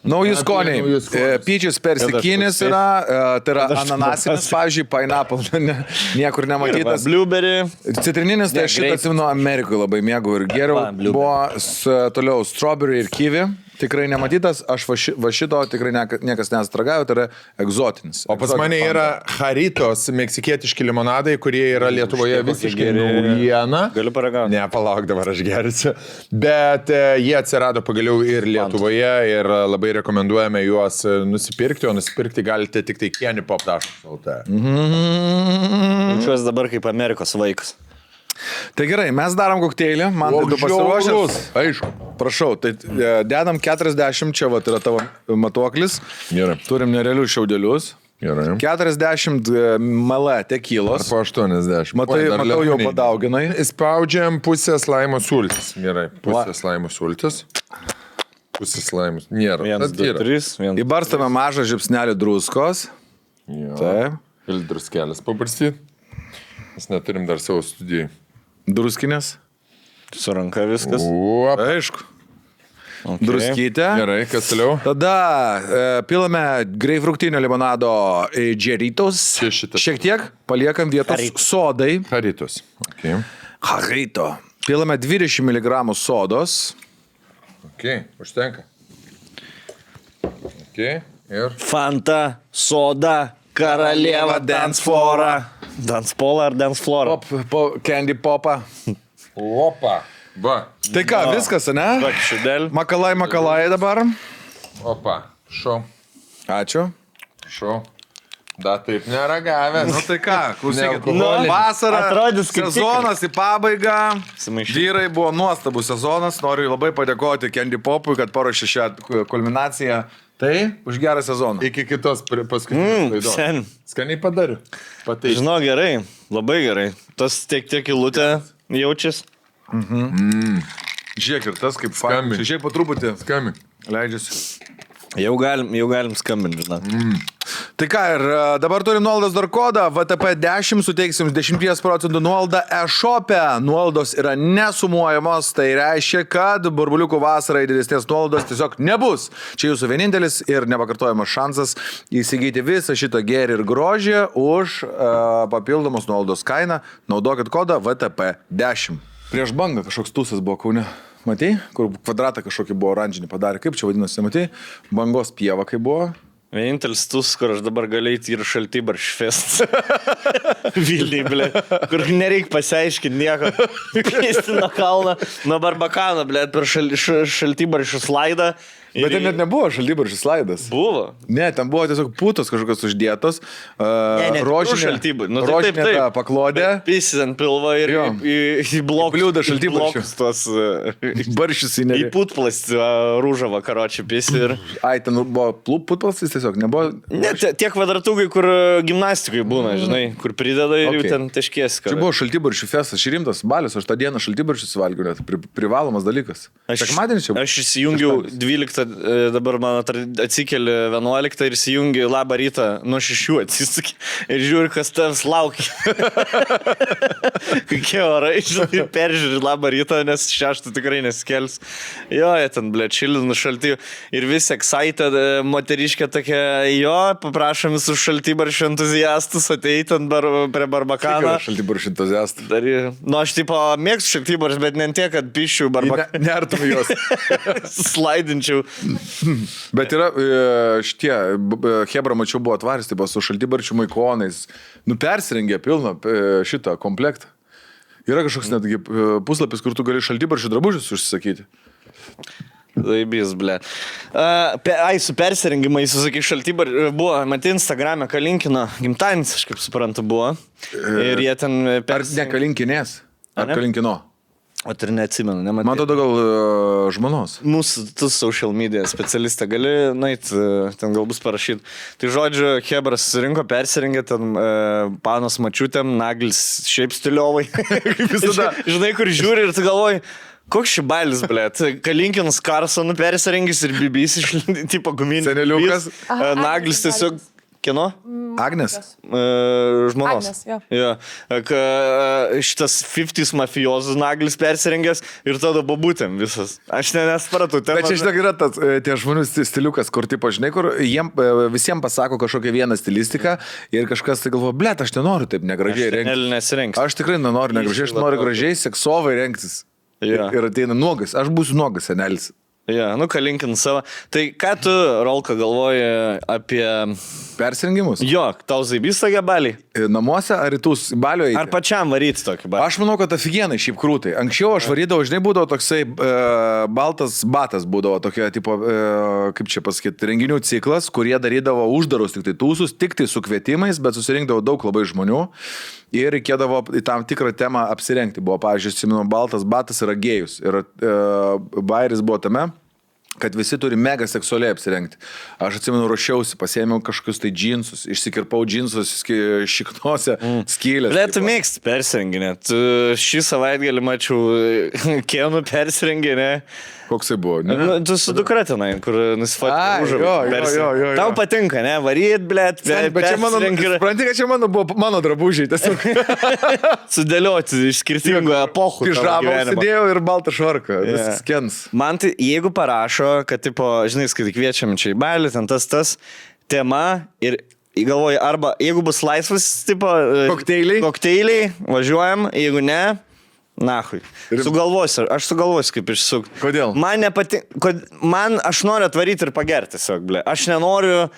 S3: Nauji
S2: tai
S1: Apie
S3: skoniai.
S1: naujus skonius.
S3: E, Peaches persikinis
S2: Kad aš
S3: yra, e, tai yra
S2: Kad aš
S3: ananasinis, pavyzdžiui, pineapple, ne, niekur
S2: Va,
S3: nematytas.
S2: Blueberry.
S3: Citrininis, tai
S2: Ne,
S3: aš šitą
S2: grape.
S3: atsimenu Amerikoje labai mėgau ir geriau.
S2: Va, blueberry.
S3: Buvo s- toliau strawberry ir kiwi, tikrai nematytas, aš va ši- va šito tikrai nieka- niekas nestragavo, tai yra egzotinis.
S1: O pas mane yra Haritos meksikietiški limonadai, kurie yra Lietuvoje visiškai
S2: geri.
S1: naujiena.
S2: Galiu paragauti.
S1: Ne, palauk dabar aš gersiu. Bet e, jie atsirado pagaliau ir Lietuvoje ir e, labai rekomenduojame juos e, nusipirkti, o nusipirkti galite tik tai kenipop.lt.
S3: Mhm.
S2: Jaučiuosi dabar kaip Amerikos vaikas.
S3: Tai gerai, mes darom kokteilį, man tai tu pasiruošęs.
S1: Aišku.
S3: Prašau, tai e, dedam 40, čia va, tai yra tavo matuoklis.
S1: Gerai.
S3: Turim nerealius šiaudelius.
S1: Gerai.
S3: 40 e, ml tekilos.
S1: Po 80.
S3: Matai,
S1: Oi, dar
S3: matau, jau
S1: lėkūnėj.
S3: padauginai.
S1: Spaudžiam pusės laimo sultis. Gerai, pusės laimo sultis. Pusės laimos. Nėra.
S2: 1,
S1: Bet
S2: 2,
S1: yra.
S2: 3, 1.
S3: Įbarstame mažą žipsnelį druskos.
S1: Jo.
S3: Taip.
S1: Filtrus kelias pabarstyti. Mes neturim dar savo studijai.
S3: Druskinės.
S2: Su ranka viskas.
S1: Uop.
S3: Aišku.
S2: Okay.
S3: Druskytę.
S1: Gerai, kas toliau?
S3: Tada e, pilame greifruktinio limonado e, džeritos.
S1: Čia šitas.
S3: Šiek tiek paliekam vietos
S2: Harito.
S3: sodai.
S1: Haritus. Okay.
S3: Harito. Pilame 20 mg sodos.
S1: ok, užtenka. Ok, ir.
S2: Fanta, soda, karalieva, danceflora. Dancepola ar danceflora?
S3: Pop, pop, candy popą.
S1: Opa. Va.
S3: Tai ką, viskas, ne?
S2: Šidel.
S3: Makalai, makalai dabar.
S1: Opa. Šau.
S3: Ačiū.
S1: Šau. Da taip neragavęs.
S3: Nu tai ką, klausykit.
S1: Ne,
S3: Nu, vasara.
S2: atrodys kaip
S3: sezonas į pabaigą.
S2: Sumaišyt.
S3: Vyrai buvo nuostabus sezonas. Noriu labai padėkoti Candy Popui, kad paruošė šią kulminaciją. Tai už gerą sezoną.
S1: Iki kitos pri- paskutinės
S2: Mm,
S1: mm, laidos.
S2: sen.
S1: Skaniai padariu. Patai.
S2: Žinau gerai, labai gerai. Tas tiek tiek įlūtė jaučiasi.
S3: Žiūrėk ir tas kaip
S1: Skambink.
S3: fanas. Žiūrėk po truputį
S1: Skami.
S3: leidžiasi.
S2: Jau galim, jau galim skambinti, žinau. Mm.
S3: Tai ką, ir e, dabar turim nuolaidos dar kodą, VTP10 suteiks jums 10 procentų nuolaidą e-shopę. Nuolaidos yra nesumuojamos, tai reiškia, kad burbuliukų vasarai didesnės nuolaidos tiesiog nebus. Čia jūsų vienintelis ir nepakartojamas šansas įsigyti visą šitą gėrį ir grožį už uh, papildomos nuolaidos kainą. Naudokit kodą VTP10. Prieš bangą kažkoks tūsas buvo kaune. Matai, kur kvadratą kažkokį buvo oranžinį padarė, kaip čia vadinasi, matai, bangos pieva, kai buvo,
S2: Vienintelis tus, kur aš dabar galiu eiti ir šalti baršfest. Vilniblė. Kur nereik pasiaiškinti nieko. Pisti nuo kalno, nuo barbakano, blė, per šal, š, šalti baršus laidą.
S3: Bet ten net nebuvo šaldybaržys laidas.
S2: Buvo.
S3: Ne, ten buvo tiesiog putos kažkokios uždėtos.
S2: Ne,
S3: Uh,
S2: ne,
S3: rožinė
S2: šaltyba. Nu, tai
S3: rožinė
S2: taip, taip.
S3: ta paklodė.
S2: Pisi ant pilvo ir
S3: Jo.
S2: į, į, į blokus.
S3: Bliūdą
S2: į
S3: šaltibarščių.
S2: blokus Tuos, uh,
S3: Baršys į
S2: į
S3: nerį.
S2: putplastį rūžavą, karočią, pisi ir...
S3: Ai, ten buvo plu- putplastis tiesiog, nebuvo.
S2: Ne, tie, tie kvadratukai, kur e, gimnastikui būna, žinai, kur prideda ir okay.
S3: Okay.
S2: jau ten teškės.
S3: Mm. Čia buvo šaltybaršių festas, šį rimtas balius, aš tą dieną šaltybaršių suvalgiau, net pri, privalomas dalykas. Sekmadienį čia buvo.
S2: Aš įsijungiau 12, e, dabar man atr- atsikeli 11 ir įsijungiu labą rytą nuo 6 atsisukį ir žiūriu, kas tavęs laukia. Kokie orai, žinai, peržiūri labą rytą, nes 6 tikrai neskels. Jo, jie ten, ble, čilinu šaltį ir vis excited, e, moteriškė tokia, jo, paprašom visus šaltybaršių entuziastus ateiti ant bar, prie barbakano.
S3: šaltybaršių entuziastas.
S2: Dar, ir- nu, aš tipo mėgstu šiek tiek barš, bet ne ant tiek, kad pišiu barbaką.
S3: Nertum juos.
S2: Slaidinčiau.
S3: Bet yra e, šitie, b- b- Hebra, mačiau, buvo atvaris, tai buvo su šaltybarčių maikonais. Nu, persirengė pilną e, šitą komplektą. Yra kažkoks netgi e, puslapis, kur tu gali šaltybarčių drabužius užsisakyti.
S2: Laibys, ble. A, pe- Ai, su persirengimais, sakai, šaltybar buvo, matai, Instagram'e Kalinkino gimtadienis, aš kaip suprantu, buvo. Ir jie ten
S3: E, Ar
S2: persirengė.
S3: ne kalinkinės?
S2: Ar
S3: Ar
S2: ne?
S3: kalinkino?
S2: O tai neatsimenu, nematau.
S3: Man atrodo, gal e, žmonos.
S2: mūsų, tu social media specialistą gali, na, ten gal bus parašyt. Tai žodžiu, Hebras surinko, persirengė ten e, panos mačiutėm, naglis šiaip stiliovai.
S3: visada.
S2: Žinai, kur žiūri ir tu galvoji. Koks šibalis, blė, Kalinkinas Karsonų persirengęs ir bibys iš tipo guminis.
S3: Seneliukas.
S2: bibys. E,
S8: Aha,
S2: Naglis
S8: Agnes
S2: tiesiog.
S8: Naglis.
S2: Kino?
S3: Agnes.
S2: E, žmonos.
S8: Agnes, jo.
S2: Ja. Ka, e, šitas 50 mafijozų naglis persirengęs ir tada babutėm visas. Aš ne, nespratau, ten.
S3: Bet čia žinok yra tas, e, tie žmonių sti- stiliukas, kur, tipo, žinai, kur jiem, e, visiems pasako kažkokią vieną stilistiką ir kažkas tai galvo, blėt, aš nenoriu taip negražiai
S2: Nel
S3: rengtis.
S2: nesirinks.
S3: Aš tikrai nenoriu negražiai, aš noriu gražiai, seksovai rengtis. Ir,
S2: Jo.
S3: ir ateina nuogas, aš būsiu nuogas, senelis.
S2: Ja, nu, kalinkin savo. Tai ką tu, Rolka, galvoji apie...
S3: Persirengimus?
S2: Jo, tau zaibys tą gabalį?
S3: E, Namuose ar rytus balio eiti?
S2: Ar pačiam varyti tokį balį?
S3: Aš manau, kad aфиgenai šiaip krūtai. Anksčiau aš varydavau, žinai, būdavo toksai e, baltas batas, būdavo tokia, tipo, e, kaip čia pasakyti, renginių ciklas, kurie darydavo uždarus tik tai tūsus, tik tai su kvietimais, bet susirinkdavo daug labai žmonių ir reikėdavo į tam tikrą temą apsirengti. Buvo, pavyzdžiui, atsimenu, baltas batas yra gėjus ir e, bairis buvo tame kad visi turi mega seksualiai apsirengti. Aš atsimenu, ruošiausi, pasėmiau kažkokius tai džinsus, išsikirpau džinsus, ski- šiknose, mm. skylės.
S2: Bet tu mėgsti persirenginę. Tu šį savaitgalį mačiau Kenų persirenginę.
S3: Koksai buvo? Ne?
S2: Nu, tu su dukra tenai, kur
S3: Ai,
S2: nusifatė už
S3: jo, jo, jo, jo, jo.
S2: Tau patinka, ne? Varyt, blėt,
S3: Bet čia mano, supranti, kad čia mano buvo mano drabužiai, tiesiog
S2: sudėlioti iš skirtingų epochų. tavo
S3: pižamą
S2: gyvenimo.
S3: užsidėjau ir baltą švarką.
S2: Jo.
S3: Viskas kens.
S2: Man tai, jeigu parašo, kad, tipo, žinai, kai kviečiam čia į balį, ten tas, tas, tema ir galvoju, arba jeigu bus laisvas, tipo, e,
S3: Kokteiliai?
S2: kokteiliai, važiuojam, jeigu ne, nahui. Sugalvosiu, aš sugalvosiu, kaip išsukti.
S3: Kodėl?
S2: Man nepatinka, man aš noriu atvaryti ir pagerti tiesiog, ble. Aš nenoriu,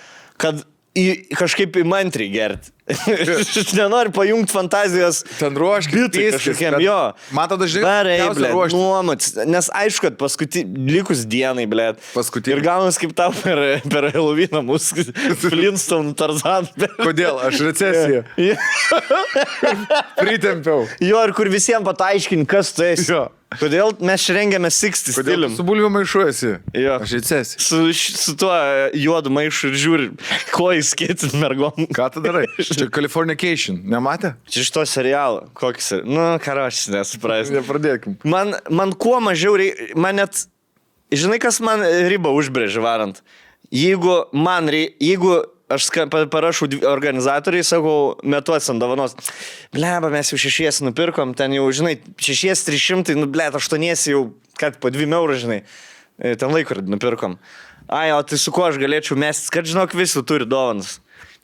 S2: kad į, kažkaip įmantriai gerti. aš nenoriu pajungti fantazijos.
S3: Ten ruoškis,
S2: bitai
S3: pyskis,
S2: kažkokiam,
S3: bet
S2: jo.
S3: man tada, žinai,
S2: Gerai,
S3: daugiausia
S2: ble,
S3: ruoštis.
S2: nuomotis. Nes aišku, kad paskuti, likus dienai, ble.
S3: Paskutinį.
S2: Ir gaunas kaip tau per, per Helovyną mūsų Flintstone Tarzan.
S3: Kodėl? Aš recesiją
S2: Jo,
S3: pritempiau.
S2: Jo, ir kur visiems pataiškin, kas tu esi.
S3: Jo.
S2: Kodėl mes čia rengiame 60
S3: Kodėl?
S2: stilium?
S3: tu Su bulviu maišuosi.
S2: Jo.
S3: Aš recesiją.
S2: Su, š- su tuo e, juodu maišu ir žiūri, ko jis kėtin mergom.
S3: Ką tu darai? Čia Californication. Nematė?
S2: Čia iš to serialo. Koks ir... Nu, karočius, nesuprasi.
S3: Nepradėkim.
S2: Man, man kuo mažiau reikia, man net, žinai, kas man ribą užbrėžė varant. Jeigu man reikia, jeigu aš ska- pa- parašau dvi- organizatoriai, sakau, metuosim dovanos. Bleba, mes jau šešies nupirkom, ten jau, žinai, šešies, trys šimtai, nu, bleba, aštuonies jau, kad po dvi eurų, žinai, E, ten laikrodį nupirkom. Ai, o tai su kuo aš galėčiau mestis, kad žinok, visi turi dovanas.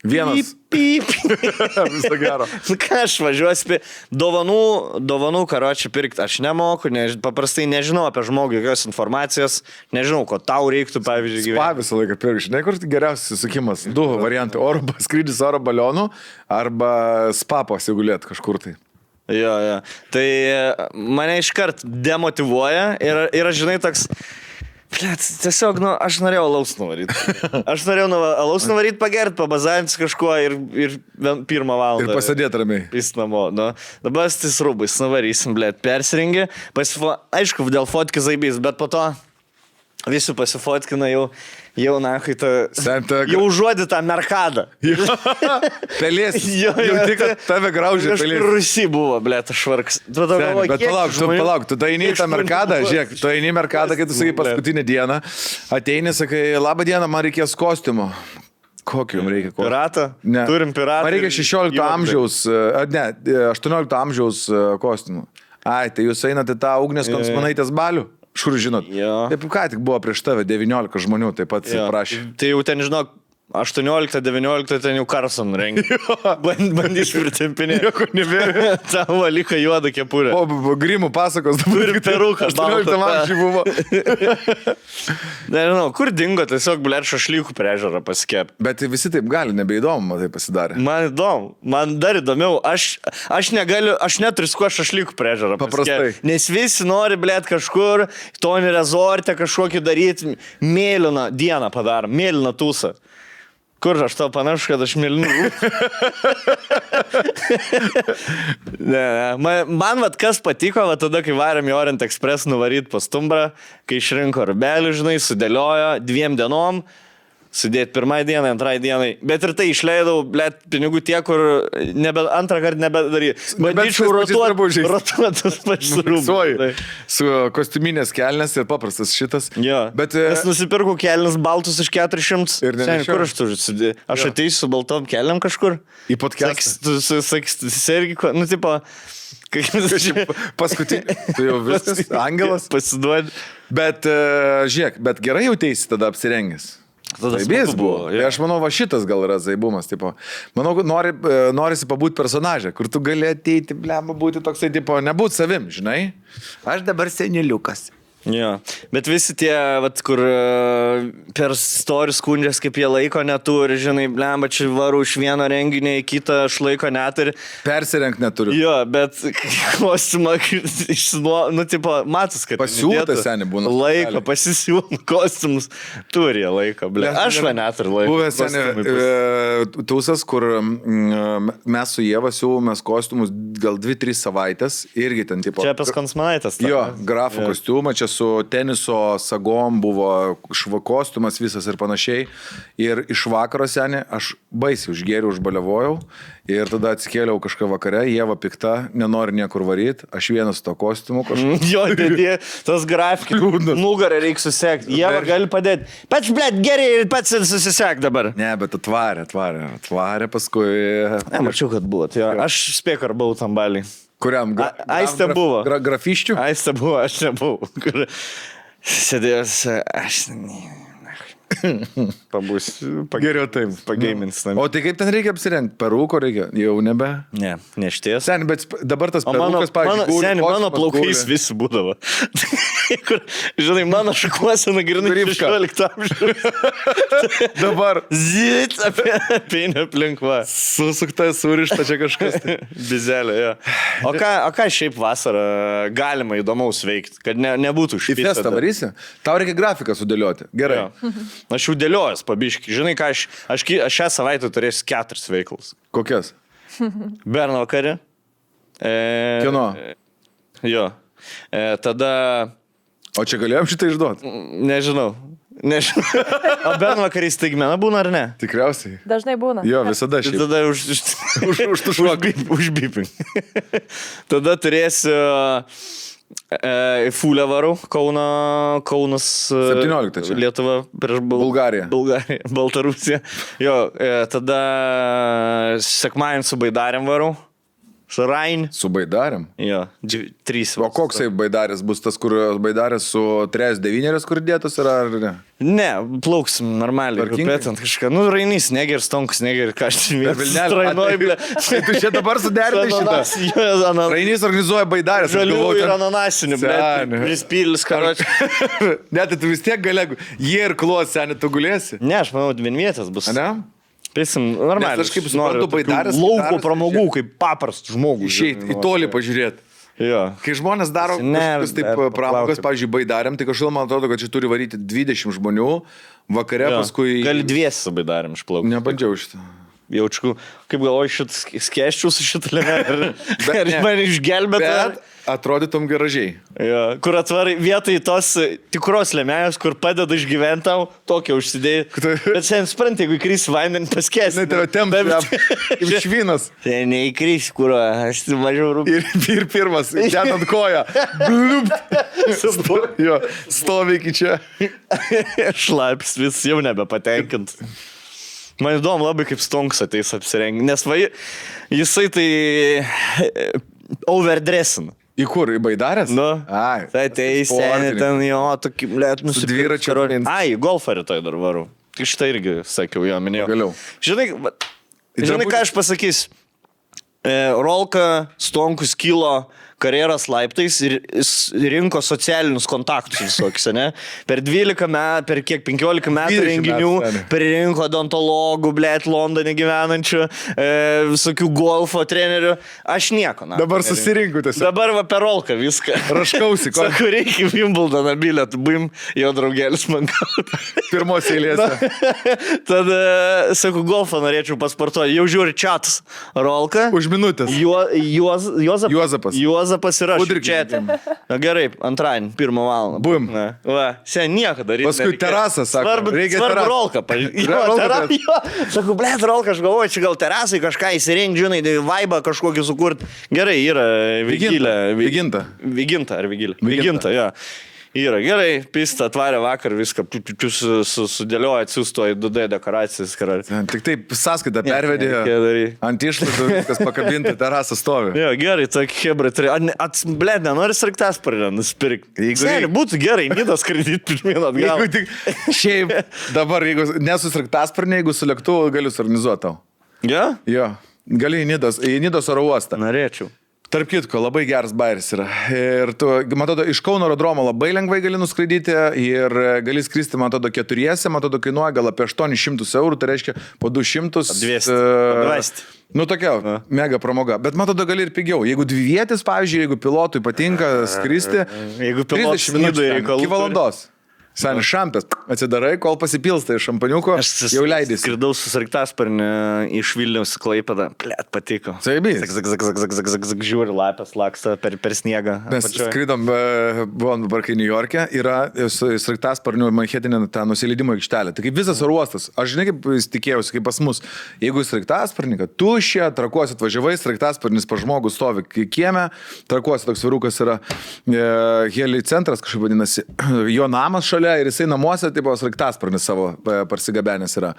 S3: Vienas.
S2: Pyp, pyp.
S3: Viso gero.
S2: Nu ką aš važiuosiu, pi- dovanų, dovanų karočią pirkti aš nemoku, ne, paprastai nežinau apie žmogų jokios informacijos, nežinau, ko tau reiktų, pavyzdžiui,
S3: Spa
S2: gyventi.
S3: visą laiką pirkš. Žinai, kur geriausias susikimas? Du variantai. Oro ba- skrydis oro balionų arba spa pasigulėt kažkur tai.
S2: Jo, jo. Tai e, mane iškart demotivuoja ir, ir aš, žinai, toks... Plėt, tiesiog, nu, aš norėjau alaus nuvaryti. Aš norėjau nuva- alaus nuvaryti, pagerti, pabazavinti su kažkuo ir, ir vien- pirmą
S3: Ir
S2: valandą.
S3: pasėdėt ramiai.
S2: Jis namo, nu. Dabar tais rūbais nuvarysim, blėt, persirengi. Pasifo... Aišku, dėl fotkių zaibys, bet po to visi pasifotkina jau, jau na, kai ta...
S3: Ten ta-
S2: Jau užuodė tą merkadą.
S3: Pelės. Jau tik tave graužia
S2: pelės.
S3: pelės.
S2: Rusi buvo, blėt, aš vargs. Tu tada
S3: Seni,
S2: galvoji,
S3: bet
S2: kiek
S3: palauk, tu,
S2: žmonių-
S3: palauk, tu eini į
S2: kiek
S3: tą
S2: žmonių
S3: merkadą,
S2: buvo-
S3: žiūrėk, tu eini į merkadą, kai tu sakai paskutinę dieną, ateini, sakai, labą dieną, man reikės kostiumo. Kokio jums reikia? kostiumo?
S2: Piratą? Turim piratą
S3: Man reikia
S2: ir
S3: 16
S2: juodai.
S3: amžiaus, e, ne, e, 18 amžiaus e, kostiumų. Ai, tai jūs einate tą ugnės konsmanaitės balių? Šur žinot.
S2: E. Jo.
S3: Taip, ką tik buvo prieš tave 19 žmonių, taip pat
S2: Jo.
S3: prašė.
S2: Tai jau ten, žinok, 18-19 ten jau Carson rengia. Band, bandys pritempinėti. Jokų nebėra. Tavo lika juoda kepurė.
S3: O, b- b- grimų pasakos dabar.
S2: Turi peruką, baltą,
S3: 18
S2: tą.
S3: amžiai buvo.
S2: Nežinau, kur dingo, tiesiog blėt šašlykų prie ežero paskep.
S3: Bet visi taip gali, nebeįdomu, man tai pasidarė.
S2: Man įdomu, man dar įdomiau, aš, aš negaliu, aš neturiu su kuo šašlykų prie ežero.
S3: Paprastai.
S2: paskept. Nes visi nori, blėt, kažkur, toni rezortę kažkokį daryti, mėlyną dieną padarom, mėlyną tūsą. Kur aš tau panašu, kad aš mėlynu? Ne, ne. Man, man vat kas patiko, vat tada, kai varėm į Orient Express nuvaryt pas Tumbrą, kai išrinko rubelį, žinai, sudėliojo dviem dienom, sudėti pirmai dienai, antrai dienai. Bet ir tai išleidau, blėt, pinigų tie, kur nebe, antrą kartą nebedaryti. Bandyčiau
S3: tais pačiais
S2: rotuoti.
S3: drabužiais.
S2: Rotuoti tas pačias
S3: Fiksuoju.
S2: rūbus.
S3: Su kostiuminės kelnes ir paprastas šitas.
S2: Jo. nu-
S3: Bet,
S2: Bet,
S3: e,
S2: Aš nusipirkau kelnes baltus iš 400.
S3: Ir
S2: Seni,
S3: nenešiojau.
S2: kur aš turiu? sudė- Aš ateisiu su baltom keliam kažkur.
S3: Į podcastą.
S2: Saks, tu, su- saks, tu, sergi, ko- nu, tipo, kai
S3: Paskutinį. Tu jau viskas. Angelas.
S2: Pasiduodi.
S3: Bet, e, žiūrėk, bet gerai jauteisi tada apsirengęs.
S2: Tada
S3: Zaibys
S2: smagu
S3: buvo.
S2: buvo,
S3: Tai
S2: jo.
S3: aš manau, va šitas gal yra zaibumas. Tipo. Manau, kad nori, e, norisi pabūti personažą, kur tu gali ateiti, blemba, būti toksai, tipo, nebūti savim, žinai.
S5: Aš dabar seniliukas.
S2: Jo. Bet visi tie, vat, kur e, per storį skundžias, kaip jie laiko neturi, žinai, blemba, čia varu iš vieno renginio į kitą, aš laiko neturi.
S3: Persirengti neturiu.
S2: Jo, bet kostiumą išsinuo, nu, tipo, matas, kad...
S3: Pasiūta
S2: įdėta
S3: seni būna.
S2: Laiko, pasisiūlų kostiumus, turi jie laiko, ble. Aš man neturiu laiko.
S3: Buvęs
S2: kostiumui
S3: seniai
S2: pas-
S3: tausas, kur mm, mes su Jėva siūlomės kostiumus gal 2-3 savaitės irgi ten tipo.
S2: Čia apie skansmanaitas.
S3: Jo, grafo kostiumą, čia su teniso sagom buvo šva kostiumas visas ir panašiai. Ir iš vakaro senė, aš baisiai užgėriau, užbaliavojau. Ir tada atsikėliau kažką vakare, jieva pikta, nenori niekur varyti, aš vienas su to kostiumu kažkur.
S2: Jo, dėdė, tas grafikas. Nugarą reikia susekti. Jie gali padėti. Pats, blėt, gerai ir pats ir susisek dabar.
S3: Ne, bet atvarė, atvarė, atvarė paskui.
S2: Ne, mačiau, kad buvo. Tai jo. aš spėk ar buvau tam balį.
S3: Kuriam? Gra,
S2: A- Aistė
S3: graf-
S2: buvo.
S3: Gra, grafiščių?
S2: Aista buvo, aš nebuvau. Kur... Sėdėjau, su- aš... ne- Pabūsiu. pag-
S3: Geriau taip.
S2: Pagaimins namie.
S3: O tai kaip ten reikia apsirengti? Perūko reikia? Jau nebe.
S2: Ne, ne šties.
S3: Sen, bet sp- dabar tas
S2: O mano,
S3: perūkas, pavyzdžiui,
S2: mano,
S3: guli,
S2: seni, mano
S3: kostiumas
S2: plaukais
S3: guli.
S2: visi būdavo. Kur, žinai, mano šukuosena grinai
S3: Grybka.
S2: 16 amžiaus.
S3: Dabar
S2: Zit apie pinę aplinkvą.
S3: susukta, surišta čia kažkas. tai.
S2: Bizelė, jo. O ką, o ką šiaip vasarą galima įdomaus veikti, kad ne, nebūtų
S3: Į
S2: šitą.
S3: festą varysi? Tau reikia grafiką sudėlioti. Gerai.
S2: Jo. Aš jau dėliojęs, pabiški. Žinai, ką aš, aš, ki- aš šią savaitę turėsiu keturis veiklus.
S3: Kokias?
S2: Berno vakarį. E,
S3: Kino.
S2: Jo. E, tada,
S3: O čia galėjom šitą išduoti?
S2: Mm. nežinau. Nežinau. O Berno vakarį staigmena būna ar ne?
S3: Tikriausiai.
S8: Dažnai būna.
S3: Jo, visada
S2: Ir
S3: šiaip.
S2: tada už, už, už, už, už, už biping. tada turėsiu E, Fulę varau, Kauna, Kaunas. e,
S3: 17 čia.
S2: Lietuva prieš Bul
S3: Bulgariją.
S2: Bulgariją, Baltarusiją. Jo, e, tada sekmadienį su Baidarėm varau. Su Rain.
S3: Su baidarėm.
S2: Jo, dži, trys.
S3: O koksai baidarės bus tas, kur baidarės su 3-9 kur dėtas yra ar ne?
S2: Ne, plauksim normaliai.
S3: Tvarkingai?
S2: Bet ant kažką. Nu, Rainys negir, stonkus negir, ką aš čia
S3: Vilnelė,
S2: Rainoj, ble.
S3: Tai tu čia dabar suderinai šitą.
S2: šitą.
S3: Rainys organizuoja baidarės. aš
S2: Žalių
S3: galvoju,
S2: ir
S3: ten-
S2: ananasinių, bet
S3: Seni.
S2: prispilis, karoči.
S3: Net tai tu vis tiek galia, jie ir kluos, seniai, tu gulėsi.
S2: Ne, aš manau, vienvietės bus.
S3: Ne?
S2: Prisim, normaliai.
S3: Nes aš kaip suprantu,
S2: tokių
S3: baidaras-
S2: Lauko
S3: baidaras-
S2: pramogų, kaip paprastas žmogus.
S3: Išeit į tolį pažiūrėti.
S2: Jo.
S3: Kai žmonės daro
S2: Ne,
S3: kažkokius taip
S2: dar
S3: e, pramogas,
S2: paklausiu.
S3: pavyzdžiui, baidarėm, tai kažkaip man atrodo, kad čia turi varyti 20 žmonių, vakare
S2: jo.
S3: paskui...
S2: Gal dviesi su baidarėm išplaukti.
S3: Nebandžiau šitą.
S2: Jaučiu, kaip galvoju, šit skėščiau su šitą lėvelę. Ar
S3: ne.
S2: man išgelbėtų? ar-
S3: Bet atrodytum gražiai.
S2: Jo, kur atvarai vietoj tos e, tikros lemelės, kur padeda išgyventi tau, tokia užsidėjai. Bet šiandien sprant, jeigu įkris į vandenį, paskės.
S3: Tai tave tempia. Iš vynas.
S2: Tai neįkris, kur aš tai mažiau rūpiu.
S3: Ir, ir pirmas, ten ant koja. Bliup. Sto, jo, stovi iki čia.
S2: Šlaps vis jau nebepatenkint. Man įdomu labai, kaip Stonks ateis apsirengti, nes va, jisai tai e, overdressin.
S3: Į kur, į baidarės?
S2: Nu,
S3: Ai.
S2: tai ateis, seniai
S3: sportininkas.
S2: ten jo, tokį, blėt, nusipirks.
S3: dviračiu
S2: karolį.
S3: aplink.
S2: Ai, golfą rytoj dar varu. Tai šitą irgi sakiau, jo minėjau.
S3: Pagaliau.
S2: Žinai, va, žinai ką aš pasakysiu. E, Rolka Stonkus kilo karjeros laiptais ir jis rinko socialinius kontaktus visokius, ne? Per 12 metų, per kiek 15 metų
S3: 20
S2: renginių,
S3: metų, seni.
S2: pririnko odontologų, blėt, Londone gyvenančių, e, visokių golfo trenerių. Aš nieko, na.
S3: Dabar susirinku tiesiog.
S2: Dabar va per rolką viską.
S3: Raškausi, ko-
S2: Kur reikia Wimbledoną bilietą, bim, jo draugelis man kalba.
S3: Pirmos eilės.
S2: Tada, sakau, golfą norėčiau pasportuoti. Jau žiūri čatas rolką.
S3: Už minutės.
S2: Juo, juoz, juozap,
S3: Juozapas.
S2: Juozapas yra.
S3: Udrikis.
S2: Na gerai, antradienį, pirmą valandą.
S3: Bum.
S2: Na, Va, sen nieko daryti.
S3: Paskui
S2: nereikia.
S3: terasą, sako,
S2: Svarbu,
S3: reikia
S2: reikia svarbu
S3: terasą.
S2: rolką. Pa... Jo,
S3: rolką
S2: tera...
S3: daryt.
S2: jo. Sakau, blė, rolką, aš galvoju, čia gal terasai kažką įsirengti, žinai, tai vaibą kažkokį sukurti. Gerai, yra vigilė.
S3: Vyginta.
S2: Vyginta ar Vigilė? Vyginta, jo. Yra gerai, pista atvarė vakar, viską pi- pi- pi- su- su- sudėlioja, atsiųsto į 2D dekoracijas. Kar...
S3: Tik taip sąskaitą pervedė.
S2: nereikia daryt.
S3: Ant išlaidų viskas pakabinta, terasa stovi.
S2: Jo, gerai, tokie hebrai turi. Atsiblėt, nenori sraktas parėlę nusipirkti.
S3: Jeigu
S2: Jeigu
S3: reik-
S2: būtų gerai, nidas kredit pirmin atgal.
S3: Jeigu tik, šiaip dabar, jeigu nesusirktas parnė, jeigu su lėktuvu galiu suorganizuoti tau.
S2: Ja?
S3: Jo, gali į Nidos, į Nidos oro uostą.
S2: Norėčiau.
S3: Tarp kitko, labai geras bairis yra. Ir tu, man atrodo, iš Kauno aerodromo labai lengvai gali nuskraidyti ir gali skristi, man atrodo, keturiesi, man atrodo, kainuoja gal apie 800 eurų, tai reiškia po 200.
S2: Apdviesti,
S3: e,
S2: apdvaisti.
S3: Nu tokia, mega pramoga. Bet man atrodo, gali ir pigiau. Jeigu dvietis, pavyzdžiui, jeigu pilotui patinka skristi,
S2: Jeigu pilotas
S3: 30 minučių
S2: Nidoj
S3: ten,
S2: reikalų
S3: Iki
S2: turi.
S3: valandos. Sen šampės, atsidarai, kol pasipilsta iš šampaniuko,
S2: sus-
S3: jau leidys.
S2: Skridau su sraktasparniu iš Vilniaus į Klaipėdą. Plėt, patiko.
S3: Zaibys.
S2: Zak, zak, zak, zak, zak, zak, zak, žiūri lapės, laksta per, per sniegą.
S3: Mes
S2: apačioj.
S3: skrydom, e, buvom dabar, kai New York'e yra sraigtas parnių Manhattinė nu, ta nusileidimo aikštelė. Tai kaip visas oro uostas. Aš žinai, kaip jis tikėjausi, kaip pas mus. Jeigu sraigtas parnika, tušia, trakuosi atvažiavai, sraigtas parnis pa žmogų stovi ki- kieme, trakuosi toks virukas yra e, helicentras, kažkaip vadinasi, jo namas šalia ir jisai namuose, tai buvo sraigtas parnis savo e, parsigabenęs yra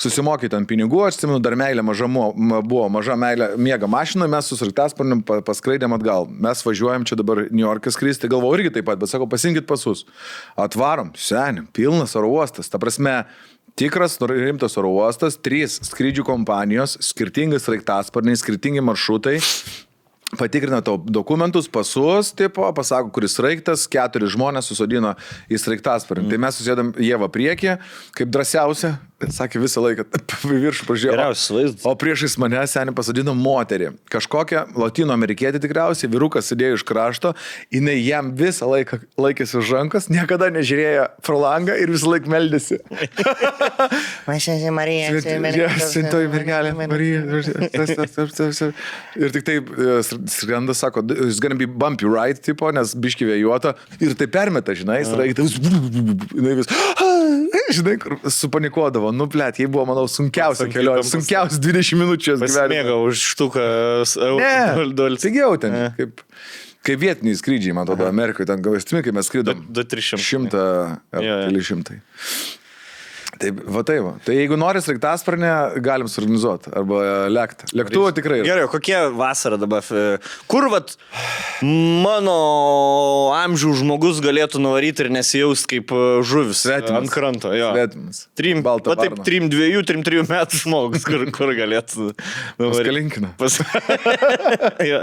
S3: susimokyti ant pinigų, aš atsimenu, dar meilė maža mo- ma- buvo, maža meilė mėga mašina, mes su sraigtasparniu pa- paskraidėm atgal. Mes važiuojam čia dabar New York'as kristi, galvoju irgi taip pat, bet sako, pasinkit pasus. Atvarom, seniai, pilnas oro uostas, ta prasme, tikras nor- rimtas oro uostas, trys skrydžių kompanijos, skirtingi sraigtasparniai, skirtingi maršrutai. Patikrina tavo dokumentus, pasus, tipo, pasako, kuris raiktas, keturi žmonės susodino į sraigtasparnį. Mm. Tai mes susėdam Jėvą priekį, kaip drąsiausia, sakė visą laiką, į viršų pažiūrėjau.
S2: Geriausias vaizdas.
S3: O priešais mane senį pasodino moterį. Kažkokią latino amerikietį tikriausiai, virukas sėdėjo iš krašto, jinai jam visą laiką laikėsi už rankas, niekada nežiūrėjo pro langą ir visą laiką meldėsi.
S10: Mašinė Marija.
S3: Šventoji mergelė, Marija. tas, tas, tas, tas, tas. Ir tik taip e, skrenda, sako, jis gonna be bumpy right, tipo, nes biški vėjuota. Ir tai permeta, žinai, jis raiktas, jinai vis, žinai, kur supanikuodavo, nuplėt, jai buvo, manau, sunkiausia
S2: Sunkiai
S3: kelionė,
S2: tampas.
S3: sunkiausia 20 minučių jos gyvenime.
S2: Pasimėgau už štuką
S3: Ne,
S2: eurų.
S3: pigiau ten, kaip. Kaip vietiniai skrydžiai, man atrodo, Amerikoje, ten gal įstumė, kai mes skridom.
S2: Du- du trys šimtai.
S3: Šimtą, ar
S2: Jo, jo.
S3: keli šimtai. Tai va tai va. Tai jeigu nori sraigtasparnę, galim suorganizuoti. Arba lėktą. Lėktuvo tikrai. yra.
S2: Gerai, o kokie vasara dabar? e, Kur vat mano amžiaus žmogus galėtų nuvaryti ir nesijaust kaip e, žuvis
S3: Svetimas.
S2: ant kranto? Jo.
S3: Svetimas.
S2: Trim,
S3: Balta
S2: va taip,
S3: varna.
S2: trim dviejų, trim trijų metų žmogus, kur, kur galėtų nuvaryti.
S3: Paskalinkina.
S2: Pas... jo.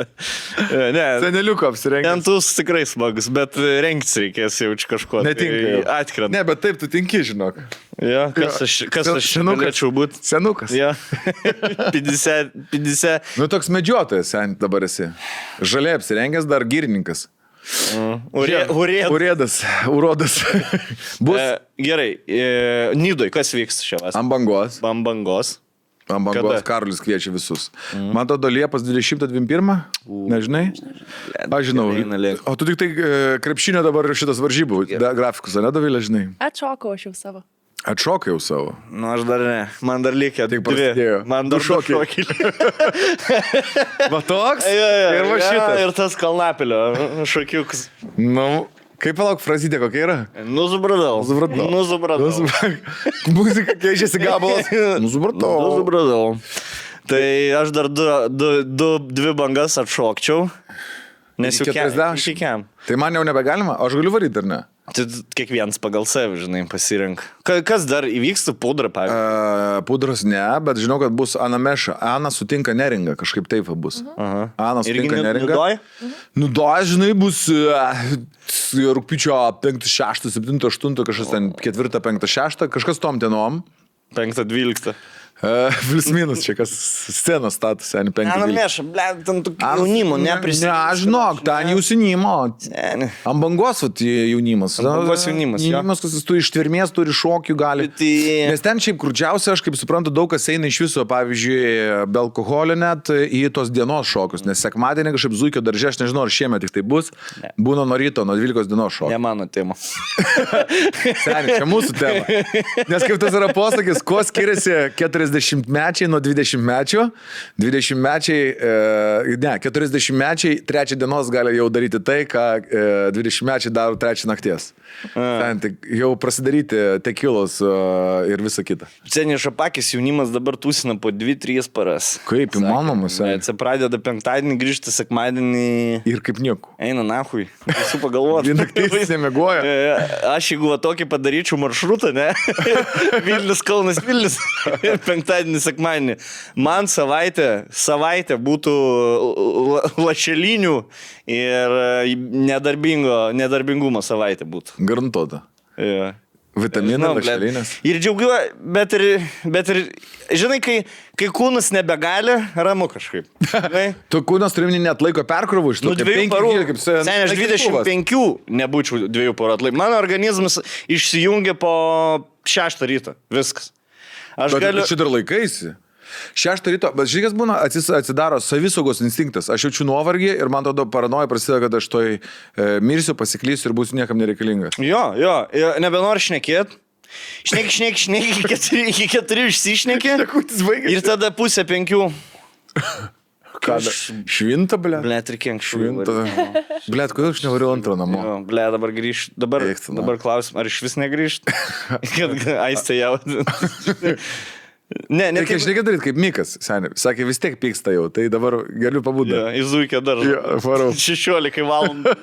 S2: Jo, ne.
S3: Seneliuko apsirengti.
S2: Tentus tikrai smagus, bet e, rengtis reikės jau čia kažko. tai
S3: Netinka. jau.
S2: Atkrenta.
S3: Ne, bet taip tu tinki, žinok.
S2: Jo, kas aš, kas
S3: Sen-
S2: aš
S3: senukas.
S2: galėčiau būti?
S3: Senukas.
S2: Jo. 50, 50,
S3: Nu toks medžiotojas, sen dabar esi. Žaliai apsirengęs dar girininkas.
S2: urė, urė,
S3: Urėdas, urodas. Bus
S2: E, gerai, e, Nidoj, kas vyks šią vasarą?
S3: ant bangos.
S2: Bambangos.
S3: Ant bangos
S2: Kada? Mhm.
S3: Karolis kviečia visus. Man atrodo, Liepos 20-21, nežinai? Aš žinau.
S2: eina lėk.
S3: O tu tik tai e, krepšinio dabar šitas varžybų da, grafikus, ar nedavėlė, žinai?
S8: Atšokau aš jau savo.
S3: Atšokai jau savo.
S2: Nu, aš dar ne. Man dar likę
S3: Tik
S2: dvi.
S3: prasidėjo.
S2: Man dar
S3: Du šokiai.
S2: šokiai.
S3: Va toks?
S2: ir
S3: ir va šitas.
S2: Ir tas kalnapilio šokiukas.
S3: Nu, kaip palauk, frazitė kokia yra?
S2: Nu, supratau.
S3: Supratau.
S2: Nu, supratau.
S3: Nu, supra- Muzika keičiasi gabalas. Nu, supratau.
S2: Nu, supratau. Tai aš dar du, du, du, dvi bangas atšokčiau. Nes jau
S3: Iki 40.
S2: Šikiam.
S3: Tai man jau nebegalima, aš galiu varyti, ar ne?
S2: Tai tu- kiekvienas pagal save, žinai, pasirink. Ka- Kas dar įvykstų pudra, pavyzdžiui?
S3: Uh, pudros ne, bet žinau, kad bus Ana Meša. Ana sutinka neringą, kažkaip taip bus. Aha. Ana
S2: Irgi
S3: sutinka neringą.
S2: Nidoj?
S3: Nu, da, žinai, bus e, uh, rūpiučio 5, 6, 7, 8, kažkas ten 4, 5, 6, kažkas tom dienom.
S2: 5-12.
S3: Uh, Plius minus čia, kas scenos statusą, ne 5.
S2: Ana Meša, ble, ten tokių jaunimų neprisimenu.
S3: Ne, aš žinok, ten jūs jaunimo.
S2: Ne, ne.
S3: Ant bangos vat, jaunimas.
S2: Ant bangos jaunimas, jo.
S3: Jaunimas, kas jis turi ištvermės, turi šokių, gali.
S2: Bet tai-
S3: Nes ten šiaip krūdžiausia, aš kaip suprantu, daug kas eina iš viso, pavyzdžiui, be alkoholio net į tos dienos šokius. Nes sekmadienį kažkaip zuikio daržė, aš nežinau, ar šiemet tik tai bus, būna nuo ryto, nuo 12 dienos šokių.
S2: Ne mano tema.
S3: Seniai, čia mūsų tema. Nes kaip tas yra posakis, kuo skiriasi 40-mečiai nuo 20-mečių. 20-mečiai, e, ne, 40-mečiai trečią dienos gali jau daryti tai, ką e, 20-mečiai daro trečią nakties. Ten, tai jau prasidaryti tekilos e, ir visa kita.
S2: Seniai šapakis jaunimas dabar tūsina po 2-3 paras.
S3: Kaip įmanoma, seniai.
S2: Atsipradeda penktadienį, grįžti sekmadienį.
S3: Ir kaip nieko.
S2: Eina nahui, visų pagalvoti.
S3: Vien naktis nemiegoja.
S2: Aš jeigu va tokį padaryčiau maršrutą, ne? Vilnius, Kaunas, Vilnius. Ir penktadienį, sekmadienį. Man savaitė, savaitė būtų la- lašelinių ir e, nedarbingo, nedarbingumo savaitė būtų.
S3: Garantuota.
S2: Jo.
S3: Vitaminą,
S2: Žinau, blet.
S3: lašelinės.
S2: Ir džiaugiuosi, bet ir, bet ir, žinai, kai, kai kūnas nebegali, ramu kažkaip. Žinai?
S3: Tu kūnas turimi net laiko perkrovų iš tų
S2: Nu,
S3: kaip
S2: dviejų
S3: penki,
S2: parų.
S3: dvylika, kaip sen-
S2: Seniai, aš
S3: naikintuvas.
S2: 25 nebūčiau dviejų parų atlaikęs. Mano organizmas išsijungia po 6 ryto. Viskas. Aš
S3: Bet
S2: galiu.
S3: galiu... čia dar laikaisi. Šeštą ryto, bet žiūrėk, kas būna, atsis- atsidaro savisaugos instinktas. Aš jaučiu nuovargį ir man atrodo paranoja prasideda, kad aš toj e, mirsiu, pasiklysiu ir būsiu niekam nereikalingas.
S2: Jo, jo, jo, nebenori šnekėti. Šneki, šneki, šneki, iki keturių, iki keturių išsišneki.
S3: Kutis baigė.
S2: Ir tada pusę penkių.
S3: Ką? da- Švinta, ble.
S2: Ble, ir kiek
S3: Švinta.
S2: anksčiau.
S3: Ble, kodėl aš nevariau antro namo?
S2: Ble, dabar grįžt, dabar,
S3: Eik tu, na.
S2: dabar klausim, ar iš vis negrįžt? Kad aistė jau. Ne, ne,
S3: Reikia,
S2: taip-
S3: žinai, ką daryti, kaip Mikas, seniai. Sakė, vis tiek pyksta jau, tai dabar galiu pabūti.
S2: Jo, Į zuikę dar.
S3: Jo, varau.
S2: 16 valandų.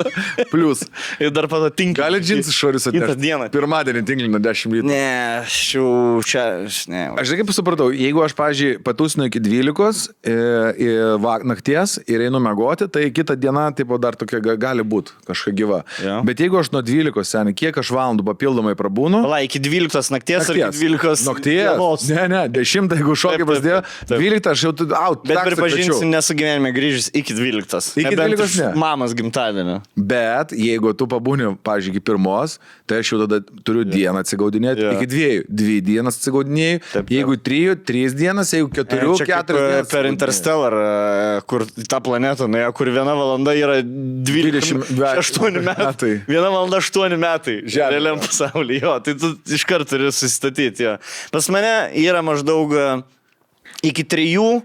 S3: Plius.
S2: Ir dar pato tinka.
S3: Gali džinsus šorius
S2: Kitą
S3: atnešti.
S2: dieną.
S3: Pirmadienį tinklino 10 litrų.
S2: Ne, aš jau čia, aš ne.
S3: Aš tai kaip supratau, jeigu aš, pavyzdžiui, patusinu iki 12 e, e, vak- nakties ir einu mėgoti, tai kitą dieną tipo dar tokia ga- gali būti kažkokia gyva.
S2: Jo.
S3: Bet jeigu aš nuo 12 seniai, kiek aš valandų papildomai prabūnu?
S2: Pala, iki 12 nakties, nakties. ar iki 12
S3: Nakties. Ne, ne, 10, jeigu šokiai
S2: Taip, taip,
S3: prasidėjo,
S2: taip, taip.
S3: 12 aš jau tu out.
S2: Bet
S3: taksą kviečiau.
S2: pripažinsiu, nesu gyvenime grįžęs iki 12.
S3: Iki
S2: Nebent
S3: 12 ne.
S2: iš Mamos gimtadienio.
S3: Bet jeigu tu pabūni, pavyzdžiui, iki pirmos, tai aš jau tada turiu yeah. dieną atsigaudinėti,
S2: Jo.
S3: yeah. iki dviejų, dvi dienas atsigaudinėjau,
S2: taip.
S3: jeigu trijų, trys dienas, jeigu keturių,
S2: Čia kaip,
S3: keturias
S2: e,
S3: dienas.
S2: Per
S3: atsigaudinėju.
S2: Interstellar, e, kur į tą planetą, nu, kur viena valanda yra
S3: 20 metų.
S2: 28 metai.
S3: Metai.
S2: Viena valanda 8 metai.
S3: Žemė.
S2: Realiam pasaulyje, jo, tai tu iš karto turi susistatyti. Jo. Pas mane yra maždaug e, iki 3,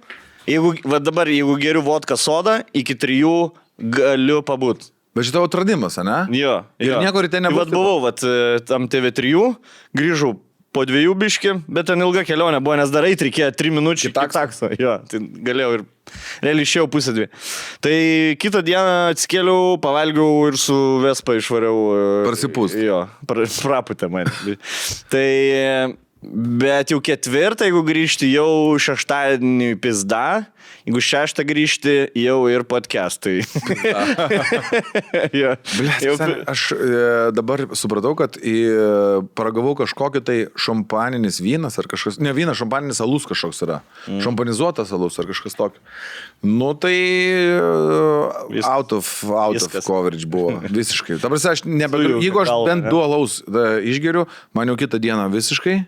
S2: jeigu va dabar, jeigu geriu vodką sodą, iki 3 galiu pabūt.
S3: Bet šitą atradimas, ne?
S2: Jo.
S3: Ir
S2: jo. Tai
S3: niekur į ten nebus
S2: Vat buvau, vat, e, tam TV3, grįžau po dviejų biški, bet ten ilga kelionė buvo, nes darai reikėjo 3 minučių. Tak, tak. Jo, tai galėjau ir realiai išėjau pusę dvi. Tai kitą dieną atsikėliau, pavalgiau ir su Vespa išvariau. e,
S3: Parsipūst.
S2: Jo, pra- prapūtė man. tai... e, Bet jau ketvirtą, jeigu grįžti, jau šeštadienį pizda, jeigu šeštą grįžti, jau ir podcastai. jo,
S3: Blet,
S2: jau,
S3: sen, aš e, dabar supratau, kad į, e, paragavau kažkokį tai šampaninis vynas ar kažkas, ne vynas, šampaninis alus kažkoks yra. Mm. Šampanizuotas alus ar kažkas tokio. Nu tai e,
S2: Viskas.
S3: out of, out of
S2: Viskas.
S3: coverage buvo. Visiškai. Ta prasme, aš nebegaliu,
S2: Sujungi
S3: jeigu aš
S2: galvą,
S3: bent
S2: ne?
S3: du alaus e, išgeriu, man jau kitą dieną visiškai,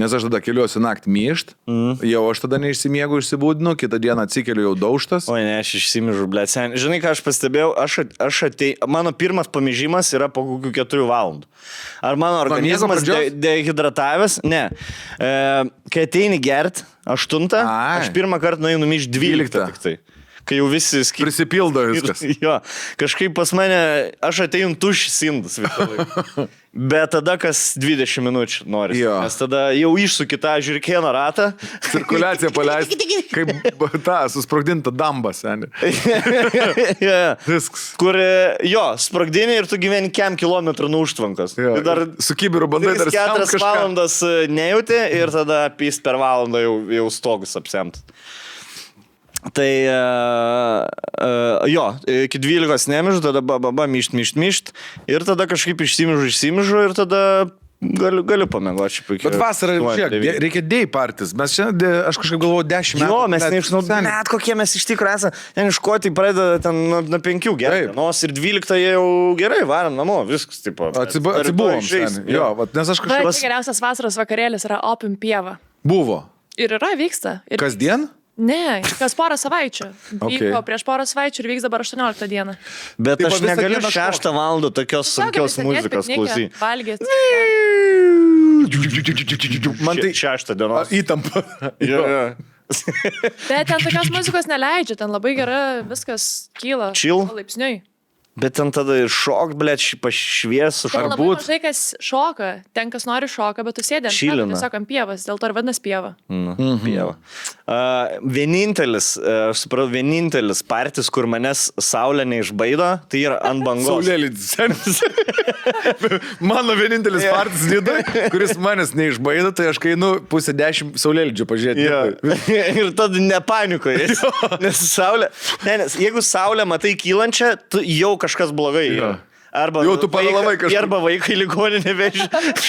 S3: nes aš tada keliuosi naktį myšt, mm. jau aš tada neišsimiegu, išsibūdinu, kitą dieną atsikeliu jau daužtas.
S2: Oi, ne, aš išsimižu, ble, sen. Žinai, ką aš pastebėjau, aš, at- aš atei, mano pirmas pamižimas yra po kokių keturių valandų. Ar mano organizmas de,
S3: pradžios?
S2: dehidratavęs? Ne. E, kai ateini gert, aštuntą,
S3: Ai.
S2: aš pirmą kartą nueinu myš dvyliktą tik tai. Kai jau visi skiriasi.
S3: Prisipildo viskas.
S2: Jo, kažkaip pas mane, aš ateinu tušis indus visą laiką. Bet tada kas 20 minučių nori.
S3: Jo.
S2: Nes tada jau išsuki tą žirkėno ratą.
S3: cirkuliaciją paleisti. Kaip b- ta, susprogdinta damba, seniai.
S2: yeah.
S3: Viskas.
S2: Kur, e, jo, sprogdinė ir tu gyveni kiam kilometrų nuo užtvankos.
S3: Tai Jo.
S2: Ir Dar
S3: su kibiru bandai dar
S2: 3-4
S3: siaut kažką.
S2: valandas e, nejauti ir tada pys per valandą jau, jau stogus apsiamt. Tai uh, uh, jo, iki 12 nemižu, tada baba, ba, myšt, myšt, myšt. Ir tada kažkaip išsimižu, išsimižu ir tada galiu, galiu pamiegoti.
S3: Bet vasarą,
S2: tai
S3: žiūrėk, de- reikia dėjai partis. Mes čia, de- aš kažkaip galvoju, 10 metų.
S2: Jo, mes
S3: net-
S2: neišnaudojame.
S3: seni.
S2: Net kokie mes iš tikrųjų esame. Ten iš ko tai pradeda ten nuo- nuo penkių gerai.
S3: Taip.
S2: Nors ir dvyliktą jau gerai varom namo, viskas taip.
S3: Atsibu, atsibuvom. seni. Jo, vat, nes aš
S8: Na,
S3: kažkaip
S8: pas... geriausias vasaros vakarėlis yra opim pieva.
S3: buvo.
S8: Ir yra, vyksta. Ir...
S3: Kasdien?
S8: Ne, kas porą savaičių.
S3: Okay.
S8: Vyko okay. prieš porą savaičių ir vyks dabar 18 dieną.
S2: Bet
S3: Taip,
S2: aš
S3: va, visą
S2: negaliu
S3: dieną
S2: šeštą valandą tokios sunkios
S8: Tiesiog
S2: muzikos
S8: sėdėt piknike,
S2: klausyti.
S8: Valgyt.
S3: Man tai
S2: šeštą
S3: a,
S2: dieną.
S3: įtampa.
S8: Bet ten tokios muzikos neleidžia, ten labai gera, viskas kyla.
S2: Chill.
S8: Laipsniui.
S2: Bet ten tada ir šok, blė, pašviesų.
S8: Ten labai mažai kas šoka, ten kas nori šoka, bet tu sėdė. ant
S2: Chillina.
S8: šono, Tiesiog ant pievas, dėl to ir vadinasi pieva.
S2: Mm. Pieva. Uh, vienintelis, uh, aš supratau, vienintelis partis, kur manęs saulė neišbaido, tai yra ant bangos.
S3: Saulėlydis. Mano vienintelis partis didai, kuris manęs neišbaido, tai aš kai einu pusę dešimt saulėlydžių pažiūrėti.
S2: Jo. Ir tada nepanikoje. Nes saulė. Ne, nes jeigu saulė matai kylančią, tu jau kažkas blogai. yra. Arba
S3: Jau tu pavėlavai
S2: vaiką-
S3: kažkur.
S2: Arba vaikai ligoninė vežė.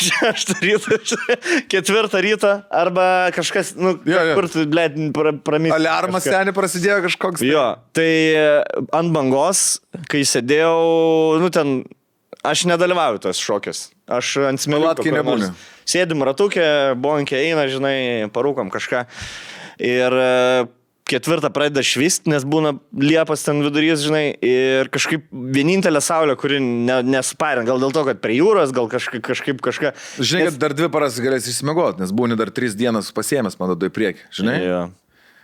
S2: Šeštą rytą, ketvirtą rytą. Arba kažkas, nu,
S3: Jo, jo.
S2: kur tu, blėt, pramysi.
S3: Alarmas seniai prasidėjo kažkoks.
S2: Jo, tai e, ant bangos, kai sėdėjau, nu ten, aš nedalyvauju tos šokis. Aš ant smėlutko.
S3: Palatkėj
S2: kur nors.
S3: nebūni.
S2: Sėdim ratukė, bonkė eina, žinai, parūkom kažką. Ir e, ketvirtą pradeda švist, nes būna liepas ten vidurys, žinai, ir kažkaip vienintelė saulė, kuri ne, nesparina, gal dėl to, kad prie jūros, gal kažkaip, kažkaip kažką.
S3: Žinai, kad dar dvi paras galės išsimiegoti, nes būni dar tris dienas pasiemęs, man atrodo, į priekį. Žinai?
S2: Jo.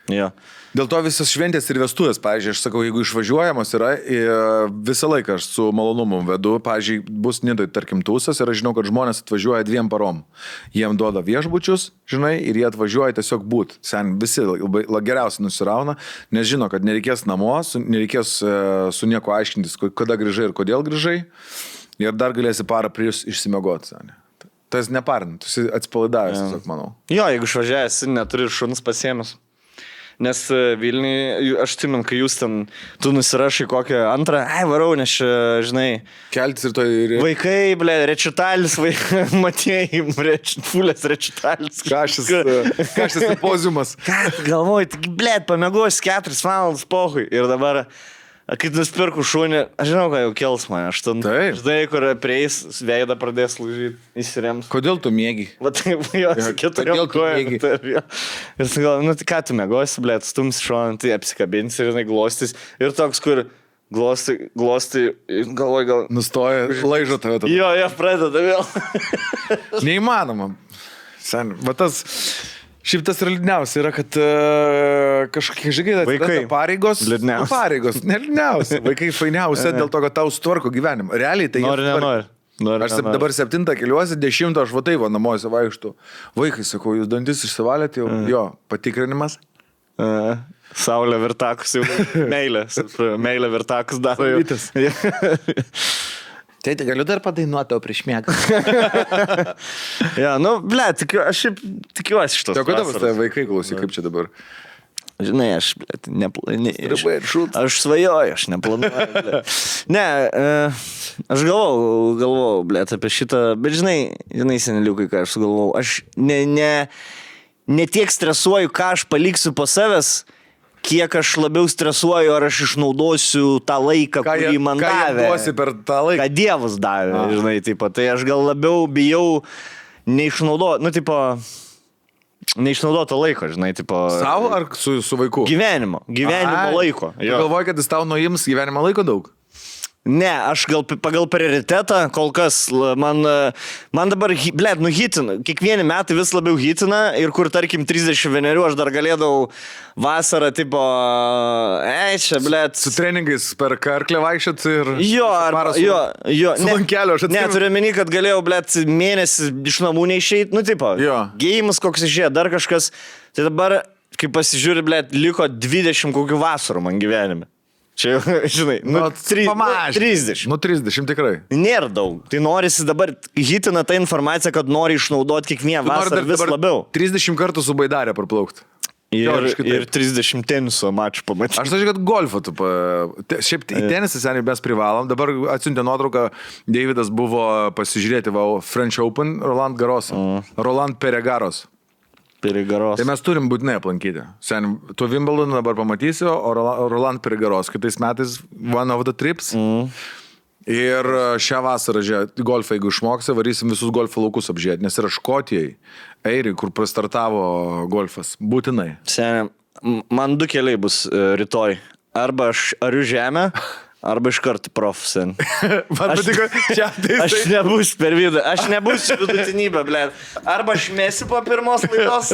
S2: Jo.
S3: Dėl to visos šventės ir vestuvės, pavyzdžiui, aš sakau, jeigu išvažiuojamos yra, i- visą laiką aš su malonumu vedu, pavyzdžiui, bus nidai, tarkim, tūsas ir aš žinau, kad žmonės atvažiuoja dviem parom. Jiem duoda viešbučius, žinai, ir jie atvažiuoja tiesiog būt. Sen visi labai la- geriausiai nusirauna, nes žino, kad nereikės namo, su, nereikės e, su nieko aiškintis, ku- kada grįžai ir kodėl grįžai. Ir dar galėsi parą prieš išsimiegoti, sen. Tas neparinant, tu esi atsipalaidavęs, tiesiog, manau.
S2: Jo, jeigu išvažiavęs, neturi šuns pasiemęs. Nes e, Vilniui, aš timin, kai jūs ten, tu nusirašai kokią antrą, ai varau, nes, čia, žinai,
S3: Keltis ir to ir...
S2: vaikai, ble, rečitalis, vaikai, matėjai, reč, fulės rečitalis.
S3: Kažkas, kažkas pozumas.
S2: Ką tu galvoji, tik, ble, pamėgosiu keturis valandas pohui. Ir dabar, kai nusipirku šunį, aš žinau, kad jau kels mane, aš ten,
S3: Taip.
S2: žinai, kur prieis, veidą pradės lūžyti, įsirems.
S3: Kodėl tu mėgi?
S2: Va taip, jo, su keturiom
S3: kodėl tu
S2: kojom.
S3: negi?
S2: taip, jo. Ir tu galvoji, nu tai ką tu mėgosi, blė, stums šonant, tai apsikabinsi ir jinai glostys. Ir toks, kur glosti, glosti, galvoji, gal...
S3: Nustoja, laižo tave tada.
S2: Jo, jo, pradeda vėl.
S3: Neįmanoma. Sen, va tas Šiaip tas ir liūdniausia yra, kad uh, kažkokie žygiai
S2: Vaikai.
S3: pareigos.
S2: Liūdniausia.
S3: nu, Pareigos. Ne liūdniausia. Vaikai fainiausia dėl to, kad tau sutvarko gyvenimą. Realiai tai... jie
S2: Nori,
S3: sutvarko.
S2: nenori. Nori,
S3: Aš sep,
S2: nenori.
S3: dabar septintą keliuosi, dešimtą aš vatai va namuose vaikštų. Vaikai, sakau, jūs dantis išsivalėte jau.
S2: Mm.
S3: Jo, patikrinimas.
S2: A, Saulė vertakus jau. Meilė. supra- Meilė vertakus daro jau.
S3: Saulrytas.
S5: Tai tai galiu dar padainuoti tau prieš mėgą.
S3: Tai
S2: Ja, nu, ble, tikiu, aš šiaip tikiuosi šito.
S3: Tai kodėl pas tave vaikai klausyk, kaip čia dabar?
S2: Žinai, aš, ble, tai neplanuoju.
S3: Ribai ir šūdas.
S2: Aš svajoju, aš neplanuoju. blet. ne, e, aš galvau, galvau, bl ⁇ t, apie šitą, bet žinai, žinai, seneliukai, ką aš sugalvau. Aš ne, ne, ne tiek stresuoju, ką aš paliksiu po savęs, kiek aš labiau stresuoju, ar aš išnaudosiu tą laiką,
S3: Ką jie
S2: kurį man
S3: ką jie
S2: davė.
S3: duosi per tą laiką?
S2: Ką Dievas davė, A. žinai, taip pat. Tai aš gal labiau bijau neišnaudoti, nu, tipo, neišnaudoto laiko, žinai, tipo.
S3: Sau ar su, su vaiku?
S2: Gyvenimo, gyvenimo
S3: Ai,
S2: laiko.
S3: Tu
S2: jo.
S3: galvoji, kad jis tau nuims gyvenimo laiko daug?
S2: Ne, aš gal pi- pagal prioritetą kol kas, l- man, e, man dabar, blėt, nu hitina, kiekvieni metai vis labiau hitina ir kur, tarkim, 31 aš dar galėdavau vasarą, tipo, e, ei, čia, blėt.
S3: Su treningais per karklę vaikščiat ir...
S2: Jo, ar,
S3: Paras-
S2: jo, jo.
S3: su ant kelio, aš
S2: Ne,
S3: atsimenu.
S2: turiu meni, kad galėjau, blėt, mėnesį iš namų neišeiti, nu, tipo.
S3: Jo.
S2: Gėjimas koks išėjo, dar kažkas. Tai dabar, kai pasižiūri, blėt, liko 20 kokių vasarų man gyvenime. Čia, jau, žinai, nu,
S3: Nu,
S2: tri, nu
S3: pamažink.
S2: 30.
S3: Nu, 30 tikrai.
S2: Nėra daug. Tai norisi dabar hitina tą informaciją, kad nori išnaudoti kiekvieną
S3: Tu nori
S2: vasarą vis
S3: dabar
S2: labiau.
S3: 30 kartų su baidarė parplaukti.
S2: Ir,
S3: teoriškai taip.
S2: ir 30 teniso mačių pamatyti.
S3: Aš sakyčiau, kad golfą tu... Pa... te- Šiaip į tenisą seniai mes privalom. Dabar atsiuntė nuotrauką, Davidas buvo pasižiūrėti va, French Open, Roland Garos.
S2: Mm.
S3: Roland Peregaros.
S2: Perigaros.
S3: Tai mes turim būtinai aplankyti. Sen, tu Wimbledoną dabar pamatysi, o Rola- Roland Perigaros kitais metais One of the Trips. Mm. Ir e, šią vasarą, žiūrėk, golfą, jeigu išmoksi, varysim visus golfo laukus apžiūrėti, nes yra Škotijai, Eiriai, kur prastartavo golfas. Būtinai.
S2: Seniai, m- man du keliai bus e, rytoj. Arba aš ariu žemę, arba iš karto prof. Sen.
S3: Man
S2: Aš-
S3: patiko, čia tai
S2: Aš nebūsiu per vidurį, aš nebūsiu vidutinybė, ble. Arba aš mėsiu po pirmos laidos,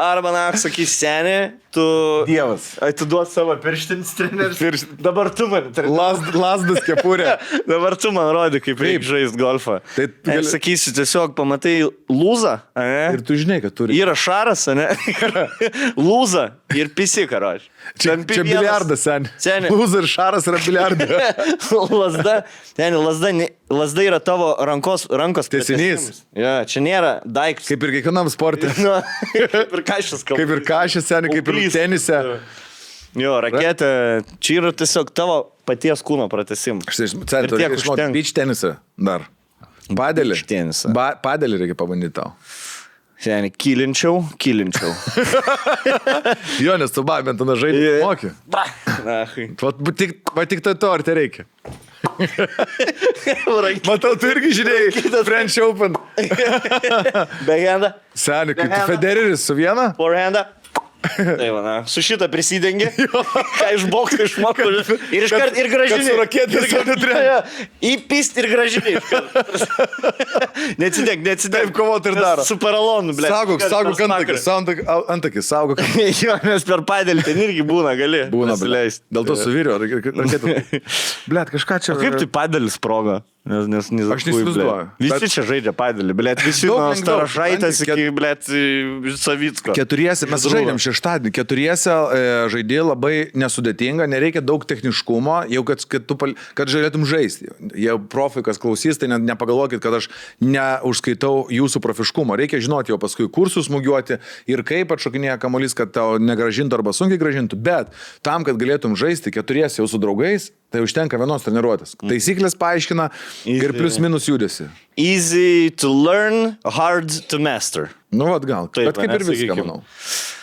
S2: arba, na, sakys, seniai, tu...
S3: Dievas.
S2: Atiduot savo pirštins trenerius. Dabar tu man trenerius.
S3: Lasdas kepurė.
S2: Dabar tu man rodi, kaip reikia žaisti golfą.
S3: Tai
S2: Tai
S3: tu
S2: gali...
S3: gali-
S2: sakysiu, tiesiog pamatai lūzą, ane?
S3: Ir tu žinai, kad turi.
S2: Yra šaras, ne? Lūza ir pisi, karoči.
S3: Čia, čia biliardas, sen.
S2: Seni.
S3: Lūzas ir šaras yra biliardas.
S2: Lazda, ten lazda, ne- lazda yra tavo rankos, rankos
S3: Tęsinys.
S2: pratęsimas. Jo, čia nėra daiktas.
S3: Kaip ir kiekvienam sportui.
S2: Nu, kaip ir kažkas kalba.
S3: Kaip ir kažkas, sen, kaip ir
S2: Auglys.
S3: tenise.
S2: Jo, raketė, čia yra tiesiog tavo paties kūno pratęsimas.
S3: Štai, sen,
S2: Ir
S3: tu
S2: tiek
S3: reikia išmokti
S2: užtenka.
S3: beach tenisą dar. Padelį.
S2: Beach tenisą.
S3: Ba, padelį reikia pabandyti tau.
S2: Seniai, kilinčiau, kilinčiau.
S3: Jo, nes tu badmintoną žaidži.
S2: Jo.
S3: Yeah. Moki.
S2: Na, chai.
S3: Vat bu- tik, va tik to, to ar tai reikia. Matau, tu irgi žiūrėjai. French Open.
S2: Begendą.
S3: Seniai, kaip
S2: Backhand.
S3: Federeris su viena.
S2: forehandą. Tai va, na, su šitą prisidengė, ką iš bokso išmoko ir iškart ir gražiai.
S3: kad su rakete sau neturėjo.
S2: Įpist ir gražiai. Neatsidėk, neatsidėk.
S3: Taip kovot ir daro.
S2: Su paralonu, ble.
S3: Saugok,
S2: Iškart
S3: saugok
S2: per
S3: antakį,
S2: smakrą.
S3: saugok antakį, saugok antakį.
S2: Jo, nes per padėlį ten irgi būna, gali.
S3: Būna, blėt.
S2: leisti.
S3: Dėl to su vyriu. Blet, kažką čia.
S2: Kaip tai padėlis sprogo? Nes, nes, nes,
S3: Aš neįsivaizduoju.
S2: Visi
S3: Bet-
S2: čia žaidžia padėlį, blėt, visi
S3: Daug
S2: nuo
S3: lengviau.
S2: starašaitės
S3: Ant-
S2: iki, blėt, savitko.
S3: Keturiese, mes
S2: Žaidrūva.
S3: žaidėm šeštadienį, keturiese e, žaidė labai nesudėtinga, nereikia daug techniškumo, jau kad, kad, tu, pal- kad žalėtum žaisti. Jei profikas klausys, tai net nepagalvokit, kad aš neužskaitau jūsų profiškumo. Reikia žinoti jau paskui kursus smūgiuoti ir kaip atšokinėja kamuolys, kad tau negražintų arba sunkiai gražintų, bet tam, kad galėtum žaisti keturiese jau su draugais, tai užtenka vienos treniruotės.
S2: Mhm.
S3: Taisyklės paaiškina ir plius minus judesi.
S2: Easy to learn, hard to master.
S3: Nu, vad gal.
S2: Taip,
S3: Taip, bet kaip
S2: ane,
S3: ir viską,
S2: sakykim.
S3: manau.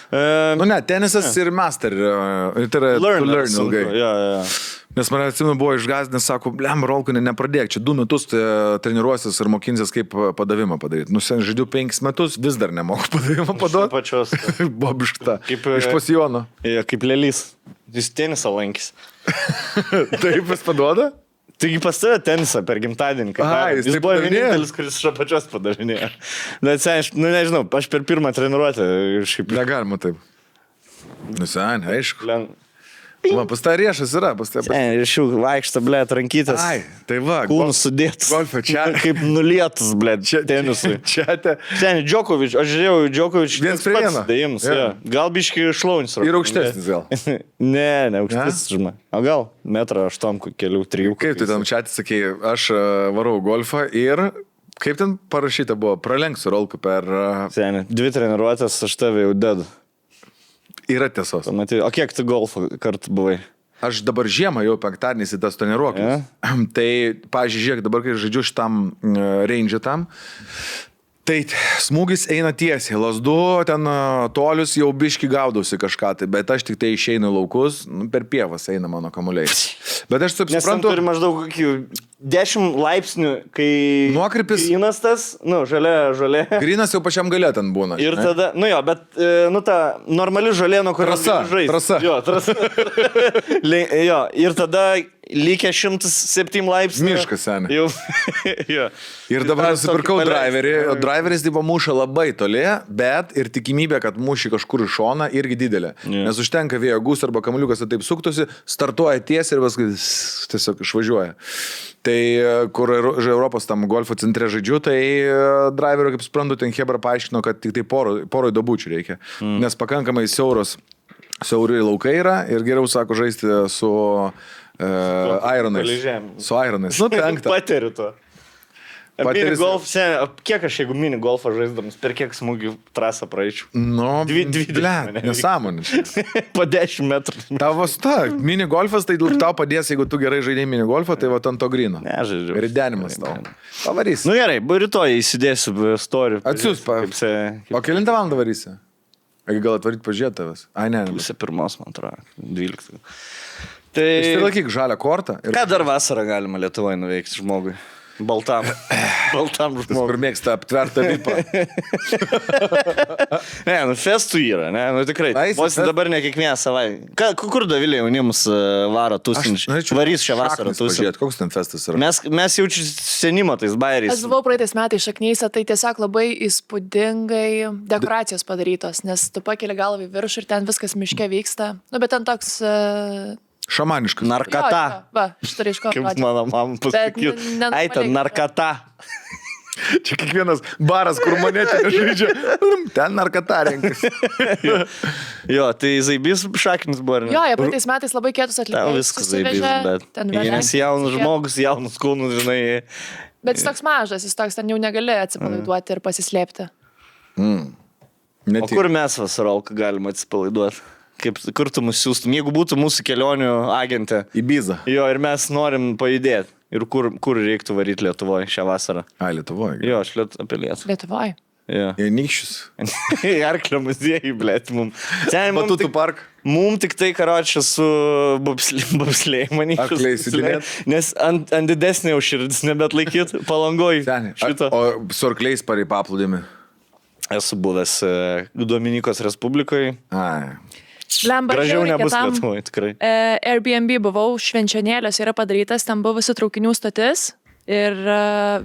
S2: Uh,
S3: Nu ne, tenisas ir master. e, Tai yra learn,
S2: Learn,
S3: learn ilgai.
S2: sunku, Jo, jo.
S3: Nes man atsimenu buvo išgazdinęs, sako, blem, Rolkinė, nepradėk, čia du metus e, treniruosis ir mokinsis, kaip e, padavimą padaryti. Nu, sen žaidžiu penkis metus, vis dar nemoku padavimą
S2: Duot
S3: paduoti.
S2: pačios.
S3: Bobišta.
S2: Kaip, e,
S3: Iš pasijono.
S2: Jo, kaip lėlys. Jis tenisą lankys.
S3: Taip, jis paduoda?
S2: Taigi pas tave tenisą per gimtadienį. ką
S3: Ai,
S2: daro.
S3: jis
S2: jis
S3: taip
S2: buvo
S3: padavinėjo?
S2: vienintelis, kuris iš apačios padavinėjo. Na, atsiaiš, nu, nežinau, aš per pirmą treniruotę ir šiaip...
S3: Negalima taip. Nu, sen, aišku.
S2: Len...
S3: Man pas tą riešas yra, pas tą.
S2: Ne, ir šių vaikšto, blė, rankytas.
S3: Ai, tai va.
S2: Kūnas sudėtas.
S3: golfo čia-
S2: Kaip nulietas, blė, čia tenisui.
S3: Čia te.
S2: Ten Džokovič, aš žiūrėjau, Džokovič
S3: Viens prie vieno.
S2: Dėjims,
S3: Jo.
S2: ja. Gal biški šlaunis.
S3: Ir aukštesnis gal.
S2: Ne, ne aukštesnis, žinai. O gal metrą aštuom, kokių kelių, trijų.
S3: Kaip tu tam čia atsakėjai, aš a, varau golfą ir kaip ten parašyta buvo, pralenksiu rolku per... e, a,
S2: Seniai, dvi treniruotės, aš tave jau dedu.
S3: Yra tiesos.
S2: Pamatai, o kiek tu golfo kartų buvai?
S3: Aš dabar žiemą jau penktadienį į tas treniruoklis. Yeah. Tai, pažiūrėk, žiūrėk, dabar kai žaidžiu šitam range tam, tai t- smūgis eina tiesiai, lasdu, ten e, tolius jau biški gaudausi kažką, tai, bet aš tik tai išeinu į laukus, nu, per pievas eina mano kamuoliai. Bet aš taip
S2: Nes ten
S3: suprantu,
S2: turi maždaug kokių 10 laipsnių, kai...
S3: Nuokrypis-
S2: Įnastas, nu, žalia, žalia.
S3: grinas jau pačiam galė ten būna.
S2: Ir
S3: žinai.
S2: tada, nu jo, bet, e, nu ta normali žalė, nuo kurios
S3: Trasa,
S2: gali žaist.
S3: trasa.
S2: Jo, trasa. Le, jo, ir tada lygia 107 laipsnių.
S3: Miškas, seni.
S2: Jau. jo.
S3: Ir dabar
S2: Ar
S3: nusipirkau
S2: tokį paleist?
S3: driverį. o Driveris tipo muša labai toli, bet ir tikimybė, kad muši kažkur į šoną, irgi didelė.
S2: Jo.
S3: Nes užtenka vėjo gus arba kamliukas taip suktusi, startuoja tiesiai ir paskui s- tiesiog išvažiuoja. Tai e, kur Euro- ža- Europos tam golfo centre žaidžiu, tai e, driverio, kaip suprantu, ten Hebra paaiškino, kad tik tai poro- poroj dabučių reikia. Mm. Nes pakankamai siauros, siauri laukai yra ir geriau, sako, žaisti su... Uh,
S2: palei
S3: Ironais.
S2: žemę.
S3: Su Ironais. Nu, penktą.
S2: Patiriu to. Mini
S3: Patiri-
S2: golf, sen, kiek aš jeigu mini golfą žaisdamas, per kiek smūgių trasą praeičiau?
S3: Nu,
S2: Dvi- dvidešimt,
S3: Ble,
S2: ane?
S3: nesąmonė. čia.
S2: po 10 metrų.
S3: Tavo sta, mini golfas, tai tau padės, jeigu tu gerai žaidėjai mini golfą, tai va ant to grino.
S2: Ne, žaidžiu.
S3: Ridenimas tau. Pavarys.
S2: Nu gerai, bu- rytoj įsidėsiu istoriją.
S3: Atsiųs, pa-
S2: Kaip se...
S3: O kelintą valandą varysi? Agi gal atvaryt pažiūrėti tavęs? Ai, ne.
S2: Pusė pirmos, man atrodo, 12. Tai...
S3: Išsilaikyk žalią kortą ir
S2: Ką dar vasarą galima Lietuvoje nuveikti žmogui? Baltam. Baltam žmogui.
S3: kur mėgsta aptvertą vipą.
S2: Ne, nu festų yra, ne, nu tikrai.
S3: Ai, jis
S2: Vos
S3: fest-
S2: dabar ne kiekvieną savaitę. Ka- ku- Kur Davilė jaunimus e, varo tūsinčiai? Varys šią vasarą tūsinčiai.
S3: Žiūrėt, koks ten festas yra.
S2: Mes, mes jaučiu senimo tais bairiais.
S8: Aš buvau praeitais metais šaknyse, tai tiesiog labai įspūdingai dekoracijos padarytos, nes tu pakeli galvą į viršų ir ten viskas miške vyksta. Nu, bet ten toks... Uh,
S3: Šamaniškas.
S2: Narkata.
S8: Va, šitą reišką.
S2: Kaip mano mama pasakytų.
S8: Bet ne-
S2: Ai, ten
S8: nenorėčiau.
S2: narkata.
S3: Čia kiekvienas baras, kur monetė žaidžia. Ten narkata renkas.
S2: Jo, tai Zaibys šaknis buvo, ar ne?
S8: Jo, jie praeitais metais labai kietus
S2: Tau
S8: atliko.
S2: viskas Zaibys, bet. Nes jaunas žmogus, jaunas kūnas, žinai.
S8: Bet jis toks mažas, jis toks ten jau negali
S2: Mm.
S8: atsipalaiduoti ir pasislėpti.
S2: O kur mes vasarolką galime atsipalaiduoti? Kaip, kur tu mus siūstum, jeigu būtų mūsų kelionių agentė.
S3: Į bizą.
S2: Jo, ir mes norim pajudėti. Ir kur, kur reiktų varyti Lietuvoje šią vasarą?
S3: Ai, Lietuvoje.
S2: Jo, aš liet, apie Lietuvą.
S8: Lietuvoje.
S2: Jo.
S3: Nykščius.
S2: Arklio muziejų, blėt, mums. Ten mums
S3: Matutų
S2: Nu, tik,
S3: park.
S2: mum tik tai karočią su bobslėjai, manyčiau.
S3: Arkliai
S2: su
S3: slidinėt.
S2: bobslėjai, Nes ant, ant didesnio jau širdis nebet laikyt palangoj.
S3: Seniai.
S2: Šito.
S3: O su arkliais parei paplūdimi.
S2: Esu buvęs e, Dominikos Respublikoje.
S3: Ai.
S8: Lemba,
S2: Gražiau nebus Lietuvoje, tikrai.
S8: E, Airbnb buvau, švenčionėliuose yra padarytas, ten buvusi traukinių stotis ir e,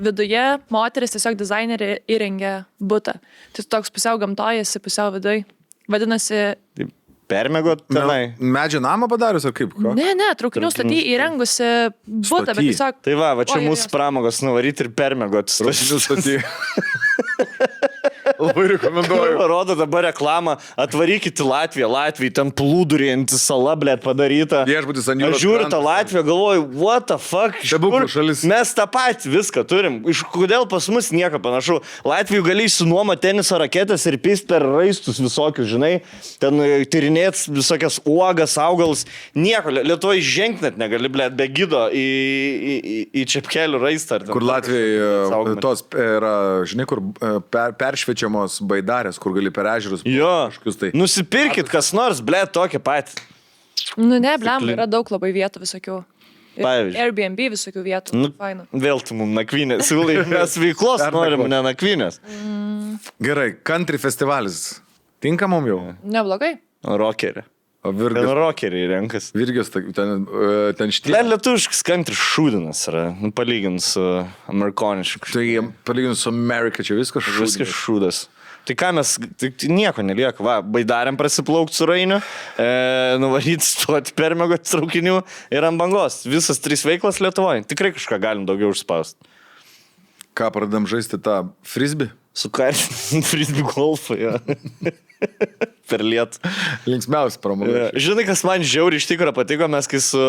S8: viduje moteris tiesiog dizainerį įrengė būtą. Tai tu toks pusiau gamtojasi, pusiau viduje. Vadinasi,
S2: Tai Permėgot tenai.
S3: Me- Medžio namą padarius ar kaip? Ko?
S8: ne, ne, traukinių stotį įrengusi būtą, bet
S3: Stoty.
S8: tiesiog...
S2: Tai va, va čia
S8: Oi, oi,
S2: mūsų
S8: oi.
S2: pramogos nuvaryti ir permėgot.
S3: Traukinių stotį. Labai rekomenduoju.
S2: Rodo dabar reklamą, atvarykit į Latviją, Latvijai, ten plūdurianti sala, blėt, padaryta.
S3: Viešbutis ant jūros
S2: Aš žiūriu tą
S3: kranto.
S2: Latviją, galvoju, what the fuck, iš
S3: Stebuklų
S2: kur
S3: šalis.
S2: Mes tą patį viską turim. Iš kodėl pas mus nieko panašu. Latvijų gali išsinuomą teniso raketės ir pist per raistus visokius, žinai, ten e, tyrinėt visokias uogas, augalus. Nieko, Lie- Lietuvoje žengt net negali, blėt, be gido į, į, į, į čepkelių raistą. ar ten
S3: Kur
S2: dar
S3: Latvijai e,
S2: Saugomai.
S3: tos yra, žinai, kur e, per, peršvečiamos baidarės, kur gali per ežerus.
S2: Jo,
S3: Kažkokius tai.
S2: nusipirkit kas nors, ble, tokį patį.
S8: Nu, ne, blem,
S2: Stiklin-
S8: yra daug labai vietų visokių. Ir
S2: Pavyzdžiui.
S8: Airbnb visokių vietų.
S2: Nu,
S8: Nu, Fainu.
S2: Vėl tu mums nakvynė, siūlai, mes veiklos norim, ne nakvynės.
S3: Gerai, country festivalis. Tinka mum jau.
S8: Neblogai.
S2: Rokerė.
S3: O
S2: Ten
S3: Virgis,
S2: rokeriai renkas.
S3: Virgis ta- ten, e, ten
S2: Le,
S3: štilė.
S2: lietuviškas kantris šūdinas yra, nu, palyginus su amerikonišku.
S3: Tai palyginus su Amerika, čia viskas
S2: Viskas
S3: šūdas.
S2: šūdas. Tai ką mes, tai tai nieko nelieka, va, baidarėm prasiplaukti su Rainiu, e, nuvaryti stoti permego traukinių ir ant bangos. Visas trys veiklas Lietuvoje. Tikrai kažką galim daugiau užspausti.
S3: Ką pradam žaisti tą frisbį?
S2: Su kartu frisbee golfu, jo. per liet.
S3: Linksmiausia pramoga.
S2: E, Žinai, kas man žiauriai iš tikrųjų patiko, mes kai su,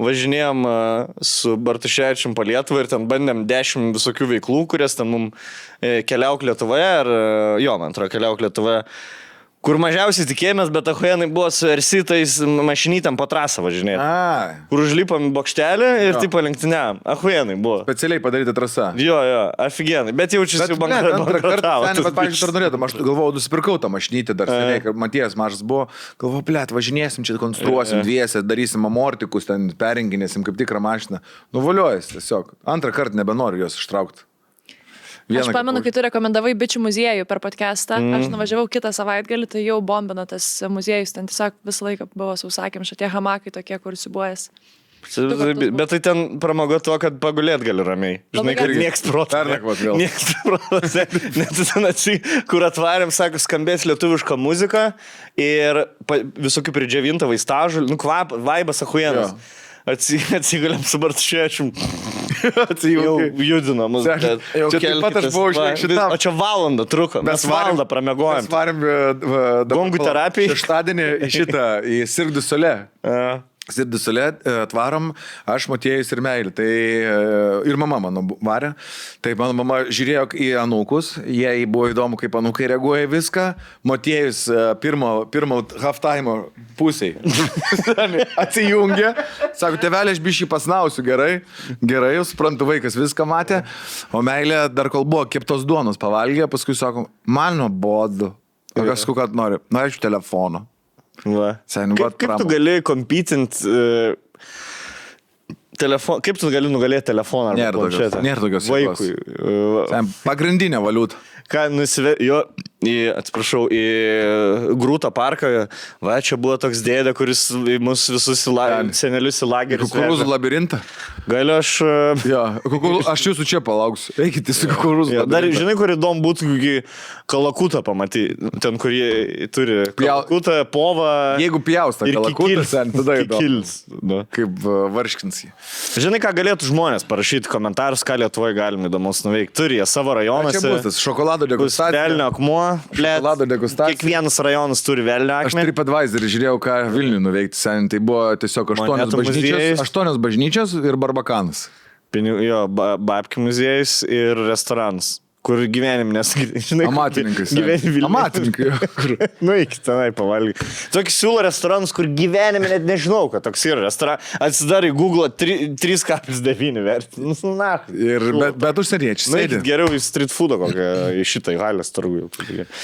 S2: važinėjom a, su Bartuševičium po Lietuvą ir ten bandėm dešimt visokių veiklų, kurias ten mum e, keliauk Lietuvoje, ar e, jo, man atrodo, keliauk Lietuvoje. Kur mažiausiai tikėjomės, bet ahuenai buvo su ersitais mašinytam po trasą važinėti.
S3: A,
S2: Kur užlipam į bokštelį ir taip palinktinę. Ahuenai buvo.
S3: specialiai padaryta trasa.
S2: Jo, jo, aфиgenai, bet jaučiuosi jau bankrotavo.
S3: Bet, pavyzdžiui, ar norėtum, aš galvojau, nusipirkau tą mašinytę
S2: E.
S3: dar seniai, kad Matijas mažas buvo, galvojau, plėt, važinėsim čia, konstruosim
S2: E.
S3: dviesę, darysim amortikus, ten perrenginėsim kaip tikrą mašiną. Nuvaliuojas tiesiog. Antrą kartą nebenoriu jos ištraukti.
S8: Aš pamenu, kai tu rekomendavai bičių muziejų per podcastą, mm.
S3: Mhm.
S8: aš nuvažiavau kitą savaitgalį, tai jau bombino tas muziejus, ten tiesiog visą laiką buvo sausakėm šitie hamakai tokie, kur sibuojas.
S2: Tai- tai-
S8: kartus
S2: Bet tai ten pramoga to, kad pagulėt gali ramiai. Žinai,
S8: Labai
S2: kad
S8: gerai.
S2: nieks protą.
S3: Pernakvot gal.
S2: Nieks protą. Net ten atsi, kur atvarėm, sako, skambės lietuviška muzika ir pa, visokių pridžiavinta vaistažų, nu, kvap, vaibas ahuienas.
S3: Jo.
S2: Atsigulėm su Bartušėčium. Jau judino mus.
S3: Sek-
S2: bet-
S3: jau
S2: Čia taip
S3: kelkitės,
S2: pat aš buvau
S3: va.
S2: žinai, šitam. O čia valandą truko. Mes, mes valandą pramegojom.
S3: Mes varėm e, va, dabar
S2: Gongų
S3: pala-
S2: terapijai. E.
S3: Šeštadienį į šitą, į Sirgdų solę.
S2: A.
S3: Sirdi solė, atvarom, aš matėjus ir meilį. Tai e, ir mama mano bu- varė. Tai mano mama žiūrėjo į anūkus, jai buvo įdomu, kaip anūkai reaguoja į viską. Matėjus e, pirmo, pirmo halftime pusiai atsijungė. Sako, tevelė, aš bišį pasnausiu, gerai. Gerai, jau suprantu, vaikas viską matė. O meilė dar kol buvo keptos duonos pavalgė, paskui sako, mano bodu. Ir aš sakau, kad noriu. Norėčiau telefono.
S2: Va.
S3: Sen,
S2: kaip,
S3: vat
S2: kaip tu
S3: pramo-
S2: gali kompytint uh, telefoną, kaip tu gali nugalėti telefoną? arba
S3: Nėra tokios-
S2: planšetę?
S3: nėra tokios jėgos.
S2: Vaikui. Uh,
S3: Ten Pagrindinė valiuta.
S2: ką nusive... Jo, į, atsiprašau, į Grūtą parką. Va, čia buvo toks dėdė, kuris į mus visus į la... senelius į lagerį.
S3: Kukurūzų
S2: vežė.
S3: labirintą.
S2: Galiu aš... Uh,
S3: Jo, kukurū... aš jūsų čia palauksiu. Eikit į kukurūzų
S2: Jo, dar,
S3: labirintą.
S2: žinai, kur įdomu būtų, kokį kalakutą pamatyti, ten, kur jie turi
S3: Pjau-
S2: kalakutą, povą.
S3: Jeigu pjaustą kalakutą, sen, tada įdomu.
S2: kikils. Nu.
S3: Kaip va, varškins jį.
S2: Žinai, ką galėtų žmonės parašyti komentarus, ką Lietuvoje galime įdomus nuveikti. Turi jie savo rajonuose.
S3: Čia bus tas šokolado
S2: e, bus Velnio
S3: degustacija.
S2: akmuo. blet.
S3: Šokolado degustacija.
S2: Kiekvienas rajonas turi velnio
S3: Aš
S2: akmenį.
S3: trip advisorį žiūrėjau, ką Vilnių nuveikti sen. Tai buvo tiesiog aštuonios
S2: Monetų muziejus.
S3: bažnyčios, aštuonios bažnyčios ir barbakanas.
S2: Pini- Jo, ba- babkių muziejus ir restoranas, kur gyvenim nesakytinai.
S3: Amatininkai. sen.
S2: Gyvenim
S3: Amatininkai. jo, kur-
S2: Nu, iki tenai pavalgyti. Tokį siūlo restoranus, kur gyvenime net nežinau, kad toks yra restoranas. Atsidarai Google 3,9 vertinimus. Nu, Na,
S3: Ir, bet, bet užsieniečiai.
S2: Na,
S3: sėdi.
S2: eikit geriau į street foodą kokią, į šitą į halės turgų. jau turbūt.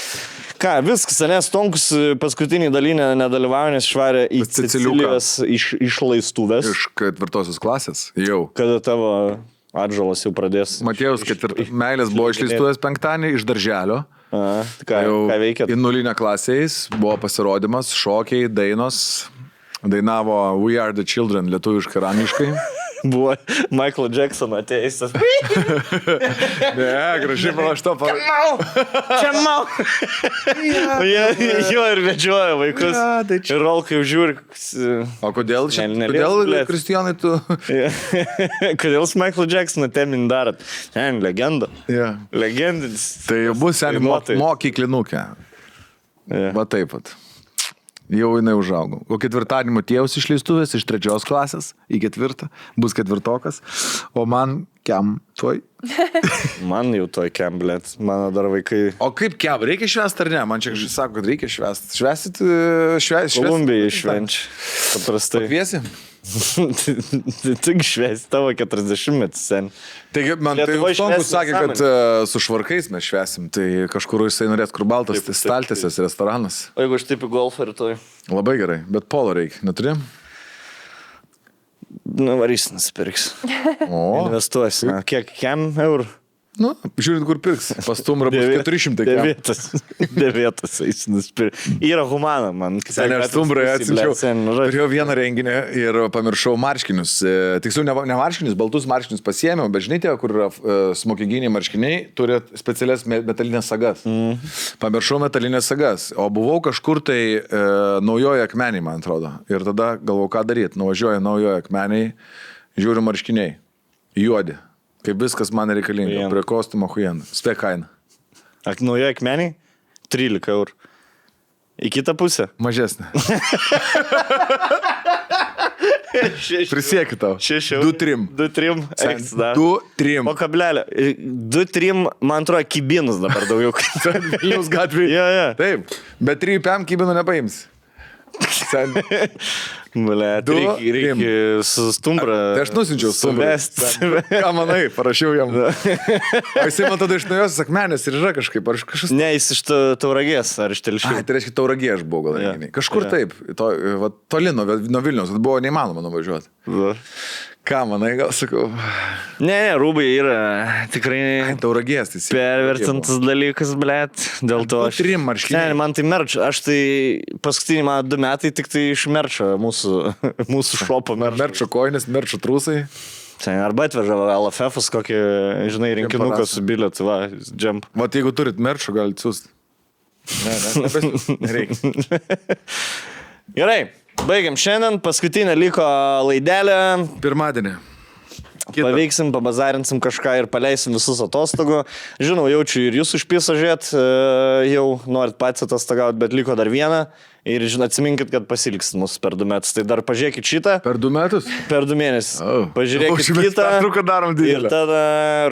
S2: Ką, viskas, nes Tonkus paskutinį dalinę nedalyvauja, nes švarė į
S3: Bet Siciliuką.
S2: Sicilijos iš, išlaistuvės,
S3: Iš ketvirtosios klasės. Jau.
S2: kada tavo atžalas jau pradės.
S3: Matėjus, kad meilės buvo išleistuvęs penktadienį iš darželio.
S2: A, tai ką,
S3: jau
S2: ką veikia?
S3: Į nulinę klasę eis, buvo pasirodymas, šokiai, dainos. Dainavo We Are the Children lietuviškai ir angliškai.
S2: Buvo Michael Jackson ateistas.
S3: Ne, gražiai parašta. Par...
S2: Čia mau. Jo ir vedžioja vaikus.
S3: Ja, tai čia-
S2: Ir rolkai jau žiūri. koks,
S3: O kodėl čia?
S2: Ne- neliesk,
S3: Kodėl,
S2: blet.
S3: Kristijonai, tu...
S2: e, Kodėl su Michael Jackson temin darat? Ten legenda.
S3: Ja.
S2: Legendinis.
S3: Tai jau bus seniai mo
S2: Dainuotojai.
S3: mokyklinukė.
S2: Yeah.
S3: Va taip pat. Jau jinai užaugo. O ketvirtadienį matėjus išleistuvės iš trečios klasės į ketvirtą. Bus ketvirtokas. O man kiam tuoj.
S2: Man jau toj kemblėt, mano dar vaikai.
S3: O kaip kiam? Reikia švęsti ar ne? Man čia kažkas sako, kad reikia švęsti. Švęsit, e, švęsit.
S2: Kolumbija išvenčia. Paprastai.
S3: Kviesi?
S2: Tik švęs tavo 40 metų sen.
S3: Taigi, man tai
S2: Lietuvoj
S3: Tomkus
S2: švęs
S3: sakė, kad e, su švarkais mes švesim, tai kažkur jisai norės, kur baltas,
S2: Taip,
S3: tai
S2: taip,
S3: staltėsis restoranas.
S2: O jeigu aš taip į golfą rytoj?
S3: Labai gerai, bet polo reikia, neturi?
S2: Nu, varys nusipirks.
S3: O,
S2: Investuosi. Na, Kiek? Kem eurų?
S3: Nu, žiūrint, kur pirks. Pastumra bus 400. gram.
S2: Devėtas. Devėtas. Jis nuspirė. Yra humana, man.
S3: Ten aš stumbrai atsiprašau.
S2: nu,
S3: Turėjau vieną renginį ir pamiršau marškinius. E, Tiksliau, ne, ne marškinius, baltus marškinius pasiemiau, bet žinai, tie, kur yra e, smokinginiai marškiniai, turi specialias me- metalinės sagas. Mm. Pamiršau metalinės sagas, o buvau kažkur tai e, naujoje akmeniai, man atrodo. Ir tada galvojau, ką daryti. Nuvažiuoju naujoje akmeniai, žiūriu marškiniai. Juodi. Kaip viskas man reikalinga.
S2: Hujen.
S3: Prie kostumo hujen. Spėk kainą.
S2: Ak, naujoje akmeniai? 13 eurų. Į kitą pusę.
S3: Mažesnė.
S2: Prisiekit.
S3: Prisiekiu tau.
S2: 6 eurų.
S3: Du trim.
S2: 2 trim.
S3: Sen-
S2: Eks, da.
S3: Du trim.
S2: O kablelė. 2 trim, man atrodo, kibinus dabar daugiau.
S3: Vilnius gatvėje.
S2: Jo, jo.
S3: Taip, bet 3 PM kybinų nepaims. Sen,
S2: Mule,
S3: Du,
S2: reikia, reikia sustumbrą.
S3: tai aš nusinčiau stumbrą.
S2: Suvest.
S3: ką manai, parašiau jam. O jisai man tada iš naujos akmenės ir yra kažkaip, ar aš kažkas...
S2: Ne, jis iš Ta- tauragės ar iš telšių.
S3: Ai, tai reiškia, tauragė aš buvau gal
S2: Jo,
S3: renginį. Kažkur
S2: jo.
S3: taip, to, va, toli nuo, nuo Vilnius, buvo neįmanoma nuvažiuoti.
S2: Va.
S3: Ką manai, gal sakau,
S2: Ne, ne, rūbai yra tikrai
S3: tauragės tai
S2: pervertintas dalykas, blėt. Dėl to
S3: Du
S2: aš...
S3: trim marškiniai.
S2: Ne, man tai merč. Aš tai paskutinį man du metai tik tai iš merčio, mūsų, mūsų šopo merčio.
S3: Merčio koinis, merčio trūsai.
S2: Ten arba atvežavo LFF'us kokį, žinai, rinkinuką
S3: parašo.
S2: su bilietu, va, džemp.
S3: Vat jeigu turit merčio, galite siūsti. Ne, ne, nebesiųst. nereikia.
S2: Gerai, baigiam šiandien, paskutinę liko laidelę,
S3: Pirmadienį.
S2: Kita. paveiksim, pabazarinsim kažką ir paleisim visus atostogų. Žinau, jaučiu ir jūs užpisa žiūrėt, e, jau norit patys atostogauti, bet liko dar vieną. Ir žinot, atsiminkit, kad pasilgsit mus per du metus. Tai dar pažiūrėkit šitą
S3: Per du metus?
S2: per du mėnesius.
S3: Au.
S2: Pažiūrėkit
S3: Už mes
S2: kitą.
S3: pertrauką darom
S2: Ir
S3: didelę.
S2: tada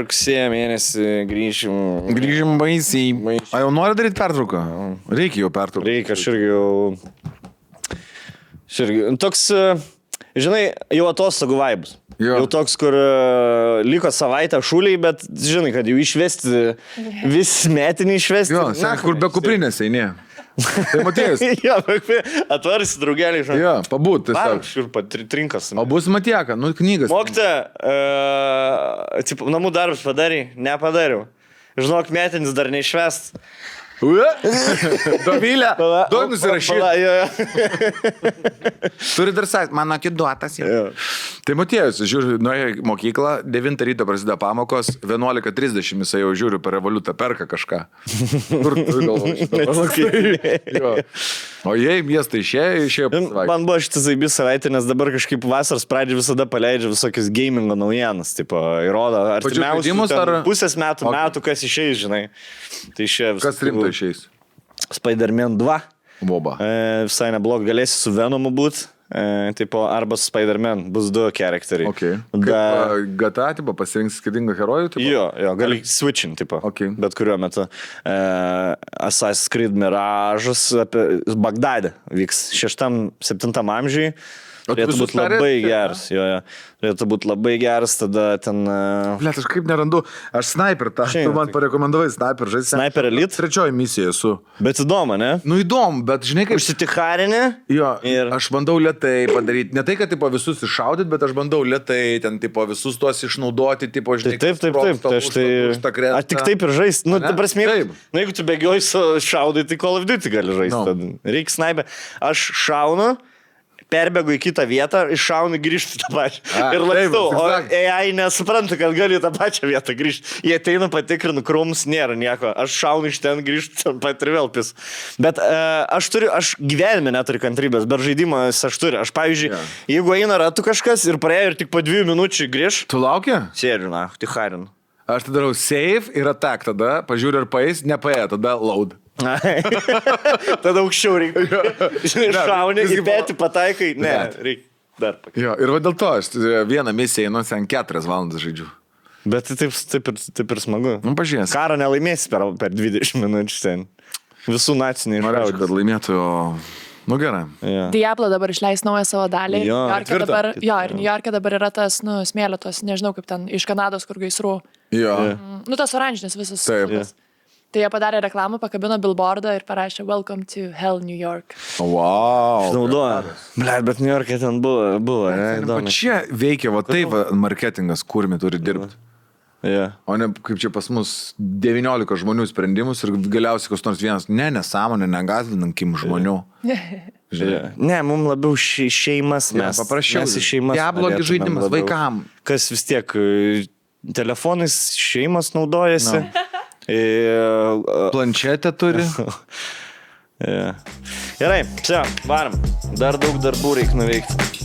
S2: rugsėjo mėnesį grįšim.
S3: Grįžim baisiai. A jau nori daryti pertrauką? Reikia jau pertrauką.
S2: Reikia, aš irgi jau. Aš irgi. nu, Toks, e, žinai, jau atostogų vaibus.
S3: Jo.
S2: Jau toks, kur e, liko savaitę šūliai, bet žinai, kad jau išvesti, vis metinį išvesti.
S3: Jo, sen, kur be kuprinės eini. Tai Matijas.
S2: jo, atvarsi draugeliai, žinai.
S3: Jo, pabūt
S2: Varom,
S3: tiesiog.
S2: kažkur patrinkas.
S3: O bus Matijaka, nu knygas.
S2: Mokta, uh, tipo, namų darbus padarai, nepadariau. Žinok, metinis dar neišvest.
S3: Dovilė.
S2: Pala-
S3: Duok
S2: Pala-
S3: nusirašyti.
S2: jo, jo.
S3: Turi dar sakyti, man atiduotas jau. Tai Matijas, žiūriu, nuėjo į mokyklą, 9 ryto prasideda pamokos, 11.30 jisai jau žiūri per revoliutą, perka kažką. Kur tu galvoji? šitą pamokslą? Jo. O jei miestai išėjo, išėjo. pasivaikščiot.
S2: Nu, Man buvo šitas aibis savaitė, nes dabar kažkaip vasaros pradžio visada paleidžia visokius gamingo naujienas, tipo, įrodo, ar
S3: Pačius žaidimus, ar-
S2: pusės metų,
S3: Ok.
S2: okay. metų, kas išeis, žinai. Tai išėjo viskas.
S3: Kas rimtai išeis?
S2: Spider-Man 2.
S3: Moba.
S2: E, visai neblog, galėsi su Venomu būti. E, tipo, arba su Spider-Man bus du charakteriai.
S3: Okay.
S2: Da,
S3: Kaip, uh, GTA, tipo, pasirinks skirtingą herojų, tipo?
S2: Jo, jo, gali switching, tipo.
S3: Ok.
S2: Bet kuriuo metu. E, Assassin's Creed Miražas apie Bagdadę vyks 6-7 amžiui.
S3: O tu
S2: Turėtų
S3: visus
S2: būti labai
S3: perėsi?
S2: geras, jo, jo. Turėtų būti labai geras, tada ten... e,
S3: Blet, aš kaip nerandu, aš sniper, tą,
S2: Šiaip,
S3: tu man
S2: tai-
S3: parekomendavai sniper žaisti.
S2: Sniper Elite.
S3: Trečioji misija esu.
S2: Bet įdomu, ne?
S3: Nu įdomu, bet žinai kaip.
S2: Užsitikarinė.
S3: Jo, ir...
S2: Ir-
S3: Aš bandau lietai padaryti, ne tai, kad tipo, visus iššaudyt, bet aš bandau lietai ten tipo, visus tuos išnaudoti, tipo,
S2: Tai
S3: žinai,
S2: taip, taip, taip. Tai aš tai... A, tik taip ir žaisti. Nu, ta prasme,
S3: Taip. Nu.
S2: jeigu, nu, jeigu tu bėgioji su šaudai, tai Call of Duty gali
S3: No.
S2: žaisti. No. Reikia snaipę. Aš šaunu, perbėgu į kitą vietą, iššaunu grįžti tą pačią.
S3: A,
S2: A, ir lakstau.
S3: taip,
S2: O
S3: zigzag.
S2: AI nesupranta, kad galiu į tą pačią vietą grįžti. Jie ateina patikrinu, krums nėra nieko. Aš šaunu iš ten, grįžtu ten pat ir vėl pis. Bet uh, aš turiu, aš gyvenime neturiu kantrybės, bet žaidimas aš turiu. Aš, pavyzdžiui,
S3: Jo.
S2: yeah. jeigu eina ratu kažkas ir praėjo ir tik po dviejų minučių grįžti.
S3: Tu laukia?
S2: Sėdžiu, na, tik harinu.
S3: Aš tai darau save ir attack tada, pažiūriu ar paės, nepaėjo, tada load.
S2: Ai. Tada aukščiau reikia. Žinai,
S3: Ne,
S2: šauni,
S3: visgi
S2: į petį pataikai. Ne,
S3: Bet.
S2: reikia dar pakeisti.
S3: Jo, ir va dėl to aš e, vieną misiją einu ten keturias valandas žaidžiu.
S2: Bet tai taip, taip, ir, taip ir smagu.
S3: Nu, pažiūrės.
S2: Karo nelaimėsi per, per 20 minučių ten. Visų naciniai
S3: Norėjau, kad
S2: išraudė.
S3: laimėtų, o... nu gerai.
S2: Ja.
S8: Diablo dabar išleis naują savo dalį.
S2: Jo,
S8: Niujorke
S3: ketvirtą.
S8: dabar, jo, ir New York'e dabar yra tas, nu, smėlėtos, nežinau kaip ten, iš Kanados, kur gaisrų.
S3: Jo.
S8: Mm, Nu, tas oranžinis visas.
S3: Taip.
S8: tas. Tai jie padarė reklamą, pakabino billboardą ir parašė Welcome to Hell New York.
S3: Wow.
S2: Naudoja. Ble, bet New York'e ten buvo, buvo, ne,
S3: Va
S2: įdomu.
S3: tai čia veikia, va taip va, marketingas, kurmi turi dirbti.
S2: Yeah.
S3: O ne kaip čia pas mus 19 žmonių sprendimus ir galiausiai kas nors vienas, ne, nesąmonė, negazdinankim žmonių.
S2: Yeah.
S10: Ne, mums labiau ši, šeimas,
S3: Ne,
S10: mes
S3: paprasčiau.
S10: Mes į šeimas.
S3: Ja, blogi
S2: norėtumėm
S3: žaidimas
S2: labiau.
S3: vaikam.
S2: Kas vis tiek e, telefonais šeimas naudojasi. No.
S3: Planšetę turi.
S2: Yeah. Gerai, čia, varom. Dar daug darbų reikia nuveikti.